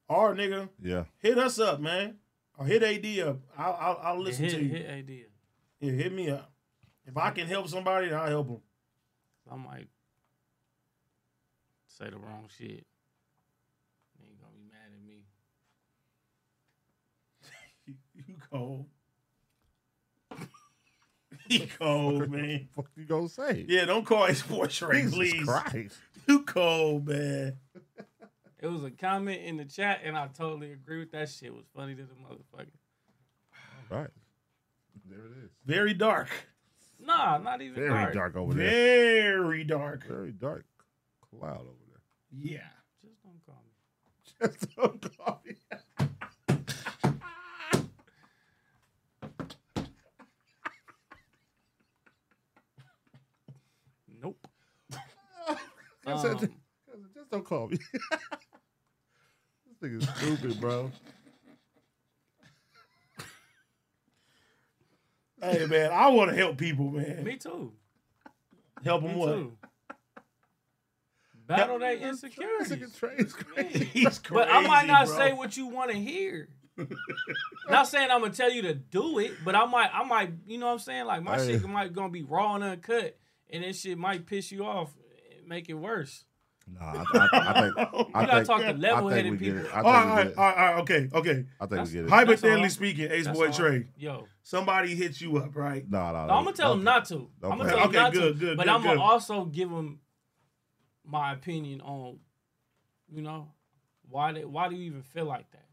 [SPEAKER 5] Our nigga,
[SPEAKER 1] Yeah.
[SPEAKER 5] hit us up, man. Or hit AD up. I'll I'll, I'll listen
[SPEAKER 8] hit,
[SPEAKER 5] to you.
[SPEAKER 8] hit AD.
[SPEAKER 5] Yeah, hit me up. If I can help somebody, then I'll help them.
[SPEAKER 8] I might say the wrong shit. They ain't gonna be mad at me.
[SPEAKER 5] You cold. He cold, man.
[SPEAKER 1] What you gonna say?
[SPEAKER 5] Yeah, don't call his voice right,
[SPEAKER 8] Jesus
[SPEAKER 5] please.
[SPEAKER 8] Christ.
[SPEAKER 5] You cold, man.
[SPEAKER 8] It was a comment in the chat, and I totally agree with that shit. It was funny to the motherfucker.
[SPEAKER 1] Right. There it is.
[SPEAKER 5] Very dark.
[SPEAKER 8] Nah, not even
[SPEAKER 1] Very
[SPEAKER 8] dark.
[SPEAKER 1] dark over there.
[SPEAKER 5] Very dark.
[SPEAKER 1] Very dark cloud over there.
[SPEAKER 5] Yeah.
[SPEAKER 8] Just don't call me.
[SPEAKER 1] Just don't call me.
[SPEAKER 8] Nope.
[SPEAKER 1] I said,
[SPEAKER 8] Um,
[SPEAKER 1] just don't call me. this nigga's stupid, bro.
[SPEAKER 5] Hey, man, I want to help people, man.
[SPEAKER 8] Me too.
[SPEAKER 5] Help them
[SPEAKER 8] Me
[SPEAKER 5] what?
[SPEAKER 8] too. Battle their insecurities.
[SPEAKER 5] He's crazy.
[SPEAKER 8] but I might not
[SPEAKER 5] bro.
[SPEAKER 8] say what you want to hear. not saying I'm gonna tell you to do it, but I might, I might, you know what I'm saying? Like my
[SPEAKER 1] Hey.
[SPEAKER 8] shit might gonna be raw and uncut, and this shit might piss you off, and make it worse.
[SPEAKER 1] Nah, I, I, I think I
[SPEAKER 8] You gotta
[SPEAKER 1] think-
[SPEAKER 8] talk to
[SPEAKER 1] I think
[SPEAKER 8] level-headed
[SPEAKER 1] we get it.
[SPEAKER 8] people.
[SPEAKER 1] I think
[SPEAKER 5] Oh all
[SPEAKER 1] we
[SPEAKER 5] right,
[SPEAKER 1] get it.
[SPEAKER 5] all right, all right, okay, okay.
[SPEAKER 1] I think we get it.
[SPEAKER 5] Hypothetically
[SPEAKER 1] That's all.
[SPEAKER 5] speaking, Ace
[SPEAKER 1] That's
[SPEAKER 5] Boy
[SPEAKER 1] all.
[SPEAKER 5] Trey.
[SPEAKER 8] Yo.
[SPEAKER 5] Somebody hits you up, right?
[SPEAKER 1] No, no,
[SPEAKER 8] I'm gonna tell him not to.
[SPEAKER 5] Oh, don't
[SPEAKER 8] I'm
[SPEAKER 5] put-
[SPEAKER 8] gonna tell him
[SPEAKER 5] Okay,
[SPEAKER 8] not
[SPEAKER 5] good,
[SPEAKER 8] to.
[SPEAKER 5] good,
[SPEAKER 8] but
[SPEAKER 5] good,
[SPEAKER 8] I'm
[SPEAKER 5] good.
[SPEAKER 8] gonna also give him my opinion on, you know, why they, why do you even feel like that?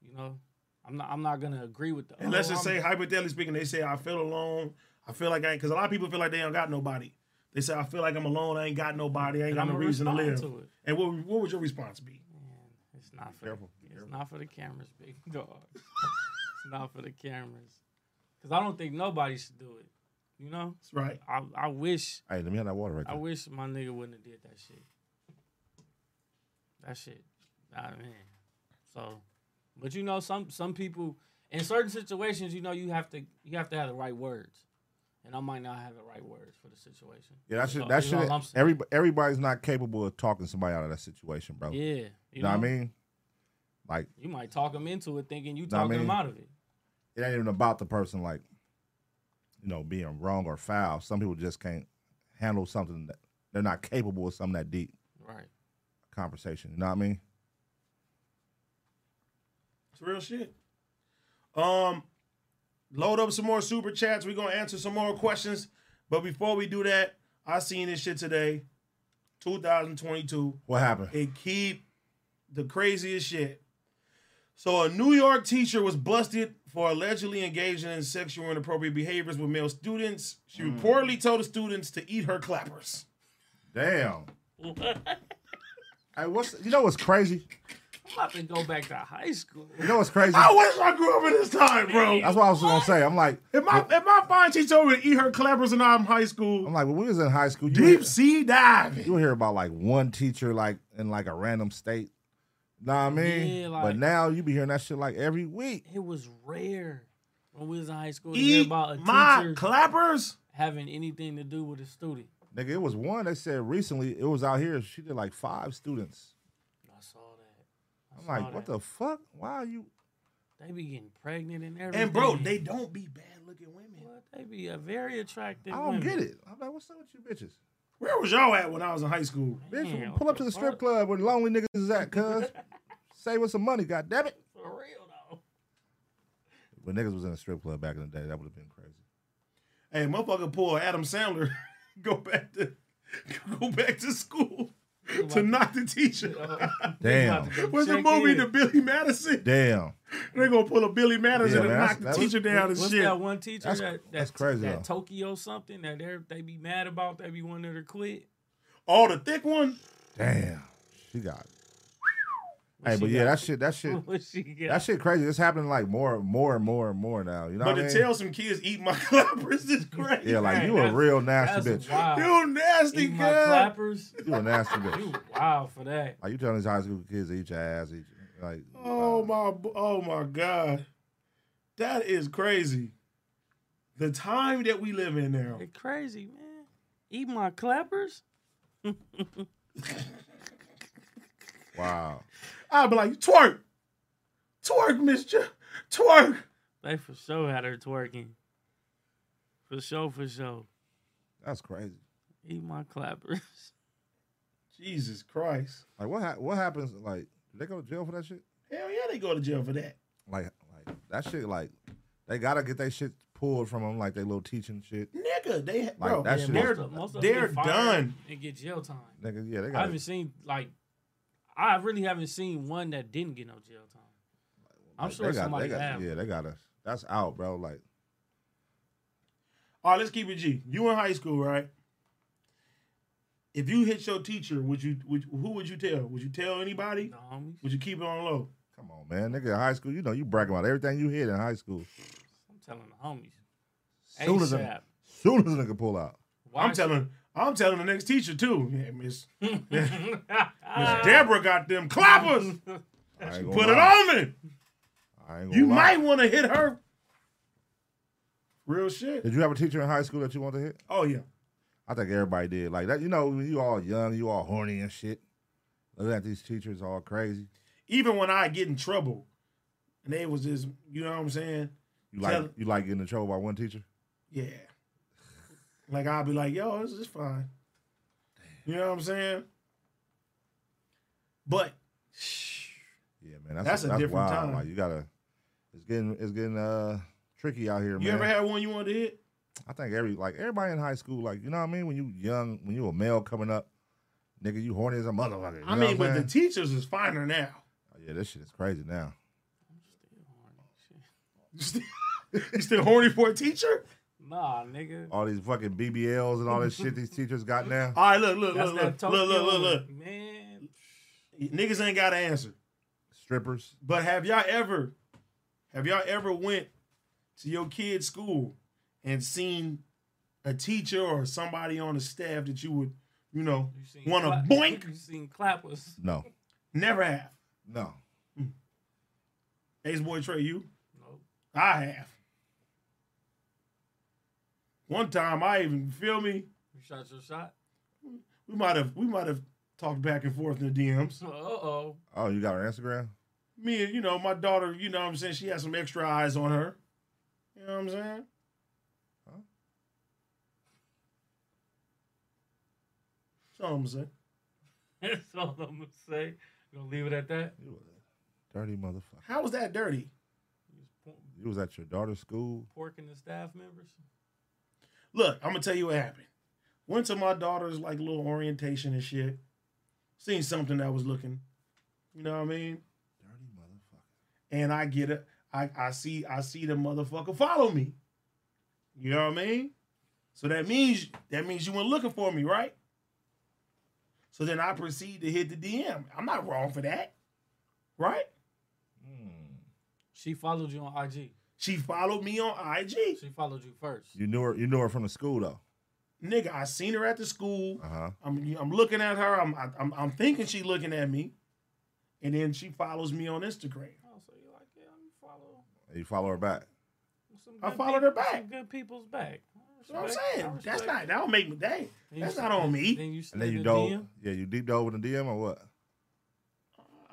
[SPEAKER 8] You know, I'm not I'm not gonna agree with the.
[SPEAKER 5] And let's
[SPEAKER 8] oh,
[SPEAKER 5] just
[SPEAKER 8] I'm-
[SPEAKER 5] say, hypothetically speaking, they say I feel alone. I feel like I because a lot of people feel like they don't got nobody. They say I feel like I'm alone. I ain't got nobody. I ain't
[SPEAKER 8] And
[SPEAKER 5] got
[SPEAKER 8] I'ma
[SPEAKER 5] no reason to live.
[SPEAKER 8] respond to it.
[SPEAKER 5] And what what would your response be?
[SPEAKER 8] It's not for The, it's not for the cameras, big dog. it's not for the cameras, because I don't think nobody should do it. You know,
[SPEAKER 5] That's right.
[SPEAKER 8] I I wish
[SPEAKER 1] Hey, let me have that water right
[SPEAKER 8] I
[SPEAKER 1] there.
[SPEAKER 8] wish my nigga wouldn't have did that shit. That shit, I mean, so, but you know, some some people in certain situations, you know, you have to you have to have the right words, and I might not have the right words for the situation.
[SPEAKER 1] Yeah, that should
[SPEAKER 8] So,
[SPEAKER 1] that
[SPEAKER 8] Oh, you know,
[SPEAKER 1] should
[SPEAKER 8] I'm saying.
[SPEAKER 1] every everybody's not capable of talking somebody out of that situation, bro.
[SPEAKER 8] Yeah,
[SPEAKER 1] you
[SPEAKER 8] you
[SPEAKER 1] know, what
[SPEAKER 8] know.
[SPEAKER 1] I mean, like
[SPEAKER 8] You might talk them into it, thinking you
[SPEAKER 1] Know what I
[SPEAKER 8] talking them
[SPEAKER 1] mean?
[SPEAKER 8] out of it.
[SPEAKER 1] it ain't even about the person like you know being wrong or foul. Some people just can't handle something that they're not capable of something that deep
[SPEAKER 8] Right.
[SPEAKER 1] conversation. You know what I mean?
[SPEAKER 5] It's real shit. Um, load up some more super chats. We're gonna answer some more questions. But before we do that, I seen this shit today, 2022.
[SPEAKER 1] What happened?
[SPEAKER 5] It keep the craziest shit. So a New York teacher was busted for allegedly engaging in sexual inappropriate behaviors with male students. She
[SPEAKER 1] Mm.
[SPEAKER 5] reportedly told the students to eat her clappers.
[SPEAKER 1] Damn. hey, what's you know what's crazy?
[SPEAKER 8] about to go back to high school.
[SPEAKER 1] You know what's crazy?
[SPEAKER 5] I wish I grew up in this time, bro.
[SPEAKER 1] That's what I was gonna say. I'm like,
[SPEAKER 5] If my if my fine she told me to eat her clappers and I'm in high school,
[SPEAKER 1] I'm like, when we was in high school, you
[SPEAKER 5] deep sea diving.
[SPEAKER 1] you would hear about like one teacher like in like a random state. Know what I mean?
[SPEAKER 8] Yeah, like-
[SPEAKER 1] but now you be hearing that shit like every week.
[SPEAKER 8] It was rare when we was in high school to hear
[SPEAKER 1] Eat
[SPEAKER 8] about a
[SPEAKER 1] my
[SPEAKER 8] teacher
[SPEAKER 5] clappers
[SPEAKER 8] having anything to do with a student.
[SPEAKER 1] Nigga, it was one. They said recently it was out here. She did like five students.
[SPEAKER 8] I saw that.
[SPEAKER 1] I'm like, what the fuck? Why are you?
[SPEAKER 8] They be getting pregnant and everything.
[SPEAKER 5] And bro, they don't be bad looking women.
[SPEAKER 8] They be a very attractive.
[SPEAKER 1] I don't get
[SPEAKER 8] women.
[SPEAKER 1] it. I'm like, what's up with you bitches?
[SPEAKER 5] Where was y'all at when I was in high school?
[SPEAKER 1] Bitch,
[SPEAKER 8] Man,
[SPEAKER 1] pull up to the strip club where lonely niggas is at, cuz. Save us some money, god damn it.
[SPEAKER 8] For real though.
[SPEAKER 1] When niggas was in a strip club back in the day, that would have been crazy.
[SPEAKER 5] Hey, motherfucker, poor Adam Sandler. go back to go back to school to knock the teacher.
[SPEAKER 1] Damn.
[SPEAKER 5] Was the movie the Billy Madison?
[SPEAKER 1] Damn.
[SPEAKER 5] They gonna pull a Billy Madison
[SPEAKER 1] Yeah,
[SPEAKER 5] and
[SPEAKER 1] man,
[SPEAKER 5] knock
[SPEAKER 1] that's-
[SPEAKER 5] the
[SPEAKER 1] that's-
[SPEAKER 5] teacher down and
[SPEAKER 8] What's
[SPEAKER 5] shit.
[SPEAKER 8] that one teacher
[SPEAKER 5] That's-
[SPEAKER 8] that,
[SPEAKER 1] that's
[SPEAKER 8] that-
[SPEAKER 1] crazy,
[SPEAKER 8] That
[SPEAKER 1] though.
[SPEAKER 8] Tokyo something that they they be mad about. They be wanting her to quit.
[SPEAKER 5] Oh, the thick one.
[SPEAKER 1] Damn. She got.
[SPEAKER 8] What
[SPEAKER 1] Hey,
[SPEAKER 8] she
[SPEAKER 1] but yeah,
[SPEAKER 8] got?
[SPEAKER 1] that shit, that shit,
[SPEAKER 8] What she got?
[SPEAKER 1] that shit crazy. It's happening like more, more, and more, and more now. You know
[SPEAKER 5] but
[SPEAKER 1] what I
[SPEAKER 5] to
[SPEAKER 1] mean?
[SPEAKER 5] tell some kids eat my clappers is crazy.
[SPEAKER 1] yeah, like you a real nasty
[SPEAKER 8] that's
[SPEAKER 1] bitch.
[SPEAKER 8] wild.
[SPEAKER 5] You nasty
[SPEAKER 8] Eat my
[SPEAKER 5] girl.
[SPEAKER 8] clappers.
[SPEAKER 1] You a nasty bitch.
[SPEAKER 8] Wow, for that.
[SPEAKER 1] Like you telling these high school kids to eat your ass, eat your, like
[SPEAKER 5] Oh my! b- Oh my God, that is crazy. The time that we live in now.
[SPEAKER 8] They crazy, man. Eat my clappers.
[SPEAKER 1] wow.
[SPEAKER 5] I'd be like, twerk, twerk, Mister, twerk.
[SPEAKER 8] They for sure had her twerking. For sure, for sure.
[SPEAKER 1] That's crazy.
[SPEAKER 8] Eat my clappers.
[SPEAKER 5] Jesus Christ!
[SPEAKER 1] Like what? hap what happens? Like do they go to jail for that shit?
[SPEAKER 5] Hell yeah, they go to jail for that.
[SPEAKER 1] Like, like that shit. Like they gotta get that shit pulled from them. Like they little teaching shit.
[SPEAKER 5] Nigga, they
[SPEAKER 1] Like, bro, that shit
[SPEAKER 5] they're,
[SPEAKER 1] is-
[SPEAKER 8] Most of them
[SPEAKER 5] they're
[SPEAKER 8] get fired
[SPEAKER 5] done.
[SPEAKER 8] and get jail time.
[SPEAKER 1] Nigga, yeah, they
[SPEAKER 8] I
[SPEAKER 1] got.
[SPEAKER 8] haven't seen like, I really haven't seen one that didn't get no jail time. I'm
[SPEAKER 1] like,
[SPEAKER 8] sure
[SPEAKER 1] they got,
[SPEAKER 8] somebody
[SPEAKER 1] they got,
[SPEAKER 8] have.
[SPEAKER 1] Yeah, they got us. That's out, bro. Like
[SPEAKER 5] All right, let's keep it G. You in high school, right? If you hit your teacher, would you? Would, who would you tell? Would you tell anybody?
[SPEAKER 8] No,
[SPEAKER 5] Would you keep it on low?
[SPEAKER 1] Come on, oh, man, nigga, in high school, you know, you bragging about everything you hit in high school.
[SPEAKER 8] I'm telling the homies.
[SPEAKER 1] Soon as, a,
[SPEAKER 8] ASAP.
[SPEAKER 1] soon as a nigga pull out,
[SPEAKER 5] I'm telling. I'm telling the next teacher too. Yeah, Miss Miss Deborah got them clappers.
[SPEAKER 1] I ain't gonna
[SPEAKER 5] Put it
[SPEAKER 1] lie.
[SPEAKER 5] on me.
[SPEAKER 1] I ain't gonna
[SPEAKER 5] You
[SPEAKER 1] lie.
[SPEAKER 5] might want to hit her. Real shit.
[SPEAKER 1] Did you have a teacher in high school that you wanted to hit?
[SPEAKER 5] Oh yeah.
[SPEAKER 1] I think everybody did. Like that, you know, when you all young, you all horny and shit. Looking at these teachers all crazy.
[SPEAKER 5] Even when I get in trouble, and they was just, you know what I'm saying?
[SPEAKER 1] You like
[SPEAKER 5] Tell-
[SPEAKER 1] you like getting in trouble by one teacher?
[SPEAKER 5] yeah. Like I'll be like, yo, this is fine. You know what I'm saying? But
[SPEAKER 1] Yeah, man. That's,
[SPEAKER 5] That's a
[SPEAKER 1] that's
[SPEAKER 5] different
[SPEAKER 1] wild.
[SPEAKER 5] time.
[SPEAKER 1] Like you gotta it's getting it's getting uh tricky out here,
[SPEAKER 5] you
[SPEAKER 1] man.
[SPEAKER 5] ever had one you wanted to hit?
[SPEAKER 1] I think every like everybody in high school, like, you know what I mean? When you young, when you a male coming up, nigga, you horny as a motherfucker. You
[SPEAKER 5] I
[SPEAKER 1] know
[SPEAKER 5] mean,
[SPEAKER 1] what
[SPEAKER 5] but
[SPEAKER 1] I'm
[SPEAKER 5] the
[SPEAKER 1] saying?
[SPEAKER 5] teachers is finer now.
[SPEAKER 1] Oh, yeah, this shit is crazy now.
[SPEAKER 5] You still horny for a teacher?
[SPEAKER 8] Nah, nigga.
[SPEAKER 1] All these fucking BBLs and all this shit these teachers got now.
[SPEAKER 5] All right, look, look,
[SPEAKER 8] That's
[SPEAKER 5] look, look,
[SPEAKER 8] that
[SPEAKER 5] look, look, look,
[SPEAKER 8] Tokyo,
[SPEAKER 5] look.
[SPEAKER 8] Man,
[SPEAKER 5] Niggas ain't got an answer.
[SPEAKER 1] Strippers.
[SPEAKER 5] But have y'all ever, have y'all ever went to your kid's school and seen a teacher or somebody on the staff that you would, you know, want
[SPEAKER 8] cla-
[SPEAKER 5] to boink?
[SPEAKER 8] You seen clappers?
[SPEAKER 1] No.
[SPEAKER 5] Never have.
[SPEAKER 1] No.
[SPEAKER 5] Ace boy Trey, you?
[SPEAKER 8] No.
[SPEAKER 5] I have. One time, I even feel me.
[SPEAKER 8] You shot your shot.
[SPEAKER 5] We might have, we might have talked back and forth in the DMs.
[SPEAKER 8] Uh oh.
[SPEAKER 1] Oh, you got her Instagram?
[SPEAKER 5] Me and you know my daughter, you know what I'm saying she has some extra eyes on her. You know what I'm saying?
[SPEAKER 1] Huh?
[SPEAKER 5] That's all I'm saying.
[SPEAKER 8] That's all I'm gonna say. I'm gonna leave it at that.
[SPEAKER 1] Dirty motherfucker.
[SPEAKER 5] How was that dirty?
[SPEAKER 1] You was at your daughter's school.
[SPEAKER 8] Porking the staff members.
[SPEAKER 5] Look, I'm gonna tell you what happened. Went to my daughter's like little orientation and shit. Seen something that was looking, you know what I mean?
[SPEAKER 1] Dirty motherfucker.
[SPEAKER 5] And I get it. I, I see I see the motherfucker follow me. You know what I mean? So that means that means you weren't looking for me, right? So then I proceed to hit the DM. I'm not wrong for that. right?
[SPEAKER 1] Hmm.
[SPEAKER 8] She followed you on IG.
[SPEAKER 5] She followed me on IG.
[SPEAKER 8] She followed you first.
[SPEAKER 1] You knew her. You knew her from the school though.
[SPEAKER 5] Nigga, I seen her at the school.
[SPEAKER 1] Uh huh.
[SPEAKER 5] I'm I'm looking at her. I'm I- I'm I'm thinking she looking at me, and then she follows me on Instagram.
[SPEAKER 8] Oh, so you like, yeah, I'm follow.
[SPEAKER 1] You follow her back.
[SPEAKER 8] Some
[SPEAKER 5] I
[SPEAKER 8] good
[SPEAKER 5] followed her
[SPEAKER 8] people-
[SPEAKER 5] back.
[SPEAKER 8] Some good people's back.
[SPEAKER 5] That's what I'm
[SPEAKER 8] Respect- I
[SPEAKER 5] saying. That's
[SPEAKER 8] respect
[SPEAKER 5] not
[SPEAKER 8] it.
[SPEAKER 5] that don't make me day.
[SPEAKER 8] Then you
[SPEAKER 5] That's
[SPEAKER 8] s-
[SPEAKER 5] not on me.
[SPEAKER 8] Then you
[SPEAKER 1] And then
[SPEAKER 8] slid
[SPEAKER 1] you
[SPEAKER 8] a
[SPEAKER 1] dove.
[SPEAKER 8] DM?
[SPEAKER 1] Yeah, you deep dove in the DM or what?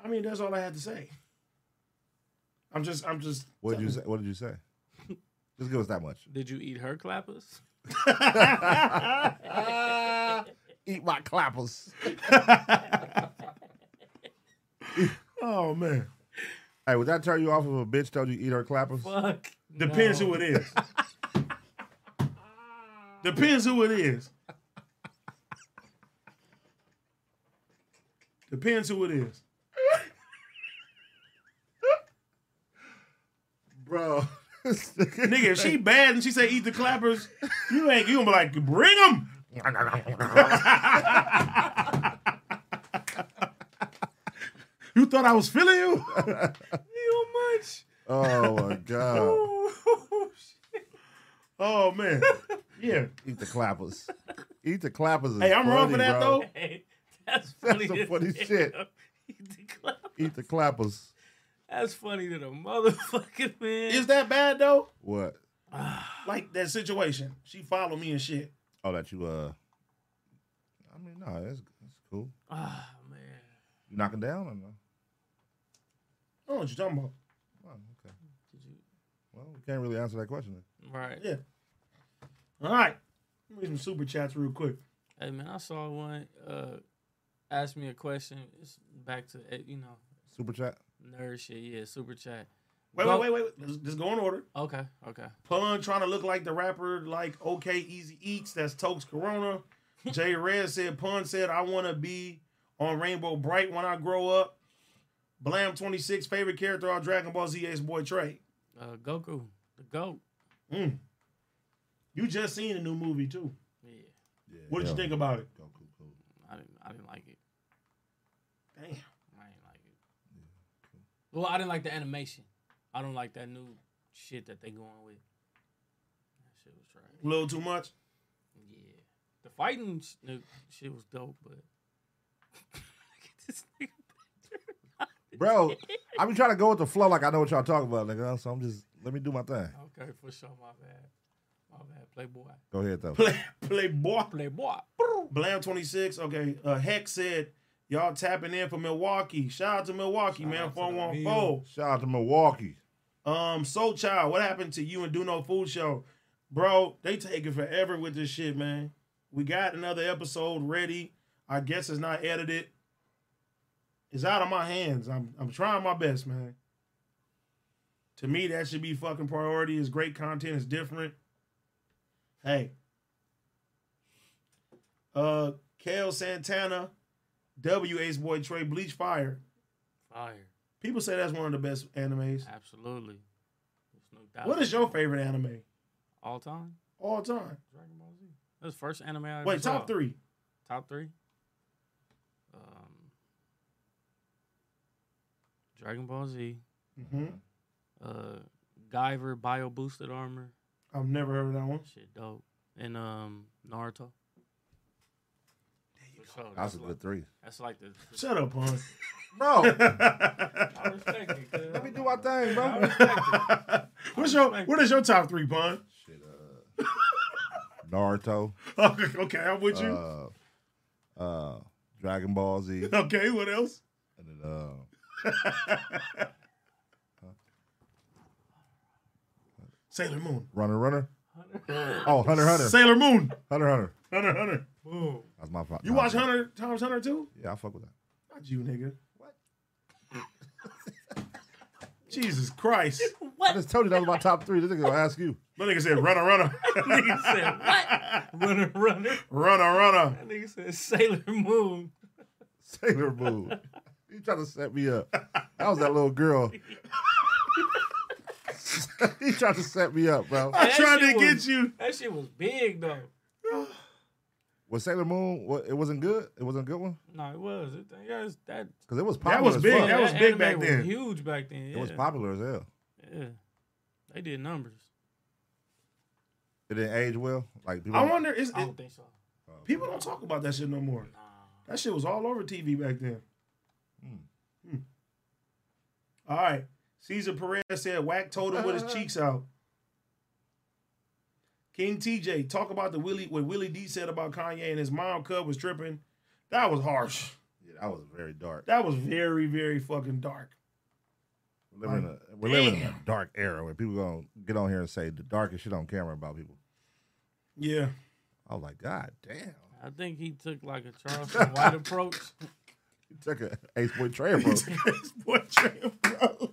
[SPEAKER 5] I mean, that's all I had to say. I'm just I'm just
[SPEAKER 1] What did you say? What did you say? Just give us that much.
[SPEAKER 8] Did you eat her clappers?
[SPEAKER 1] Eat my clappers.
[SPEAKER 5] oh man.
[SPEAKER 1] Hey, would that turn you off if a bitch told you eat her clappers?
[SPEAKER 8] Fuck.
[SPEAKER 5] Depends
[SPEAKER 8] no.
[SPEAKER 5] who it is. Depends who it is. Depends who it is.
[SPEAKER 1] Bro.
[SPEAKER 5] Nigga, if she bad and she say eat the clappers, you ain't you gonna be like, bring them. you thought I was feeling you? you much.
[SPEAKER 1] Oh my god.
[SPEAKER 5] Oh man. Yeah.
[SPEAKER 1] Eat the clappers. Eat the clappers. is
[SPEAKER 5] Hey, I'm wrong
[SPEAKER 1] funny,
[SPEAKER 5] for that
[SPEAKER 1] bro.
[SPEAKER 5] though.
[SPEAKER 8] That's
[SPEAKER 1] That's
[SPEAKER 8] funny.
[SPEAKER 1] some
[SPEAKER 8] to
[SPEAKER 1] funny
[SPEAKER 8] think
[SPEAKER 1] shit.
[SPEAKER 8] of.
[SPEAKER 1] Eat the clappers.
[SPEAKER 8] That's funny to the motherfucking man.
[SPEAKER 5] Is that bad though?
[SPEAKER 1] What?
[SPEAKER 5] Like that situation. She followed me and shit.
[SPEAKER 1] Oh, that you uh. I mean, no, that's that's cool.
[SPEAKER 8] Ah man.
[SPEAKER 1] You knocking down or no?
[SPEAKER 5] I don't know what you talking about.
[SPEAKER 1] Oh, okay. Well, we can't really answer that question. then.
[SPEAKER 8] Right.
[SPEAKER 5] Yeah. All right. Let me read some super chats real quick.
[SPEAKER 8] Hey man, I saw one. Uh, asked me a question. It's back to eh, you know
[SPEAKER 1] Super chat.
[SPEAKER 8] nerd shit. Yeah, super chat.
[SPEAKER 5] Wait,
[SPEAKER 8] Go-
[SPEAKER 5] wait, wait, wait. Let's, let's go in order.
[SPEAKER 8] Okay, okay.
[SPEAKER 5] Pun trying to look like the rapper, like OK Easy Eats. That's Tokes Corona. Jay Red said, Pun said, I want to be on Rainbow Bright when I grow up. Blam 26, favorite character on Dragon Ball Z Ace Boy Trey.
[SPEAKER 8] Uh, Goku, the goat.
[SPEAKER 5] Mm. You just seen the new movie, too.
[SPEAKER 8] Yeah.
[SPEAKER 1] Yeah.
[SPEAKER 5] What did you
[SPEAKER 1] Yeah.
[SPEAKER 5] think about it?
[SPEAKER 1] Goku, cool.
[SPEAKER 8] I didn't. I didn't like it.
[SPEAKER 5] Damn.
[SPEAKER 8] I didn't like it. Well, I didn't like the animation. I don't like that new shit that they going with. That shit was trash.
[SPEAKER 5] A little too much?
[SPEAKER 8] Yeah. The fighting sh- the shit was dope, but
[SPEAKER 1] Bro, I've been trying to go with the flow like I know what y'all talking about, nigga. So I'm just let me do my thing.
[SPEAKER 8] okay, for sure, my bad. My bad. Playboy.
[SPEAKER 1] Go ahead though.
[SPEAKER 5] Play, play boy.
[SPEAKER 8] Play boy.
[SPEAKER 5] Blam 26. Okay. Uh, Heck said, y'all tapping in for Milwaukee. Shout out to Milwaukee, man. 414.
[SPEAKER 1] Shout out to Milwaukee.
[SPEAKER 5] Um, Soul Child, what happened to you and Do No Food Show? Bro, they taking forever with this shit, man. We got another episode ready. I guess it's not edited. It's out of my hands. I'm I'm trying my best, man. To me, that should be fucking priority. It's great content, it's different. Hey. Uh Kale Santana, W Ace Boy Trey, Bleach Fire.
[SPEAKER 8] Fire.
[SPEAKER 5] People say that's one of the best animes.
[SPEAKER 8] Absolutely. There's no doubt.
[SPEAKER 5] What is your favorite anime
[SPEAKER 8] all time?
[SPEAKER 5] all time?
[SPEAKER 8] Dragon Ball Z. That's the first anime I ever
[SPEAKER 5] Wait,
[SPEAKER 8] saw.
[SPEAKER 5] top three.
[SPEAKER 8] Top three. Um, Dragon Ball Z.
[SPEAKER 5] Mhm.
[SPEAKER 8] Uh, Guyver Bio Boosted Armor.
[SPEAKER 5] I've never heard of that one.
[SPEAKER 8] Shit, dope. And um, Naruto. For sure,
[SPEAKER 1] That's a
[SPEAKER 8] like-
[SPEAKER 1] good three.
[SPEAKER 8] Oh, That's like the.
[SPEAKER 5] Shut up, hon.
[SPEAKER 1] Bro.
[SPEAKER 8] I respect it. cuz.
[SPEAKER 1] Let me do my thing,
[SPEAKER 8] I
[SPEAKER 1] bro.
[SPEAKER 8] respect it.
[SPEAKER 5] What's your what is your top three, pun?
[SPEAKER 1] Naruto.
[SPEAKER 5] Okay, okay, I'm with you.
[SPEAKER 1] Uh, uh, Dragon Ball Z. And
[SPEAKER 5] okay, what else?
[SPEAKER 1] then, uh,
[SPEAKER 5] Sailor Moon.
[SPEAKER 1] Runner Runner. Oh, Hunter Hunter.
[SPEAKER 5] Sailor Moon.
[SPEAKER 1] Hunter Hunter.
[SPEAKER 5] Hunter Hunter. Boom.
[SPEAKER 1] That's my pop.
[SPEAKER 5] You watch Hunter Times Hunter too?
[SPEAKER 1] Yeah, I fuck with that.
[SPEAKER 5] Not you, nigga. What? Jesus Christ.
[SPEAKER 1] I just told you that was my top three. This nigga gonna ask you.
[SPEAKER 5] My nigga said runner runner.
[SPEAKER 8] Nigga said what? Runner, runner.
[SPEAKER 5] Runner runner.
[SPEAKER 8] That nigga said Sailor Moon.
[SPEAKER 1] Sailor Moon. You trying to set me up. That was that little girl. he tried to set me up, bro.
[SPEAKER 5] I
[SPEAKER 8] That
[SPEAKER 5] tried to
[SPEAKER 8] shit
[SPEAKER 5] get
[SPEAKER 8] was-
[SPEAKER 5] you.
[SPEAKER 8] That shit was big though.
[SPEAKER 1] Was Sailor Moon? What, it wasn't good. It wasn't a good one
[SPEAKER 8] No, it was. It, yeah, it's, that
[SPEAKER 1] because it was
[SPEAKER 5] That
[SPEAKER 1] popular.
[SPEAKER 5] was
[SPEAKER 1] as
[SPEAKER 5] big.
[SPEAKER 1] fuck.
[SPEAKER 5] That was big back
[SPEAKER 8] anime was
[SPEAKER 5] then.
[SPEAKER 8] Huge back then. Yeah.
[SPEAKER 1] It was popular as hell.
[SPEAKER 8] Yeah, they did numbers.
[SPEAKER 1] It didn't age well. Like people.
[SPEAKER 5] I wonder. Is
[SPEAKER 8] I
[SPEAKER 5] it-
[SPEAKER 8] don't think so.
[SPEAKER 5] people don't talk about that shit no more. That shit was all over TV back then. Hmm. All right. Caesar Perez said Wack told him with his cheeks out. King TJ, talk about the Willie what Willie D said about Kanye and his mom cub was tripping. That was harsh.
[SPEAKER 1] Yeah, that was very dark.
[SPEAKER 5] That was very, very fucking dark.
[SPEAKER 1] We're living, in a, we're living in a dark era where people gonna get on here and say the darkest shit on camera about people.
[SPEAKER 5] Yeah.
[SPEAKER 1] I was like, God damn.
[SPEAKER 8] I think he took like a Charleston White approach.
[SPEAKER 1] He took a ace boy trail, bro.
[SPEAKER 5] Boy, Trey, bro.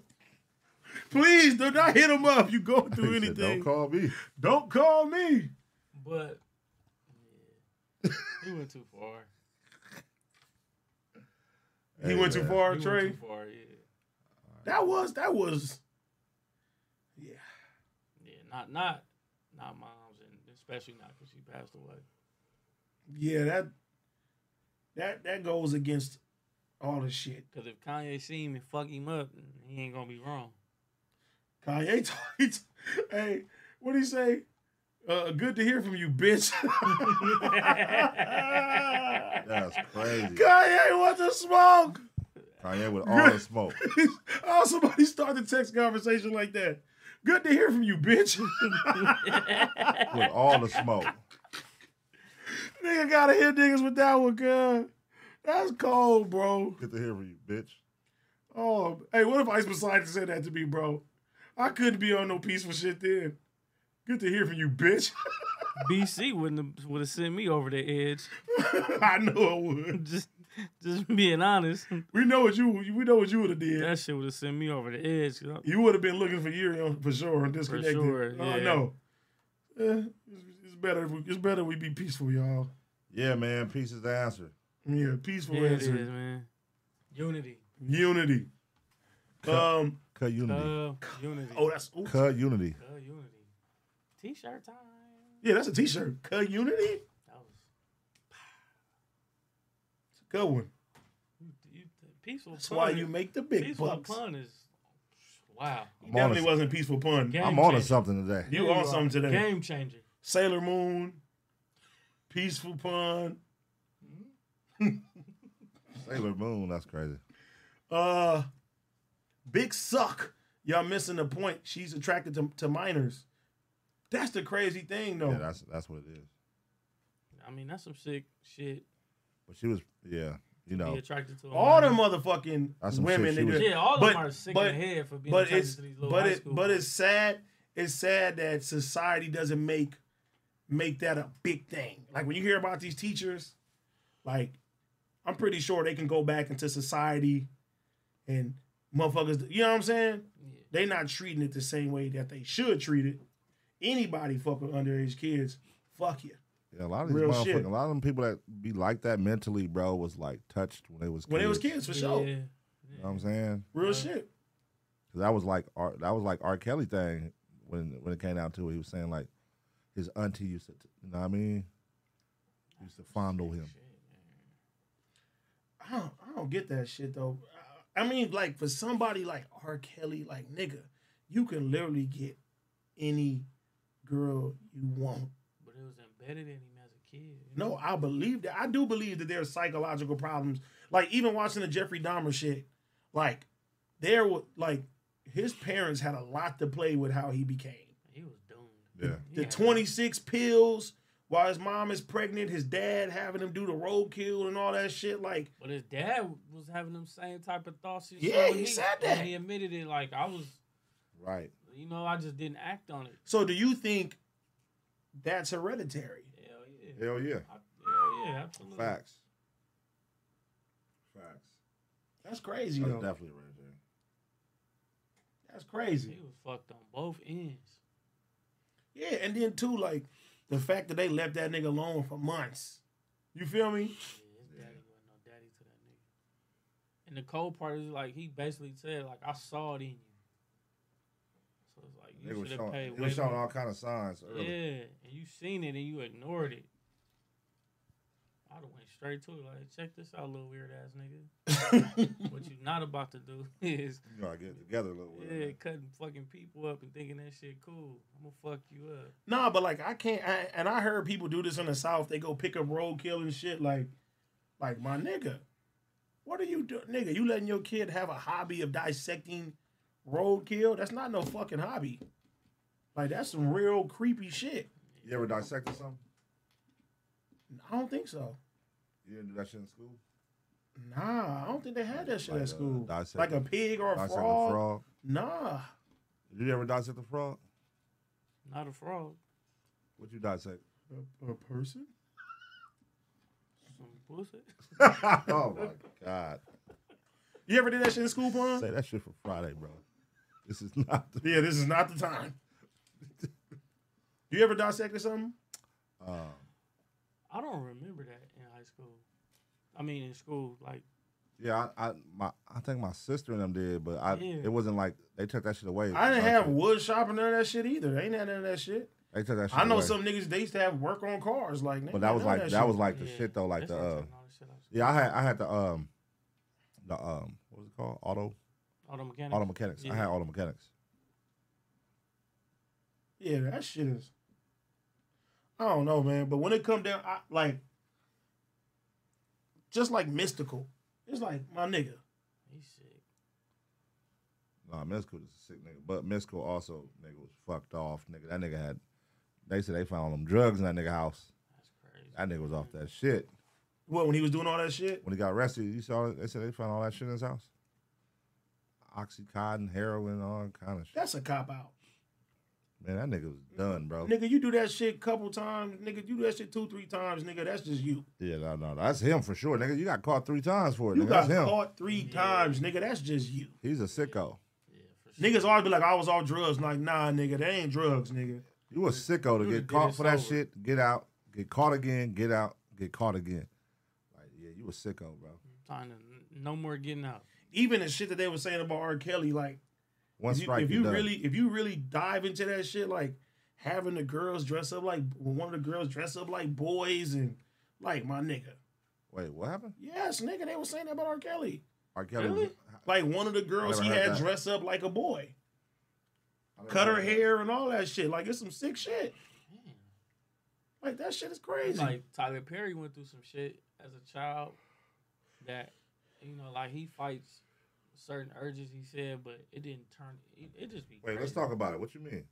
[SPEAKER 5] Please do not hit him up. You go through
[SPEAKER 1] He said, Don't
[SPEAKER 5] anything.
[SPEAKER 1] call me.
[SPEAKER 5] Don't call me.
[SPEAKER 8] But yeah, he went too far.
[SPEAKER 5] He went too far,
[SPEAKER 8] he
[SPEAKER 5] Trey.
[SPEAKER 8] Went too far, yeah.
[SPEAKER 5] That was that was
[SPEAKER 8] Yeah, not not not moms, and especially not because she passed away.
[SPEAKER 5] yeah that that that goes against all the shit.
[SPEAKER 8] Because if Kanye see him and fuck him up, he ain't gonna be wrong.
[SPEAKER 5] Kanye, t- he t- hey, what do you say? Uh, good to hear from you, bitch.
[SPEAKER 1] That's crazy.
[SPEAKER 5] Kanye, what the smoke?
[SPEAKER 1] Kanye with all the smoke.
[SPEAKER 5] How somebody start the text conversation like that? Good to hear from you, bitch.
[SPEAKER 1] With all the smoke.
[SPEAKER 5] Nigga gotta hit niggas with that one, girl. That's cold, bro.
[SPEAKER 1] Good to hear from you, bitch.
[SPEAKER 5] Oh, hey, what if Ice Poseidon said that to me, bro? I couldn't be on no peaceful shit then. Good to hear from you, bitch.
[SPEAKER 8] BC wouldn't have, would have sent me over the edge.
[SPEAKER 5] I know it would.
[SPEAKER 8] Just just being honest.
[SPEAKER 5] We know what you we know what you would have did.
[SPEAKER 8] That shit would have sent me over the edge. you know?
[SPEAKER 5] You would have been looking for Uriel for sure and disconnected.
[SPEAKER 8] sure,
[SPEAKER 5] Oh
[SPEAKER 8] yeah.
[SPEAKER 5] no, Eh, it's, it's better. If we, it's better we be peaceful, y'all.
[SPEAKER 1] Yeah, man. Peace is the answer.
[SPEAKER 5] Yeah, peaceful
[SPEAKER 8] Yeah, it is,
[SPEAKER 5] answer.
[SPEAKER 8] man. Unity.
[SPEAKER 5] Unity. Um.
[SPEAKER 1] Cut unity.
[SPEAKER 8] Uh, unity.
[SPEAKER 5] Oh, that's ooh.
[SPEAKER 1] Cut unity.
[SPEAKER 8] Uh, unity. T-shirt time.
[SPEAKER 5] yeah. That's a T-shirt. Cut unity.
[SPEAKER 8] That was
[SPEAKER 5] It's a good one.
[SPEAKER 8] you, peaceful.
[SPEAKER 5] That's why
[SPEAKER 8] pun-
[SPEAKER 5] you make the big
[SPEAKER 8] peaceful
[SPEAKER 5] bucks.
[SPEAKER 8] pun is wow.
[SPEAKER 5] He
[SPEAKER 1] I'm on
[SPEAKER 5] definitely
[SPEAKER 1] a-
[SPEAKER 5] wasn't peaceful pun.
[SPEAKER 8] Game
[SPEAKER 1] I'm on to
[SPEAKER 8] changer.
[SPEAKER 1] something today.
[SPEAKER 5] You
[SPEAKER 8] There
[SPEAKER 5] on
[SPEAKER 8] are.
[SPEAKER 5] something today.
[SPEAKER 8] Game changer.
[SPEAKER 5] Sailor Moon. Peaceful pun.
[SPEAKER 1] Sailor Moon. That's crazy.
[SPEAKER 5] Uh, big suck. Y'all missing the point. She's attracted to, to minors. That's the crazy thing, though.
[SPEAKER 1] Yeah, that's that's what it is.
[SPEAKER 8] I mean, that's some sick shit.
[SPEAKER 1] But she was, yeah, you know.
[SPEAKER 8] Be attracted to a
[SPEAKER 5] all the
[SPEAKER 8] minor.
[SPEAKER 5] motherfucking
[SPEAKER 1] That's some shit
[SPEAKER 5] women. They
[SPEAKER 1] she
[SPEAKER 5] do.
[SPEAKER 1] was-
[SPEAKER 8] Yeah, all of
[SPEAKER 5] but,
[SPEAKER 8] them are sick in
[SPEAKER 5] but,
[SPEAKER 8] the head for being
[SPEAKER 5] but
[SPEAKER 8] attracted
[SPEAKER 5] it's
[SPEAKER 8] to these little
[SPEAKER 5] but
[SPEAKER 8] high
[SPEAKER 5] it
[SPEAKER 8] school
[SPEAKER 5] but
[SPEAKER 8] boys.
[SPEAKER 5] it's sad. It's sad that society doesn't make make that a big thing. Like when you hear about these teachers, like I'm pretty sure they can go back into society and motherfuckers. You know what I'm saying? They not treating it the same way that they should treat it. Anybody fucking underage kids, fuck you.
[SPEAKER 1] Yeah, a lot of these
[SPEAKER 5] Real
[SPEAKER 1] motherfuckers,
[SPEAKER 5] shit.
[SPEAKER 1] a lot of them people that be like that mentally, bro, was like touched when they was
[SPEAKER 5] When
[SPEAKER 1] kids,
[SPEAKER 5] they was kids, for sure.
[SPEAKER 8] Yeah.
[SPEAKER 1] You know what I'm saying?
[SPEAKER 5] Real shit.
[SPEAKER 1] Cause that was like R, that was like R. Kelly thing when when it came down to it. He was saying like his auntie used to, you know what I mean? Used to fondle him.
[SPEAKER 5] I don't, I don't get that shit though. I I mean, like for somebody like R. Kelly, like nigga, you can literally get any girl you want.
[SPEAKER 8] But it was embedded in him as a kid.
[SPEAKER 5] No, I believe that. I do believe that there's psychological problems. Like even watching the Jeffrey Dahmer shit, like there was like his parents had a lot to play with how he became.
[SPEAKER 8] He was doomed.
[SPEAKER 1] Yeah.
[SPEAKER 5] The 26 pills while his mom is pregnant, his dad having him do the roadkill and all that shit. Like
[SPEAKER 8] But his dad was having them same type of thoughts. He
[SPEAKER 5] Yeah,
[SPEAKER 8] showed
[SPEAKER 5] he
[SPEAKER 8] me,
[SPEAKER 5] said
[SPEAKER 8] and
[SPEAKER 5] that.
[SPEAKER 8] He admitted it. Like I was,
[SPEAKER 1] Right.
[SPEAKER 8] you know, I just didn't act on it.
[SPEAKER 5] So do you think that's hereditary?
[SPEAKER 8] Hell yeah.
[SPEAKER 1] Hell yeah.
[SPEAKER 8] Hell yeah, absolutely.
[SPEAKER 1] Facts. Facts.
[SPEAKER 5] That's crazy
[SPEAKER 1] That's
[SPEAKER 5] though.
[SPEAKER 1] definitely right there.
[SPEAKER 5] That's crazy.
[SPEAKER 8] He was fucked on both ends.
[SPEAKER 5] Yeah, and then too, like the fact that they left that nigga alone for months. You feel me?
[SPEAKER 8] Yeah, his daddy wasn't no daddy to that nigga. And the cold part is like he basically said, like I saw it in you. So it's like
[SPEAKER 1] They
[SPEAKER 8] you
[SPEAKER 1] was
[SPEAKER 8] should have
[SPEAKER 1] showing,
[SPEAKER 8] paid
[SPEAKER 1] it
[SPEAKER 8] way
[SPEAKER 1] was showing
[SPEAKER 8] more-
[SPEAKER 1] all kind of signs early.
[SPEAKER 8] Yeah, and you seen it and you ignored it. I'd have went straight to it. Like, check this out, little weird ass nigga. what you not about to do is
[SPEAKER 1] You gotta get together a little
[SPEAKER 8] yeah,
[SPEAKER 1] bit.
[SPEAKER 8] cutting fucking people up and thinking that shit cool. I'm gonna fuck you up.
[SPEAKER 5] No, but like I can't. I, and I heard people do this in the South. They go pick up roadkill and shit. Like, like my nigga, what are you doing, nigga? You letting your kid have a hobby of dissecting roadkill? That's not no fucking hobby. Like that's some real creepy shit.
[SPEAKER 1] You ever dissected something?
[SPEAKER 5] I don't think so.
[SPEAKER 1] You didn't do that shit in school?
[SPEAKER 5] Nah, I don't think they had that shit
[SPEAKER 1] Like, uh,
[SPEAKER 5] at school.
[SPEAKER 1] dissect-
[SPEAKER 5] like a pig or a
[SPEAKER 1] dissect a
[SPEAKER 5] frog.
[SPEAKER 1] frog?
[SPEAKER 5] Nah,
[SPEAKER 1] Did you ever dissect a frog?
[SPEAKER 8] Not a frog.
[SPEAKER 1] What you dissect?
[SPEAKER 5] A, a person?
[SPEAKER 8] Some pussy.
[SPEAKER 1] oh my god.
[SPEAKER 5] You ever did that shit in school, Pun?
[SPEAKER 1] Say that shit for Friday, bro. This is not the
[SPEAKER 5] Yeah, this is not the time. you ever dissected something?
[SPEAKER 1] um,
[SPEAKER 8] I don't remember that in high school. I mean, in school, like
[SPEAKER 1] yeah, I, I my I think my sister and them did, but I
[SPEAKER 5] Yeah.
[SPEAKER 1] it wasn't like they took that shit away.
[SPEAKER 5] I didn't have wood shop and none of that shit either. They ain't had none of that shit.
[SPEAKER 1] They took that shit
[SPEAKER 5] I know
[SPEAKER 1] away.
[SPEAKER 5] some niggas they used to have work on cars, like.
[SPEAKER 1] But that was like that, was like the
[SPEAKER 5] shit.
[SPEAKER 1] shit though, like
[SPEAKER 5] That's
[SPEAKER 1] the
[SPEAKER 5] not
[SPEAKER 1] uh,
[SPEAKER 8] shit I was-
[SPEAKER 1] yeah. I had I had the um, the um, what was it called? Auto.
[SPEAKER 8] Auto mechanics.
[SPEAKER 1] Auto mechanics. I
[SPEAKER 8] Yeah.
[SPEAKER 1] had auto mechanics.
[SPEAKER 5] Yeah, that shit is. I don't know, man. But when it come down, I, like, just like mystical, it's like my nigga.
[SPEAKER 8] He's sick.
[SPEAKER 1] Nah, Mesco is a sick nigga, but Mesco also nigga was fucked off. Nigga, that nigga had. They said they found them drugs in that nigga house. That nigga was off that shit.
[SPEAKER 5] What when he was doing all that shit?
[SPEAKER 1] When he got arrested, you saw they said they found all that shit in his house. Oxycontin, heroin, all kind of shit.
[SPEAKER 5] That's a cop out,
[SPEAKER 1] Man, that nigga was done, bro.
[SPEAKER 5] nigga. You do that shit couple times, nigga. You do that shit two, three times, nigga. That's just you.
[SPEAKER 1] Yeah, no, no, that's him for sure, nigga. You got caught three times for it.
[SPEAKER 5] You
[SPEAKER 1] nigga.
[SPEAKER 5] got
[SPEAKER 1] that's him.
[SPEAKER 5] caught three times, nigga. That's just you.
[SPEAKER 1] He's a sicko.
[SPEAKER 5] Niggas always be like, I was all drugs. Like, nah, nigga, that ain't drugs, nigga.
[SPEAKER 1] You a sicko to get
[SPEAKER 5] You done did
[SPEAKER 1] caught
[SPEAKER 5] us
[SPEAKER 1] for that
[SPEAKER 5] over.
[SPEAKER 1] shit, get out, get caught again, get out, get caught again. Like, yeah, you a sicko, bro.
[SPEAKER 8] Time to no more getting out.
[SPEAKER 5] Even the shit that they were saying about R. Kelly, like,
[SPEAKER 1] One
[SPEAKER 5] if you,
[SPEAKER 1] strike,
[SPEAKER 5] if
[SPEAKER 1] you
[SPEAKER 5] you
[SPEAKER 1] done.
[SPEAKER 5] really, if you really dive into that shit, like having the girls dress up like one of the girls dress up like boys and like my nigga.
[SPEAKER 1] Wait, what happened?
[SPEAKER 5] Yes, nigga, they were saying that about R. Kelly.
[SPEAKER 1] R. Kelly.
[SPEAKER 5] Really? Like one of the girls
[SPEAKER 1] never
[SPEAKER 5] he
[SPEAKER 1] heard
[SPEAKER 5] had
[SPEAKER 1] that.
[SPEAKER 5] dress up like a boy. Cut her hair and all that shit. Like it's some sick shit. Like that shit is crazy.
[SPEAKER 8] Like Tyler Perry went through some shit as a child that you know, like he fights certain urges. He said, but it didn't turn. It, it just be.
[SPEAKER 1] Wait,
[SPEAKER 8] crazy.
[SPEAKER 1] let's talk about it. What you mean?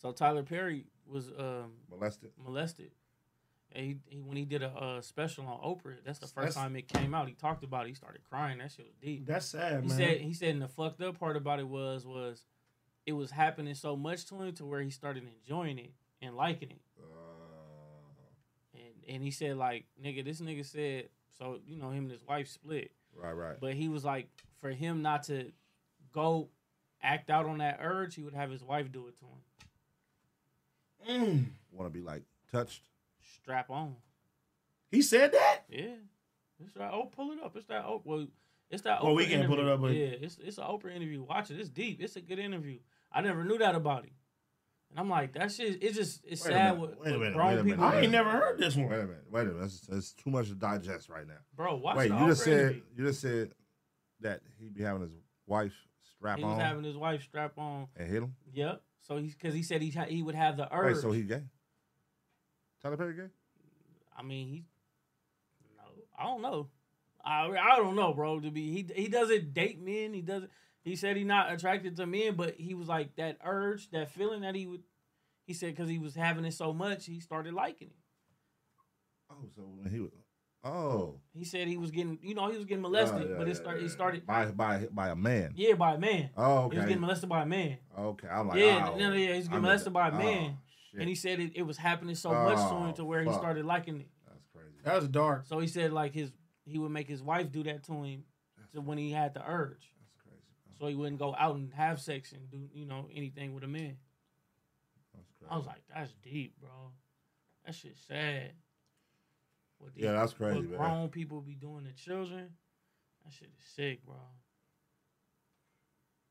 [SPEAKER 8] So Tyler Perry was um,
[SPEAKER 1] molested.
[SPEAKER 8] Molested. And he, he when he did a, uh special on Oprah, that's the
[SPEAKER 5] That's-
[SPEAKER 8] first time it came out. He talked about it. He started crying. That shit was deep.
[SPEAKER 5] That's sad,
[SPEAKER 8] he
[SPEAKER 5] man.
[SPEAKER 8] Said, he said, and the fucked up part about it was was it was happening so much to him to where he started enjoying it and liking it.
[SPEAKER 1] Uh-huh.
[SPEAKER 8] And and he said like nigga, this nigga said so you know him and his wife split.
[SPEAKER 1] Right, right.
[SPEAKER 8] But he was like, for him not to go act out on that urge, he would have his wife do it to him.
[SPEAKER 1] Want to be like touched?
[SPEAKER 8] Strap on.
[SPEAKER 5] He said that?
[SPEAKER 8] Yeah. It's that oh pull it up. It's that oh well it's that
[SPEAKER 5] Well, we
[SPEAKER 8] Oprah
[SPEAKER 5] can't pull it
[SPEAKER 8] interview.
[SPEAKER 5] up, but-
[SPEAKER 8] Yeah, it's it's an Oprah interview. Watch it. It's deep. It's a good interview. I never knew that about him. And I'm like, that shit it's just it's
[SPEAKER 1] Wait a
[SPEAKER 8] sad
[SPEAKER 1] minute,
[SPEAKER 8] what,
[SPEAKER 1] wait a
[SPEAKER 8] what
[SPEAKER 1] minute,
[SPEAKER 8] grown
[SPEAKER 1] wait a minute,
[SPEAKER 8] people
[SPEAKER 1] wait a
[SPEAKER 8] do.
[SPEAKER 1] minute.
[SPEAKER 5] heard this one.
[SPEAKER 1] Wait a minute. Wait a minute. That's, that's too much to digest right now.
[SPEAKER 8] Bro, watch
[SPEAKER 1] Wait,
[SPEAKER 8] the
[SPEAKER 1] you just
[SPEAKER 8] Oprah
[SPEAKER 1] said
[SPEAKER 8] interview.
[SPEAKER 1] you just said that he'd be having his wife strap
[SPEAKER 8] He
[SPEAKER 1] on
[SPEAKER 8] was having his wife strap on.
[SPEAKER 1] and hit him.
[SPEAKER 8] Yep. So he's because he said he ha- he would have the urge.
[SPEAKER 1] Wait, so he gay? Tyler Perry gay?
[SPEAKER 8] I mean, he. No, I don't know. I I don't know, bro. To be he he doesn't date men. He doesn't. He said he not attracted to men, but he was like that urge, that feeling that he would. He said because he was having it so much, he started liking it.
[SPEAKER 1] Oh, so when he was. Oh,
[SPEAKER 8] He said he was getting, you know, he was getting molested,
[SPEAKER 1] yeah,
[SPEAKER 8] but
[SPEAKER 1] yeah,
[SPEAKER 8] it started. It started.
[SPEAKER 1] by by by a man.
[SPEAKER 8] Yeah, by a man.
[SPEAKER 1] Oh, okay.
[SPEAKER 8] He was getting molested by a man.
[SPEAKER 1] Okay, I'm like,
[SPEAKER 8] yeah,
[SPEAKER 1] oh,
[SPEAKER 8] no, no, yeah, he was
[SPEAKER 1] I'm
[SPEAKER 8] getting molested
[SPEAKER 1] just-
[SPEAKER 8] by a
[SPEAKER 1] oh,
[SPEAKER 8] man,
[SPEAKER 1] shit.
[SPEAKER 8] and he said it, it was happening so much to
[SPEAKER 1] Oh,
[SPEAKER 8] him to where he
[SPEAKER 1] fuck.
[SPEAKER 8] started liking it.
[SPEAKER 1] That's crazy.
[SPEAKER 5] That's dark.
[SPEAKER 8] So he said like his he would make his wife do that to him to when he had the urge. That's
[SPEAKER 1] crazy.
[SPEAKER 8] So he wouldn't go out and have sex and do you know anything with a man. I was like, that's deep, bro. That shit's sad. What
[SPEAKER 1] Yeah, that's crazy,
[SPEAKER 8] what
[SPEAKER 1] man.
[SPEAKER 8] Grown people be doing to children. That shit is sick, bro.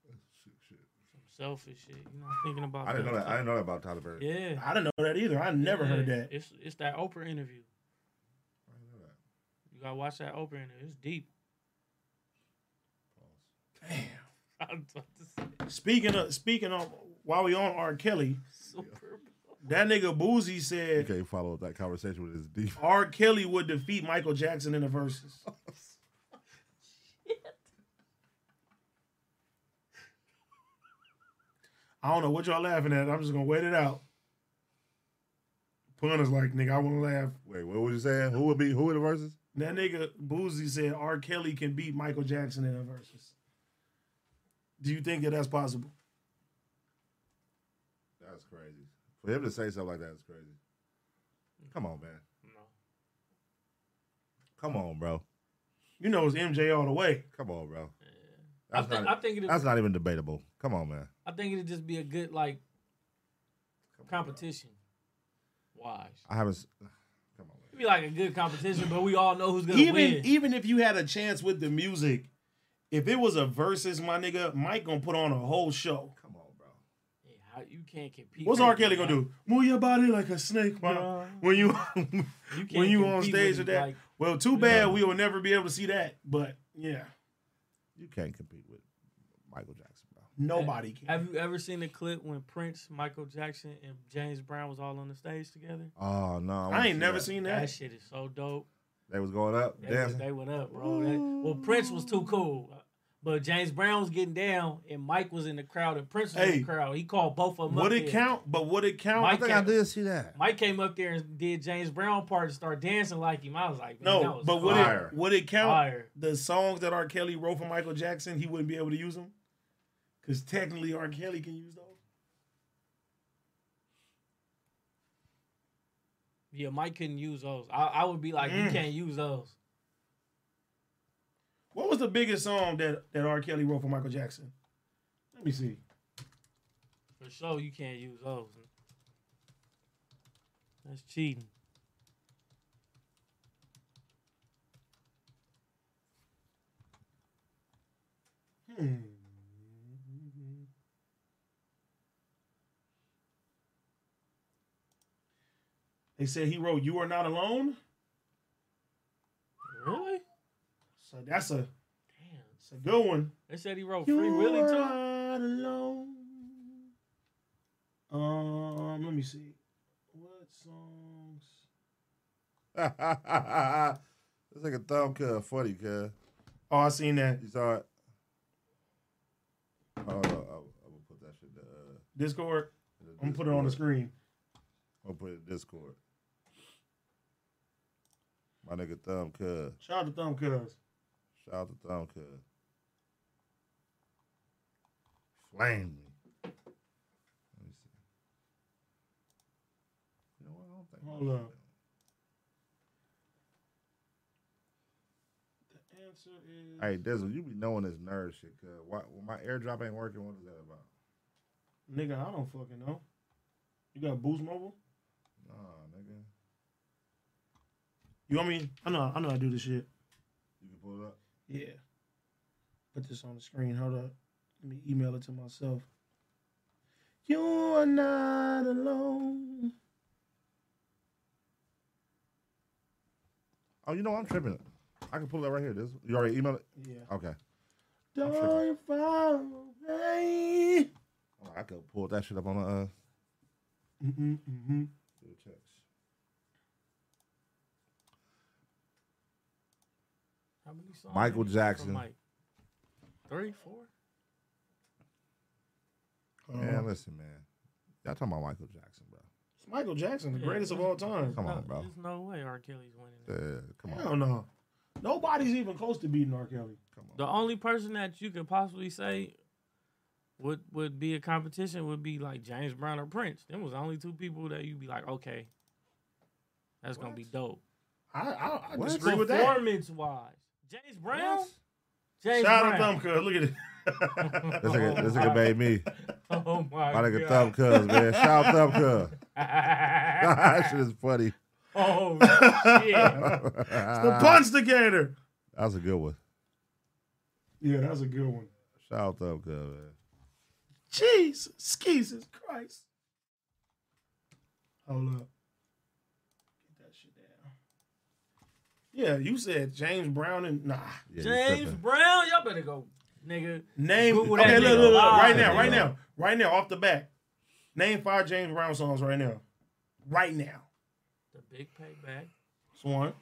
[SPEAKER 8] Some selfish shit. You not thinking about.
[SPEAKER 1] I didn't know that. I didn't know that about Tyler Perry.
[SPEAKER 8] Yeah,
[SPEAKER 5] I didn't know that either. I never heard
[SPEAKER 8] Yeah,
[SPEAKER 5] that.
[SPEAKER 8] It's it's that Oprah interview. You gotta watch that Oprah interview. It's deep. Damn.
[SPEAKER 5] Speaking of speaking of while we on R. Kelly, that nigga Boozy
[SPEAKER 1] You
[SPEAKER 5] said
[SPEAKER 1] can't follow up that conversation with his deep.
[SPEAKER 5] R. Kelly would defeat Michael Jackson in the verses. I don't know what y'all laughing at. I'm just gonna wait it out. Punner's like, nigga, I wanna laugh.
[SPEAKER 1] Wait, what was you saying? Who would be who would the verses?
[SPEAKER 5] That nigga Boozy said R. Kelly can beat Michael Jackson in a versus. Do you think that that's possible?
[SPEAKER 1] That's crazy. For him to say something like that is crazy. Come on, man.
[SPEAKER 8] No.
[SPEAKER 1] Come on, bro.
[SPEAKER 5] You know it's MJ all the way.
[SPEAKER 1] Come on, bro.
[SPEAKER 8] I
[SPEAKER 1] That's
[SPEAKER 8] think-
[SPEAKER 1] not,
[SPEAKER 8] I think it is-
[SPEAKER 1] that's not even debatable. Come on, man.
[SPEAKER 8] I think it'd just be a good like competition. Wise.
[SPEAKER 1] I haven't. s-
[SPEAKER 8] It'd be like a good competition, but we all know who's gonna
[SPEAKER 5] even e-
[SPEAKER 8] win.
[SPEAKER 5] even if you had a chance with the music, if it was a versus, my nigga, Mike gonna put on a whole show.
[SPEAKER 8] How- you can't compete.
[SPEAKER 5] What's
[SPEAKER 8] with
[SPEAKER 5] R. Kelly gonna
[SPEAKER 8] him,
[SPEAKER 5] do? Move your body like a snake, bro. When you, when
[SPEAKER 8] can't
[SPEAKER 5] you on
[SPEAKER 8] compete
[SPEAKER 5] stage
[SPEAKER 8] with
[SPEAKER 5] with
[SPEAKER 8] him,
[SPEAKER 5] that.
[SPEAKER 8] like-
[SPEAKER 5] well, too bad we will never be able to see that. But yeah,
[SPEAKER 1] You can't compete with Michael Jackson, bro.
[SPEAKER 5] nobody can.
[SPEAKER 8] Have you ever seen the clip when Prince, Michael Jackson, and James Brown was all on the stage together?
[SPEAKER 1] Oh no, wanna see
[SPEAKER 8] That shit is so dope.
[SPEAKER 1] They was going up,
[SPEAKER 8] They, was-
[SPEAKER 1] dancing.
[SPEAKER 8] they went up, bro. They- well, Prince was too cool, but James Brown was getting down, and Mike was in the crowd, and Prince was in
[SPEAKER 5] Hey,
[SPEAKER 8] the crowd. He called both of them.
[SPEAKER 5] Would
[SPEAKER 8] up
[SPEAKER 5] it
[SPEAKER 8] there.
[SPEAKER 5] count? But would it count?
[SPEAKER 8] Mike I think I can't- did
[SPEAKER 1] see that.
[SPEAKER 8] Mike came up there and did James Brown part and started dancing like him. I was like, man, that
[SPEAKER 5] No,
[SPEAKER 8] was
[SPEAKER 5] but would
[SPEAKER 8] fire.
[SPEAKER 5] it would it count
[SPEAKER 8] Fire.
[SPEAKER 5] the songs that R. Kelly wrote for Michael Jackson? He wouldn't be able to use them because technically R. Kelly can use those.
[SPEAKER 8] Yeah, Mike couldn't use those. I, I would be like,
[SPEAKER 5] Mm.
[SPEAKER 8] you can't use those.
[SPEAKER 5] What was the biggest song that that R. Kelly wrote for Michael Jackson? Let me see.
[SPEAKER 8] For sure, you can't use those. That's cheating.
[SPEAKER 5] Hmm. They said he wrote "You Are Not Alone."
[SPEAKER 8] Really?
[SPEAKER 5] So that's a It's a good one.
[SPEAKER 8] They said he wrote Oh, Free Willy
[SPEAKER 5] You're
[SPEAKER 8] too.
[SPEAKER 5] not alone. Um, let me see. What songs?
[SPEAKER 1] That's like a thumb cut, funny cut.
[SPEAKER 5] Oh, I seen that.
[SPEAKER 1] You saw it. Oh, no, I, I'm gonna put that shit. in the, Uh,
[SPEAKER 5] Discord. I'm gonna put it on the screen.
[SPEAKER 1] I'm gonna put it in Discord. My nigga thumb cut.
[SPEAKER 5] Shout out to Thumb Cuz.
[SPEAKER 1] Shout out to thumb cut. Flame me.
[SPEAKER 5] Hold up. The answer is
[SPEAKER 1] Hey, Dizzle, you be knowing this nerd shit, cuz. Why, when my airdrop ain't working, what is that about?
[SPEAKER 5] nigga. I don't fucking know. You got Boost Mobile?
[SPEAKER 1] Nah, nigga.
[SPEAKER 5] You want me? I know. I know. I do this shit.
[SPEAKER 1] You can pull it up.
[SPEAKER 5] Yeah. Put this on the screen. Hold up. Let me email it to myself. You are not alone.
[SPEAKER 1] Oh, you know, I'm tripping. I can pull it up right here, Dizzle. You already emailed it?
[SPEAKER 5] Yeah.
[SPEAKER 1] Okay.
[SPEAKER 5] Don't you follow me?
[SPEAKER 1] Oh, I could pull that shit up on the uh
[SPEAKER 5] Mm-mm, mm-mm.
[SPEAKER 1] do a text.
[SPEAKER 8] How many songs?
[SPEAKER 1] Michael
[SPEAKER 8] from
[SPEAKER 1] Jackson.
[SPEAKER 8] Mike? Three, four?
[SPEAKER 5] Uh-huh.
[SPEAKER 1] Man, listen, man. Y'all talking about Michael Jackson, bro.
[SPEAKER 5] It's Michael Jackson, the
[SPEAKER 8] Yeah,
[SPEAKER 5] greatest of
[SPEAKER 8] there's-
[SPEAKER 5] all time.
[SPEAKER 1] Come on,
[SPEAKER 8] no-
[SPEAKER 1] bro.
[SPEAKER 8] There's no way R. Kelly's winning.
[SPEAKER 1] Yeah, come on.
[SPEAKER 5] Hell no. Nobody's even close to beating R. Kelly.
[SPEAKER 8] The only person that you could possibly say would would be a competition would be like James Brown or Prince. Them was the only two people that you'd be like, okay, that's gonna be dope.
[SPEAKER 5] I I, I
[SPEAKER 8] What?
[SPEAKER 5] disagree with that.
[SPEAKER 8] Performance wise, James Brown. James
[SPEAKER 5] Shout out to
[SPEAKER 8] Brown.
[SPEAKER 5] Thumb Cuz. Look at it.
[SPEAKER 1] This nigga, this nigga made me.
[SPEAKER 8] Oh my
[SPEAKER 1] My nigga
[SPEAKER 8] God.
[SPEAKER 1] Thumb Cuz, man. Shout out Thumb Cuz. that shit is funny.
[SPEAKER 8] Oh shit!
[SPEAKER 5] It's the punstigator.
[SPEAKER 1] That was a good one.
[SPEAKER 5] Yeah, that's a good one.
[SPEAKER 1] Shout out Thumb Cuz, man.
[SPEAKER 5] Jesus, Jesus Christ. Hold up. Get that shit down. Yeah, you said James Brown and nah.
[SPEAKER 8] James Brown, y'all better go, nigga.
[SPEAKER 5] Name
[SPEAKER 8] Google
[SPEAKER 5] okay,
[SPEAKER 8] that
[SPEAKER 5] look,
[SPEAKER 8] nigga
[SPEAKER 5] look, look,
[SPEAKER 8] live,
[SPEAKER 5] right now,
[SPEAKER 8] nigga.
[SPEAKER 5] right now, right now, off the back. Name five James Brown songs right now, right now.
[SPEAKER 8] The Big Payback,
[SPEAKER 5] Swan.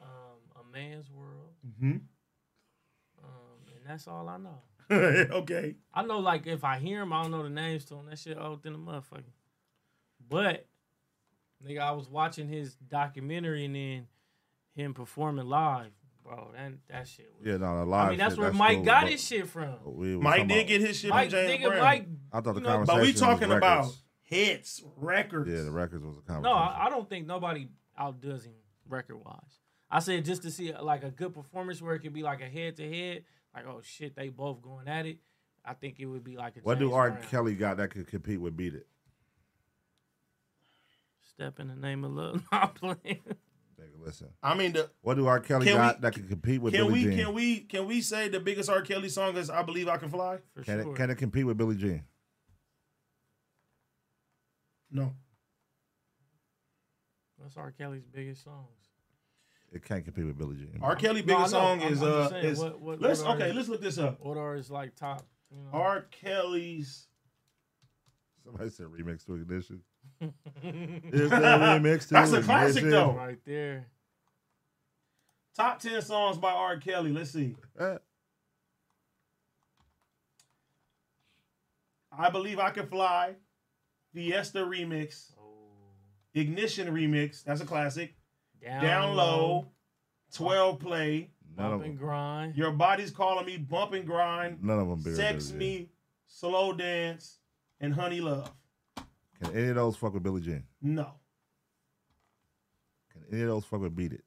[SPEAKER 8] um, A Man's World,
[SPEAKER 5] hmm
[SPEAKER 8] um, and that's all I know.
[SPEAKER 5] Okay.
[SPEAKER 8] I know, like, if I hear him, I don't know the names to him. That shit old than a motherfucker. But, nigga, I was watching his documentary and then him performing live, bro. That that shit. Was,
[SPEAKER 1] Yeah, no, the
[SPEAKER 8] I
[SPEAKER 1] live
[SPEAKER 8] mean, that's
[SPEAKER 1] shit,
[SPEAKER 8] where
[SPEAKER 1] that's
[SPEAKER 8] Mike
[SPEAKER 1] cool,
[SPEAKER 8] got
[SPEAKER 1] but-
[SPEAKER 8] his shit from.
[SPEAKER 1] We was
[SPEAKER 5] Mike
[SPEAKER 1] talking
[SPEAKER 5] did
[SPEAKER 1] about-
[SPEAKER 5] get his shit
[SPEAKER 8] Mike-
[SPEAKER 5] from James
[SPEAKER 8] nigga,
[SPEAKER 5] Brown.
[SPEAKER 8] Mike,
[SPEAKER 1] I thought the
[SPEAKER 5] No,
[SPEAKER 1] conversation.
[SPEAKER 5] but we
[SPEAKER 1] was
[SPEAKER 5] talking about
[SPEAKER 1] records.
[SPEAKER 5] hits, records.
[SPEAKER 1] Yeah, the records was a
[SPEAKER 8] No,
[SPEAKER 1] conversation.
[SPEAKER 8] I, I don't think nobody outdoes him record wise. I said just to see like a good performance where it could be like a head to head, like oh shit, they both going at it. I think it would be like a
[SPEAKER 1] what do
[SPEAKER 8] James
[SPEAKER 1] R.
[SPEAKER 8] Brown.
[SPEAKER 1] Kelly got that could compete with Beat It?
[SPEAKER 8] Step in the name of love. I'm playing.
[SPEAKER 1] Listen.
[SPEAKER 5] I mean, the,
[SPEAKER 1] What do R. Kelly
[SPEAKER 5] Can we-
[SPEAKER 1] got that could compete with
[SPEAKER 5] can
[SPEAKER 1] Billie
[SPEAKER 5] we
[SPEAKER 1] Jean?
[SPEAKER 5] can we can we say the biggest R. Kelly song is "I Believe I Can Fly"?
[SPEAKER 1] Can it, can it compete with Billie Jean?
[SPEAKER 5] No.
[SPEAKER 8] That's R. Kelly's biggest songs.
[SPEAKER 1] It can't compete with Billie Jean.
[SPEAKER 5] R. Kelly
[SPEAKER 8] No, I
[SPEAKER 5] biggest
[SPEAKER 8] know.
[SPEAKER 5] song
[SPEAKER 8] I'm
[SPEAKER 5] is
[SPEAKER 8] just
[SPEAKER 5] uh
[SPEAKER 8] saying,
[SPEAKER 5] is
[SPEAKER 8] what- what-
[SPEAKER 5] let's
[SPEAKER 8] what are
[SPEAKER 5] okay
[SPEAKER 8] his-
[SPEAKER 5] let's look this up.
[SPEAKER 8] What are his like top? You know?
[SPEAKER 5] R. Kelly's
[SPEAKER 1] Somebody said remix to ignition. Is there a remix to
[SPEAKER 5] That's a
[SPEAKER 1] it?
[SPEAKER 5] classic
[SPEAKER 1] Is it?
[SPEAKER 5] though.
[SPEAKER 8] Right there.
[SPEAKER 5] Top ten songs by R. Kelly. Let's see.
[SPEAKER 1] Uh.
[SPEAKER 5] I believe I can fly. Fiesta remix.
[SPEAKER 8] Oh.
[SPEAKER 5] Ignition remix. That's a classic.
[SPEAKER 8] Down
[SPEAKER 5] Down, low.
[SPEAKER 8] Low.
[SPEAKER 5] Twelve play.
[SPEAKER 1] None of 'em-
[SPEAKER 8] grind.
[SPEAKER 5] Your body's calling me. Bump and grind.
[SPEAKER 1] None of them bigger than
[SPEAKER 5] Sex
[SPEAKER 1] Billie Jean.
[SPEAKER 5] me. Slow dance. And honey love.
[SPEAKER 1] Can any of those fuck with Billie Jean?
[SPEAKER 5] No.
[SPEAKER 1] Can any of those fuck with Beat It?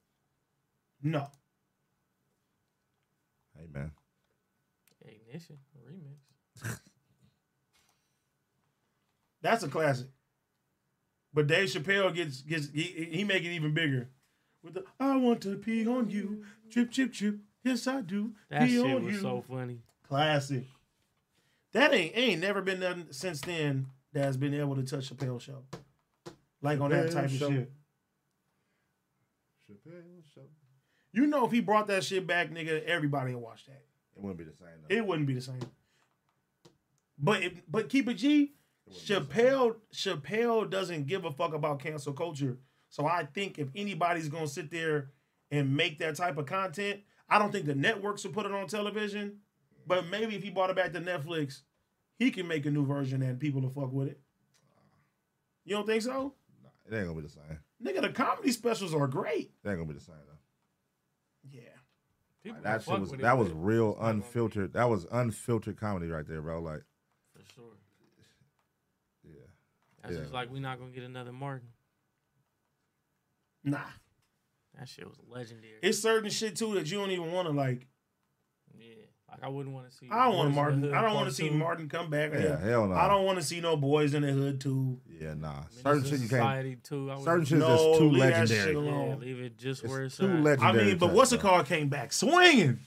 [SPEAKER 5] No.
[SPEAKER 1] Hey man,
[SPEAKER 8] Ignition remix.
[SPEAKER 5] That's a classic. But Dave Chappelle gets gets he, he make it even bigger. With the I want to pee on you, chip chip chip. Yes I do.
[SPEAKER 8] That
[SPEAKER 5] pee
[SPEAKER 8] shit
[SPEAKER 5] on
[SPEAKER 8] was
[SPEAKER 5] you.
[SPEAKER 8] so funny.
[SPEAKER 5] Classic. That ain't ain't never been nothing since then that has been able to touch Chappelle show. Like on that
[SPEAKER 1] Chappelle
[SPEAKER 5] type of
[SPEAKER 1] Show.
[SPEAKER 5] shit. You know if he brought that shit back, nigga, everybody will watch that.
[SPEAKER 1] it wouldn't be the same.
[SPEAKER 5] It wouldn't be the same. But it, but keep it G. Chappelle Chappelle doesn't give a fuck about cancel culture. So I think if anybody's gonna sit there and make that type of content, I don't think the networks will put it on television. But maybe if he brought it back to Netflix, he can make a new version and people will fuck with it. You don't think so?
[SPEAKER 1] It ain't gonna be the same.
[SPEAKER 5] Nigga, the comedy specials are great.
[SPEAKER 1] It ain't gonna be the same though.
[SPEAKER 5] Yeah.
[SPEAKER 8] People
[SPEAKER 1] That
[SPEAKER 8] fuck
[SPEAKER 1] shit was
[SPEAKER 8] with it,
[SPEAKER 1] that was
[SPEAKER 8] but
[SPEAKER 1] real unfiltered. That was unfiltered comedy right there, bro. Like
[SPEAKER 8] For sure.
[SPEAKER 1] Yeah.
[SPEAKER 8] That's
[SPEAKER 1] Yeah.
[SPEAKER 8] just like we not gonna get another Martin.
[SPEAKER 5] Nah.
[SPEAKER 8] That shit was legendary.
[SPEAKER 5] It's certain shit too that you don't even want to like.
[SPEAKER 8] Yeah. Like I wouldn't want to see.
[SPEAKER 5] I
[SPEAKER 8] Boys
[SPEAKER 5] don't
[SPEAKER 8] in
[SPEAKER 5] want
[SPEAKER 8] the
[SPEAKER 5] Martin.
[SPEAKER 8] Hood
[SPEAKER 5] I don't want
[SPEAKER 8] Part
[SPEAKER 5] to see
[SPEAKER 8] Two.
[SPEAKER 5] Martin come back.
[SPEAKER 1] Yeah, hell no.
[SPEAKER 5] I don't want to see no boys in the hood too.
[SPEAKER 1] Yeah, nah.
[SPEAKER 8] Menace
[SPEAKER 1] Certain
[SPEAKER 8] to
[SPEAKER 1] shit you
[SPEAKER 8] Society,
[SPEAKER 1] can't.
[SPEAKER 8] too. I would-
[SPEAKER 1] certain shit is
[SPEAKER 5] No,
[SPEAKER 1] just too
[SPEAKER 5] leave that
[SPEAKER 1] legendary.
[SPEAKER 5] shit alone.
[SPEAKER 8] Yeah, leave it just
[SPEAKER 1] It's
[SPEAKER 8] where it's
[SPEAKER 1] too
[SPEAKER 8] at.
[SPEAKER 5] I
[SPEAKER 1] legendary
[SPEAKER 5] mean, but
[SPEAKER 1] type
[SPEAKER 5] what's the
[SPEAKER 1] stuff.
[SPEAKER 5] car came back swinging?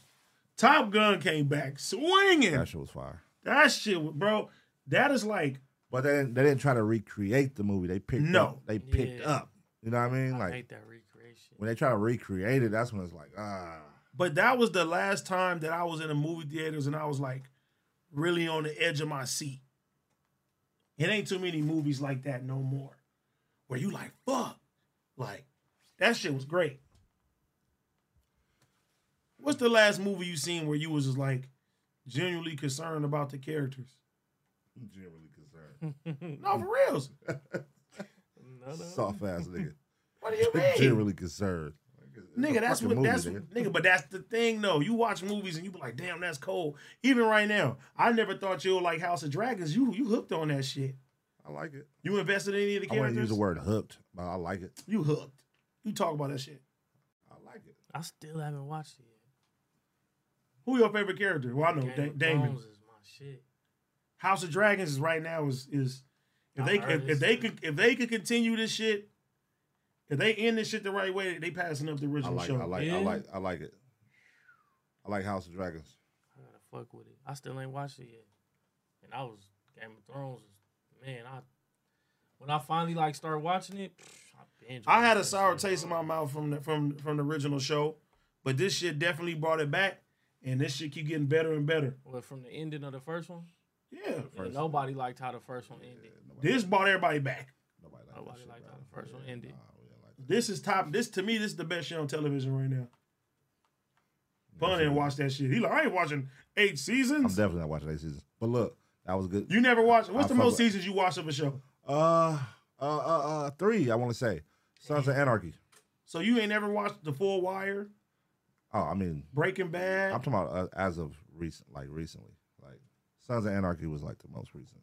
[SPEAKER 5] Top Gun came back swinging.
[SPEAKER 1] That shit was fire.
[SPEAKER 5] That shit, wa- bro. That is like
[SPEAKER 1] But they didn't, they didn't try to recreate the movie. They picked
[SPEAKER 5] No.
[SPEAKER 1] up. They picked
[SPEAKER 8] Yeah.
[SPEAKER 1] up. You know what I mean? Like
[SPEAKER 8] hate that recreation.
[SPEAKER 1] when they try to recreate it, that's when it's like ah.
[SPEAKER 5] But that was the last time that I was in the movie theaters and I was like really on the edge of my seat. It ain't too many movies like that no more. Where you like, fuck. Like, that shit was great. What's the last movie you seen where you was just like genuinely concerned about the characters?
[SPEAKER 1] I'm generally concerned.
[SPEAKER 5] No, for reals.
[SPEAKER 1] Soft ass nigga.
[SPEAKER 5] What do you mean?
[SPEAKER 1] generally concerned.
[SPEAKER 5] Nigga, that's
[SPEAKER 1] fucking
[SPEAKER 5] what
[SPEAKER 1] movie,
[SPEAKER 5] that's
[SPEAKER 1] nigga.
[SPEAKER 5] nigga, but that's the thing though. You watch movies and you be like, damn, that's cold. Even right now, I never thought you would like House of Dragons. You you hooked on that shit.
[SPEAKER 1] I like it.
[SPEAKER 5] You invested in any of the
[SPEAKER 1] I want
[SPEAKER 5] characters?
[SPEAKER 1] to use the word hooked, but I like it.
[SPEAKER 5] You hooked. You talk about that shit.
[SPEAKER 1] I like it.
[SPEAKER 8] I still haven't watched it.
[SPEAKER 5] Who your favorite character? Well, I know
[SPEAKER 8] Yet.
[SPEAKER 5] da-
[SPEAKER 8] Game of
[SPEAKER 5] Damon.
[SPEAKER 8] Thrones is my shit.
[SPEAKER 5] House of Dragons is right now is is if
[SPEAKER 8] I
[SPEAKER 5] they
[SPEAKER 8] heard
[SPEAKER 5] if,
[SPEAKER 8] this
[SPEAKER 5] if they could if they could continue this shit, if they end this shit the right way, they passing up the
[SPEAKER 1] I
[SPEAKER 5] original
[SPEAKER 1] like.
[SPEAKER 5] show.
[SPEAKER 1] I like. I like. I like it. I like House of Dragons.
[SPEAKER 8] I gotta fuck with it. I still ain't watched it yet. And I was Game of Thrones. was- Man, I When I finally like start watching it, pff, I binge.
[SPEAKER 5] I had a sour taste in my mouth from the, from from the original show, but this shit definitely brought it back, and this shit keep getting better and better.
[SPEAKER 8] Well, from the ending of the first one.
[SPEAKER 5] Yeah, first
[SPEAKER 8] nobody liked how the first one ended.
[SPEAKER 5] This brought everybody back.
[SPEAKER 8] Nobody liked, how the first one ended.
[SPEAKER 5] This is top. This to me, this is the best shit on television right now. Pun didn't watch that shit. He like, I ain't watching eight
[SPEAKER 1] I'm
[SPEAKER 5] seasons.
[SPEAKER 1] definitely not watching eight seasons. But look, that was good.
[SPEAKER 5] You never watched.
[SPEAKER 1] I
[SPEAKER 5] What's the
[SPEAKER 1] fuck
[SPEAKER 5] most
[SPEAKER 1] with-
[SPEAKER 5] seasons you watched of a show?
[SPEAKER 1] Uh, uh, uh, uh three. I want to say Sons of Anarchy.
[SPEAKER 5] So you ain't never watched The Full Wire,
[SPEAKER 1] Oh, I mean,
[SPEAKER 5] Breaking Bad.
[SPEAKER 1] I'm talking about uh, as of recent, like recently, like Sons of Anarchy was like the most recent.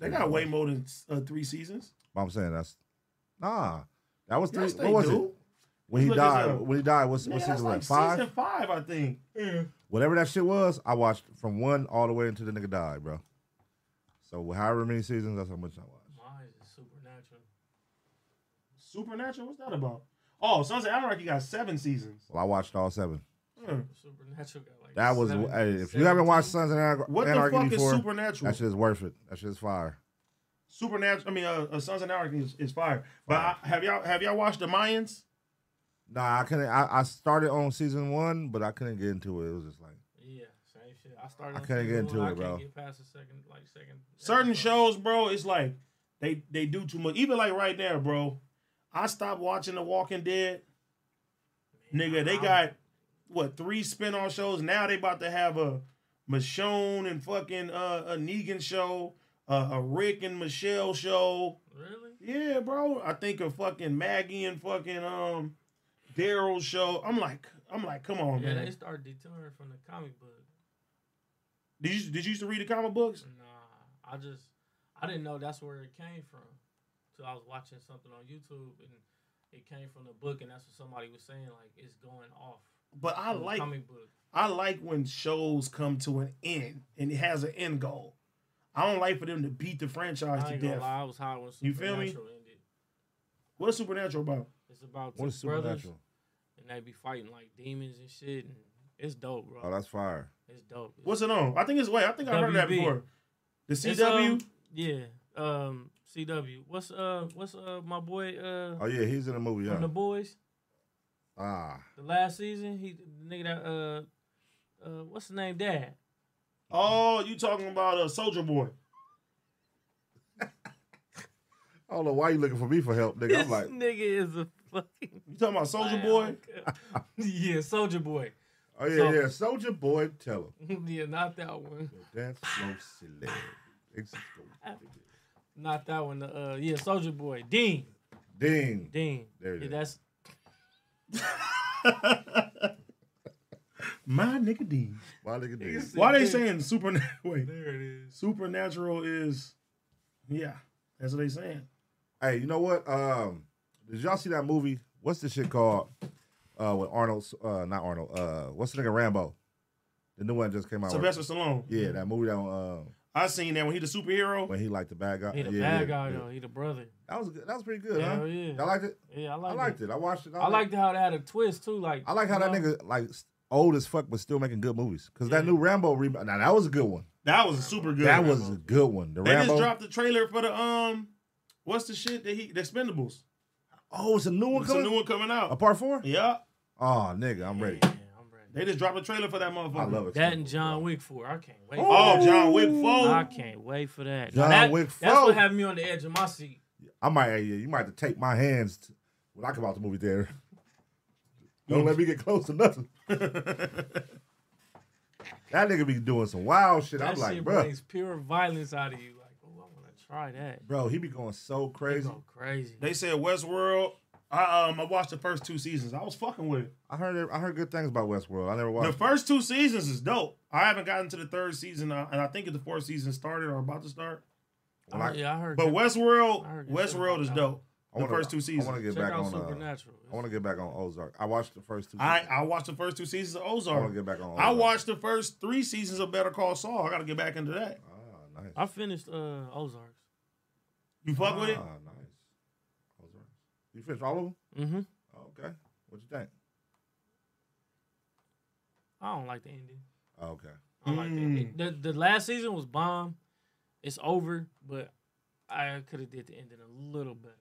[SPEAKER 5] They got way more than uh, three seasons.
[SPEAKER 1] But I'm saying that's nah. That was three.
[SPEAKER 5] Yes, they
[SPEAKER 1] what was
[SPEAKER 5] do.
[SPEAKER 1] it? When he
[SPEAKER 5] Look this
[SPEAKER 1] died,
[SPEAKER 5] up.
[SPEAKER 1] when he died, what's
[SPEAKER 5] Man,
[SPEAKER 1] what
[SPEAKER 5] that's
[SPEAKER 1] season
[SPEAKER 5] like
[SPEAKER 1] was that? Five.
[SPEAKER 5] Season five, I think. Yeah.
[SPEAKER 1] Whatever that shit was, I watched from one all the way until the nigga died, bro. So however many seasons, that's how much I watched.
[SPEAKER 8] Mine is supernatural.
[SPEAKER 5] Supernatural. What's that about? Oh, Sons of Anarchy got seven seasons. Hmm.
[SPEAKER 1] Well, I watched all seven.
[SPEAKER 8] Supernatural got like
[SPEAKER 1] That was
[SPEAKER 8] seven-
[SPEAKER 1] hey, if you
[SPEAKER 8] seven-
[SPEAKER 1] haven't watched Sons of Anar-
[SPEAKER 5] What the
[SPEAKER 1] Anarchy
[SPEAKER 5] fuck is
[SPEAKER 1] before,
[SPEAKER 5] Supernatural?
[SPEAKER 1] that shit is worth it. That shit is fire.
[SPEAKER 5] Supernatural. I mean, uh, uh, Sons of Anarchy is, is fire. But I, have y'all have y'all watched The Mayans?
[SPEAKER 1] Nah, I couldn't. I, I started on season one, but I couldn't get into it. It was just like
[SPEAKER 8] Yeah, same shit. I started.
[SPEAKER 1] I
[SPEAKER 8] on
[SPEAKER 1] couldn't
[SPEAKER 8] season
[SPEAKER 1] get into
[SPEAKER 8] one,
[SPEAKER 1] it,
[SPEAKER 8] I
[SPEAKER 1] bro.
[SPEAKER 8] Can't get past the second, like second.
[SPEAKER 5] Certain shows, bro, it's like they they do too much. Even like right there, bro. I stopped watching The Walking Dead. Nigga, they got what three spin-off shows. Now they about to have a Michonne and fucking uh, a Negan show, uh, a Rick and Michelle show.
[SPEAKER 8] Really?
[SPEAKER 5] Yeah, bro. I think a fucking Maggie and fucking um Daryl show. I'm like, I'm like, come on,
[SPEAKER 8] yeah,
[SPEAKER 5] man.
[SPEAKER 8] they started deterring from the comic book.
[SPEAKER 5] Did you did you used to read the comic books?
[SPEAKER 8] Nah, I just I didn't know that's where it came from. So I was watching something on YouTube and it came from the book, and that's what somebody was saying like it's going off.
[SPEAKER 5] But I
[SPEAKER 8] from the
[SPEAKER 5] like
[SPEAKER 8] comic book.
[SPEAKER 5] I like when shows come to an end and it has an end goal. I don't like for them to beat the
[SPEAKER 8] I
[SPEAKER 5] franchise to
[SPEAKER 8] ain't gonna
[SPEAKER 5] death.
[SPEAKER 8] lie, I was high when
[SPEAKER 5] You feel me?
[SPEAKER 8] Supernatural ended.
[SPEAKER 5] What's Supernatural about?
[SPEAKER 8] It's about
[SPEAKER 1] What
[SPEAKER 8] two
[SPEAKER 1] is
[SPEAKER 8] brothers,
[SPEAKER 1] Supernatural?
[SPEAKER 8] and they be fighting like demons and shit, and it's dope, bro.
[SPEAKER 1] Oh, that's fire.
[SPEAKER 8] It's dope.
[SPEAKER 5] What's it on? I think it's wait. I think I heard that
[SPEAKER 8] WB.
[SPEAKER 5] before. The
[SPEAKER 8] It's,
[SPEAKER 5] CW.
[SPEAKER 8] um, yeah. Um, CW. What's uh, what's uh, my boy? Uh,
[SPEAKER 1] Oh yeah, he's in the movie.
[SPEAKER 8] from
[SPEAKER 1] Yeah.
[SPEAKER 8] the boys.
[SPEAKER 1] Ah,
[SPEAKER 8] The last season, he the nigga that uh, uh, what's his name? Dad.
[SPEAKER 5] oh, you talking about a uh, Soldier Boy?
[SPEAKER 1] I don't know why you looking for me for help, nigga.
[SPEAKER 8] This
[SPEAKER 1] I'm like,
[SPEAKER 8] nigga is a fucking.
[SPEAKER 5] You talking about Soldier Boy?
[SPEAKER 8] yeah, Soldier Boy.
[SPEAKER 1] oh yeah,
[SPEAKER 8] So-
[SPEAKER 1] yeah, Soldier Boy, tell him
[SPEAKER 8] yeah, not that one.
[SPEAKER 1] dance slow, silly. It's just go-
[SPEAKER 8] Not that one. The, uh, yeah, Soldier Boy. Dean.
[SPEAKER 1] Ding.
[SPEAKER 8] Dean.
[SPEAKER 1] There it
[SPEAKER 8] yeah,
[SPEAKER 1] is.
[SPEAKER 8] that's
[SPEAKER 5] My nigga D.
[SPEAKER 1] Why nigga ding?
[SPEAKER 5] Why they saying supernatural? Wait,
[SPEAKER 8] there it is.
[SPEAKER 5] supernatural is, yeah, that's what they saying.
[SPEAKER 1] Hey, you know what? Um, did y'all see that movie? What's the shit called? Uh, with Arnold, uh, not Arnold. Uh, what's the nigga Rambo? The new one just came out.
[SPEAKER 5] Sylvester Stallone.
[SPEAKER 1] Yeah, that movie that um,
[SPEAKER 5] I seen that when he the superhero.
[SPEAKER 1] when he liked the bad guy.
[SPEAKER 8] He the
[SPEAKER 1] yeah,
[SPEAKER 8] bad
[SPEAKER 1] yeah,
[SPEAKER 8] guy
[SPEAKER 1] yeah.
[SPEAKER 8] though. He the brother.
[SPEAKER 1] That was good. That was pretty good,
[SPEAKER 8] Hell
[SPEAKER 1] huh?
[SPEAKER 8] yeah.
[SPEAKER 1] Y'all liked it?
[SPEAKER 8] Yeah, I
[SPEAKER 1] I
[SPEAKER 8] liked,
[SPEAKER 1] liked
[SPEAKER 8] it.
[SPEAKER 1] it. I watched it.
[SPEAKER 8] I liked how it had a twist too. Like
[SPEAKER 1] I like how
[SPEAKER 8] you
[SPEAKER 1] that
[SPEAKER 8] know?
[SPEAKER 1] nigga like s- old as fuck, but still making good movies. Cause that new Rambo remake. Now that was a good one.
[SPEAKER 5] That was a super good.
[SPEAKER 1] that
[SPEAKER 5] Rambo.
[SPEAKER 1] was a good one. The
[SPEAKER 5] They
[SPEAKER 1] Rambo.
[SPEAKER 5] just dropped the trailer for the um, what's the shit that he the Expendables?
[SPEAKER 1] oh, it's a new one
[SPEAKER 5] It's a
[SPEAKER 1] coming.
[SPEAKER 5] new one coming out.
[SPEAKER 1] A part four?
[SPEAKER 5] Yeah,
[SPEAKER 1] Oh, nigga, I'm ready.
[SPEAKER 5] they just dropped a trailer for that motherfucker.
[SPEAKER 1] I love it.
[SPEAKER 8] That and John Wick four. I can't wait.
[SPEAKER 5] Oh,
[SPEAKER 8] for that.
[SPEAKER 5] John Wick four.
[SPEAKER 8] I can't wait for that. Now
[SPEAKER 1] John
[SPEAKER 8] that-
[SPEAKER 1] Wick
[SPEAKER 8] That's
[SPEAKER 1] four.
[SPEAKER 8] what had me on the edge of my seat.
[SPEAKER 1] I might. hey, You might have to take my hands t- when I come out the movie theater. Don't let me get close to nothing. that nigga be doing some wild shit.
[SPEAKER 8] That
[SPEAKER 1] I'm like,
[SPEAKER 8] shit
[SPEAKER 1] bro,
[SPEAKER 8] brings pure violence out of you. Like, oh, I want to try that.
[SPEAKER 1] bro, he be going so crazy.
[SPEAKER 8] Go crazy.
[SPEAKER 5] They said Westworld. I um, I watched the first two seasons. I was fucking with it.
[SPEAKER 1] I heard. I heard good things about Westworld. I never watched.
[SPEAKER 5] The first two seasons is dope. I haven't gotten to the third season, uh, and I think the fourth season started or about to start.
[SPEAKER 1] I like-
[SPEAKER 8] Oh, yeah, I heard.
[SPEAKER 5] But
[SPEAKER 8] good- I
[SPEAKER 5] Westworld,
[SPEAKER 8] heard good shit
[SPEAKER 5] Westworld
[SPEAKER 8] about
[SPEAKER 5] is
[SPEAKER 8] that.
[SPEAKER 5] dope.
[SPEAKER 1] I
[SPEAKER 5] The
[SPEAKER 1] wanna-
[SPEAKER 5] first two seasons.
[SPEAKER 1] I want to get
[SPEAKER 8] Check
[SPEAKER 1] back
[SPEAKER 8] out
[SPEAKER 1] on uh,
[SPEAKER 8] Supernatural.
[SPEAKER 1] I want to get back on Ozark. I watched the first two.
[SPEAKER 5] I,
[SPEAKER 1] seasons.
[SPEAKER 5] I watched the first two seasons of
[SPEAKER 1] I want
[SPEAKER 5] Ozark.
[SPEAKER 1] to get back on. Ozark.
[SPEAKER 5] I watched the first three seasons of Better Call Saul. I got to get back into that.
[SPEAKER 1] Ah, nice.
[SPEAKER 8] I finished uh, Ozarks.
[SPEAKER 5] You fuck with it?
[SPEAKER 1] Ah, nice. Ozark. You finished all of them?
[SPEAKER 8] Mm-hmm.
[SPEAKER 1] Okay. What you think?
[SPEAKER 8] I don't like the ending.
[SPEAKER 1] Oh, okay.
[SPEAKER 5] Mm.
[SPEAKER 8] I don't like the ending. The the last season was bomb. It's over, but I could have did the ending a little better,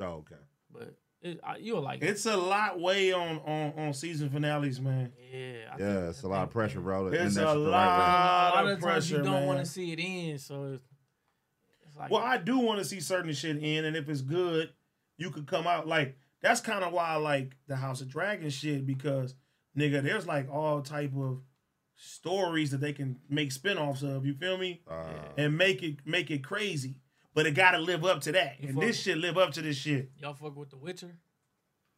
[SPEAKER 1] Oh, okay.
[SPEAKER 8] but it, I, you'll like it.
[SPEAKER 5] It's a lot way on on on season finales, man.
[SPEAKER 8] Yeah, I
[SPEAKER 1] Yeah, it's a lot of pressure, bro. to end
[SPEAKER 5] It's
[SPEAKER 1] that
[SPEAKER 5] a
[SPEAKER 1] shit the
[SPEAKER 5] lot
[SPEAKER 1] right way.
[SPEAKER 5] of
[SPEAKER 8] times
[SPEAKER 5] pressure,
[SPEAKER 8] you don't want
[SPEAKER 5] man.
[SPEAKER 8] to see it end, so it's, it's like
[SPEAKER 5] Well, I do want to see certain shit in, and if it's good, you could come out like that's kind of why I like the House of Dragon shit because nigga, there's like all type of stories that they can make spin-offs of. You feel me? and make it make it crazy, but it got to live up to that. And this shit live up to this shit.
[SPEAKER 8] y'all fuck with The Witcher.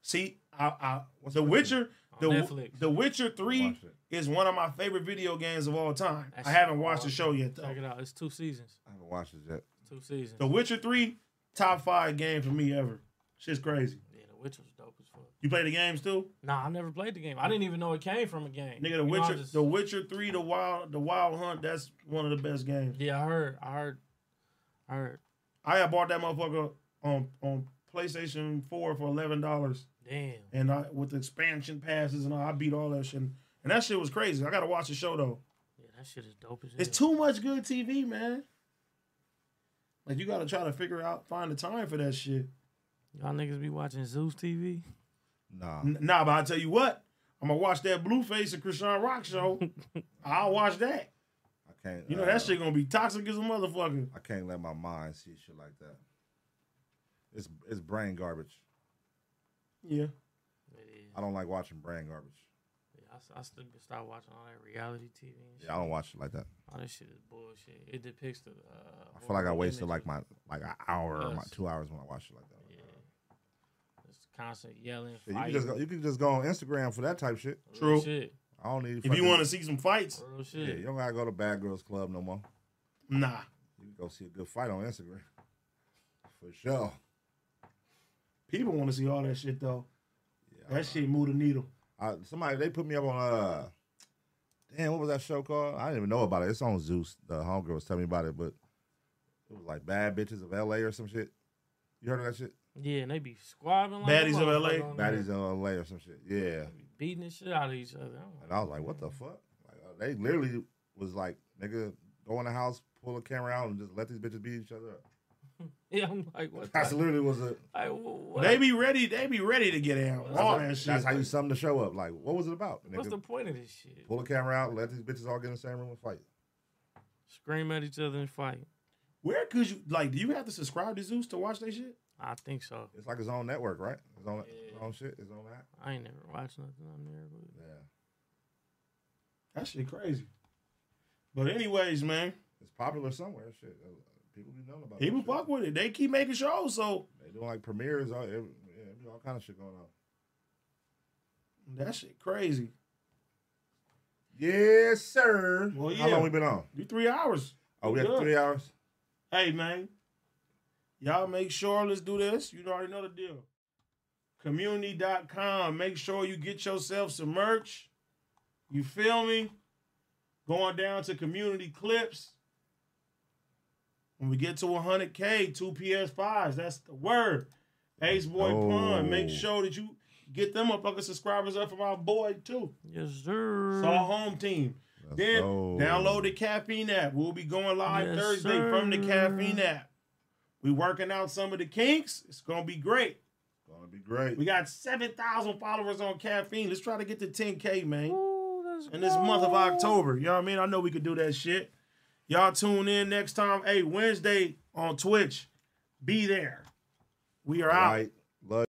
[SPEAKER 5] See, I, I The Witcher, the
[SPEAKER 8] Netflix.
[SPEAKER 5] The Witcher Three is one of my favorite video games of all time. I haven't watched the show yet though.
[SPEAKER 8] Check it out. It's two seasons.
[SPEAKER 1] I haven't watched it yet.
[SPEAKER 8] Two seasons.
[SPEAKER 5] The Witcher Three, top five game for me ever. Shit's crazy.
[SPEAKER 8] Yeah, The Witcher was dope as fuck.
[SPEAKER 5] You play the games too?
[SPEAKER 8] Nah, I never played the game. I didn't even know it came from a game.
[SPEAKER 5] Nigga,
[SPEAKER 8] You
[SPEAKER 5] The
[SPEAKER 8] know, I
[SPEAKER 5] Witcher,
[SPEAKER 8] just-
[SPEAKER 5] The Witcher Three, The Wild, The Wild Hunt. That's one of the best games.
[SPEAKER 8] Yeah, I heard. I heard. I heard.
[SPEAKER 5] I had bought that motherfucker on on PlayStation Four for eleven dollars.
[SPEAKER 8] Damn.
[SPEAKER 5] And I with the expansion passes and all, I beat all that shit. And that shit was crazy. I gotta watch the show though.
[SPEAKER 8] Yeah, that shit is dope as hell.
[SPEAKER 5] It's too much good TV, man. Like you gotta try to figure out, find the time for that shit.
[SPEAKER 8] Y'all niggas be watching Zeus TV?
[SPEAKER 1] Nah.
[SPEAKER 5] nah, but I tell you what, I'm gonna watch that Blueface and Krishan Rock show. I'll watch that.
[SPEAKER 1] I can't.
[SPEAKER 5] You know that shit gonna be toxic as a motherfucker.
[SPEAKER 1] I can't let my mind see shit like that. It's it's brain garbage.
[SPEAKER 5] Yeah.
[SPEAKER 1] I don't like watching brain garbage.
[SPEAKER 8] Yeah, I s- I, still start watching all that reality TV. And shit.
[SPEAKER 1] Yeah, I don't watch it like that.
[SPEAKER 8] All this shit is bullshit. It depicts the. Uh,
[SPEAKER 1] I feel like I wasted like my like an hour or my
[SPEAKER 8] Yes.
[SPEAKER 1] two hours when I watched it like that.
[SPEAKER 8] It's constant yelling.
[SPEAKER 1] Yeah, you can
[SPEAKER 8] fighting.
[SPEAKER 1] just go, you can just go on Instagram for that type shit.
[SPEAKER 8] True. shit.
[SPEAKER 1] I don't need.
[SPEAKER 5] If you wanna see some fights,
[SPEAKER 8] Real
[SPEAKER 1] yeah,
[SPEAKER 8] shit.
[SPEAKER 1] you don't gotta go to Bad Girls Club no more.
[SPEAKER 5] Nah.
[SPEAKER 1] You can go see a good fight on Instagram for sure.
[SPEAKER 5] People wanna see all that shit though. that shit move the needle.
[SPEAKER 1] I, somebody they put me up on uh, damn, what was that show called? I didn't even know about it. It's on Zeus. The homegirl was telling me about it, but it was like Bad Bitches of L.A. or some shit. You heard of that shit?
[SPEAKER 8] Yeah, and they be squabbing like a
[SPEAKER 1] Baddies of
[SPEAKER 8] motherfucker
[SPEAKER 1] LA.
[SPEAKER 8] on there,
[SPEAKER 1] Baddies of LA or some shit. Yeah.
[SPEAKER 8] beating the shit out of each other. I'm
[SPEAKER 1] And I was like, what the fuck? Like, uh, they literally was like, nigga, go in the house, pull a camera out, and just let these bitches beat each other up.
[SPEAKER 8] Yeah, I'm like, what?
[SPEAKER 1] That's literally was a.
[SPEAKER 8] Like, what?
[SPEAKER 5] They be ready. They be ready to get out.
[SPEAKER 1] That's,
[SPEAKER 5] All
[SPEAKER 1] what-
[SPEAKER 5] that shit.
[SPEAKER 1] that's how you sum the show up. Like, what was it about?
[SPEAKER 8] What's
[SPEAKER 1] nigga?
[SPEAKER 8] the point of this shit?
[SPEAKER 1] Pull a camera out, let these bitches all get in the same room and fight.
[SPEAKER 8] Scream at each other and fight.
[SPEAKER 5] Where could you like? Do you have to subscribe to Zeus to watch that shit?
[SPEAKER 8] I think so.
[SPEAKER 1] It's like his own network, right? His own, his own shit, his own app.
[SPEAKER 8] I ain't never watched nothing on there. But
[SPEAKER 1] yeah.
[SPEAKER 5] That shit crazy. But anyways, man,
[SPEAKER 1] It's popular somewhere. Shit, Uh, people be knowing about.
[SPEAKER 5] people
[SPEAKER 1] that shit.
[SPEAKER 5] fuck with it. They keep making shows, so
[SPEAKER 1] They doing like premieres. All, every, yeah, it be all kind of shit going on.
[SPEAKER 5] that shit crazy.
[SPEAKER 1] Yes, sir.
[SPEAKER 5] Well, yeah.
[SPEAKER 1] How long we been on?
[SPEAKER 5] You three hours.
[SPEAKER 1] Oh, we
[SPEAKER 5] Good.
[SPEAKER 1] had three hours.
[SPEAKER 5] Hey, man, y'all make sure let's do this. You already know the deal. Community.com. Make sure you get yourself some merch. You feel me? Going down to community clips. When we get to 100K, two PS5s. That's the word. Ace Boy Pun. Make
[SPEAKER 1] Oh.
[SPEAKER 5] sure that you get them motherfucking subscribers up for my boy, too.
[SPEAKER 8] Yes, sir.
[SPEAKER 5] It's our home team. then
[SPEAKER 1] go.
[SPEAKER 5] download the caffeine app. We'll be going live
[SPEAKER 1] Yes,
[SPEAKER 5] Thursday from the
[SPEAKER 1] sir.
[SPEAKER 5] caffeine app. We working out some of the kinks. It's gonna be great.
[SPEAKER 1] Gonna be great.
[SPEAKER 5] We got seven thousand followers on caffeine. Let's try to get to ten k, man.
[SPEAKER 8] in
[SPEAKER 5] this month of October, you know what I mean. I know we could do that shit. Y'all tune in next time. Hey, Wednesday on Twitch. Be there. We are out.
[SPEAKER 1] Love